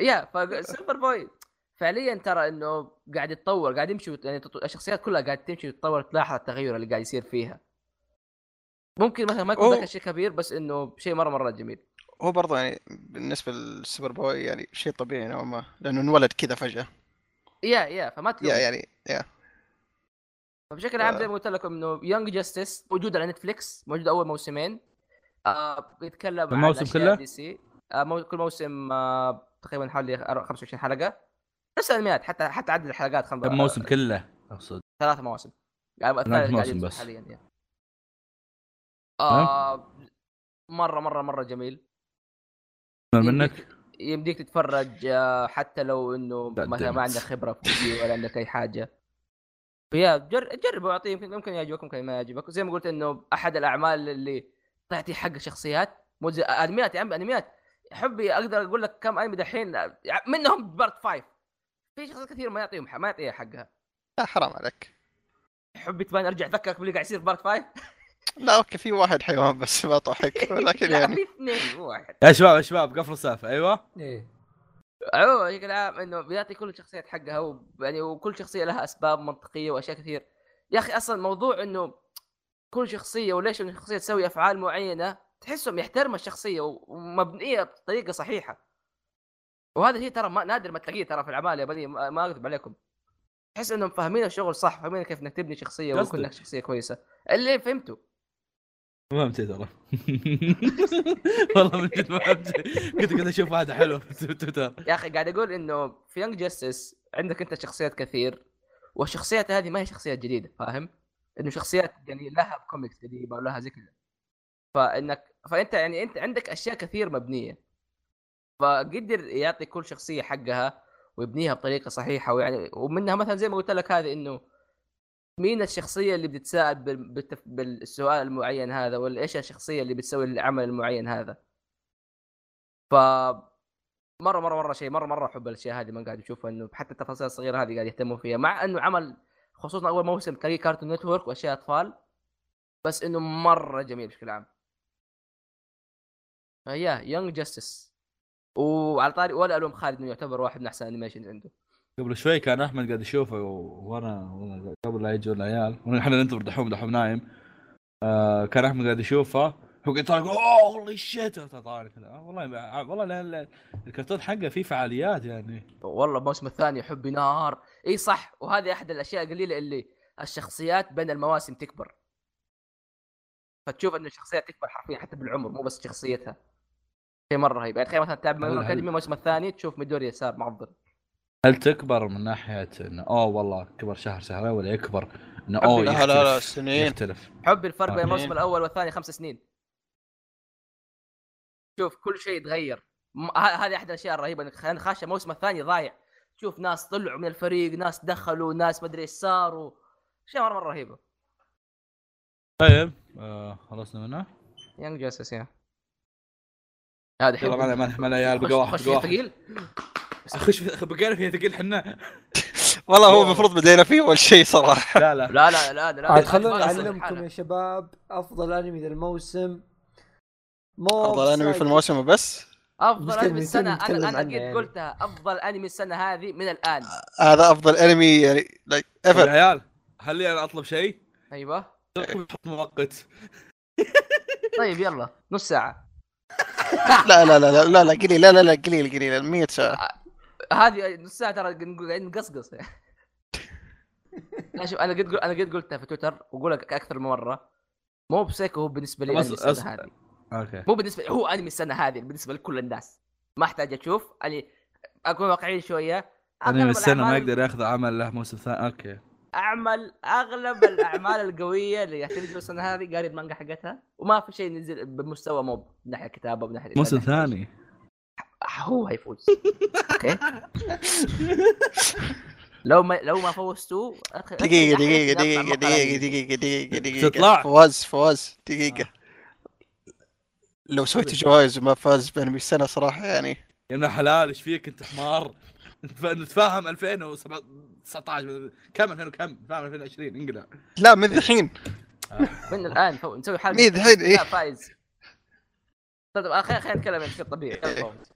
Speaker 1: يا فسوبر بوي فعليا ترى انه قاعد يتطور قاعد يمشي وت- يعني تط- الشخصيات كلها قاعد تمشي وتتطور تلاحظ التغير اللي قاعد يصير فيها ممكن مثلا ما يكون
Speaker 3: أوه.
Speaker 1: ذاك الشيء كبير بس انه شيء مره مره جميل
Speaker 3: هو برضه يعني بالنسبه للسوبر بوي يعني شيء طبيعي نوعا ما لانه انولد كذا فجاه
Speaker 1: يا يا فما تلوم
Speaker 3: يا يعني يا
Speaker 1: فبشكل عام زي ما قلت لكم انه يونج جاستس موجود على نتفليكس موجود اول موسمين آه بيتكلم عن
Speaker 2: الموسم
Speaker 1: أشياء
Speaker 2: كله؟
Speaker 1: دي سي آه مو... كل موسم آه تقريبا حوالي أر- 25 حلقه نفس الانميات حتى حتى عدد الحلقات خم...
Speaker 2: كم موسم كله اقصد
Speaker 1: ثلاث مواسم يعني الثالث
Speaker 2: طيب، ثلاث
Speaker 1: قاعد
Speaker 2: مواسم
Speaker 1: ينزل
Speaker 2: بس. طيب.
Speaker 1: حاليا يعني. آه مره مره مره جميل
Speaker 2: منك
Speaker 1: يمديك تتفرج آه، حتى لو انه
Speaker 2: لا،
Speaker 1: مثلا ما
Speaker 2: دمت.
Speaker 1: عندك خبره في شيء ولا عندك اي حاجه فيا جر... جرب واعطيه يمكن يمكن يعجبك يمكن ما يعجبك زي ما قلت انه احد الاعمال اللي تعطي حق شخصيات مو زي انميات يا عم انميات حبي اقدر اقول لك كم انمي دحين آه، منهم بارت 5 في شخصيات كثير ما يعطيهم ح- ما يعطيها حقها
Speaker 3: لا حرام عليك
Speaker 1: حبي تبان ارجع اذكرك باللي قاعد يصير في بارت 5
Speaker 3: لا اوكي في واحد حيوان بس ما ضحك ولكن
Speaker 1: لا
Speaker 3: يعني
Speaker 1: في اثنين مو واحد
Speaker 2: يا شباب يا شباب قفلوا السالفه ايوه
Speaker 5: ايه
Speaker 1: عموما بشكل عام انه بيعطي كل الشخصيات حقها و... يعني وكل شخصيه لها اسباب منطقيه واشياء كثير يا اخي اصلا موضوع انه كل شخصيه وليش إن الشخصيه تسوي افعال معينه تحسهم يحترم الشخصيه و- ومبنيه بطريقه صحيحه وهذا الشيء ترى ما نادر ما تلاقيه ترى في الاعمال اليابانيه ما ما اكذب عليكم تحس انهم فاهمين الشغل صح فاهمين كيف انك تبني شخصيه
Speaker 2: قصدك.
Speaker 1: ويكون لك شخصيه كويسه اللي فهمته
Speaker 2: ما فهمت ترى والله من جد ما فهمت كنت قاعد اشوف واحده حلوه في تويتر
Speaker 1: يا اخي قاعد اقول انه في يونج جاستس عندك انت شخصيات كثير والشخصيات هذه ما هي شخصيات جديده فاهم؟ انه شخصيات يعني لها كوميكس قديمه ولها زي كذا فانك فانت يعني انت عندك اشياء كثير مبنيه فقدر يعطي كل شخصيه حقها ويبنيها بطريقه صحيحه ويعني ومنها مثلا زي ما قلت لك هذه انه مين الشخصيه اللي بتتساءل بال- بالتف- بالسؤال المعين هذا ولا ايش الشخصيه اللي بتسوي العمل المعين هذا ف مره مره مره شيء مره مره احب الاشياء هذه ما قاعد اشوفها انه حتى التفاصيل الصغيره هذه قاعد يهتموا فيها مع انه عمل خصوصا اول موسم تلاقيه كارتون نتورك واشياء اطفال بس انه مره جميل بشكل عام فيا يونج جاستس وعلى طاري ولا الوم خالد انه يعتبر واحد من احسن انيميشن عنده
Speaker 2: قبل شوي كان احمد قاعد يشوفه و- وانا وأنا قبل لا يجون العيال ونحن ننتظر دحوم دحوم نايم آه كان احمد قاعد يشوفه هو قاعد يقول اوه والله شيت طالع كذا آه، والله ما- والله لا- لا- الكرتون حقه فيه فعاليات يعني
Speaker 1: والله الموسم الثاني حبي نار اي صح وهذه احد الاشياء القليله اللي الشخصيات بين المواسم تكبر فتشوف انه الشخصيه تكبر حرفيا حتى بالعمر مو بس شخصيتها شيء مره رهيب يعني تخيل مثلا تتابع
Speaker 2: هل-
Speaker 1: مايو
Speaker 2: هل-
Speaker 1: اكاديمي الموسم الثاني تشوف ميدوريا صار معضل
Speaker 2: هل تكبر من ناحيه انه اوه والله كبر شهر شهرين ولا يكبر انه اوه
Speaker 3: لا لا لا
Speaker 2: يختلف
Speaker 3: سنين
Speaker 2: يختلف
Speaker 1: حب الفرق بين
Speaker 2: آمين.
Speaker 1: الموسم الاول والثاني خمس سنين شوف كل شيء تغير م- ه- هذه احد الاشياء الرهيبه انك خ- خاشه الموسم الثاني ضايع تشوف ناس طلعوا من الفريق ناس دخلوا ناس مدري ايش صاروا اشياء مره مره رهيبه
Speaker 2: طيب آه خلصنا منه
Speaker 1: يانج جاسس يا هذا
Speaker 2: يلا
Speaker 1: حلو
Speaker 2: معنا معنا معنا عيال بقى واحد
Speaker 1: خش
Speaker 2: بقى
Speaker 1: فيه
Speaker 2: واحد
Speaker 1: ثقيل
Speaker 2: خش بقينا فيها ثقيل حنا
Speaker 3: والله هو المفروض بدينا فيه اول شيء صراحه
Speaker 2: لا لا
Speaker 1: لا لا لا لا
Speaker 5: عاد خلوني
Speaker 1: ما أصل
Speaker 5: اعلمكم
Speaker 1: الحالة.
Speaker 5: يا شباب افضل انمي ذا الموسم مو
Speaker 3: افضل انمي في الموسم بس
Speaker 1: افضل
Speaker 5: مستني-
Speaker 1: انمي السنه
Speaker 5: مستني نتكلم
Speaker 1: انا انا
Speaker 5: عنه
Speaker 1: قد
Speaker 5: يعني.
Speaker 1: قلتها افضل انمي السنه هذه من الان
Speaker 3: هذا افضل انمي يعني لايك
Speaker 2: يا
Speaker 3: ايفر
Speaker 2: عيال خلي انا اطلب شيء
Speaker 1: ايوه
Speaker 2: حط مؤقت
Speaker 1: طيب يلا نص ساعه
Speaker 3: لا لا لا لا لا لا قليل لا لا لا قليل قليل 100 ساعه
Speaker 1: هذه نص ساعه ترى نقول- قاعدين نقصقص لا شوف انا قد قل- انا قد قلتها في تويتر واقولها ك- اكثر من مره مو بسيكو هو بالنسبه لي
Speaker 2: طب
Speaker 1: أنمي
Speaker 2: أص- أص-
Speaker 1: السنه هذه
Speaker 2: اوكي
Speaker 1: مو بالنسبه هو انمي السنه هذه بالنسبه لكل الناس ما احتاج اشوف يعني اكون واقعي شويه
Speaker 2: انا من
Speaker 1: أغلب
Speaker 2: السنه ما
Speaker 1: الأعمال-
Speaker 2: اقدر اخذ عمل له موسم ثاني اوكي
Speaker 1: اعمل اغلب الاعمال القويه اللي تنزل السنه هذه قاري المانجا حقتها وما في شيء نزل بمستوى موب من ناحيه كتابه من ناحيه
Speaker 2: موسم
Speaker 1: من ناحية-
Speaker 2: ثاني
Speaker 1: هو هيفوز اوكي لو ما لو ما فوزتوا أخ-
Speaker 3: دقيقة
Speaker 1: أخ-
Speaker 3: دقيقة
Speaker 1: أخ-
Speaker 3: دقيقة
Speaker 1: أخ-
Speaker 3: دقيقة دقيقة دقيقة دقيقة
Speaker 2: تطلع.
Speaker 3: فواز فواز دقيقة
Speaker 2: آه.
Speaker 3: لو
Speaker 2: طيب.
Speaker 3: سويت جوائز وما فاز بانمي السنة صراحة يعني
Speaker 2: يا ابن الحلال ايش فيك انت حمار نتف- نتفاهم 2019 كم 2000 وكم نتفاهم 2020 انقلع
Speaker 3: لا من الحين
Speaker 1: من الان فو... نسوي
Speaker 2: طيب.
Speaker 1: حلقه
Speaker 3: مين الحين
Speaker 1: لا
Speaker 3: ايه
Speaker 1: فايز طيب خلينا خلينا نتكلم بشكل طبيعي خلينا نفوز.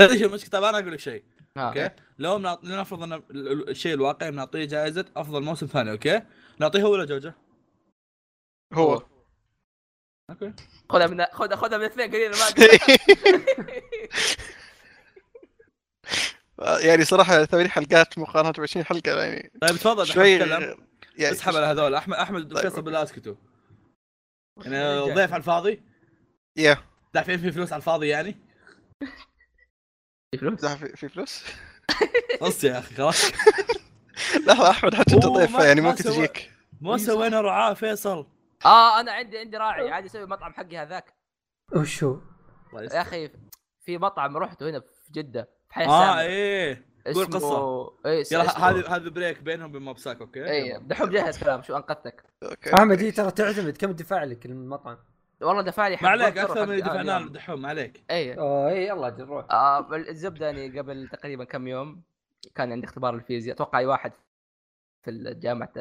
Speaker 2: تدري ايش المشكله طب انا اقول لك شيء
Speaker 1: ها.
Speaker 2: اوكي لو بنعط- لنفرض ان ال- ال- الشيء الواقعي بنعطيه جائزه افضل موسم ثاني اوكي نعطيه هو ولا جوجو
Speaker 3: هو
Speaker 2: طيب. اوكي
Speaker 1: خذها من خذها خذها من الاثنين قليل ما
Speaker 3: يعني صراحة 80 حلقات مقارنة ب 20 حلقة يعني
Speaker 2: طيب تفضل دحين
Speaker 3: شوي
Speaker 2: تكلم.
Speaker 3: يعني
Speaker 2: اسحب على هذول احمد احمد
Speaker 3: طيب،
Speaker 2: فيصل
Speaker 3: أوكي.
Speaker 2: بالله اسكتوا يعني ضيف على الفاضي
Speaker 3: يا
Speaker 2: دافعين فيه فلوس على الفاضي يعني
Speaker 3: لا، في في فلوس
Speaker 2: بص يا اخي خلاص
Speaker 3: لحظة احمد حتى انت
Speaker 2: أوه،
Speaker 3: ضيف
Speaker 2: ما-
Speaker 3: يعني
Speaker 2: ما
Speaker 3: ممكن
Speaker 2: سوى-
Speaker 3: تجيك
Speaker 2: ما سوينا رعاه فيصل
Speaker 1: اه انا عندي عندي راعي عادي اسوي مطعم حقي هذاك
Speaker 5: وش هو؟
Speaker 2: الله
Speaker 1: يا
Speaker 2: يستر.
Speaker 1: اخي في مطعم رحته هنا في جده في حي
Speaker 2: اه
Speaker 1: السامر.
Speaker 2: ايه قول
Speaker 1: اسمه-
Speaker 2: قصة.
Speaker 1: ايه
Speaker 2: يلا
Speaker 1: اسمه-
Speaker 2: هذا هذا بريك بينهم وبين مابساك اوكي؟
Speaker 1: ايه دحوم جهز كلام شو انقذتك
Speaker 3: اوكي
Speaker 5: احمد دي إيه، ترى تعتمد كم دفع لك المطعم؟
Speaker 1: والله دفع لي
Speaker 2: ما عليك اكثر من نعم. اللي دفعناه دحوم ما عليك
Speaker 1: ايه
Speaker 5: اوه اي إيه، يلا جل روح
Speaker 1: آه الزبده اني قبل تقريبا كم يوم كان عندي اختبار الفيزياء اتوقع اي واحد في الجامعه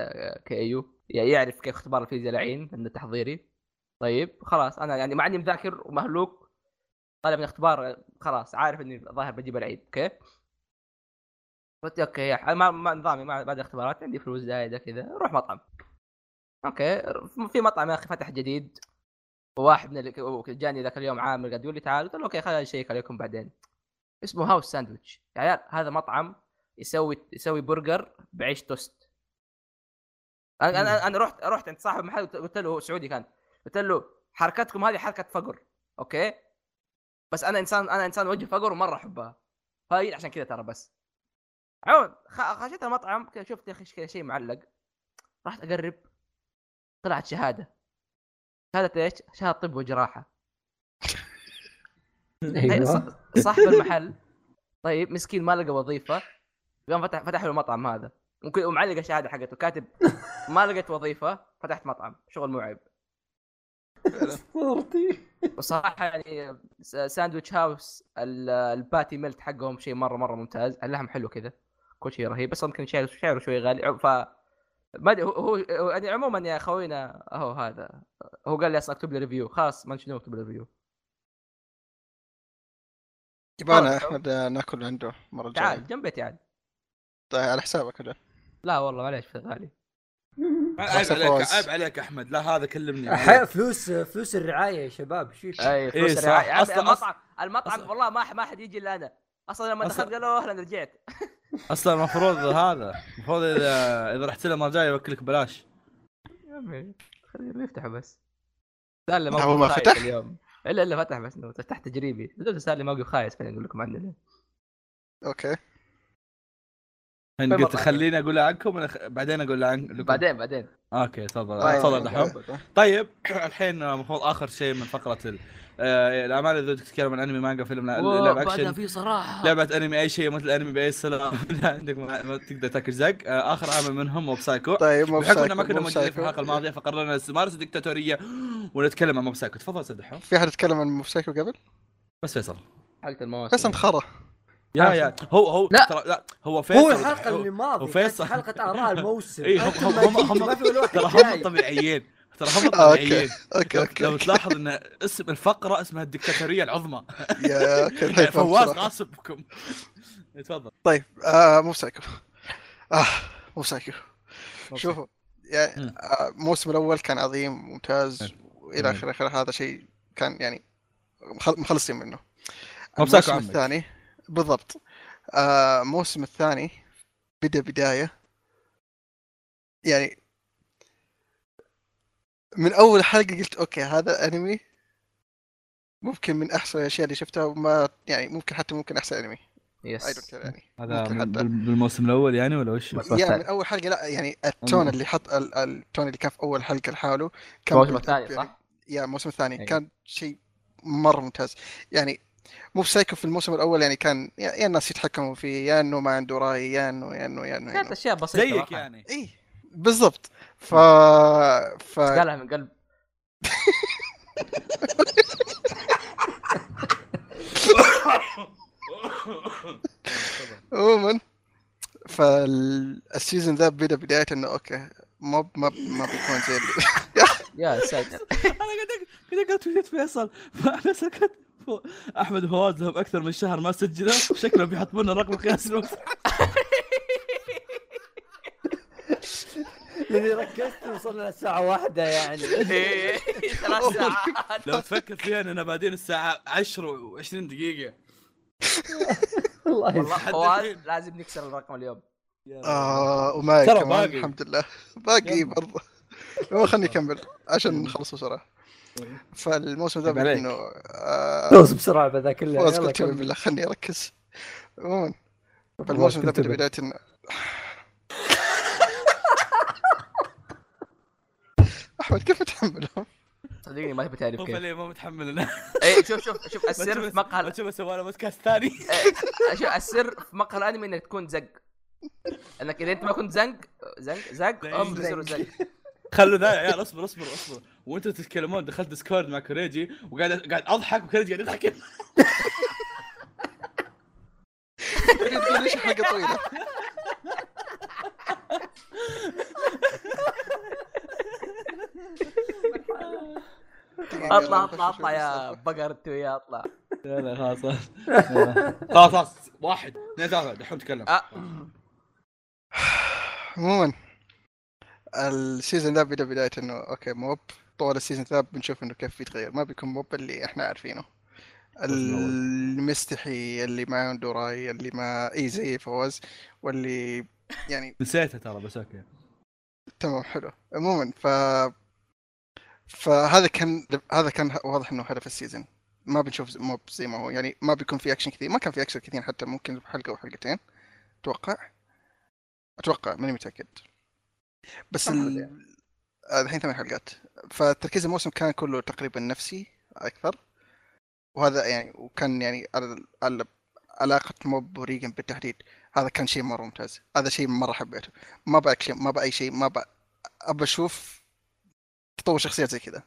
Speaker 1: كي يو يعرف كيف اختبار الفيزياء العين انه تحضيري طيب خلاص انا يعني مع اني مذاكر ومهلوك طالع من اختبار خلاص عارف اني ظاهر بجيب العيد اوكي قلت اوكي يا ح- ما ما نظامي ما بعد الاختبارات عندي فلوس زايده كذا روح مطعم اوكي في مطعم يا اخي فتح جديد وواحد من اللي جاني ذاك اليوم عامل قاعد يقول لي تعال قلت له اوكي خليني اشيك عليكم بعدين اسمه هاوس ساندويتش يا عيال هذا مطعم يسوي يسوي برجر بعيش توست انا انا انا رحت رحت عند صاحب المحل قلت- قلت له هو سعودي كان قلت له حركتكم هذه حركه فقر اوكي بس انا انسان انا انسان وجه فقر ومره احبها هاي عشان كذا ترى بس عود خ- خشيت المطعم كذا شفت يا اخي كذا شيء معلق رحت اقرب طلعت شهاده شهاده ايش؟ شهاده طب وجراحه
Speaker 4: إيه،
Speaker 2: إيه،
Speaker 1: طيب
Speaker 5: ايوه
Speaker 1: ص- صاحب المحل طيب مسكين ما لقى وظيفه قام فتح فتح له المطعم هذا ممكن ومعلق الشهاده حقته كاتب ما لقيت وظيفه فتحت مطعم شغل مرعب
Speaker 5: صورتي
Speaker 2: إيه.
Speaker 1: وصراحه يعني س- ساندويتش هاوس ال- الباتي ميلت حقهم شيء مره مره ممتاز اللحم حلو كذا كل شيء رهيب بس يمكن شعره شعره شوي غالي ف ما ادري هو- هو هو- يعني عموما يا خوينا هو هذا هو قال لي اصلا اكتب لي ريفيو خلاص ما شنو اكتب لي ريفيو
Speaker 3: يبغانا احمد آه، ناكل عنده المرة الجاية
Speaker 1: تعال جنب بيتي تعال
Speaker 3: طيب على حسابك ولا
Speaker 1: لا والله معليش في غالي
Speaker 2: عيب
Speaker 3: أحسن
Speaker 2: عليك
Speaker 3: فوز.
Speaker 2: عيب عليك احمد لا هذا كلمني
Speaker 5: ح- فلوس فلوس الرعايه يا شباب شوف
Speaker 1: اي فلوس
Speaker 2: إيه، صح.
Speaker 1: الرعاية. يا عمي
Speaker 2: أصلاً-
Speaker 1: المطعم المطعم
Speaker 2: أصلاً-
Speaker 1: والله ما ح- ما حد يجي الا انا اصلا لما
Speaker 2: أصلاً-
Speaker 1: دخلت قالوا اهلا رجعت
Speaker 2: اصلا المفروض هذا المفروض اذا اذا رحت له المره الجايه يوكلك بلاش
Speaker 1: يا عمي خليهم يفتحوا بس صار لي
Speaker 3: أول ما
Speaker 1: موقف
Speaker 3: فتح؟
Speaker 1: خايس اليوم الا الا فتح بس إنه فتح تجريبي لازم صار لي موقف خايس خليني اقول لكم عنه ليه.
Speaker 3: اوكي
Speaker 2: الحين قلت
Speaker 1: بالمطعم.
Speaker 2: خليني اقول عنكم ولا خ- بعدين اقول عن لكم.
Speaker 1: طيب، بعدين بعدين
Speaker 2: اوكي تفضل
Speaker 3: طيب.
Speaker 2: تفضل دحوم طيب الحين المفروض اخر شيء من فقره ال- آه، الاعمال اللي بدك تتكلم عن انمي مانجا فيلم لا-
Speaker 1: أوه،
Speaker 2: لعب
Speaker 1: بعدها
Speaker 2: اكشن
Speaker 1: في صراحه
Speaker 2: لعبة انمي اي شيء مثل انمي باي سلام لا عندك ما, ما تقدر تاكل زق آه، اخر عمل منهم موب سايكو
Speaker 3: طيب مو
Speaker 2: بحكم
Speaker 3: بسايكو،
Speaker 2: ان ما كنا
Speaker 3: مو
Speaker 2: موجودين في
Speaker 3: بسايكو.
Speaker 2: الحلقه الماضيه فقررنا نمارس الدكتاتوريه ونتكلم عن موب سايكو تفضل سيد دحوم
Speaker 3: في احد يتكلم عن موبسايكو قبل؟
Speaker 2: بس فيصل
Speaker 1: حلقه المواسم
Speaker 3: بس انت خرا
Speaker 2: يا يا هو هو
Speaker 1: لا.
Speaker 2: ترى لا هو فيصل
Speaker 5: هو الحلقه اللي ماضيه كانت
Speaker 2: وفيصل.
Speaker 5: حلقه اراء الموسم
Speaker 2: اي هم
Speaker 5: أنتم
Speaker 2: هم
Speaker 5: ما
Speaker 2: هم
Speaker 5: جيتوا، ما في ولا واحد
Speaker 2: ترى هم
Speaker 5: جاي.
Speaker 2: طبيعيين
Speaker 6: ترى هم
Speaker 3: اوكي
Speaker 6: طبيعيين
Speaker 3: اوكي
Speaker 6: لو
Speaker 3: اوكي
Speaker 6: تلاحظ ان اسم الفقره اسمها الدكتاتوريه العظمى
Speaker 3: يا طيب، اوكي الحين إيه، فهمت
Speaker 6: فواز
Speaker 3: صراحة.
Speaker 6: غاصبكم تفضل
Speaker 3: طيب آه مو سايكو اه مو سايكو شوفوا يعني
Speaker 6: مم.
Speaker 3: آه، الموسم الاول كان عظيم ممتاز والى
Speaker 2: مم.
Speaker 3: اخره اخره هذا شيء كان يعني مخل- مخلصين منه
Speaker 2: مو بسايكو
Speaker 3: الموسم
Speaker 2: عمك.
Speaker 3: الثاني بالضبط آه، الموسم الثاني بدا بدايه يعني من اول حلقه قلت اوكي هذا انمي ممكن من احسن الاشياء اللي شفتها وما يعني ممكن حتى ممكن احسن انمي اي دونت
Speaker 1: يس
Speaker 3: يعني
Speaker 2: هذا
Speaker 3: ممكن
Speaker 2: من-
Speaker 3: حتى.
Speaker 2: بال- بالموسم الاول يعني ولا وش؟
Speaker 1: الموسم
Speaker 3: يا
Speaker 1: الثاني.
Speaker 3: من اول حلقه لا يعني التون
Speaker 2: الموسم.
Speaker 3: اللي حط ال- التون اللي كان في اول حلقه لحاله كان
Speaker 1: الموسم
Speaker 3: build up
Speaker 1: الثاني
Speaker 3: يعني-
Speaker 1: صح؟
Speaker 3: يا الموسم الثاني
Speaker 2: أيوة.
Speaker 3: كان شيء مره ممتاز يعني مو بسايكو في الموسم الاول يعني كان يا يا الناس يتحكموا فيه يا انه ما عنده راي يا انه يا انه يا انه يا
Speaker 1: كانت
Speaker 3: إنه.
Speaker 1: اشياء بسيطه
Speaker 6: زيك
Speaker 1: صراحة.
Speaker 6: يعني
Speaker 3: اي بالضبط ف ف
Speaker 1: قالها من قلب
Speaker 3: عموما فالسيزون ذا بدا بدايه انه اوكي ما ما ما بيكون زي اللي
Speaker 1: يا ساتر
Speaker 6: انا قاعد أك- قاعد اقرا تويت فيصل فانا سكت فو- احمد وفواز لهم اكثر من شهر ما سجلوا شكلهم بيحطون لنا رقم قياس الوقت
Speaker 4: لاني ركزت وصلنا الساعه واحدة يعني
Speaker 3: إيه.
Speaker 1: ثلاث ساعات
Speaker 6: لو تفكر فيها اننا بادين الساعه 10 و20 دقيقه
Speaker 4: الله يس-
Speaker 1: والله فواز لازم نكسر الرقم اليوم
Speaker 3: آه وماي
Speaker 6: ترى
Speaker 3: كمان
Speaker 6: باقي.
Speaker 3: الحمد لله باقي
Speaker 6: يلا.
Speaker 3: برضه المهم خليني اكمل عشان نخلص بسرعه فالموسم ذا
Speaker 2: عيب عليك.
Speaker 3: انه آه،
Speaker 4: دوس بسرعه بذا كله
Speaker 3: فوز
Speaker 4: يلا
Speaker 3: قلت
Speaker 4: كمل.
Speaker 3: بالله خليني اركز عموما فالموسم ذا
Speaker 4: كنت
Speaker 3: بدا
Speaker 4: بال-
Speaker 3: بدايه إنه- احمد كيف تحملهم؟
Speaker 1: صدقني ما تبي تعرف
Speaker 6: مو
Speaker 1: كيف
Speaker 6: فليه ما متحمل لنا
Speaker 1: اي شوف شوف شوف السر في مقهى
Speaker 6: شوف سوى له بودكاست ثاني
Speaker 1: أشوف آه، السر في مقهى الانمي انك تكون زق انك اذا انت ما كنت زنق زنق زنق هم بيصيروا زنق
Speaker 6: خلوا ذا يا عيال اصبر اصبر اصبر وانتم تتكلمون دخلت ديسكورد مع كوريجي وقاعد قاعد اضحك وكوريجي قاعد يضحك
Speaker 3: تقول ليش الحلقه طويله؟
Speaker 1: اطلع اطلع اطلع يا بقر انت وياه اطلع
Speaker 6: لا لا خلاص خلاص. خلاص خلاص واحد اثنين ثلاثة دحوم تكلم
Speaker 1: آه.
Speaker 3: عموما السيزون ذا بدا بدايه انه اوكي موب طول السيزون ذا بنشوف انه كيف بيتغير ما بيكون موب اللي احنا عارفينه المستحي اللي ما عنده راي اللي ما اي زي فوز واللي يعني
Speaker 2: نسيتها ترى بس اوكي
Speaker 3: تمام حلو عموما ف فهذا كان هذا كان واضح انه هدف السيزون ما بنشوف ز- موب زي ما هو يعني ما بيكون في اكشن كثير ما كان في اكشن كثير حتى ممكن حلقه او حلقتين اتوقع اتوقع ماني متاكد بس
Speaker 4: كم
Speaker 3: ال... آه، الحين ثمان حلقات فتركيز الموسم كان كله تقريبا نفسي اكثر وهذا يعني وكان يعني على على علاقه موب وريجن بالتحديد هذا كان شيء مره ممتاز هذا شيء مره حبيته ما باكشن ما باي شيء ما بأ... ابى اشوف تطور شخصيات زي كذا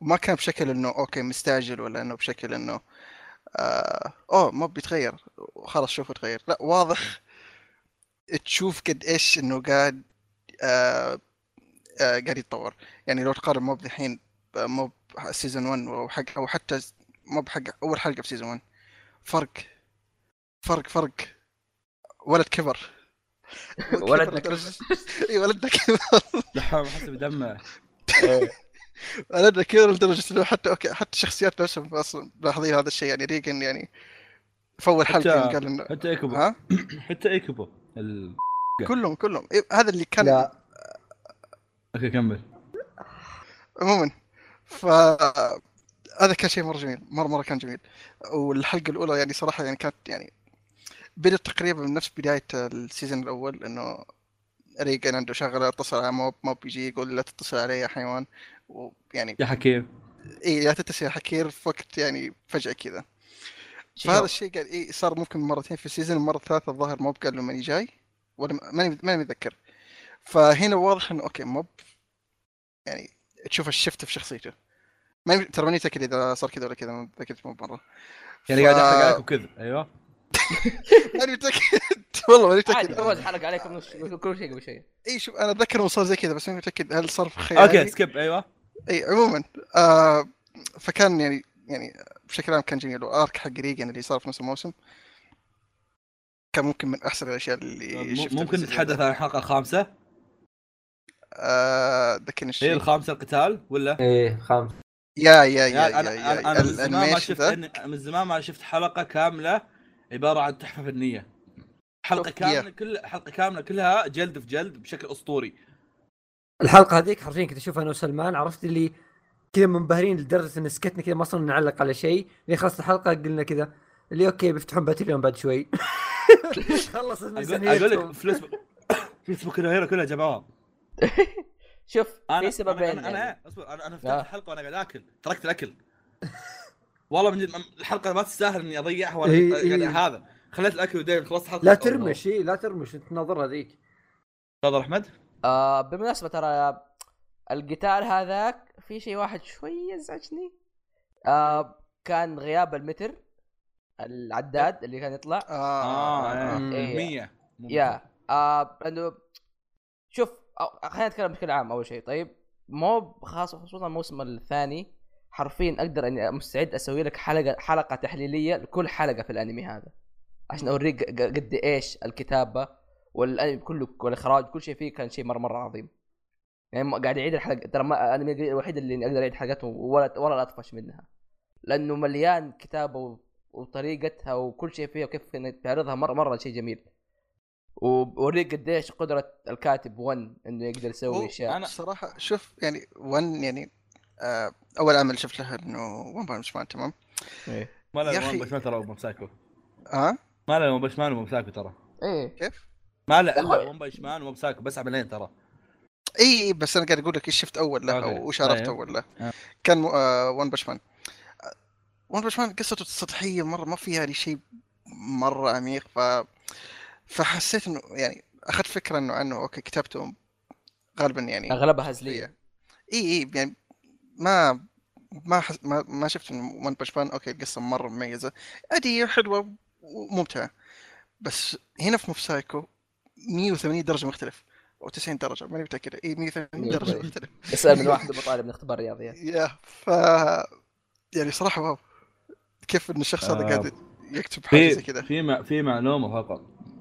Speaker 3: وما كان بشكل انه اوكي مستعجل ولا انه بشكل انه آه اوه ما بيتغير خلاص شوفه تغير لا واضح تشوف قد ايش انه قاعد آه آه قاعد يتطور يعني لو تقارن موب الحين آه، موب سيزون 1 او حق او حتى موب حق اول حلقه في سيزون 1 فرق فرق فرق ولد كبر
Speaker 1: ولدنا
Speaker 3: كبر لدرجة- اي ولدنا كبر
Speaker 6: دحوم حسب دمه
Speaker 3: ولدنا كبر لدرجه انه حتى اوكي حتى الشخصيات نفسهم اصلا ملاحظين هذا الشيء يعني ريجن يعني في اول حلقه يعني قال انه
Speaker 2: حتى ايكوبو
Speaker 3: ها
Speaker 2: حتى ايكوبو ال...
Speaker 3: كلهم كلهم إيه، هذا اللي كان
Speaker 4: لا
Speaker 2: اوكي كمل
Speaker 3: عموما ف هذا كان شيء مره جميل مره مره كان جميل والحلقه الاولى يعني صراحه يعني كانت يعني بدت تقريبا من نفس بدايه السيزون الاول انه ريجن عنده شغله اتصل على موب موب يجي يقول لا تتصل علي يا حيوان ويعني
Speaker 2: يا حكيم
Speaker 3: اي لا تتصل يا حكير في وقت يعني فجاه كذا فهذا
Speaker 1: شوف،
Speaker 3: الشيء قال إيه صار ممكن مرتين في السيزون المره الثالثه الظاهر موب قال له ماني جاي ولا م- ماني ماني متذكر فهنا واضح انه اوكي موب يعني تشوف الشفت في شخصيته ماني ترى ماني متاكد اذا صار كذا ولا كذا ما تاكدت موب مره
Speaker 2: أيوة. يعني قاعد احرق عليك وكذا ايوه
Speaker 3: ماني متاكد والله ماني
Speaker 1: عادي
Speaker 3: متاكد
Speaker 1: فواز حرق عليكم نص- كل شيء قبل شيء
Speaker 3: اي شوف انا اتذكر انه صار زي كذا بس ماني متاكد هل صار في خيالي
Speaker 2: اوكي سكيب ايوه
Speaker 3: اي عموما آه فكان يعني يعني بشكل عام كان جميل والارك حق ريجن اللي صار في نص الموسم كان ممكن من احسن الاشياء اللي
Speaker 2: م-
Speaker 3: شفتها
Speaker 2: ممكن
Speaker 3: في السلسلة.
Speaker 2: نتحدث عن إيه، الحلقه الخامسه
Speaker 3: آه ذكرني
Speaker 2: هي
Speaker 3: شيء
Speaker 2: الخامسه القتال ولا؟
Speaker 5: ايه خامس
Speaker 3: يا يا يا
Speaker 2: يعني
Speaker 3: يا,
Speaker 2: انا
Speaker 3: يا,
Speaker 2: انا أنا
Speaker 3: يا
Speaker 2: من زمان ما
Speaker 3: الانيميشن
Speaker 2: شفت
Speaker 3: ذا
Speaker 2: أني- من زمان ما شفت حلقه كامله عباره عن تحفه فنيه حلقه
Speaker 3: شوف،
Speaker 2: كامله كل حلقه كامله كلها جلد في جلد بشكل اسطوري
Speaker 4: الحلقه هذيك حرفيا كنت اشوفها انا وسلمان عرفت اللي كذا منبهرين لدرجه ان سكتنا كذا ما صرنا نعلق على شيء اللي خلصت الحلقه قلنا كذا اللي اوكي بيفتحون باتريون بعد شوي خلصت
Speaker 2: اقول أقول
Speaker 4: ميزانيتهم
Speaker 2: لك فلوس فلوس بوكو كلها جماعه
Speaker 1: شوف
Speaker 2: انا
Speaker 1: في سببين
Speaker 2: انا, أنا,
Speaker 1: يعني.
Speaker 2: أنا اصبر انا انا فتحت
Speaker 1: آه.
Speaker 2: الحلقه وانا قاعد اكل تركت الاكل والله من جد الحلقه ما تستاهل اني اضيعها وانا
Speaker 4: إيه،
Speaker 2: يعني
Speaker 4: إيه.
Speaker 2: هذا خليت الاكل ودايم خلصت الحلقه
Speaker 4: لا ترمش إيه، لا ترمش انت ناظرها ذيك
Speaker 2: تفضل احمد
Speaker 1: آه بالمناسبه ترى القتال هذاك في شيء واحد شوي يزعجني آه كان غياب المتر العداد اللي كان يطلع
Speaker 2: اه
Speaker 3: آه.
Speaker 2: إيه.
Speaker 1: إيه.
Speaker 2: مية مو
Speaker 1: يا آه انه شوف أو- خلينا نتكلم بشكل عام اول شيء طيب مو خاص خصوصا الموسم الثاني حرفيا اقدر اني مستعد اسوي لك حلقه حلقه تحليليه لكل حلقه في الانمي هذا عشان اوريك ق- قد ايش الكتابه والانمي كله والاخراج كل شيء فيه كان شيء مره مره عظيم يعني ما- قاعد اعيد الحلقه ترى ما الانمي الوحيد اللي اقدر اعيد حلقاته ولا ولا اطفش منها لانه مليان كتابه و- وطريقتها وكل شيء فيها وكيف انك تعرضها مره مره شيء جميل ووريك قديش قدره الكاتب 1 انه يقدر يسوي
Speaker 3: هو
Speaker 1: اشياء
Speaker 3: انا صراحه شوف يعني ون يعني آه اول عمل شفت له انه ون بانش مان تمام
Speaker 2: ما له
Speaker 3: يا
Speaker 2: ون
Speaker 3: أخي.
Speaker 2: بش مان ترى ون سايكو
Speaker 3: اه
Speaker 2: ما له ون بش مان وون سايكو ترى
Speaker 1: ايه
Speaker 3: كيف؟
Speaker 2: ما له الا ون بش مان وون سايكو بس عملين ترى
Speaker 3: اي اي إيه، بس انا قاعد اقول لك ايش شفت اول له
Speaker 2: أوكي.
Speaker 3: او وش عرفت
Speaker 2: طيب.
Speaker 3: اول له
Speaker 2: آه.
Speaker 3: كان آه، ون بانش مان ون بانش مان قصته سطحيه مره ما فيها يعني شيء مره عميق ف فحسيت انه يعني اخذت فكره انه عنه اوكي كتابته غالبا يعني
Speaker 1: اغلبها هزليه
Speaker 3: اي اي يعني ما ما حس... ما, ما شفت انه ون بانش مان اوكي القصه مره مميزه عاديه حلوه وممتعه بس هنا في موب سايكو 180 درجه مختلف او 90 درجه ماني متاكد اي 180 درجه
Speaker 1: 180.
Speaker 3: مختلف
Speaker 1: اسال من واحد مطالب من اختبار رياضيات
Speaker 3: يا ف يعني صراحه واو كيف ان الشخص هذا
Speaker 2: آه.
Speaker 3: قاعد يكتب حاجه
Speaker 2: في آه.
Speaker 3: زي كذا
Speaker 2: في مع- في معلومه فقط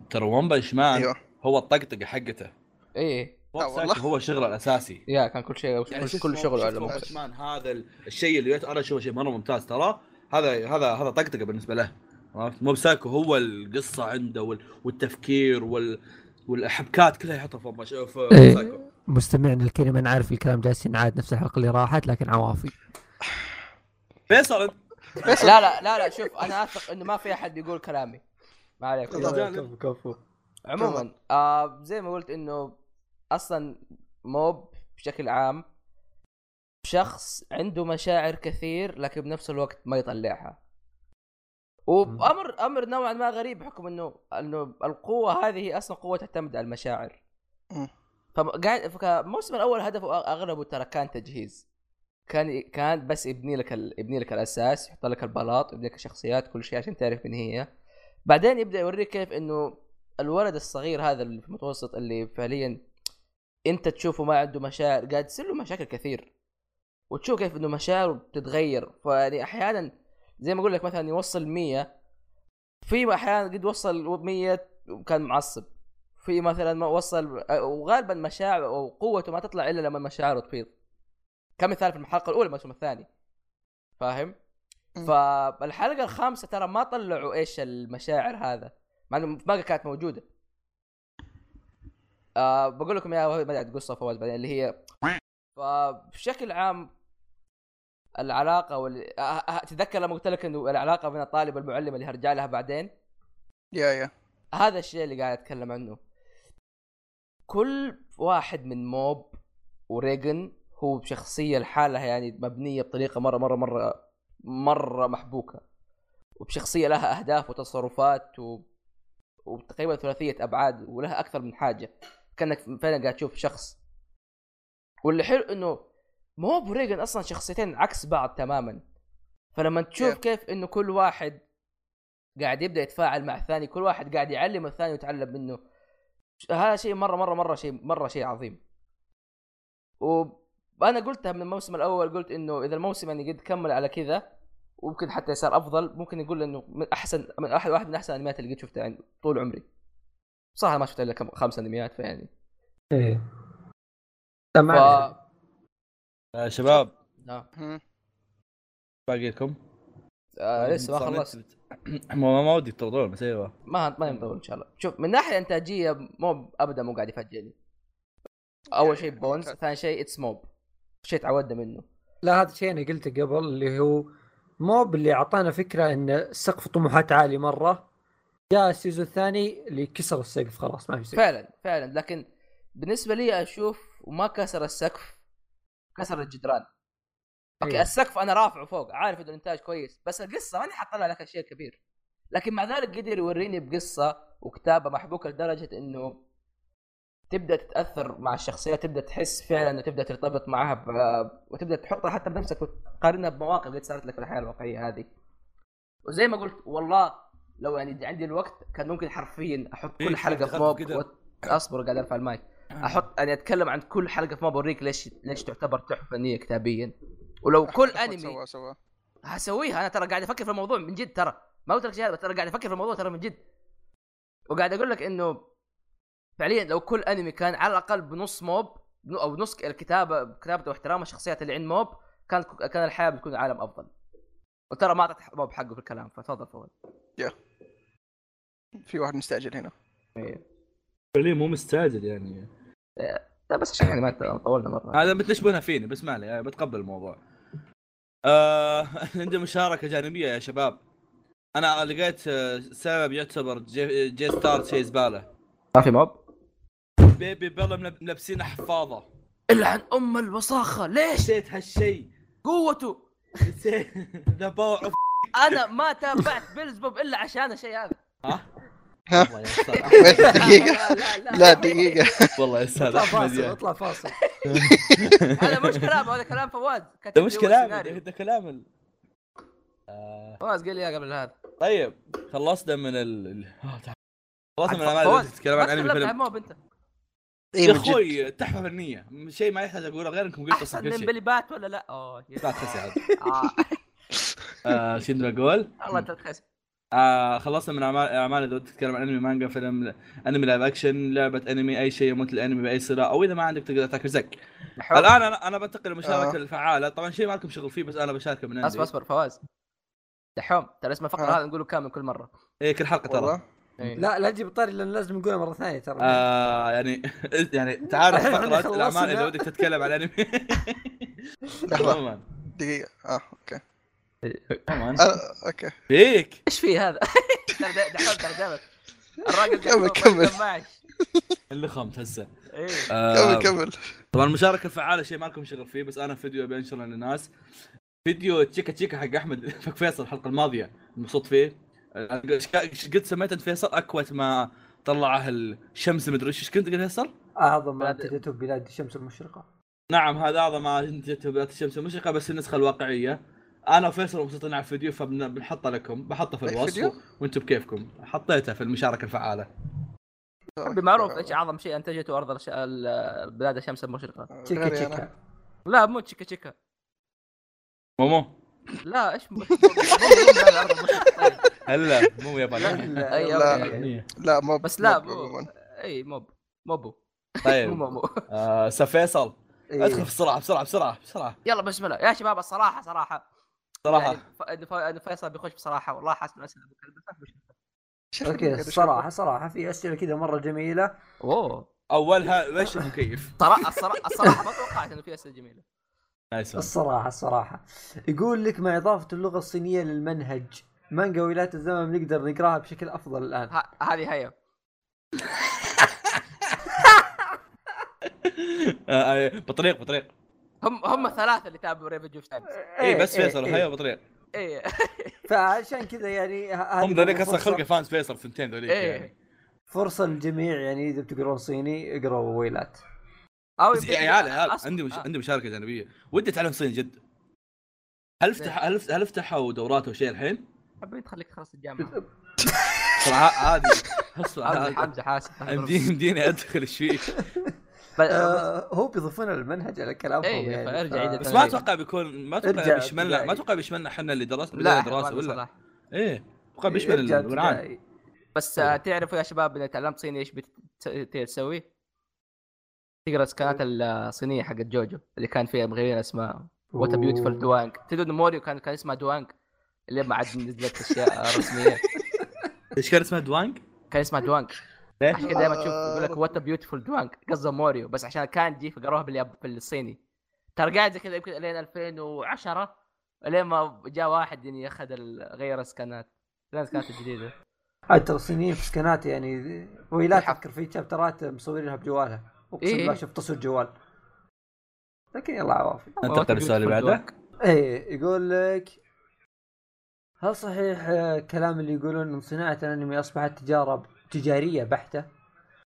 Speaker 2: ترى ون بش مان
Speaker 3: ايوه
Speaker 2: هو الطقطقه حقته
Speaker 1: ايه
Speaker 2: ون
Speaker 3: والله.
Speaker 2: سايكو هو شغله الاساسي
Speaker 1: يا كان كل شيء
Speaker 2: إيه. يعني
Speaker 1: كل,
Speaker 2: شوف
Speaker 1: كل
Speaker 2: مو-
Speaker 1: شغله
Speaker 2: شوف
Speaker 1: على
Speaker 2: مو
Speaker 1: المخ.
Speaker 2: عثمان هذا ال- الشيء اللي يت- انا اشوفه شيء مره ممتاز ترى هذا هذا هذا طقطقه بالنسبه له عرفت مو بساكو هو القصه عنده وال- والتفكير وال والحبكات كلها يحطها في وربا- في في
Speaker 4: إيه.
Speaker 2: سايكو
Speaker 4: مستمعنا الكريم انا عارف الكلام جالسين نعاد نفس الحلقه اللي راحت لكن عوافي
Speaker 2: فيصل انت
Speaker 1: لا لا لا لا شوف انا اثق انه ما في احد يقول كلامي ما عليك
Speaker 3: تفضل.
Speaker 4: كفو كفو
Speaker 1: عموما آه زي ما قلت انه اصلا موب بشكل عام شخص عنده مشاعر كثير لكن بنفس الوقت ما يطلعها وامر امر نوعا ما غريب بحكم انه انه القوه هذه هي اصلا قوه تعتمد على المشاعر
Speaker 3: مم.
Speaker 1: فقاعد فالموسم الاول هدفه أغ- اغلبه ترى كان تجهيز كان كان بس يبني لك ال... يبني لك الاساس يحط لك البلاط يبني لك الشخصيات كل شيء عشان تعرف من هي بعدين يبدا يوريك كيف انه الولد الصغير هذا اللي في المتوسط اللي فعليا انت تشوفه ما عنده مشاعر قاعد تصير له مشاكل كثير وتشوف كيف انه مشاعره بتتغير فيعني احيانا زي ما اقول لك مثلا يوصل 100 في احيانا قد وصل 100 وكان معصب في مثلا ما وصل وغالبا مشاعر وقوته ما تطلع الا لما مشاعره تفيض كمثال في الحلقه الاولى الموسم الثاني فاهم؟
Speaker 3: مم.
Speaker 1: فالحلقه الخامسه ترى ما طلعوا ايش المشاعر هذا مع انه المانجا كانت موجوده آه بقول لكم يا بدات قصه فواز بعدين اللي هي فبشكل عام العلاقه وال... آه آه تذكر لما قلت لك انه العلاقه بين الطالب والمعلم اللي هرجع لها بعدين
Speaker 3: يا يا
Speaker 1: هذا الشيء اللي قاعد اتكلم عنه كل واحد من موب وريجن هو بشخصيه لحالها يعني مبنيه بطريقه مره مره مره مره محبوكه وبشخصيه لها اهداف وتصرفات و... وتقريبا ثلاثيه ابعاد ولها اكثر من حاجه كانك فعلا قاعد تشوف شخص واللي حلو انه موب وريجن اصلا شخصيتين عكس بعض تماما فلما تشوف
Speaker 3: Yeah.
Speaker 1: كيف انه كل واحد قاعد يبدا يتفاعل مع الثاني كل واحد قاعد يعلم الثاني ويتعلم منه هذا شيء مره مره مره شيء مره شيء عظيم وانا قلتها من الموسم الاول قلت انه اذا الموسم يعني قد كمل على كذا وممكن حتى صار افضل ممكن نقول انه من احسن من احد واحد من احسن الانميات اللي قد شفتها يعني طول عمري صح ما شفت الا كم خمس انميات فيعني
Speaker 4: ايه
Speaker 1: ف...
Speaker 4: تمام
Speaker 2: يا شباب
Speaker 1: آه.
Speaker 3: هم.
Speaker 2: باقي لكم
Speaker 1: آه لسه ما خلصت
Speaker 2: ما ما ودي تطردون بس ايوه
Speaker 1: ما ما يمطول ان شاء الله شوف من ناحيه انتاجيه مو ابدا مو قاعد يفاجئني اول شيء بونز ثاني شيء اتس موب شيء تعودنا منه
Speaker 4: لا هذا شيء انا قلته قبل اللي هو موب اللي اعطانا فكره ان سقف طموحات عالي مره جاء السيزون الثاني اللي كسر السقف خلاص ما في سقف
Speaker 1: فعلا فعلا لكن بالنسبه لي اشوف وما كسر السقف كسر الجدران اوكي
Speaker 4: أيوة.
Speaker 1: السقف انا رافعه فوق عارف انه الانتاج كويس بس القصه ماني حاط لها لك شيء كبير لكن مع ذلك قدر يوريني بقصه وكتابه محبوكه لدرجه انه تبدا تتاثر مع الشخصيه تبدا تحس فعلا انه تبدا ترتبط معها ب- وتبدا تحطها حتى بنفسك وتقارنها بمواقف قد صارت لك في الحياه الواقعيه هذه وزي ما قلت والله لو يعني عندي الوقت كان ممكن حرفيا احط
Speaker 2: إيه،
Speaker 1: كل حلقه في
Speaker 2: دخلت
Speaker 1: موب
Speaker 2: كده. آه.
Speaker 1: وأت- اصبر قاعد ارفع المايك احط اني اتكلم عن كل حلقه في موب اوريك ليش ليش تعتبر تحفه فنيه كتابيا ولو كل
Speaker 3: أحمد
Speaker 1: انمي
Speaker 3: سوى سوى
Speaker 1: هسويها انا ترى قاعد افكر في الموضوع من جد ترى ما قلت لك شيء هذا بس ترى قاعد افكر في الموضوع ترى من جد وقاعد اقول لك انه فعليا لو كل انمي كان على الاقل بنص موب او بنص الكتابه كتابته واحترام الشخصيات اللي عند موب كان كان الحياه بتكون عالم افضل وترى ما اعطيت موب حقه في الكلام فتفضل فول
Speaker 3: في واحد مستعجل هنا
Speaker 2: فعليا مو مستعجل يعني
Speaker 1: لا بس عشان يعني ما طولنا مره
Speaker 2: هذا بتشبهنا فيني بس ما عليه بتقبل الموضوع آه عندي مشاركه جانبيه يا شباب انا لقيت آه، سبب يعتبر جي, جي ستار شيء زباله
Speaker 1: ما في موب
Speaker 2: بيبي بيرل ملب- ملبسين حفاضه
Speaker 1: الا عن ام الوساخه ليش
Speaker 2: نسيت هالشيء
Speaker 1: قوته
Speaker 2: نسيت ذا باور اوف
Speaker 1: انا ما تابعت بيلز بوب الا عشان الشيء هذا
Speaker 2: والله يا استاذ
Speaker 3: بس دقيقة
Speaker 1: لا لا لا
Speaker 3: لا دقيقة
Speaker 2: والله يا استاذ
Speaker 4: اطلع
Speaker 2: احمد
Speaker 4: فاصل
Speaker 2: يا-
Speaker 4: اطلع فاصل
Speaker 1: هذا مش كلام هذا كلام فواز كتب
Speaker 2: ده
Speaker 1: لي
Speaker 2: مش
Speaker 1: هو
Speaker 2: كلام
Speaker 1: السيناريو.
Speaker 2: ده كلام ال-
Speaker 1: فواز قال لي اياه قبل هذا
Speaker 2: طيب خلصنا من ال ال- آه، تعال. خلصنا من الاعمال
Speaker 1: فواز،
Speaker 2: اللي تتكلم عن
Speaker 1: ما
Speaker 2: انمي
Speaker 1: تكلمت
Speaker 2: فيلم
Speaker 1: عن موب انت
Speaker 2: يا
Speaker 3: إيه من جد
Speaker 2: اخوي تحفه فنيه شيء ما يحتاج اقوله غير انكم قلتوا صح
Speaker 1: احسن
Speaker 2: كل
Speaker 1: من
Speaker 2: شيء
Speaker 1: بلي بات ولا لا؟ اوه يس.
Speaker 2: لا تخسي عاد
Speaker 1: آه،
Speaker 2: آه، شنو بقول؟
Speaker 1: الله انت تخس
Speaker 2: آه خلصنا من اعمال اعمال اذا بدك تتكلم عن انمي مانجا فيلم انمي لايف اكشن لعبه انمي اي شيء يموت الانمي باي صله او اذا ما عندك تقدر تاكل زك الان انا انا بنتقل لمشاركه
Speaker 3: آه.
Speaker 2: الفعاله طبعا شيء ما لكم شغل فيه بس انا بشاركه من عندي
Speaker 1: اصبر اصبر فواز دحوم ترى اسم الفقره
Speaker 3: ها.
Speaker 1: هذا نقوله كامل كل مره
Speaker 2: إيه كل حلقه ترى
Speaker 3: والله
Speaker 4: لا لا تجيب طاري لان لازم نقولها مره ثانيه ترى
Speaker 2: آه يعني يعني تعرف
Speaker 4: إحنا
Speaker 2: فقره
Speaker 4: خلصنا.
Speaker 2: الاعمال اذا ودك تتكلم عن انمي
Speaker 3: لحظة
Speaker 2: عموما
Speaker 3: دقيقة اه اوكي
Speaker 2: عموما
Speaker 3: آه، اوكي
Speaker 2: فيك
Speaker 1: ايش في هذا؟ ترى د- دحوم ترى دائما الراجل
Speaker 3: كمل،
Speaker 1: دحوم،
Speaker 3: كمل.
Speaker 1: ما يسمعش.
Speaker 2: اللي خمت هسه
Speaker 1: إيه.
Speaker 2: آه،
Speaker 3: كمل كمل
Speaker 2: طبعا المشاركه الفعاله شيء ما لكم شغل فيه بس انا فيديو ابي انشره للناس فيديو تشيكا تشيكا حق احمد حق فيصل الحلقه الماضيه مبسوط فيه أه، أنا قد سميت انت فيصل اكوت ما طلعه الشمس مدري ايش إيش كنت تقول فيصل؟
Speaker 4: اعظم آه، ما
Speaker 1: بعد-
Speaker 4: انتجته بلاد الشمس المشرقه
Speaker 2: نعم هذا اعظم ما انتجته بدايه الشمس المشرقه بس النسخه الواقعيه انا وفيصل مبسوطين على الفيديو فبنحطه لكم بحطه في
Speaker 3: أي
Speaker 2: الوصف
Speaker 3: فيديو؟
Speaker 2: وانتم بكيفكم حطيته في المشاركه الفعاله
Speaker 1: بمعروف ايش اعظم شيء انتجته ارض الش- ال- البلاد الشمس المشرقه
Speaker 3: آه،
Speaker 4: تشيكا
Speaker 3: يعني.
Speaker 4: تشيكا
Speaker 1: لا مو تشيكا تشيكا
Speaker 2: مومو
Speaker 1: لا ايش مو- مو- مو- مو- لا، الأرض المشرقة. طيب.
Speaker 2: هلا مو ياباني
Speaker 1: أي،
Speaker 3: لا.
Speaker 1: أوكي.
Speaker 3: لا مو
Speaker 1: بس لا،
Speaker 3: مو-
Speaker 1: مو-
Speaker 3: عموماً.
Speaker 1: اي موب موبو مو
Speaker 2: طيب
Speaker 1: موبو
Speaker 2: آه، استاذ فيصل
Speaker 4: إيه.
Speaker 2: ادخل بسرعه بسرعه بسرعه بسرعه
Speaker 1: يلا بسم الله يا شباب الصراحه صراحه
Speaker 2: صراحه
Speaker 1: يعني ف- إنه ف- إنه فيصل بيخش بصراحه والله حاسس انه اسئله بكره، بس ما في مشكلة.
Speaker 3: شوف
Speaker 4: اوكي
Speaker 3: قاعد أشوف.
Speaker 4: الصراحه صراحه في اسئله كذا مره جميله
Speaker 1: اوه
Speaker 2: اولها وش المكيف؟
Speaker 1: صراحه الصراحه الصراحه ما توقعت انه في اسئله جميله
Speaker 2: نايس
Speaker 4: الصراحه الصراحه يقول لك مع اضافه اللغه الصينيه للمنهج مانجا ولايه الزمن بنقدر نقراها بشكل افضل الان
Speaker 1: ه- هذه هي
Speaker 2: آه، بطريق بطريق
Speaker 1: هم هم الثلاثه اللي تابعوا ريفج اوف تايمز
Speaker 4: إيه،
Speaker 2: اي إيه، بس فيصل هيا بطريق
Speaker 1: اي
Speaker 4: فعشان كذا يعني ه- هذه
Speaker 2: هم ذوليك
Speaker 4: فرصة-
Speaker 2: اصلا خلق فانز فيصل ثنتين ذوليك
Speaker 1: إيه.
Speaker 2: يعني
Speaker 4: فرصه للجميع يعني اذا بتقرون صيني اقروا ويلات
Speaker 1: او
Speaker 2: بس
Speaker 1: يمكن-
Speaker 2: يا عيال يا عيال
Speaker 1: أصبر.
Speaker 2: عندي مش...
Speaker 1: طيب، آه.
Speaker 2: عندي مشاركه جانبيه ودي اتعلم صين جد هل افتح هل هل افتحوا دورات او شيء الحين؟
Speaker 1: حابين تخليك خلاص الجامعه
Speaker 2: ترى ع- عادي اصلا
Speaker 1: حمزه
Speaker 2: عادي
Speaker 1: حمزه حاسب
Speaker 2: مديني مديني ادخل ايش فيك
Speaker 1: بل-
Speaker 4: آه هو بيضيفون المنهج على كلامهم
Speaker 1: إيه،
Speaker 4: يعني
Speaker 1: فارجع عيد
Speaker 2: آه، بس ما
Speaker 1: التمرين.
Speaker 2: اتوقع بيكون ما اتوقع
Speaker 4: ارجع
Speaker 2: بيشملنا
Speaker 4: ابتدائي.
Speaker 2: ما اتوقع بيشملنا احنا اللي
Speaker 1: لا
Speaker 2: درسنا بدايه
Speaker 1: إحنا ما
Speaker 2: دراسه
Speaker 1: نقول
Speaker 2: ولا
Speaker 1: صراحة.
Speaker 2: ايه اتوقع بيشمل
Speaker 4: ارجع
Speaker 2: الونعان
Speaker 4: ابتدائي.
Speaker 1: بس
Speaker 2: إيه.
Speaker 1: آه، تعرفوا يا شباب اذا تعلمت صيني ايش بت- تسوي؟ تقرا سكانات
Speaker 2: إيه.
Speaker 1: الصينيه حقت جوجو اللي كان فيها مغيرين اسماء وات بيوتيفول دوانج تدري انه موريو كان كان اسمه دوانج اللي ما عاد نزلت اشياء رسميه
Speaker 2: ايش كان اسمها دوانج؟
Speaker 1: كان اسمه دوانج
Speaker 2: ليه؟
Speaker 1: عشان كذا دائما تشوف يقول لك وات بيوتيفول دوانج قصده موريو بس عشان كان جي فقروها بالياب بالصيني ترى قاعد زي كذا يمكن لين 2010 لين ما جاء واحد يعني اخذ ال- غير السكانات غير السكانات الجديده
Speaker 4: عاد ترى الصينيين في سكنات يعني وهي لا
Speaker 1: تحف.
Speaker 4: تفكر في شابترات مصورينها بجوالها اقسم
Speaker 1: إيه.
Speaker 4: بالله شفت تصوير جوال لكن يلا عوافي
Speaker 2: ننتقل للسؤال اللي بعده
Speaker 4: ايه يقول لك هل صحيح آه، كلام اللي يقولون ان صناعه الانمي اصبحت تجاره تجاريه بحته؟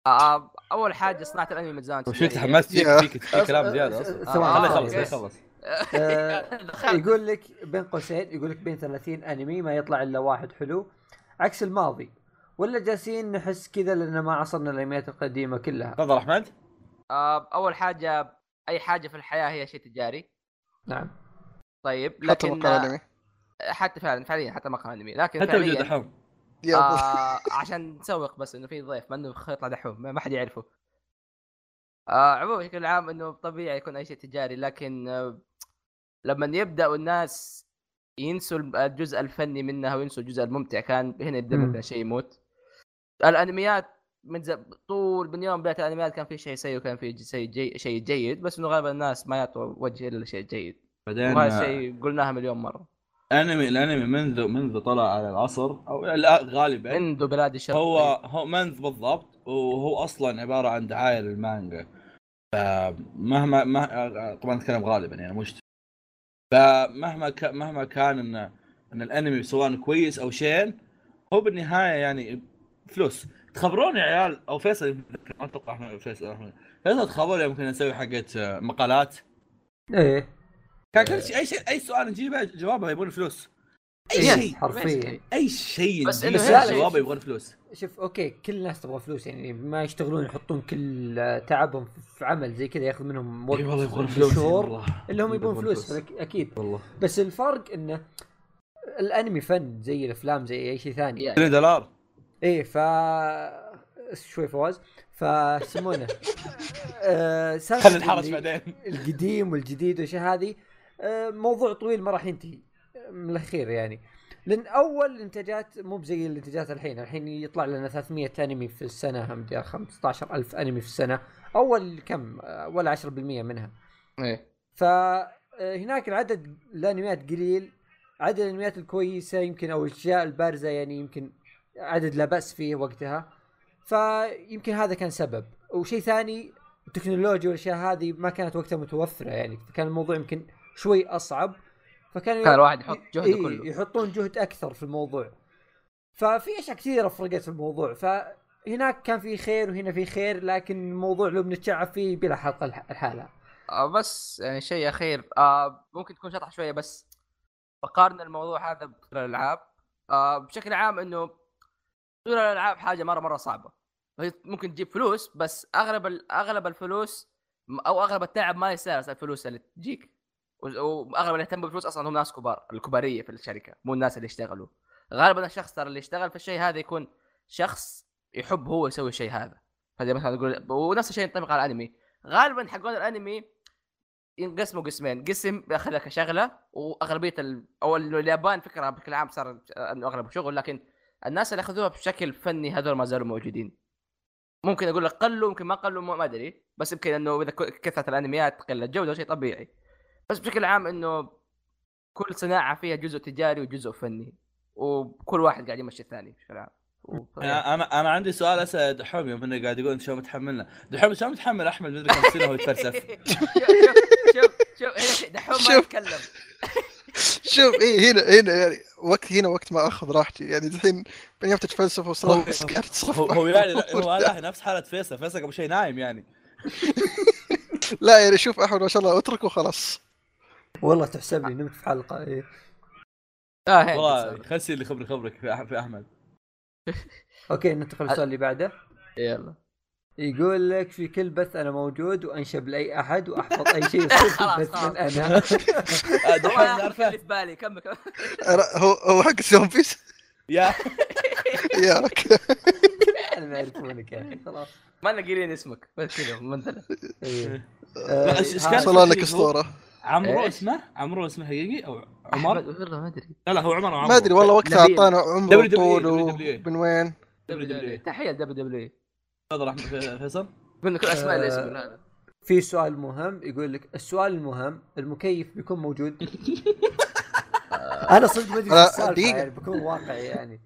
Speaker 1: آه، اول حاجه صناعه الانمي من زمان
Speaker 2: وش فيك
Speaker 1: تجارية.
Speaker 2: تحمست
Speaker 3: يا.
Speaker 2: فيك فيك في كلام زياده اصلا
Speaker 1: يعني آه،
Speaker 2: خليه
Speaker 4: ثواني
Speaker 2: يخلص خليه
Speaker 4: ثواني.
Speaker 2: يخلص
Speaker 4: آه،
Speaker 1: دخلت.
Speaker 4: يقول لك بين قوسين يقول لك بين 30 انمي ما يطلع الا واحد حلو عكس الماضي ولا جالسين نحس كذا لان ما عصرنا الانميات القديمه كلها
Speaker 2: تفضل احمد
Speaker 1: آه، اول حاجه اي حاجه في الحياه هي شيء تجاري
Speaker 4: نعم
Speaker 1: طيب
Speaker 3: حتى
Speaker 1: لكن
Speaker 3: مقال انمي
Speaker 1: حتى فعلا فعليا حتى ما كان انمي لكن
Speaker 2: حتى وجود
Speaker 1: فعليا
Speaker 2: دحوم
Speaker 3: يا الله.
Speaker 1: آه عشان نسوق بس انه في ضيف ما انه خيط دحوم ما ما حد يعرفه آه عموما بشكل عام انه طبيعي يكون اي شيء تجاري لكن آه لما يبداوا الناس ينسوا الم- الجزء الفني منها وينسوا الجزء الممتع كان هنا يبدا
Speaker 4: مم.
Speaker 1: مثلا شيء يموت الانميات من ز... طول من يوم بدات الانميات كان في شيء سيء وكان في جي- شيء جي... شيء جيد بس انه غالبا الناس ما يعطوا وجه الا شيء جيد
Speaker 2: بعدين
Speaker 1: وهذا الشيء قلناها مليون مره
Speaker 2: انمي الانمي منذ منذ طلع على العصر او الآن غالبا
Speaker 1: منذ بلاد الشرق
Speaker 2: هو هو منذ بالضبط وهو اصلا عباره عن دعايه للمانجا فمهما ما طبعا اتكلم غالبا يعني مش فمهما ك... مهما كان ان ان الانمي سواء كويس او شين هو بالنهايه يعني فلوس تخبروني يا عيال او فيصل يمكن- ما اتوقع احنا فيصل احنا فيصل تخبروني يمكن نسوي حقت آه، مقالات
Speaker 4: ايه
Speaker 2: كان كل شيء اي شيء اي سؤال نجيبه جوابه يبون فلوس اي
Speaker 4: إيه،
Speaker 2: شيء
Speaker 4: حرفيا
Speaker 2: اي شيء
Speaker 1: بس
Speaker 2: نجيبه
Speaker 1: إنه
Speaker 4: هنا شيء-
Speaker 2: جوابه يبغون فلوس
Speaker 4: شوف اوكي كل الناس تبغى فلوس يعني ما يشتغلون يحطون كل آه، تعبهم في- في عمل زي كذا ياخذ منهم وقت
Speaker 2: اي إيه، والله يبغون فلوس يعني،
Speaker 4: شهور
Speaker 2: والله.
Speaker 4: اللي هم يبون فلوس فلك- اكيد
Speaker 2: والله
Speaker 4: بس الفرق انه الانمي فن زي الافلام زي اي شيء ثاني
Speaker 1: يعني
Speaker 2: 2 دولار
Speaker 4: ايه ف شوي فواز فيسمونه آه، سالفة
Speaker 2: خلينا نتحرش
Speaker 4: اللي-
Speaker 2: بعدين
Speaker 4: القديم والجديد والاشياء هذه آه، موضوع طويل ما راح ينتهي آه، من الاخير يعني لان اول الانتاجات مو بزي الانتاجات الحين الحين يطلع لنا 300 انمي في السنه هم جاء 15000 انمي في السنه اول كم آه، ولا 10% منها
Speaker 1: إيه.
Speaker 4: فهناك العدد الانميات قليل عدد الانميات الكويسه يمكن او الاشياء البارزه يعني يمكن عدد لا باس فيه وقتها فيمكن هذا كان سبب وشيء ثاني التكنولوجيا والاشياء هذه ما كانت وقتها متوفره يعني كان الموضوع يمكن شوي اصعب فكان
Speaker 1: كان الواحد يحط جهده
Speaker 4: إيه،
Speaker 1: كله
Speaker 4: يحطون جهد اكثر في الموضوع ففي اشياء كثيره فرقت في الموضوع فهناك كان في خير وهنا في خير لكن الموضوع لو بنتشعب فيه بلا حلقه الح- الحالة
Speaker 1: آه بس يعني شيء اخير آه ممكن تكون شطح شويه بس فقارنا الموضوع هذا بطول الالعاب آه بشكل عام انه طول الالعاب حاجه مره مره صعبه هي ممكن تجيب فلوس بس اغلب ال- اغلب الفلوس م- او اغلب التعب ما يستاهل الفلوس اللي تجيك و- واغلب اللي يهتم بالفلوس اصلا هم ناس كبار الكباريه في الشركه مو الناس اللي يشتغلوا غالبا الشخص ترى اللي يشتغل في الشيء هذا يكون شخص يحب هو يسوي الشيء هذا فزي مثلا نقول ونفس الشيء ينطبق على الانمي غالبا حقون الانمي ينقسموا قسمين قسم ياخذها كشغله واغلبيه ال... او ال- اليابان فكره بشكل عام صار انه اغلب شغل لكن الناس اللي اخذوها بشكل فني هذول ما زالوا موجودين ممكن اقول لك قلوا ممكن ما قلوا ما ما ادري بس يمكن انه اذا ك- كثرت الانميات تقل الجوده شيء طبيعي بس بشكل عام انه كل صناعه فيها جزء تجاري وجزء فني وكل واحد قاعد يمشي الثاني بشكل عام و-
Speaker 2: انا انا انا عندي سؤال اسال دحوم يوم انه قاعد يقول انت شلون متحملنا دحوم شلون متحمل احمد مدري كم سنه وهو يتفلسف
Speaker 1: شوف شوف شوف دحوم ما
Speaker 3: شوف.
Speaker 1: يتكلم
Speaker 3: شوف ايه هنا هنا يعني وقت هنا وقت ما اخذ راحتي يعني الحين من يوم تتفلسف وصراحه قاعد تصرف
Speaker 2: هو هو يعني هو لا نفس حاله فيصل فيصل قبل شوي نايم يعني
Speaker 4: إيه،
Speaker 3: لا يعني شوف احمد ما شاء الله اتركه خلاص
Speaker 4: والله تحسب لي نمت في حلقه إيه.
Speaker 1: لا هندس
Speaker 2: والله
Speaker 1: هذا.
Speaker 2: خسي اللي خبري خبرك في أح- في احمد
Speaker 4: اوكي ننتقل للسؤال اللي بعده
Speaker 1: يلا
Speaker 4: يقول لك في كل بث انا موجود وانشب لاي احد واحفظ اي شيء يصير في
Speaker 1: خلاص،
Speaker 4: البث من
Speaker 1: خلاص.
Speaker 4: انا
Speaker 2: آه، دحين
Speaker 1: والله يا أخي
Speaker 2: عارفه
Speaker 1: اللي في بالي كم كم
Speaker 3: را- هو هو حق الزومبيز
Speaker 2: يا
Speaker 3: يا اوكي
Speaker 4: انا ما يعرفونك يا اخي خلاص
Speaker 1: ما لنا قايلين اسمك بس كذا مثلا
Speaker 4: إيه.
Speaker 2: لا، إيش- إيش كان؟
Speaker 3: وصل لك اسطوره
Speaker 2: عمرو
Speaker 1: إيش؟
Speaker 2: اسمه عمرو اسمه حقيقي او
Speaker 1: أحمد،
Speaker 2: عمر
Speaker 1: والله ما ادري
Speaker 2: لا لا هو عمر أو عمرو
Speaker 3: ما ادري والله وقتها
Speaker 1: نبيل.
Speaker 3: اعطانا عمره
Speaker 2: WWE.
Speaker 3: طوله من وين
Speaker 2: دبليو دبليو إي.
Speaker 1: تحيه دبليو دبليو
Speaker 2: تفضل احمد فيصل
Speaker 1: قلنا كل اسماء
Speaker 4: آه.
Speaker 1: الاسم هذا
Speaker 4: في سؤال مهم يقول لك السؤال المهم المكيف بيكون موجود انا صدق ما ادري
Speaker 3: لا،
Speaker 4: إيش السالفة
Speaker 3: دقيقة.
Speaker 4: يعني بكون واقعي يعني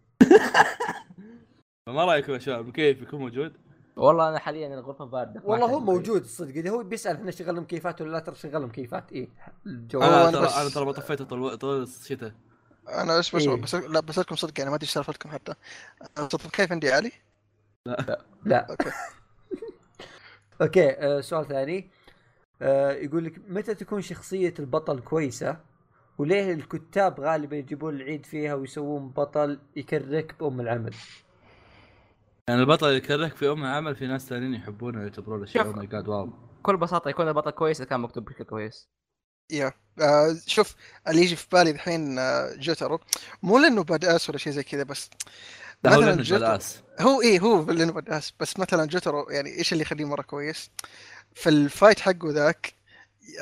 Speaker 2: فما رايكم يا شباب كيف يكون موجود؟
Speaker 1: والله انا حاليا الغرفه بارده ما
Speaker 4: والله هو
Speaker 1: أحد-
Speaker 4: موجود صدق اذا هو بيسال احنا شغل مكيفات ولا لا ترى إيه. شغل مكيفات اي الجواب
Speaker 3: أنا
Speaker 2: انا ترى
Speaker 3: بس-
Speaker 2: انا ترى ما طفيته طول طول الشتاء
Speaker 3: انا ايش بس
Speaker 4: إيه.
Speaker 3: بس لا بس لكم صدق يعني ما ادري ايش سالفتكم حتى آه، صدق كيف عندي علي؟
Speaker 4: لا
Speaker 3: أوكي.
Speaker 4: اوكي آه سؤال ثاني آه يقول لك متى تكون شخصية البطل كويسة وليه الكتاب غالبا يجيبون العيد فيها ويسوون بطل يكرك بأم العمل
Speaker 2: يعني البطل يكرهك في ام عمل في ناس ثانيين يحبونه ويعتبرونه شيء
Speaker 1: شوف.
Speaker 2: او ماي جاد واو
Speaker 1: بكل بساطه يكون البطل كويس إذا كان مكتوب بشكل كويس
Speaker 3: يا آه شوف اللي يجي في بالي الحين آه جوترو مو لانه بداس ولا شيء زي كذا بس
Speaker 2: لا هو
Speaker 3: مثلاً
Speaker 2: لانه
Speaker 3: جوترو-
Speaker 2: جلاس
Speaker 3: هو ايه هو لانه بداس بس مثلا جوترو يعني ايش اللي يخليه مره كويس في الفايت حقه ذاك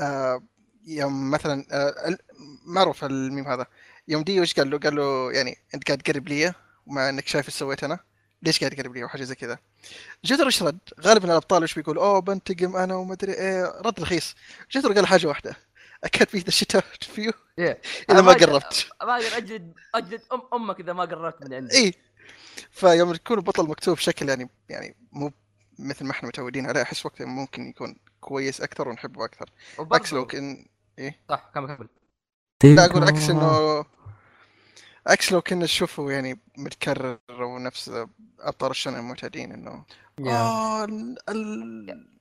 Speaker 3: آه يوم مثلا آه ال- معروف الميم هذا يوم ديو ايش قال له؟ قال له يعني انت قاعد تقرب لي ومع انك شايف ايش سويت انا ليش قاعد تقرب لي وحاجه زي كذا جوترو ايش رد؟ غالبا الابطال ايش بيقول؟ اوه بنتقم انا وما ادري ايه رد رخيص جوترو قال حاجه واحده اكاد في ذا شيت فيو
Speaker 1: Yeah.
Speaker 3: اذا ما
Speaker 1: أنا ما-
Speaker 3: قربت
Speaker 1: ما اقدر اجلد اجلد ام امك اذا ما قررت من عندي
Speaker 3: اي إيه. فيوم يكون البطل مكتوب بشكل يعني يعني مو مثل ما احنا متعودين عليه احس وقتها ممكن يكون كويس اكثر ونحبه اكثر
Speaker 1: وبرضه-
Speaker 3: عكس لو كان
Speaker 1: صح كمل كمل
Speaker 3: لا اقول عكس انه عكس لو كنا نشوفه يعني متكرر ونفس ابطال الشنة المعتادين انه آه، ال- ال-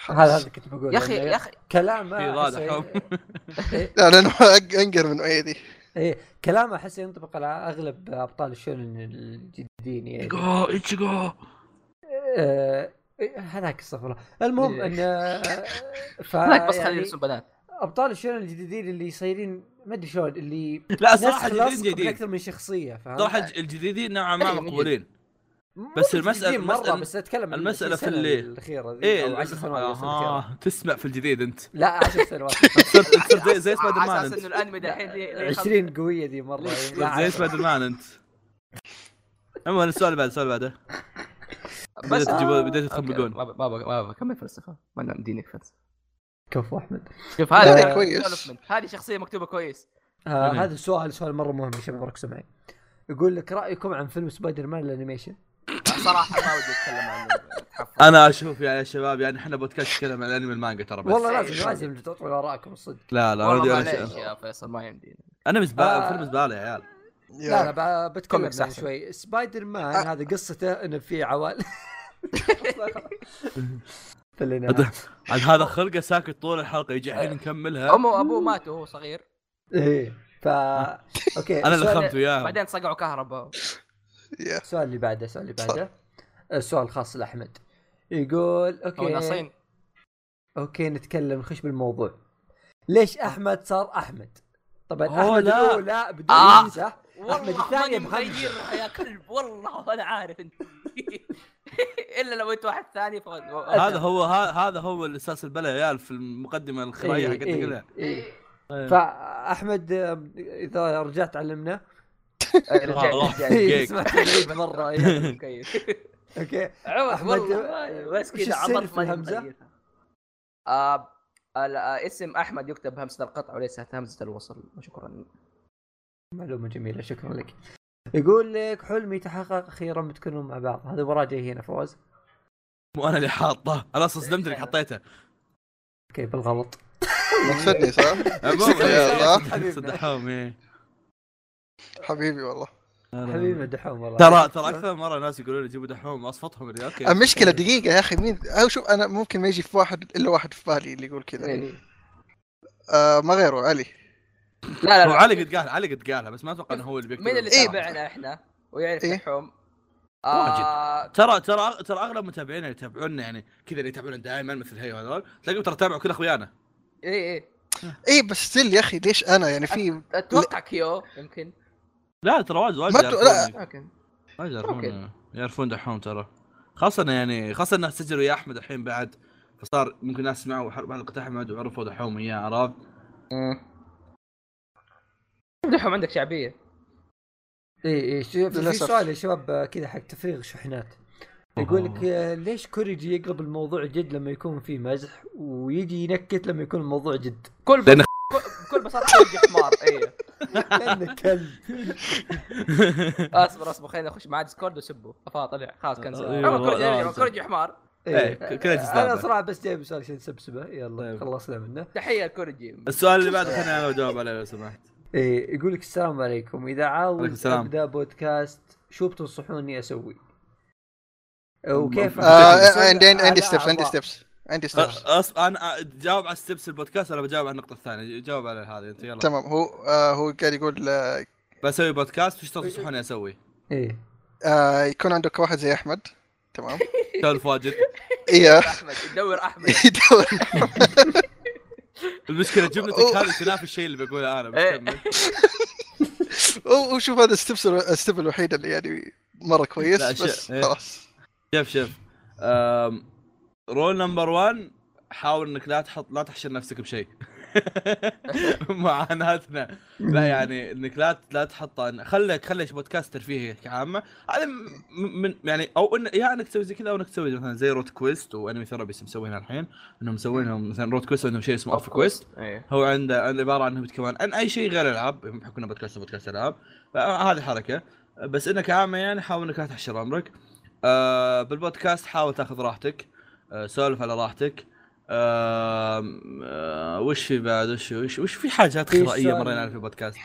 Speaker 3: خلاص.
Speaker 4: هذا هذا كنت بقول
Speaker 1: يا اخي يا اخي
Speaker 4: كلامه
Speaker 2: في
Speaker 4: أحسه-
Speaker 2: رادة حب.
Speaker 3: لا لانه أق- انقر من ايدي
Speaker 4: إيه كلامه احسه ينطبق على اغلب ابطال الشونن الجديين يعني
Speaker 2: جو ايتشيجو
Speaker 4: آه، إيه، هذاك استغفر الله المهم
Speaker 1: إيه.
Speaker 4: ان آه، ف
Speaker 1: هناك بس خليه
Speaker 4: يعني
Speaker 1: يرسم بنات
Speaker 4: ابطال الشونن الجديدين اللي صايرين ما ادري شلون اللي
Speaker 2: لا
Speaker 4: نسخ
Speaker 2: صراحه
Speaker 4: لصق
Speaker 2: الجديدين
Speaker 4: من
Speaker 2: جديد
Speaker 4: اكثر من شخصيه فاهم
Speaker 2: صراحه الجديدين نوعا ما
Speaker 1: إيه، من
Speaker 2: مقبولين
Speaker 4: مو
Speaker 2: بس
Speaker 4: بالجديدين
Speaker 2: المسألة-
Speaker 4: مره
Speaker 2: المسألة-
Speaker 4: بس اتكلم عن
Speaker 2: المسألة في
Speaker 4: السنة
Speaker 2: اللي-
Speaker 4: الاخيره ذي
Speaker 2: ايه
Speaker 4: او 10 سنوات إيه، أو السنة الأخيرة.
Speaker 2: آه، تسمع في الجديد انت
Speaker 4: لا 10 سنوات
Speaker 2: صرت صرت زي- زي سبايدر مان
Speaker 1: على اساس انه
Speaker 2: انت
Speaker 1: الانمي دحين ليه- ليه خلق-
Speaker 4: 20 قويه ذي مره يعني لا،
Speaker 2: صرت زي سبايدر مان انت عموما السؤال اللي بعده السؤال اللي بعده بديت
Speaker 1: بس
Speaker 2: تجيبون بديت
Speaker 1: أوكي،
Speaker 2: تطبقون
Speaker 1: ما ب- ما ب- ما بكمل فلسفه ما أنا مدينك فلسفه
Speaker 4: كفو احمد
Speaker 1: شوف
Speaker 3: لا،
Speaker 1: هذا
Speaker 3: كويس.
Speaker 1: development. هذه شخصيه مكتوبه كويس
Speaker 4: آه
Speaker 2: تمام.
Speaker 4: هذا السؤال سؤال مره مهم يا شباب ركزوا معي يقول لك رايكم عن فيلم سبايدر مان الانيميشن
Speaker 1: صراحه ما ودي اتكلم عن أتحفظ.
Speaker 2: انا اشوف يعني يا شباب يعني احنا بودكاست نتكلم عن الانمي المانجا ترى بس
Speaker 4: والله لازم لازم تعطون ارائكم الصدق
Speaker 2: لا لا انا
Speaker 1: والله
Speaker 2: ودي-
Speaker 1: معليش
Speaker 2: انا
Speaker 1: يا فيصل ما يمدينا
Speaker 2: انا مزبالة
Speaker 4: آه.
Speaker 2: فيلم مزبالة يا عيال
Speaker 4: لا
Speaker 3: يا
Speaker 4: لا ب- بتكلم
Speaker 1: كوميكس
Speaker 4: عنه
Speaker 1: أحسن.
Speaker 4: شوي سبايدر مان هذا قصته انه في عوال فلنا
Speaker 2: عاد هذا خلقه ساكت طول الحلقه يجي الحين نكملها
Speaker 1: امه وابوه ماتوا وهو صغير
Speaker 4: ايه ف اوكي
Speaker 2: انا اللي
Speaker 4: السؤال-
Speaker 2: خمته اياها
Speaker 1: بعدين صقعوا كهرباء
Speaker 3: يا
Speaker 4: السؤال اللي بعده السؤال اللي بعده آه، السؤال الخاص لاحمد يقول
Speaker 1: هو
Speaker 4: اوكي
Speaker 1: ناصين
Speaker 4: اوكي نتكلم نخش بالموضوع ليش احمد صار احمد؟ طبعا
Speaker 2: آه. أوه،
Speaker 4: احمد
Speaker 2: لا.
Speaker 4: الاولى بدون
Speaker 1: آه.
Speaker 4: همزه أحمد
Speaker 1: والله ماني
Speaker 4: الثاني بغمزة.
Speaker 1: مغيرها يا كلب والله انا عارف انت الا لو انت واحد ثاني فقد
Speaker 2: هذا هو ها- هذا هو الاساس البلا يا عيال في المقدمه الخرايه
Speaker 4: إيه،
Speaker 2: حقتنا
Speaker 4: إيه،
Speaker 2: كلها
Speaker 4: إيه.
Speaker 2: إيه.
Speaker 4: فاحمد آم، اذا رجعت علمنا
Speaker 2: والله
Speaker 4: إيه،
Speaker 2: جيك.
Speaker 4: سمعت العيد مره إيه. اوكي أحمد-
Speaker 1: عوض والله ما- بس
Speaker 4: وش
Speaker 1: كذا
Speaker 4: السر
Speaker 1: عبط
Speaker 4: في الهمزة؟
Speaker 1: آه ال- آه، اسم احمد يكتب همزه القطع وليس همزه الوصل شكرا
Speaker 4: معلومه جميله شكرا لك يقول لك حلمي تحقق اخيرا بتكونون مع بعض هذا وراه جاي هنا فواز
Speaker 2: مو انا اللي حاطه انا اصلا صدمت انك حطيته
Speaker 4: اوكي بالغلط
Speaker 3: مقصدني صح؟
Speaker 2: عموماً،
Speaker 3: يلا.
Speaker 2: إيه، صدحهم ايه
Speaker 3: حبيبي والله
Speaker 4: حبيبنا دحوم والله
Speaker 2: ترى ترى اكثر مره ناس يقولوا لي جيبوا دحوم اصفتهم اللي اوكي
Speaker 3: المشكله دقيقه يا اخي مين أو شوف انا ممكن ما يجي
Speaker 4: إيه.
Speaker 3: في واحد الا واحد في بالي اللي يقول كذا
Speaker 1: إيه.
Speaker 3: آه ما غيره علي
Speaker 1: لا
Speaker 2: هو
Speaker 1: لا
Speaker 2: علي قد قالها علي قد قالها بس ما اتوقع انه هو اللي بيكتب
Speaker 1: مين اللي
Speaker 2: الكلام.
Speaker 1: تابعنا احنا ويعرف
Speaker 3: إيه.
Speaker 1: دحوم؟
Speaker 2: واجد.
Speaker 1: آه
Speaker 2: ترى ترى ترى اغلب متابعينا اللي يتابعونا يعني كذا اللي يتابعونا دائما مثل هي وهذول تلاقيهم ترى تابعوا كل اخويانا
Speaker 1: اي اي
Speaker 3: اي إيه، بس ستيل يا اخي ليش انا يعني في
Speaker 1: اتوقع كيو يمكن
Speaker 2: لا ترى واجد واجد
Speaker 3: ما تو- لا.
Speaker 2: يعرفون-
Speaker 1: ممكن
Speaker 2: واجد يعرفون يعرفون دحوم ترى خاصة يعني خاصة انه سجلوا يا احمد الحين بعد فصار ممكن ناس سمعوا حر- حلقة احمد وعرفوا دحوم اياه عرفت؟
Speaker 1: دحوم عندك شعبيه
Speaker 4: اي اي ش- إيه، في
Speaker 3: للأسف.
Speaker 4: سؤال يا شباب آه، كذا حق تفريغ شحنات يقول لك آه، ليش كوريجي يقلب الموضوع جد لما يكون فيه مزح ويجي ينكت لما يكل الموضوع جد
Speaker 1: كل ب...
Speaker 2: لأن-
Speaker 1: كل- بكل بساطه حق حمار إيه. اي
Speaker 4: لانه كلب
Speaker 1: اصبر اصبر خليني اخش مع ديسكورد وسبه افا طلع خلاص كنسل
Speaker 2: إيه،
Speaker 1: عمر
Speaker 2: والله،
Speaker 1: كورجي-
Speaker 2: لا،
Speaker 1: كورجي حمار
Speaker 2: إيه،
Speaker 4: إيه.
Speaker 2: ك- كلها جزء
Speaker 4: انا
Speaker 2: ثابت.
Speaker 4: صراحه بس جايب سؤال عشان سبسبه يلا
Speaker 2: طيب.
Speaker 4: خلصنا منه
Speaker 1: تحيه الكورجي
Speaker 2: السؤال اللي بعده خليني انا اجاوب عليه لو سمحت
Speaker 4: إيه يقول لك السلام عليكم اذا
Speaker 2: عليكم
Speaker 4: عاوز
Speaker 2: السلام.
Speaker 4: ابدا بودكاست شو بتنصحوني اسوي؟ وكيف
Speaker 3: آه،
Speaker 4: أحصل
Speaker 3: عندي عندي
Speaker 4: على
Speaker 3: ستبس عندي
Speaker 4: أعضاء؟
Speaker 3: ستبس عندي ستبس
Speaker 2: أ- أص... انا جاوب على ستبس البودكاست انا بجاوب على النقطة الثانية جاوب على هذه انت يلا
Speaker 3: تمام هو آه هو قاعد يقول آه
Speaker 2: بسوي بودكاست وش تنصحوني اسوي؟
Speaker 4: ايه
Speaker 3: آه، يكون عندك واحد زي احمد تمام
Speaker 2: سولف واجد
Speaker 3: ايه
Speaker 1: احمد تدور احمد
Speaker 3: يدور
Speaker 2: المشكلة جملتك
Speaker 3: أوه.
Speaker 2: هذه تنافي الشيء اللي بقوله انا بس
Speaker 1: إيه.
Speaker 2: كمل.
Speaker 3: و- وشوف هذا الستبس الستب الوحيد اللي يعني مره كويس
Speaker 2: لا، شيء.
Speaker 3: بس
Speaker 2: إيه.
Speaker 3: خلاص
Speaker 2: شوف شوف أم... رول نمبر 1 حاول انك لا تحط لا تحشر نفسك بشيء معاناتنا لا يعني انك لا لا تحط خليك خليك بودكاست ترفيهي عامه هذا م- من يعني او ان يا انك تسوي زي كذا او انك تسوي مثلا زي روت كويست وانمي ثيرابي مسوينها الحين انهم مسوينهم مثلا روت كويست عندهم شيء اسمه اوف كويست
Speaker 1: ايه
Speaker 2: هو عنده عنده عباره عنه كمان عن اي شيء غير العاب بحكم انه بودكاست بودكاست العاب فهذه حركه بس انك عامه يعني حاول انك لا تحشر عمرك آه بالبودكاست حاول تاخذ راحتك آه سولف على راحتك آه آه وش في بعد وش وش وش في حاجات
Speaker 4: في
Speaker 2: خرائيه
Speaker 4: سؤال-
Speaker 2: مرينا عليها في البودكاست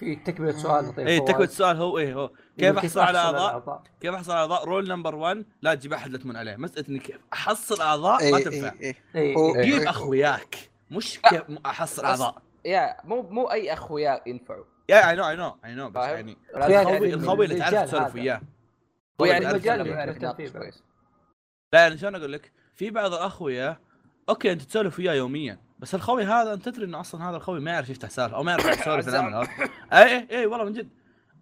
Speaker 4: في تكمله سؤال طيب
Speaker 2: اي
Speaker 4: فواز.
Speaker 2: تكوت السؤال هو ايه هو إيه، كيف
Speaker 4: يقول
Speaker 2: احصل على اعضاء
Speaker 4: الأعضاء؟
Speaker 2: كيف احصل على اعضاء رول نمبر 1 لا تجيب احد لا تمن عليه مساله اني كيف احصل اعضاء ما
Speaker 3: اي
Speaker 2: تنفع
Speaker 3: اي اي
Speaker 4: إيه،
Speaker 3: هو-
Speaker 4: إيه.
Speaker 2: جيب اخوياك مش كيف احصل اعضاء
Speaker 1: يا مو مو اي اخويا ينفعوا
Speaker 2: يا اي نو اي نو اي نو بس
Speaker 1: فاهم؟
Speaker 2: يعني
Speaker 4: يعني
Speaker 1: لازم خوي-
Speaker 2: الخوي
Speaker 4: يعني
Speaker 2: الخوي اللي
Speaker 4: الرجال
Speaker 2: تعرف تسولف
Speaker 4: هذا.
Speaker 2: وياه
Speaker 1: هو يعني مجال
Speaker 2: تعرف تسولف
Speaker 1: يعرف
Speaker 2: وياه.
Speaker 4: اللي يعرف
Speaker 1: يناقش
Speaker 4: فيه
Speaker 1: كويس
Speaker 2: لا يعني شلون اقول لك في بعض الاخويا اوكي انت تسولف وياه يوميا بس الخوي هذا انت تدري انه اصلا هذا الخوي ما يعرف يفتح سالفه او ما يعرف يسولف
Speaker 1: عزام.
Speaker 2: العمل هذا اي اي اي والله من جد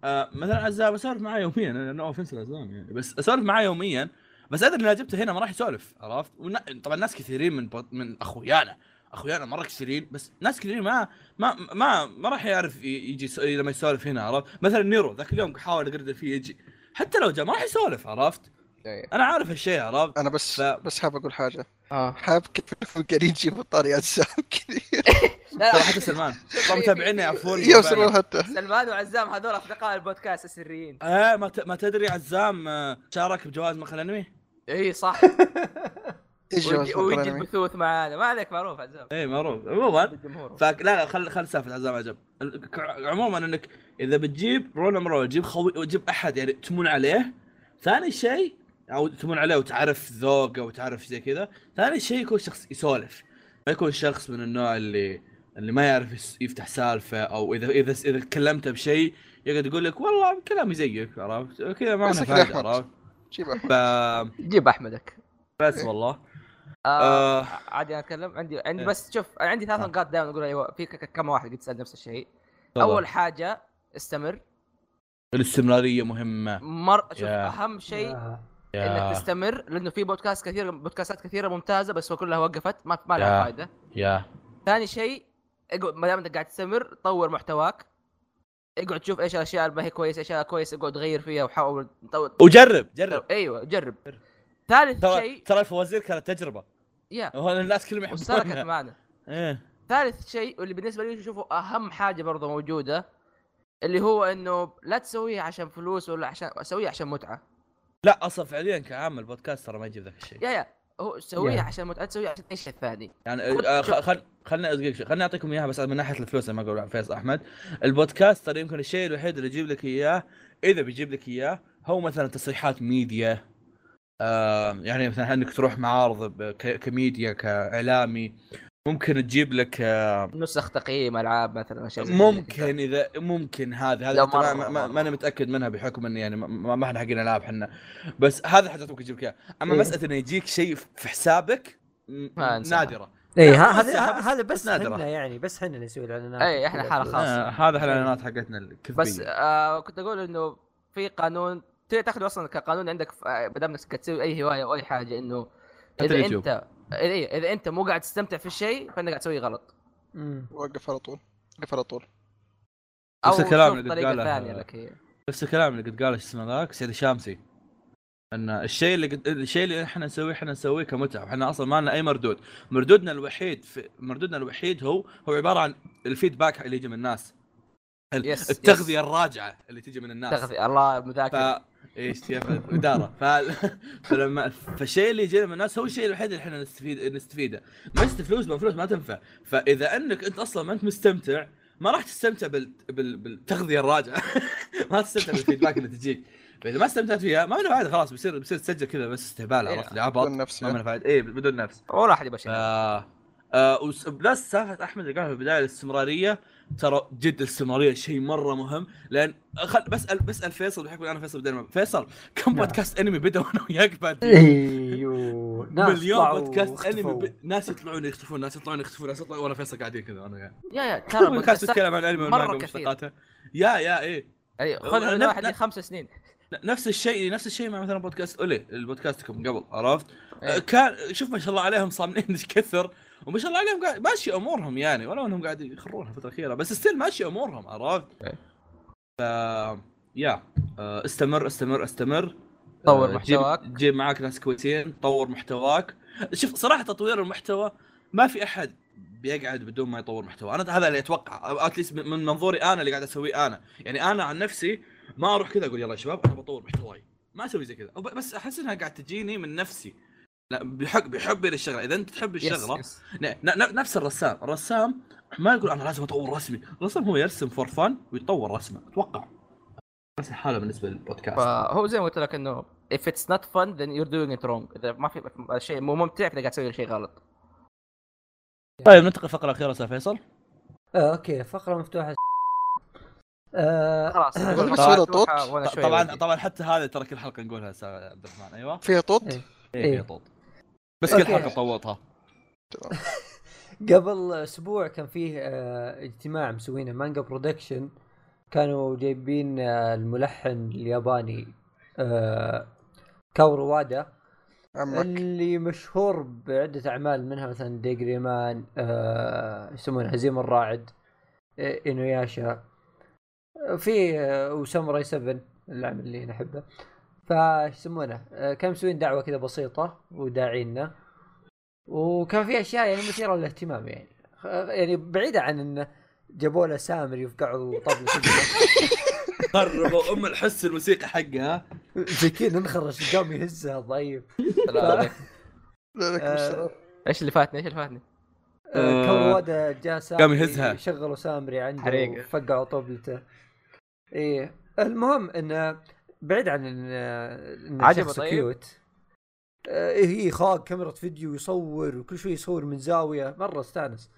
Speaker 2: آه مثلا عزام اسولف معاه يوميا نو اوفنس لعزام يعني بس اسولف معاه يوميا بس ادري اني جبته هنا ما راح يسولف عرفت؟ ون- طبعا ناس كثيرين من بود- من اخويانا اخويانا مره كثيرين بس ناس كثيرين ما ما ما ما راح يعرف ي- يجي يس- لما يسولف هنا عرفت؟ مثلا نيرو ذاك اليوم احاول اقردل فيه يجي حتى لو جاء ما راح يسولف عرفت؟
Speaker 1: إيه.
Speaker 2: انا عارف هالشيء عرفت؟
Speaker 3: انا بس
Speaker 2: لا.
Speaker 3: بس حاب اقول حاجه
Speaker 1: آه.
Speaker 3: حاب كيف انكم قاعدين تجيبوا طاري اجسام كذي
Speaker 1: لا
Speaker 2: ترى
Speaker 1: لا
Speaker 2: حتى سلمان ترى متابعينا يعرفون
Speaker 3: يوصلوا حتى
Speaker 1: سلمان وعزام هذول اصدقاء البودكاست السريين
Speaker 2: ايه ما, ت... ما تدري عزام آه، شارك بجوائز مخل انمي؟
Speaker 1: اي إيه، صح
Speaker 3: ايش
Speaker 1: ويجي,
Speaker 3: جواز
Speaker 1: ويجي
Speaker 3: الأنمي؟
Speaker 1: البثوث معانا ما عليك معروف عزام
Speaker 2: ايه معروف عموما
Speaker 1: الجمهور
Speaker 2: فك... لا لا خل خل سالفه عزام عجب ال- ك- عموما انك اذا بتجيب رول نمبر تجيب خوي تجيب احد يعني تمون عليه ثاني شيء او تمون عليه وتعرف ذوقه وتعرف زي كذا ثاني شيء يكون شخص يسولف ما يكون شخص من النوع اللي اللي ما يعرف يس- يفتح سالفه او اذا اذا اذا كلمته بشيء يقعد يقول لك والله كلامي زيك عرفت كذا ما
Speaker 3: بس
Speaker 2: عنده
Speaker 3: كذا
Speaker 2: فايده
Speaker 3: أحمد.
Speaker 2: عرفت
Speaker 3: جيب أحمد.
Speaker 2: ف...
Speaker 1: جيب احمدك
Speaker 2: بس والله
Speaker 1: آه
Speaker 2: آه...
Speaker 1: عادي انا اتكلم عندي عندي
Speaker 2: إيه.
Speaker 1: بس شوف عندي ثلاث نقاط دائما اقول ايوه في ك- ك- كم واحد قد سال نفس الشيء
Speaker 2: تفضل.
Speaker 1: اول حاجه استمر
Speaker 2: الاستمراريه مهمه
Speaker 1: مر شوف
Speaker 2: يا.
Speaker 1: اهم شيء
Speaker 4: آه.
Speaker 1: انك
Speaker 2: يا
Speaker 1: تستمر لانه في بودكاست كثير بودكاستات كثيره ممتازه بس كلها وقفت ما ما لها
Speaker 2: يا.
Speaker 1: فائده
Speaker 2: يا
Speaker 1: ثاني شيء اقعد ما دام انت قاعد تستمر طور محتواك اقعد شوف ايش الاشياء اللي ما هي كويسه ايش الاشياء كويسه اقعد غير فيها وحاول طور
Speaker 2: وجرب جرب
Speaker 1: ايوه جرب ثالث
Speaker 2: ترى
Speaker 1: شيء
Speaker 2: ترى الفوازير كانت تجربه
Speaker 1: يا
Speaker 2: وهذا الناس كلهم
Speaker 1: وسلكت
Speaker 2: يحبونها
Speaker 1: معنا
Speaker 2: ايه
Speaker 1: ثالث شيء واللي بالنسبه لي اشوفه اهم حاجه برضه موجوده اللي هو انه لا تسويها عشان فلوس ولا عشان سويها عشان متعه
Speaker 2: لا اصلا فعليا كعامل بودكاست ترى ما يجيب ذاك الشيء
Speaker 1: يا يا هو سويها
Speaker 4: يا.
Speaker 1: عشان متعه تسويها عشان ايش الثاني
Speaker 2: يعني
Speaker 1: خد-
Speaker 2: آه،
Speaker 1: شوف.
Speaker 2: خ- خل خلنا أدقيق شوي. خلنا اعطيكم اياها بس من ناحيه الفلوس لما اقول فيصل احمد البودكاست ترى يمكن الشيء الوحيد اللي يجيب لك اياه اذا بيجيب لك اياه هو مثلا تصريحات ميديا آه يعني مثلا انك تروح معارض ب- ك- كميديا كاعلامي ممكن تجيب لك آه،
Speaker 1: نسخ تقييم العاب مثلا أشياء زي كذا. يعني،
Speaker 2: ممكن اذا ممكن هذا
Speaker 1: لا،
Speaker 2: هذا
Speaker 1: مرة،
Speaker 2: ما, ما, ما,
Speaker 1: مرة.
Speaker 2: ما انا متاكد منها بحكم اني يعني ما- ما, ما احنا حقين العاب احنا بس هذا حاجات ممكن يجيب لك اياها اما
Speaker 4: إيه.
Speaker 2: مساله انه يجيك شيء في حسابك م-
Speaker 1: ما أنصح.
Speaker 2: نادره
Speaker 4: اي
Speaker 2: لا، بس-
Speaker 4: هذا
Speaker 2: بس-
Speaker 4: هذا
Speaker 2: بس
Speaker 4: بس
Speaker 2: نادرة.
Speaker 4: احنا يعني بس احنا اللي نسوي الاعلانات
Speaker 1: إي، إيه، إحنا حالة خاصة.
Speaker 2: آه، هذا الاعلانات حقتنا الكذبيه
Speaker 1: بس آه كنت اقول انه في قانون تقدر تاخذه اصلا كقانون عندك في- آه، ما دام انك تسوي اي هوايه او اي حاجه انه
Speaker 2: حتى
Speaker 1: اذا
Speaker 2: اليوتيوب.
Speaker 1: انت إيه، إذا, اذا انت مو قاعد تستمتع في الشيء فانت قاعد تسوي غلط
Speaker 4: مم.
Speaker 3: وقف على طول وقف على طول
Speaker 1: او
Speaker 2: نفس الكلام
Speaker 1: شوف
Speaker 2: اللي
Speaker 1: طريقه
Speaker 2: قاله-
Speaker 1: ثانيه لك إيه، هي
Speaker 2: نفس الكلام اللي قد قاله شو اسمه ذاك سعيد الشامسي ان الشيء اللي قد... الشيء اللي احنا نسويه احنا نسويه كمتعه احنا اصلا ما لنا اي مردود مردودنا الوحيد في... مردودنا الوحيد هو هو عباره عن الفيدباك اللي يجي من الناس ال-
Speaker 1: يس،
Speaker 2: التغذيه الراجعه اللي تجي من الناس
Speaker 1: تغذية الله
Speaker 2: نعم. ف إيه،
Speaker 1: مذاكر
Speaker 2: ايش كيف اداره ف... فلما فالشيء اللي يجينا من الناس هو الشيء الوحيد اللي احنا نستفيد نستفيده مست فلوس ما فلوس ما تنفع فاذا انك انت اصلا ما انت مستمتع ما راح تستمتع بال... بال... بالتغذيه الراجعه ما تستمتع بالفيدباك اللي تجيك فاذا ما استمتعت فيها ما له فائده خلاص بيصير بيصير تسجل كذا بس استهبال عرفت اللي عبط
Speaker 3: بدون نفس
Speaker 2: ما
Speaker 3: يعني.
Speaker 2: له فائده اي بدون نفس
Speaker 1: ولا احد يبغى
Speaker 2: ف
Speaker 1: شيء
Speaker 2: آه وس- بس سالفه احمد اللي قالها في البدايه الاستمراريه ترى جد الاستمراريه شيء مره مهم لان خل بسال بسال فيصل بحكم إن انا فيصل بدل ما فيصل كم
Speaker 4: نعم.
Speaker 2: بودكاست انمي بدا وانا وياك بعد
Speaker 4: ايوه
Speaker 2: أيوه.
Speaker 4: ناس
Speaker 2: مليون
Speaker 4: طلعوا
Speaker 2: بودكاست انمي
Speaker 4: واختفوا.
Speaker 2: ب... ناس يطلعون يختفون ناس يطلعون يختفون ناس يطلعون وانا فيصل قاعدين كذا انا وياه
Speaker 1: يا يا ترى
Speaker 2: كل بودكاست
Speaker 1: بودكاستات
Speaker 2: يتكلم عن الانمي
Speaker 1: مرة
Speaker 2: والمانجا
Speaker 1: كثير.
Speaker 2: ومشتقاتها يا يا ايه
Speaker 1: أي، خذ
Speaker 2: نف-
Speaker 1: من واحد
Speaker 2: نف-
Speaker 1: لي خمس سنين
Speaker 2: ن- نفس الشيء نفس الشيء مع مثلا بودكاست اولي البودكاستكم قبل عرفت
Speaker 1: إيه.
Speaker 2: كان شوف ما شاء الله عليهم صاملين ايش كثر وما شاء الله عليهم قاعد ماشي امورهم يعني ولو انهم قاعد يخرونها الفتره الاخيره بس ستيل ماشي امورهم عرفت؟
Speaker 1: إيه.
Speaker 2: ف يا آه، استمر استمر استمر
Speaker 1: طور
Speaker 2: آه،
Speaker 1: محتواك.
Speaker 2: جيب, جيب معاك ناس كويسين طور محتواك شوف صراحه تطوير المحتوى ما في احد بيقعد بدون ما يطور محتوى انا هذا اللي اتوقع اتليست من منظوري انا اللي قاعد اسويه انا يعني انا عن نفسي ما اروح كذا اقول يلا يا شباب انا بطور محتواي ما اسوي زي كذا وب- بس احس انها قاعد تجيني من نفسي لا بحب بحبي للشغله اذا انت تحب الشغله
Speaker 1: يس.
Speaker 2: ن- ن- نفس الرسام الرسام ما يقول انا لازم اطور رسمي الرسام هو يرسم فور فن ويطور رسمه اتوقع نفس الحاله بالنسبه للبودكاست
Speaker 1: فهو زي ما قلت لك انه if it's not fun then you're doing it wrong اذا ما في شيء مو ممتع فانت قاعد تسوي شيء غلط
Speaker 2: طيب ننتقل الفقره الاخيره استاذ فيصل
Speaker 4: آه، اوكي فقره مفتوحه آه،
Speaker 1: خلاص
Speaker 3: طبعاً-
Speaker 2: طبعا طبعا حتى هذا ترى كل حلقه نقولها استاذ عبد الرحمن ايوه
Speaker 3: فيها طوط
Speaker 4: إيه.
Speaker 2: ايه
Speaker 4: إيه.
Speaker 2: يا طوط بس كل
Speaker 4: أوكي.
Speaker 2: حلقه طوطها
Speaker 4: قبل اسبوع كان فيه آه، اجتماع مسوينه مانجا برودكشن كانوا جايبين آه، الملحن الياباني آه، كاورو وادا
Speaker 3: عمك
Speaker 4: اللي مشهور بعده اعمال منها مثلا ديجريمان آه، يسمونه هزيم الراعد آه، انوياشا آه، في آه، وساموراي 7 العمل اللي انا احبه فايش يسمونه آه، كانوا مسوين دعوه كذا بسيطه وداعينا وكان في اشياء يعني مثيره للاهتمام يعني خ- يعني بعيده عن انه جابوا له سامر يفقعوا طبله كذا.
Speaker 2: قربوا ام الحس الموسيقى حقها
Speaker 4: زكي ننخرش قام يهزها ضعيف
Speaker 3: لا لك
Speaker 4: آه،
Speaker 3: بالشرف.
Speaker 1: ايش اللي فاتني ايش اللي فاتني؟
Speaker 2: آه،
Speaker 4: كم وادا جاء سامري
Speaker 2: قام يهزها.
Speaker 4: شغلوا سامري عنده
Speaker 1: حريقة.
Speaker 4: وفقعوا طبلته ايه المهم انه بعيد عن ان إن
Speaker 1: عجبه
Speaker 4: شخص
Speaker 1: طيب؟
Speaker 4: كيوت آه، هي خاق كاميرا فيديو يصور وكل شوي يصور من زاويه مره استانس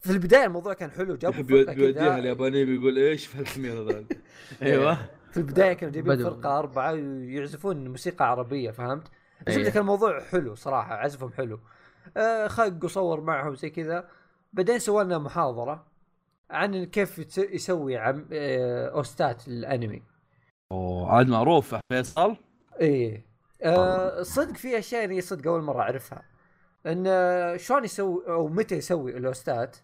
Speaker 4: في البدايه الموضوع كان حلو جابوا
Speaker 2: بيود-
Speaker 4: فرقه
Speaker 2: بيوديها
Speaker 4: كذا
Speaker 2: الياباني بيقول ايش في الحمير هذا ايوه
Speaker 4: في البدايه كانوا جايبين
Speaker 1: بدو.
Speaker 4: فرقه اربعه ويعزفون موسيقى عربيه فهمت؟ بس
Speaker 1: أيه.
Speaker 4: أيه. كان الموضوع حلو صراحه عزفهم حلو آه خق وصور معهم زي كذا بعدين سوالنا محاضره عن كيف يتس- يسوي عم آه اوستات الانمي
Speaker 2: اوه عاد معروف فيصل
Speaker 4: ايه آه صدق في اشياء اللي صدق اول مره اعرفها ان آه، شلون يسوي او متى يسوي الاوستات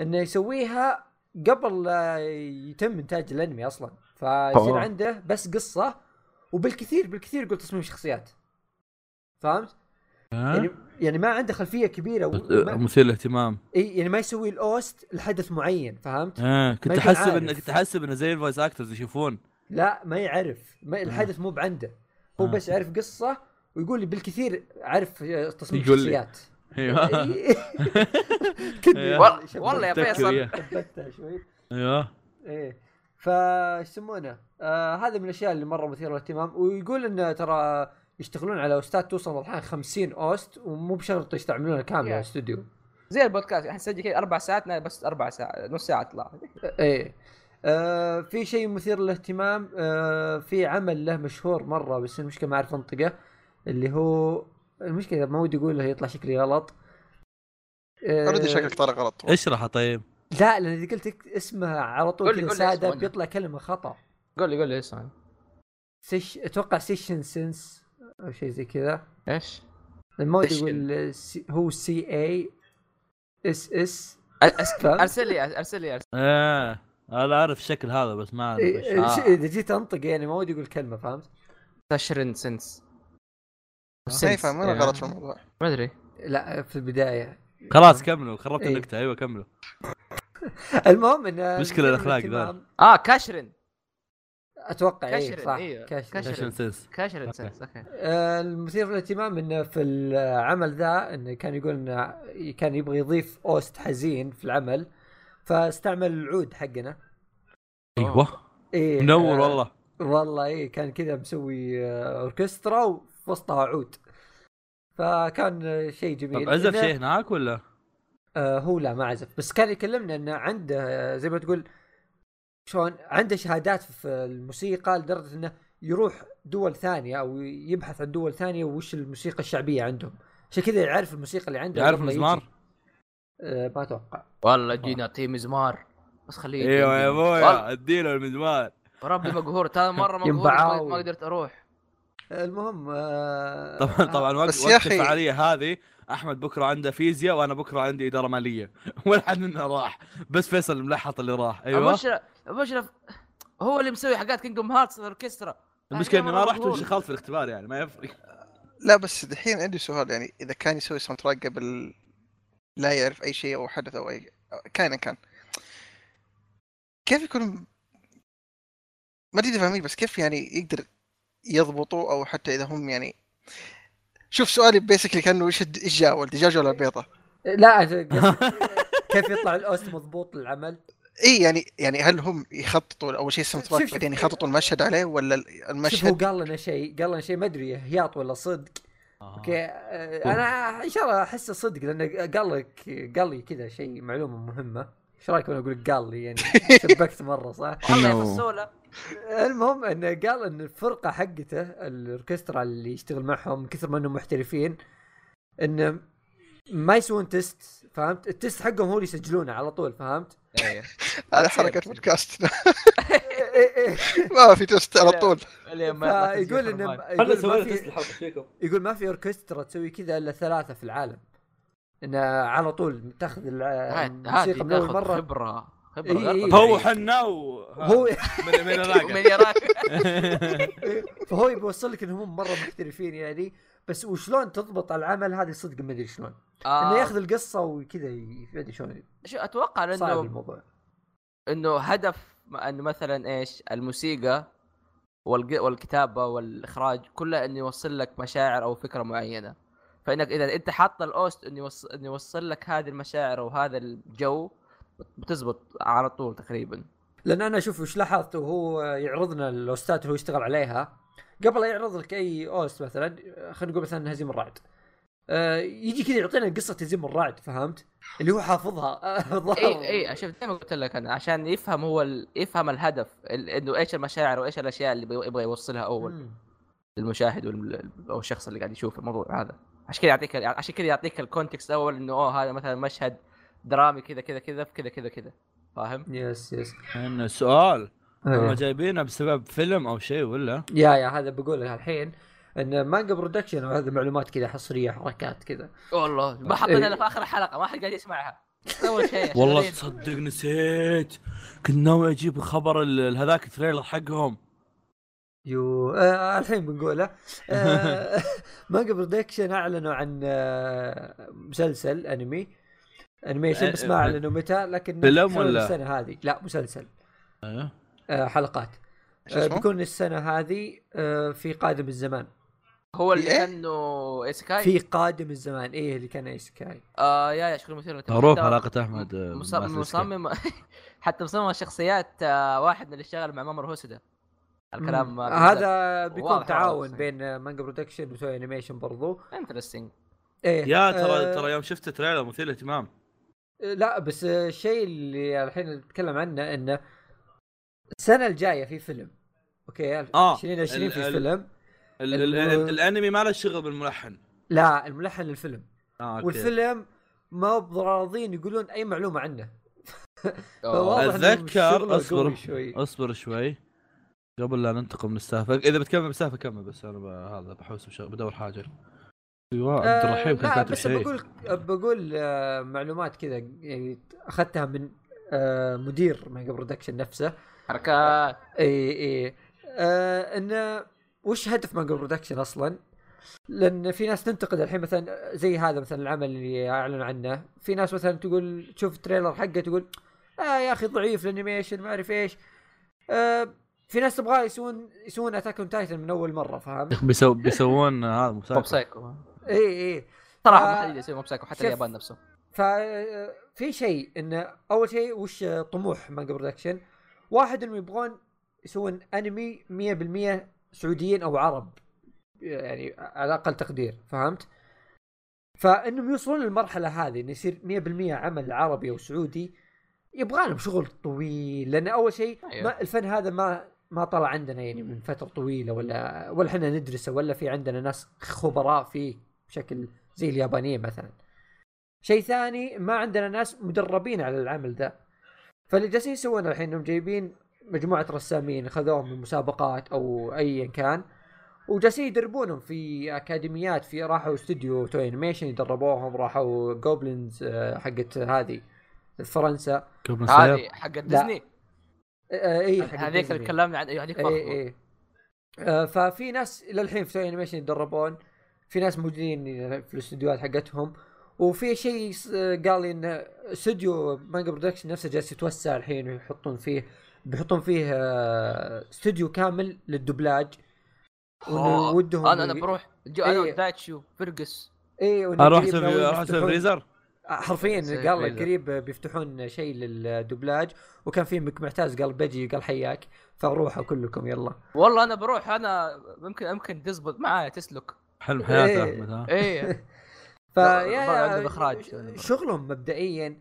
Speaker 4: انه يسويها قبل لا يتم انتاج الانمي اصلا فيصير
Speaker 1: أوه.
Speaker 4: عنده بس قصه وبالكثير بالكثير يقول تصميم شخصيات فهمت؟ يعني يعني ما عنده خلفيه كبيره وما
Speaker 2: مثير للاهتمام
Speaker 4: إيه، يعني ما يسوي الاوست لحدث معين فهمت؟
Speaker 2: اه
Speaker 4: ما
Speaker 2: كنت
Speaker 4: يكون
Speaker 2: احسب
Speaker 4: عارف.
Speaker 2: انك كنت احسب انه زي الفويس اكترز يشوفون
Speaker 4: لا ما يعرف ما الحدث مو بعنده هو
Speaker 2: آه.
Speaker 4: بس يعرف قصه ويقول لي بالكثير عارف آه، تصميم
Speaker 2: يقول لي.
Speaker 4: شخصيات
Speaker 2: ايوه
Speaker 4: كذي
Speaker 1: وال- والله يا
Speaker 2: أتذكر
Speaker 1: فيصل
Speaker 2: إياه.
Speaker 4: إيه. ثبتها شوي
Speaker 2: ايوه
Speaker 4: ايه فا إيش يسمونه آه هذا من الاشياء اللي مره مثيره للاهتمام ويقول انه ترى يشتغلون على اوستات توصل الحين 50 اوست ومو بشرط يستعملونها كامله
Speaker 1: يا.
Speaker 4: استوديو
Speaker 1: زي البودكاست احنا نسجل كذا اربع ساعات نا- بس اربع ساعات نص ساعه تطلع
Speaker 4: ايه آه في شيء مثير للاهتمام آه في عمل له مشهور مره بس المشكله ما اعرف انطقه اللي هو المشكله ما ودي اقوله يطلع شكلي غلط آه
Speaker 3: اوريدي شكلك طالع غلط
Speaker 2: اشرحه طيب
Speaker 4: لا لان اذا قلت اسمها على طول
Speaker 1: قول لي-
Speaker 4: كذا
Speaker 1: قول لي
Speaker 4: ساده
Speaker 1: اسمه.
Speaker 4: بيطلع كلمه خطا
Speaker 1: قول لي قول لي اسمع
Speaker 4: سيش اتوقع سيشن سنس او شيء زي كذا
Speaker 1: ايش؟
Speaker 4: ما ودي
Speaker 3: Session.
Speaker 4: اقول سي- هو سي اي اس اس
Speaker 1: ارسل لي ارسل لي أرسل.
Speaker 2: ايه انا اعرف الشكل هذا بس ما اعرف
Speaker 4: إيه،
Speaker 2: ايش
Speaker 4: إيه، ش- اذا جيت انطق يعني ما ودي اقول كلمه فهمت؟
Speaker 1: تشرن سنس
Speaker 4: آه.
Speaker 3: شايفه ما
Speaker 1: إيه.
Speaker 3: أنا غلط في الموضوع
Speaker 1: ما ادري
Speaker 4: لا في البدايه
Speaker 2: خلاص كملوا خربت
Speaker 4: إيه.
Speaker 2: النكته ايوه كملوا
Speaker 4: المهم ان
Speaker 2: مشكلة الأخلاق ذا.
Speaker 4: الاهتمام-
Speaker 1: اه كاشرن
Speaker 4: اتوقع اي
Speaker 1: كشرن،
Speaker 4: إيه، صح
Speaker 1: إيوه.
Speaker 4: كشرن
Speaker 1: كشرن.
Speaker 2: فاشن سنس
Speaker 1: كاشرن
Speaker 2: أوكي.
Speaker 1: سنس اوكي
Speaker 4: آه، المثير للاهتمام انه في العمل ذا انه كان يقول انه كان يبغى يضيف اوست حزين في العمل فاستعمل العود حقنا
Speaker 2: ايوه
Speaker 4: ايه
Speaker 2: منور
Speaker 4: آه،
Speaker 2: والله
Speaker 4: والله ايه كان كذا مسوي آه، اوركسترا وفي وسطها عود فكان آه، شيء جميل
Speaker 2: طب عزف
Speaker 4: إنه-
Speaker 2: شيء هناك ولا؟
Speaker 4: آه هو لا ما عزف بس كان يكلمنا انه عنده آه، زي ما تقول شلون عنده شهادات في الموسيقى لدرجه انه يروح دول ثانيه او يبحث عن دول ثانيه وش الموسيقى الشعبيه عندهم عشان كذا يعرف الموسيقى اللي عنده
Speaker 2: يعرف
Speaker 4: قبل يجي.
Speaker 2: مزمار؟
Speaker 4: آه ما اتوقع
Speaker 1: والله جينا تيم مزمار بس خليه
Speaker 2: ايوه يا
Speaker 1: والله
Speaker 2: ابويا اديله المزمار
Speaker 1: ربي مقهور ترى مره مقهور
Speaker 4: ينبعاو.
Speaker 1: ما- ما قدرت اروح
Speaker 4: آه، المهم آه
Speaker 2: طبعا طبعا وقت,
Speaker 3: بس يا
Speaker 2: وقت
Speaker 3: أخي-
Speaker 2: الفعاليه هذه احمد بكره عنده فيزياء وانا بكره عندي اداره ماليه ولا حد منا راح بس فيصل الملحط اللي راح ايوه
Speaker 1: مشرف مشرف هو اللي مسوي حاجات كينجدوم هارتس الاوركسترا
Speaker 2: المشكله
Speaker 1: أنا
Speaker 2: اني ما
Speaker 1: مرة
Speaker 2: رحت
Speaker 1: مبهور.
Speaker 2: وانشغلت في الاختبار يعني ما يفرق
Speaker 3: لا بس دحين عندي سؤال يعني اذا كان يسوي ساوند تراك قبل لا يعرف اي شيء او حدث او اي كائنا كان كيف يكون ما ادري إذا فاهمين بس كيف يعني يقدر يضبطوا او حتى اذا هم يعني شوف سؤالي بيسكلي كانه ايش الد- ايش جاول دجاج ولا بيضه؟
Speaker 4: لا قصدي كيف يطلع الاوست مضبوط للعمل
Speaker 3: اي يعني يعني هل هم يخططوا اول شيء الساوند
Speaker 4: شوف-
Speaker 3: تراك
Speaker 4: شوف-
Speaker 3: بعدين يخططوا المشهد عليه ولا
Speaker 4: شوف هو
Speaker 3: المشهد
Speaker 4: قال لنا شيء قال لنا شيء ما ادري هياط ولا صدق اوكي آه، انا ان شاء الله احسه صدق لانه قال لك قال لي كذا شيء معلومه مهمه ايش رايك وانا اقول لك قال لي يعني شبكت مره صح؟
Speaker 1: والله يا
Speaker 2: No.
Speaker 1: فصوله
Speaker 4: المهم انه قال ان الفرقه حقته الاوركسترا اللي يشتغل معهم من كثر ما انهم محترفين انه ما يسوون تيست فهمت؟ التيست حقهم هو اللي يسجلونه على طول فهمت؟
Speaker 3: على حركه بودكاست
Speaker 4: إيه، إيه.
Speaker 3: ما في تست على
Speaker 1: لا.
Speaker 3: طول
Speaker 4: فيقول انه
Speaker 8: احنا
Speaker 4: يقول ما
Speaker 8: سوينا
Speaker 4: في-
Speaker 8: تست لحلقه فيكم
Speaker 4: يقول ما في اوركسترا تسوي كذا الا ثلاثه في العالم انه على طول تاخذ
Speaker 1: آه،
Speaker 4: الع-
Speaker 1: هذه
Speaker 4: الموسيقى من اول
Speaker 1: تاخذ
Speaker 4: مره
Speaker 1: خبره خبره
Speaker 4: إي- إي.
Speaker 1: غير
Speaker 2: هو
Speaker 1: طبيعية.
Speaker 2: حنا و
Speaker 4: هو
Speaker 2: من من
Speaker 1: من
Speaker 2: هذاك.
Speaker 1: يراك
Speaker 4: فهو يوصل لك انهم مره محترفين يعني بس وشلون تضبط على العمل هذه صدق ما ادري شلون انه ياخذ القصه وكذا ي- ما ادري شلون
Speaker 1: آه، شو اتوقع
Speaker 4: صعب
Speaker 1: لانه
Speaker 4: الموضوع
Speaker 1: انه هدف م- انه مثلا ايش الموسيقى والج- والكتابه والاخراج كلها انه يوصل لك مشاعر او فكره معينه فانك اذا انت حاط الاوست انه يوصل انه يوصل لك هذه المشاعر وهذا الجو بتزبط على طول تقريبا
Speaker 4: لان انا اشوف وش لاحظت وهو يعرضنا الاوستات اللي هو يشتغل عليها قبل لا يعرض لك اي اوست مثلا خلينا نقول مثلا هزيم الرعد آه، يجي كذا يعطينا قصه هزيم الرعد فهمت؟ اللي هو حافظها
Speaker 1: اي اي شوف زي ما قلت لك انا عشان يفهم هو ال... يفهم الهدف ال... انه ايش المشاعر وايش الاشياء اللي بي- يبغى يوصلها اول
Speaker 4: مم.
Speaker 1: للمشاهد وال... او الشخص اللي قاعد يشوف الموضوع هذا عشان كذا يعطيك ال- عشان كذا يعطيك الكونتكست الاول انه اوه هذا مثلا مشهد درامي كذا كذا كذا في كذا كذا كذا فاهم؟
Speaker 4: يس يس
Speaker 2: إنه السؤال هم
Speaker 4: أيوه.
Speaker 2: جايبينه بسبب فيلم او شيء ولا؟
Speaker 4: يا يا هذا بقوله الحين ان مانجا برودكشن وهذا معلومات كذا حصريه حركات كذا
Speaker 1: والله ما حطينا
Speaker 4: إيه.
Speaker 1: إلا في اخر الحلقه ما حد قاعد يسمعها اول شيء عشان
Speaker 2: والله
Speaker 1: يريد.
Speaker 2: تصدق نسيت كنت ناوي اجيب خبر ال- هذاك التريلر حقهم
Speaker 4: يو آه الحين بنقوله آه مانجا برودكشن اعلنوا عن آه مسلسل انمي انيميشن بس ما
Speaker 2: آه، آه،
Speaker 4: اعلنوا متى لكن
Speaker 2: فيلم
Speaker 4: خلال
Speaker 2: ولا؟
Speaker 4: السنه هذه لا مسلسل
Speaker 2: أيوه.
Speaker 4: آه حلقات
Speaker 3: شو
Speaker 4: آه
Speaker 3: اسمه؟
Speaker 4: بيكون السنه هذه آه في قادم الزمان
Speaker 1: هو اللي
Speaker 3: في إيه؟
Speaker 1: كانه اسكاي
Speaker 4: في قادم الزمان ايه اللي كان ايسكاي
Speaker 1: آه يا يا شكرا مثير للاهتمام.
Speaker 2: معروف
Speaker 1: حتى
Speaker 2: علاقة احمد آه،
Speaker 1: مص-
Speaker 2: مع سيسكي.
Speaker 1: مصمم حتى مصمم الشخصيات آه، واحد من اللي اشتغل مع مامر هوسدا الكلام
Speaker 4: مم. آه، هذا
Speaker 1: واضح-
Speaker 4: بيكون
Speaker 1: واضح
Speaker 4: تعاون
Speaker 1: صحيح.
Speaker 4: بين آه، مانجا برودكشن وتوي انيميشن برضو
Speaker 1: انترستنج
Speaker 4: ايه
Speaker 2: يا
Speaker 4: آه،
Speaker 2: ترى ترى يوم شفت تريلر مثير للاهتمام
Speaker 4: لا بس الشيء اللي الحين نتكلم عنه انه السنه الجايه في فيلم اوكي
Speaker 6: آه،
Speaker 4: 2020 في
Speaker 6: ال- ال-
Speaker 4: فيلم
Speaker 6: ال- ال- ال- الانمي ما له شغل بالملحن
Speaker 4: لا الملحن للفيلم
Speaker 6: آه، أوكي.
Speaker 4: والفيلم ما هو براضين يقولون اي معلومه عنه
Speaker 1: أوه.
Speaker 4: فواضح إنهم
Speaker 2: أتذكر،
Speaker 4: شغله
Speaker 2: أصبر.
Speaker 4: قوي شوي
Speaker 2: اصبر شوي قبل لا ننتقل من السالفه اذا بتكمل بالسالفه كمل بس انا ب- هذا بحوس بش- بدور حاجه ايوه عبد الرحيم كان
Speaker 4: آه، لا
Speaker 2: كاتب
Speaker 4: بس
Speaker 2: شيء
Speaker 4: بقول بقول آه، معلومات كذا يعني اخذتها من آه، مدير ميجا برودكشن نفسه
Speaker 1: حركات
Speaker 4: اي اي آه انه وش هدف مانجا برودكشن اصلا؟ لان في ناس تنتقد الحين مثلا زي هذا مثلا العمل اللي اعلن عنه، في ناس مثلا تقول تشوف التريلر حقه تقول اه يا اخي ضعيف الانيميشن ما اعرف ايش. آه في ناس تبغاه يسوون يسوون اتاك اون تايتن من اول مره فاهم؟
Speaker 2: يا أخي بيسو بيسوون هذا
Speaker 1: مو
Speaker 2: مسابقه
Speaker 1: بسايكو
Speaker 4: اي اي
Speaker 1: صراحه
Speaker 4: آه،
Speaker 1: ما حد يقدر يسوي مو بسايكو حتى
Speaker 4: شوف.
Speaker 1: اليابان نفسه
Speaker 4: ففي آه، شيء انه اول شيء وش طموح مانجا برودكشن؟ واحد انهم يبغون يسوون انمي 100% سعوديين او عرب يعني على اقل تقدير فهمت؟ فانهم يوصلون للمرحله هذه انه يصير 100% عمل عربي او سعودي يبغى لهم شغل طويل لان اول شيء
Speaker 1: أيوه.
Speaker 4: ما الفن هذا ما ما طلع عندنا يعني من فتره طويله ولا ولا احنا ندرسه ولا في عندنا ناس خبراء فيه بشكل زي اليابانيين مثلا. شيء ثاني ما عندنا ناس مدربين على العمل ذا فاللي جالسين يسوونه الحين انهم جايبين مجموعه رسامين خذوهم من مسابقات او ايا كان وجالسين يدربونهم في اكاديميات في راحوا استوديو تو انيميشن يدربوهم راحوا جوبلينز آه، حقت هذه فرنسا
Speaker 2: قبل
Speaker 1: هذه حق ديزني
Speaker 4: آه، اي حقت
Speaker 1: هذيك
Speaker 4: ديزني. إيه،
Speaker 1: اللي تكلمنا عن أيوة، هذيك مرة.
Speaker 4: اي اي آه، ففي ناس الى الحين في توي انيميشن يتدربون في ناس موجودين في الاستديوهات حقتهم وفي شيء س- قال لي ان استوديو مانجا برودكشن نفسه جالس يتوسع الحين ويحطون فيه بيحطون فيه آه، استوديو كامل للدبلاج
Speaker 1: آه،
Speaker 4: وإنه ودهم
Speaker 1: انا انا بروح جو انا
Speaker 4: إيه.
Speaker 1: ودايتشو فرقس
Speaker 4: اي إيه، وإنه
Speaker 2: اروح
Speaker 4: قريب
Speaker 2: اسوي
Speaker 4: ناويين
Speaker 2: اروح اسوي
Speaker 4: يفتحون-
Speaker 2: فريزر
Speaker 4: حرفيا
Speaker 1: سيف
Speaker 4: قال لك
Speaker 1: فريزر.
Speaker 4: قريب بيفتحون شيء للدبلاج وكان في مك معتاز قال بجي قال حياك فروحوا كلكم يلا
Speaker 1: والله انا بروح انا ممكن ممكن تزبط معايا تسلك
Speaker 2: حلم حياته
Speaker 4: إيه.
Speaker 2: احمد ها
Speaker 1: ايه بقى عندهم إخراج.
Speaker 4: فيا شغلهم مبدئيا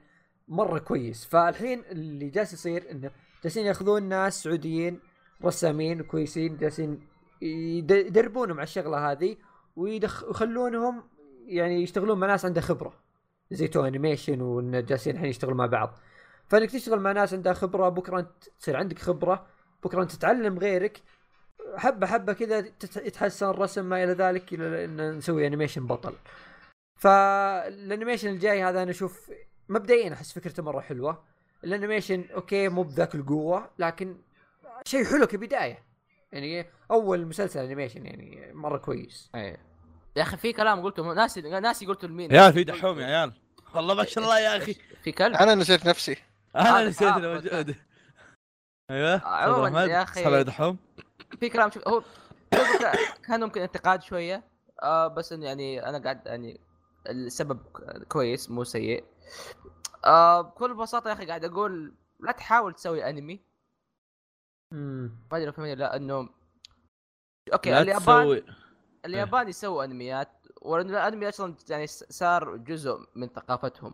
Speaker 4: مره كويس فالحين اللي جالس يصير انه جالسين ياخذون ناس سعوديين رسامين كويسين جالسين يد- يدربونهم على الشغله هذه ويدخ- ويخلونهم يعني يشتغلون مع ناس عندها خبره زي تو انيميشن وان جالسين الحين يشتغلوا مع بعض فانك تشتغل مع ناس عندها خبره بكره انت تصير عندك خبره بكره انت تتعلم غيرك حبه حبه كذا تت- يتحسن الرسم ما الى ذلك الى ان نسوي انيميشن بطل فالانيميشن الجاي هذا انا اشوف مبدئيا احس فكرته مره حلوه الانيميشن اوكي مو بذاك القوه لكن شيء حلو كبدايه يعني اول مسلسل انيميشن يعني مره كويس
Speaker 1: يا اخي في كلام قلته ناسي ناسي قلته لمين
Speaker 4: إيه.
Speaker 2: يا في دحوم يا عيال والله ما شاء الله يا اخي
Speaker 1: في كلب
Speaker 3: انا نسيت نفسي
Speaker 2: انا
Speaker 1: هذا
Speaker 2: نسيت
Speaker 1: آه،
Speaker 2: انه
Speaker 1: بودكاست.
Speaker 2: موجود ايوه
Speaker 1: عموماً
Speaker 2: تفضل أحمد.
Speaker 1: يا أخي.
Speaker 2: سلام يا دحوم
Speaker 1: في كلام شوف هو هو كان ممكن انتقاد شويه آه بس انه يعني انا قاعد يعني السبب ك- كويس مو سيء آه بكل بساطه يا اخي قاعد اقول لا تحاول تسوي انمي
Speaker 4: امم
Speaker 1: ما ادري فهمني لا انه اوكي
Speaker 2: لا
Speaker 1: اليابان
Speaker 2: تسوي إيه.
Speaker 1: اليابان يسووا انميات ولان الانمي اصلا يعني س- صار جزء من ثقافتهم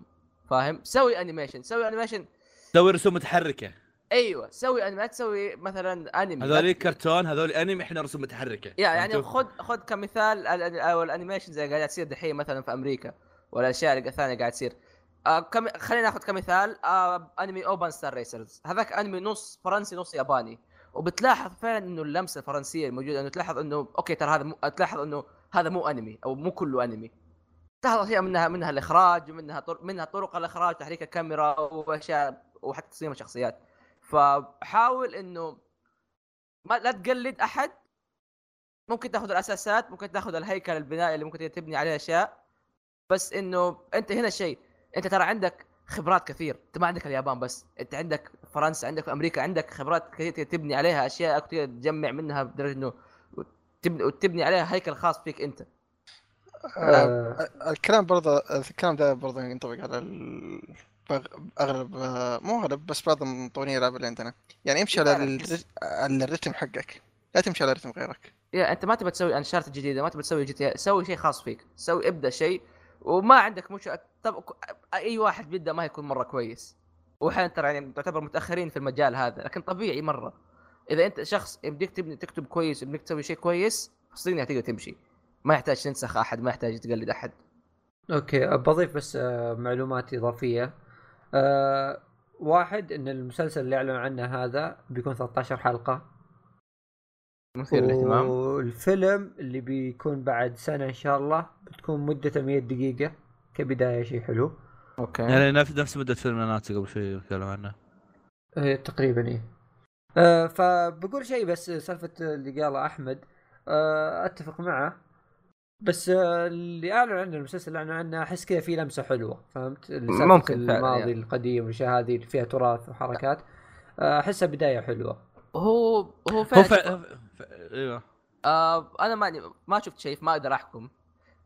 Speaker 1: فاهم سوي انيميشن سوي انيميشن
Speaker 2: سوي رسوم متحركه
Speaker 1: ايوه سوي انمي لا تسوي مثلا انمي
Speaker 2: هذول كرتون هذول انمي احنا رسوم متحركه
Speaker 1: يا يعني
Speaker 2: فهمتوا؟
Speaker 1: خذ خذ كمثال ال- ال- الانيميشن زي قاعد تصير دحين مثلا في امريكا والاشياء اللي الثانيه قاعد تصير آه كم... خلينا ناخذ كمثال آه انمي اوبن ستار ريسرز هذاك انمي نص فرنسي نص ياباني وبتلاحظ فعلا انه اللمسه الفرنسيه الموجوده انه تلاحظ انه اوكي ترى هذا مو... تلاحظ انه هذا مو انمي او مو كله انمي تلاحظ اشياء منها منها الاخراج ومنها طر... منها طرق الاخراج تحريك الكاميرا واشياء وحتى تصميم الشخصيات فحاول انه ما لا تقلد احد ممكن تاخذ الاساسات ممكن تاخذ الهيكل البنائي اللي ممكن تبني عليه اشياء بس انه انت هنا الشيء انت ترى عندك خبرات كثير انت ما عندك اليابان بس انت عندك فرنسا عندك امريكا عندك خبرات كثير تقدر تبني عليها اشياء كثير تجمع منها بدرجه انه وتبني, وتبني عليها هيكل خاص فيك انت
Speaker 4: آه.
Speaker 3: الكلام برضه الكلام ده برضه ينطبق على ال- بغ- اغلب مو اغلب بس بعض المطورين الالعاب اللي عندنا يعني امشي على
Speaker 1: يبالغ.
Speaker 3: الرت- على الرتم حقك لا تمشي على رتم غيرك
Speaker 1: إيه، يا انت ما تبى تسوي انشارت جديده ما تبى تسوي جي تي سوي شيء خاص فيك سوي ابدا شيء وما عندك مش طب اي واحد بيبدا ما هيكون مره كويس واحنا ترى يعني تعتبر متاخرين في المجال هذا لكن طبيعي مره اذا انت شخص يمديك تبني تكتب كويس يمديك تسوي شيء كويس صدقني هتقدر تمشي ما يحتاج تنسخ احد ما يحتاج تقلد احد
Speaker 4: اوكي بضيف بس آه، معلومات اضافيه آه، واحد ان المسلسل اللي اعلن عنه هذا بيكون 13 حلقه
Speaker 1: مثير للاهتمام
Speaker 4: والفيلم اللي بيكون بعد سنه ان شاء الله بتكون مدته 100 دقيقه كبدايه شيء حلو
Speaker 1: اوكي
Speaker 2: يعني نفس نفس مده فيلم ناتس قبل شوي تكلموا عنه
Speaker 4: إيه، تقريبا ايه آه، فبقول شيء بس سالفه اللي قاله احمد آه، اتفق معه بس آه، اللي اعلن عنه المسلسل اللي اعلن عنه احس كذا في لمسه حلوه فهمت؟ اللي سالفة
Speaker 1: ممكن فعلاً،
Speaker 4: الماضي
Speaker 1: يعني.
Speaker 4: القديم والاشياء هذه اللي فيها تراث وحركات آه، احسها بدايه حلوه
Speaker 1: هو هو
Speaker 2: هو
Speaker 1: فعلا
Speaker 2: فع- فع- ايوه
Speaker 1: آه انا ماني ما شفت شيء ما اقدر احكم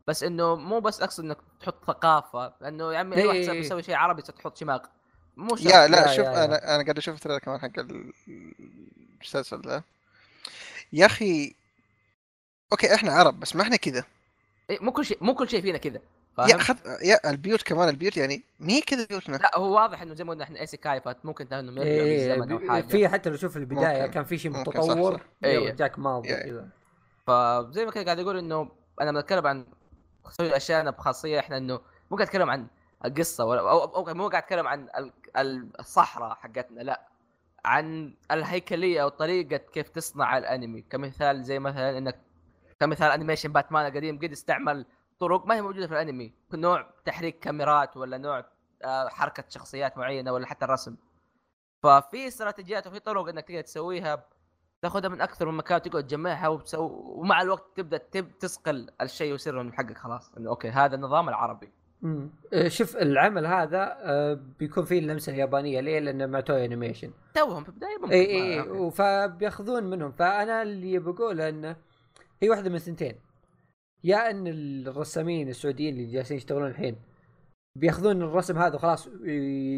Speaker 1: بس انه مو بس اقصد انك تحط ثقافه لانه يا عمي اي
Speaker 4: إيه.
Speaker 1: واحد صار بيسوي شيء عربي تحط شماغ مو شرط.
Speaker 3: يا لا
Speaker 4: يا-
Speaker 3: شوف
Speaker 4: يا- يا.
Speaker 3: انا انا قاعد اشوف ترى كمان حق ال- المسلسل ده يا اخي اوكي احنا عرب بس ما احنا كذا
Speaker 1: إيه، مو كل شيء مو كل شيء فينا كذا
Speaker 3: يا
Speaker 1: فاهم؟
Speaker 3: خد... يا البيوت كمان البيوت يعني مي كذا بيوتنا
Speaker 1: لا هو واضح انه زي ما قلنا احنا اي سكاي فممكن انه يرجع
Speaker 4: إيه،
Speaker 1: بالزمن او
Speaker 4: بي-
Speaker 1: حاجه
Speaker 4: في حتى لو شوف البدايه
Speaker 3: ممكن.
Speaker 4: كان في شيء
Speaker 3: ممكن، صح،
Speaker 4: متطور
Speaker 3: صح.
Speaker 1: إيه.
Speaker 4: يرجعك ماضي
Speaker 3: إيه.
Speaker 4: كذا
Speaker 1: فزي ما كنت قاعد اقول انه انا لما اتكلم عن خصوصي اشياءنا بخاصيه احنا انه مو قاعد اتكلم عن القصه ولا او, أو مو قاعد اتكلم عن ال- ال- الصحراء حقتنا لا عن الهيكليه وطريقه كيف تصنع الانمي كمثال زي مثلا انك كمثال انيميشن باتمان القديم قد استعمل طرق ما هي موجوده في الانمي نوع تحريك كاميرات ولا نوع آه، حركه شخصيات معينه ولا حتى الرسم ففي استراتيجيات وفي طرق انك تقدر تسويها تاخذها من اكثر من مكان تقعد تجمعها وتسو... ومع الوقت تبدا تب... تسقل الشيء ويصير من حقك خلاص انه اوكي هذا النظام العربي
Speaker 4: مم. آه، شوف العمل هذا آه، بيكون فيه اللمسه اليابانيه ليه؟ لانه مع توي انيميشن
Speaker 1: توهم في البدايه ممكن
Speaker 4: اي
Speaker 1: ما-
Speaker 4: اي
Speaker 1: أوكي.
Speaker 4: اي إيه، فبياخذون منهم فانا اللي بقوله انه هي واحده من الثنتين يا ان الرسامين السعوديين اللي جالسين يشتغلون الحين بياخذون الرسم هذا وخلاص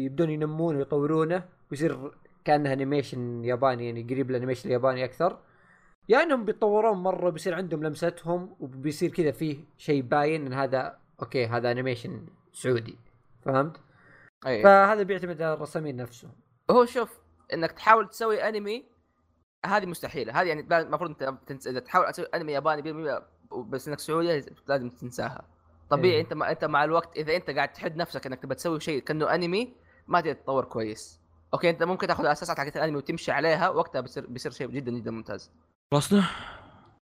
Speaker 4: يبدون ينمونه ويطورونه ويصير كانه انيميشن ياباني يعني قريب للانيميشن الياباني اكثر يا انهم بيتطورون مره بيصير عندهم لمستهم وبيصير كذا فيه شيء باين ان هذا اوكي هذا انيميشن سعودي فهمت؟
Speaker 1: أي.
Speaker 4: فهذا بيعتمد على الرسامين نفسهم
Speaker 1: إيه. هو شوف انك تحاول تسوي انمي هذه مستحيله هذه يعني لا- المفروض انت تنس... اذا تحاول تسوي انمي ياباني 100% بس انك سعودي لازم تنساها طبيعي
Speaker 4: إيه.
Speaker 1: انت مع... انت مع الوقت اذا انت قاعد تحد نفسك انك تبى تسوي شيء كانه انمي ما تقدر تتطور كويس اوكي انت ممكن تاخذ الاساسات حقت الانمي وتمشي عليها وقتها بيصير بيصير شيء جدا جدا ممتاز
Speaker 2: خلصنا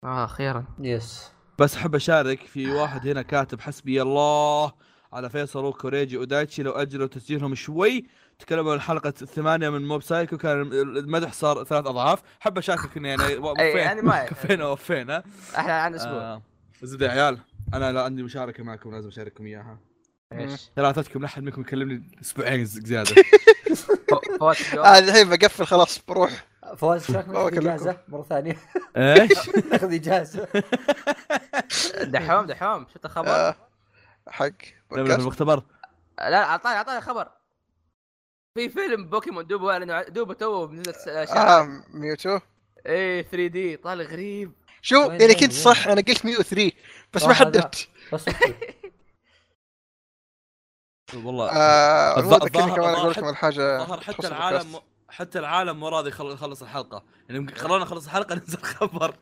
Speaker 1: اه خيرا
Speaker 4: يس
Speaker 2: بس احب اشارك في واحد هنا كاتب حسبي الله على فيصل وكوريجي ودايتشي لو اجلوا تسجيلهم شوي تكلموا عن حلقه الثمانيه من موب سايكو كان المدح صار ثلاث اضعاف حب اشاركك اني يعني
Speaker 1: اي
Speaker 2: وفينا
Speaker 1: يعني ما
Speaker 2: كفينا وفينا
Speaker 1: احنا عن اسبوع
Speaker 2: آه، زبده يا عيال انا لا عندي مشاركه معكم لازم اشارككم اياها
Speaker 1: ايش
Speaker 2: ثلاثتكم لا احد منكم يكلمني اسبوعين ز- زياده
Speaker 1: فو- فوات
Speaker 3: آه
Speaker 1: الجواب.
Speaker 3: الحين بقفل خلاص بروح
Speaker 4: فواز شكلك ناخذ
Speaker 3: أوكي،
Speaker 4: اجازه مره ثانيه
Speaker 2: ايش؟
Speaker 4: ناخذ اجازه
Speaker 1: دحوم دحوم شفت الخبر آه.
Speaker 3: آه حق
Speaker 2: نبلغ
Speaker 3: بودكاست
Speaker 2: المختبر
Speaker 1: لا اعطاني اعطاني خبر في فيلم بوكيمون دوبو اعلنوا عن- دوبو تو نزل س- آه، شهر
Speaker 3: اه ميوتو
Speaker 1: اي 3 دي طالع غريب
Speaker 3: شو
Speaker 4: وين-
Speaker 3: يعني
Speaker 4: وين-
Speaker 3: كنت
Speaker 4: وين؟
Speaker 3: صح انا قلت ميو 3 بس ما
Speaker 4: آه، هذا.
Speaker 3: حددت
Speaker 4: بس
Speaker 2: والله
Speaker 3: آه
Speaker 2: الظ-
Speaker 3: المفروض
Speaker 2: الظاهر-
Speaker 3: كمان
Speaker 2: الظاهر
Speaker 3: اقول لكم على حاجه
Speaker 2: ظهر حتى
Speaker 3: تخص
Speaker 2: العالم
Speaker 3: البودكاست.
Speaker 2: حتى العالم مو راضي يخل- يخلص الحلقه يعني يمكن قررنا نخلص الحلقه ننزل خبر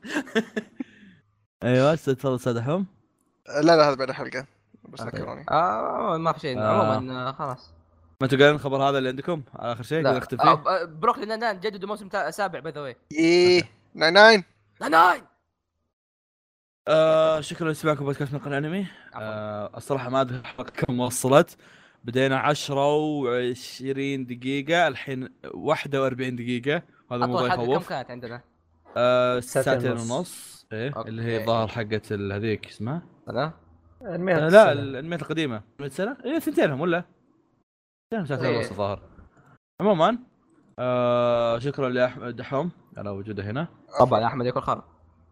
Speaker 2: ايوه تفضل استاذ دحوم
Speaker 3: آه، لا لا هذا بعد الحلقه بس ذكروني
Speaker 1: آه ما في شيء
Speaker 2: آه.
Speaker 1: عموما آه، خلاص
Speaker 2: ما انتوا قايلين الخبر هذا اللي عندكم على اخر شيء
Speaker 1: لا
Speaker 2: قاعد اختفي
Speaker 1: آه، آه، بروكلي نان نان جددوا موسم تا- سابع باي ذا واي
Speaker 4: إيه.
Speaker 3: ايه ناين ناين
Speaker 1: نان نان
Speaker 2: آه شكرا لاستماعكم بودكاست من قناه انمي
Speaker 1: عفواً.
Speaker 2: آه الصراحه ما ادري الحلقه كم وصلت بدينا 10 و20 دقيقه الحين 41 دقيقه وهذا
Speaker 1: اطول
Speaker 2: موضوع
Speaker 1: حلقه كم
Speaker 2: يخوف
Speaker 1: كانت عندنا؟
Speaker 2: آه
Speaker 4: ساعتين
Speaker 2: ساعتين
Speaker 4: ونص.
Speaker 2: ونص ايه
Speaker 1: أوكي.
Speaker 2: اللي هي ظهر حقت ال- هذيك اسمها
Speaker 1: انا
Speaker 2: آه لا الانميات القديمه من سنه ايه ثنتينهم ولا ثنتينهم ساعتين
Speaker 1: إيه.
Speaker 2: ونص الظاهر عموما آه شكرا لاحمد دحوم على وجوده هنا
Speaker 1: طبعا احمد ياكل خرا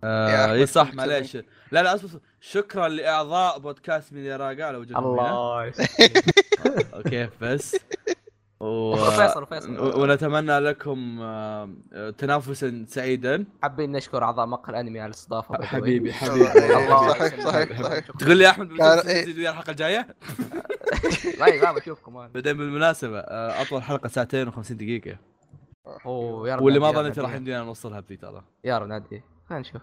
Speaker 3: يا
Speaker 2: آه
Speaker 3: أحمد
Speaker 2: اي صح
Speaker 3: كنت-
Speaker 2: معليش لا لا اصبر أصبر. شكرا لاعضاء بودكاست ميديا راقا على وجودهم هنا
Speaker 1: الله
Speaker 2: اوكي بس و...
Speaker 1: فيصل فيصل
Speaker 2: ونتمنى لكم آه، آه، تنافسا سعيدا
Speaker 1: حابين نشكر اعضاء مقهى الانمي على الاستضافه by the way.
Speaker 2: حبيبي
Speaker 1: الله.
Speaker 2: حبيبي
Speaker 3: صحيح صحيح صحيح
Speaker 2: تقول لي يا احمد
Speaker 3: لا،
Speaker 2: بتجي
Speaker 3: إيه.
Speaker 2: تزيد ويا الحلقه الجايه
Speaker 1: طيب هذا اشوفكم انا
Speaker 2: بعدين بالمناسبه آه، اطول حلقه ساعتين و50 دقيقه
Speaker 1: اوه يا رب
Speaker 2: واللي ما
Speaker 1: نادي، يا
Speaker 2: ظنيت
Speaker 1: رب
Speaker 2: راح
Speaker 1: نادي.
Speaker 2: يمدينا نوصلها بذي ترى
Speaker 1: يا رب نادي خلينا نشوف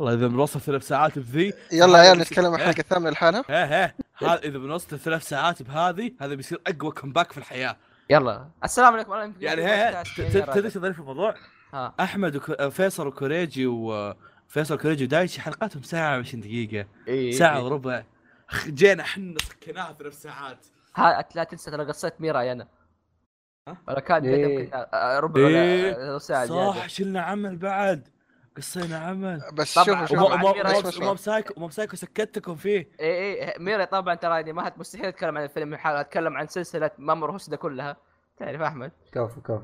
Speaker 2: والله اذا بنوصل ثلاث ساعات بذي
Speaker 3: يلا عيال نتكلم عن الحلقه الثامنه لحالها
Speaker 2: ايه ايه هذا اذا بنوصل ثلاث ساعات بهذه هذا بيصير اقوى كومباك في الحياه
Speaker 1: يلا السلام عليكم ورحمه الله
Speaker 2: يعني هي
Speaker 1: وبركاته.
Speaker 2: تدري شو ظريف الموضوع؟
Speaker 1: ها.
Speaker 2: احمد وفيصل وكوريجي وفيصل وكوريجي ودايشي حلقاتهم ساعه و20 دقيقه
Speaker 1: إيه.
Speaker 2: ساعه وربع خ- جينا احنا سكناها ثلاث ساعات
Speaker 1: ها لا تنسى ترى قصيت ميراي انا
Speaker 2: ها؟
Speaker 1: ولا كان
Speaker 4: إيه.
Speaker 1: يمكن ربع
Speaker 2: إيه.
Speaker 1: ولا آه، ساعه
Speaker 2: صح
Speaker 1: زياده
Speaker 2: شلنا عمل بعد قصينا عمل
Speaker 3: بس
Speaker 1: طبعاً.
Speaker 3: شوفوا
Speaker 1: طبعاً.
Speaker 3: شوفوا
Speaker 1: عن ميراي
Speaker 2: وموب
Speaker 3: شوي.
Speaker 2: وموب سايكو وموب سايكو سكتكم فيه
Speaker 1: اي اي ميراي طبعا ترى يعني ما هت- مستحيل اتكلم عن الفيلم لحاله اتكلم عن سلسله مامور هوسدا كلها تعرف احمد
Speaker 4: كفو كفو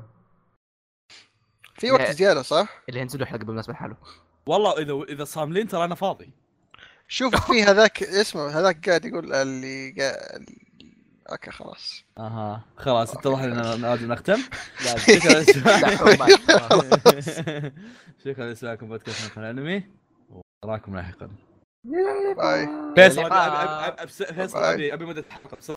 Speaker 3: في
Speaker 4: إيه.
Speaker 3: وقت زياده صح؟
Speaker 1: اللي ينزلوا حلقه بالمناسبه لحاله
Speaker 2: والله اذا اذا صاملين ترى انا فاضي
Speaker 3: شوف في هذاك اسمه هذاك قاعد يقول اللي قاعد اوكي خلاص
Speaker 2: اها خلاص اتضح لنا لازم نختم
Speaker 1: لا،
Speaker 2: شكرا
Speaker 1: لا، حول
Speaker 2: لسماعكم.
Speaker 1: الله.
Speaker 2: شكرا لسماعكم بودكاست مثلا الانمي وراكم لاحقا
Speaker 3: باي
Speaker 1: باي.
Speaker 2: فيصل أبي- أبي- أبي- أبي- فيصل
Speaker 3: باي.
Speaker 2: ابي ابي مده الحلقه بسرعه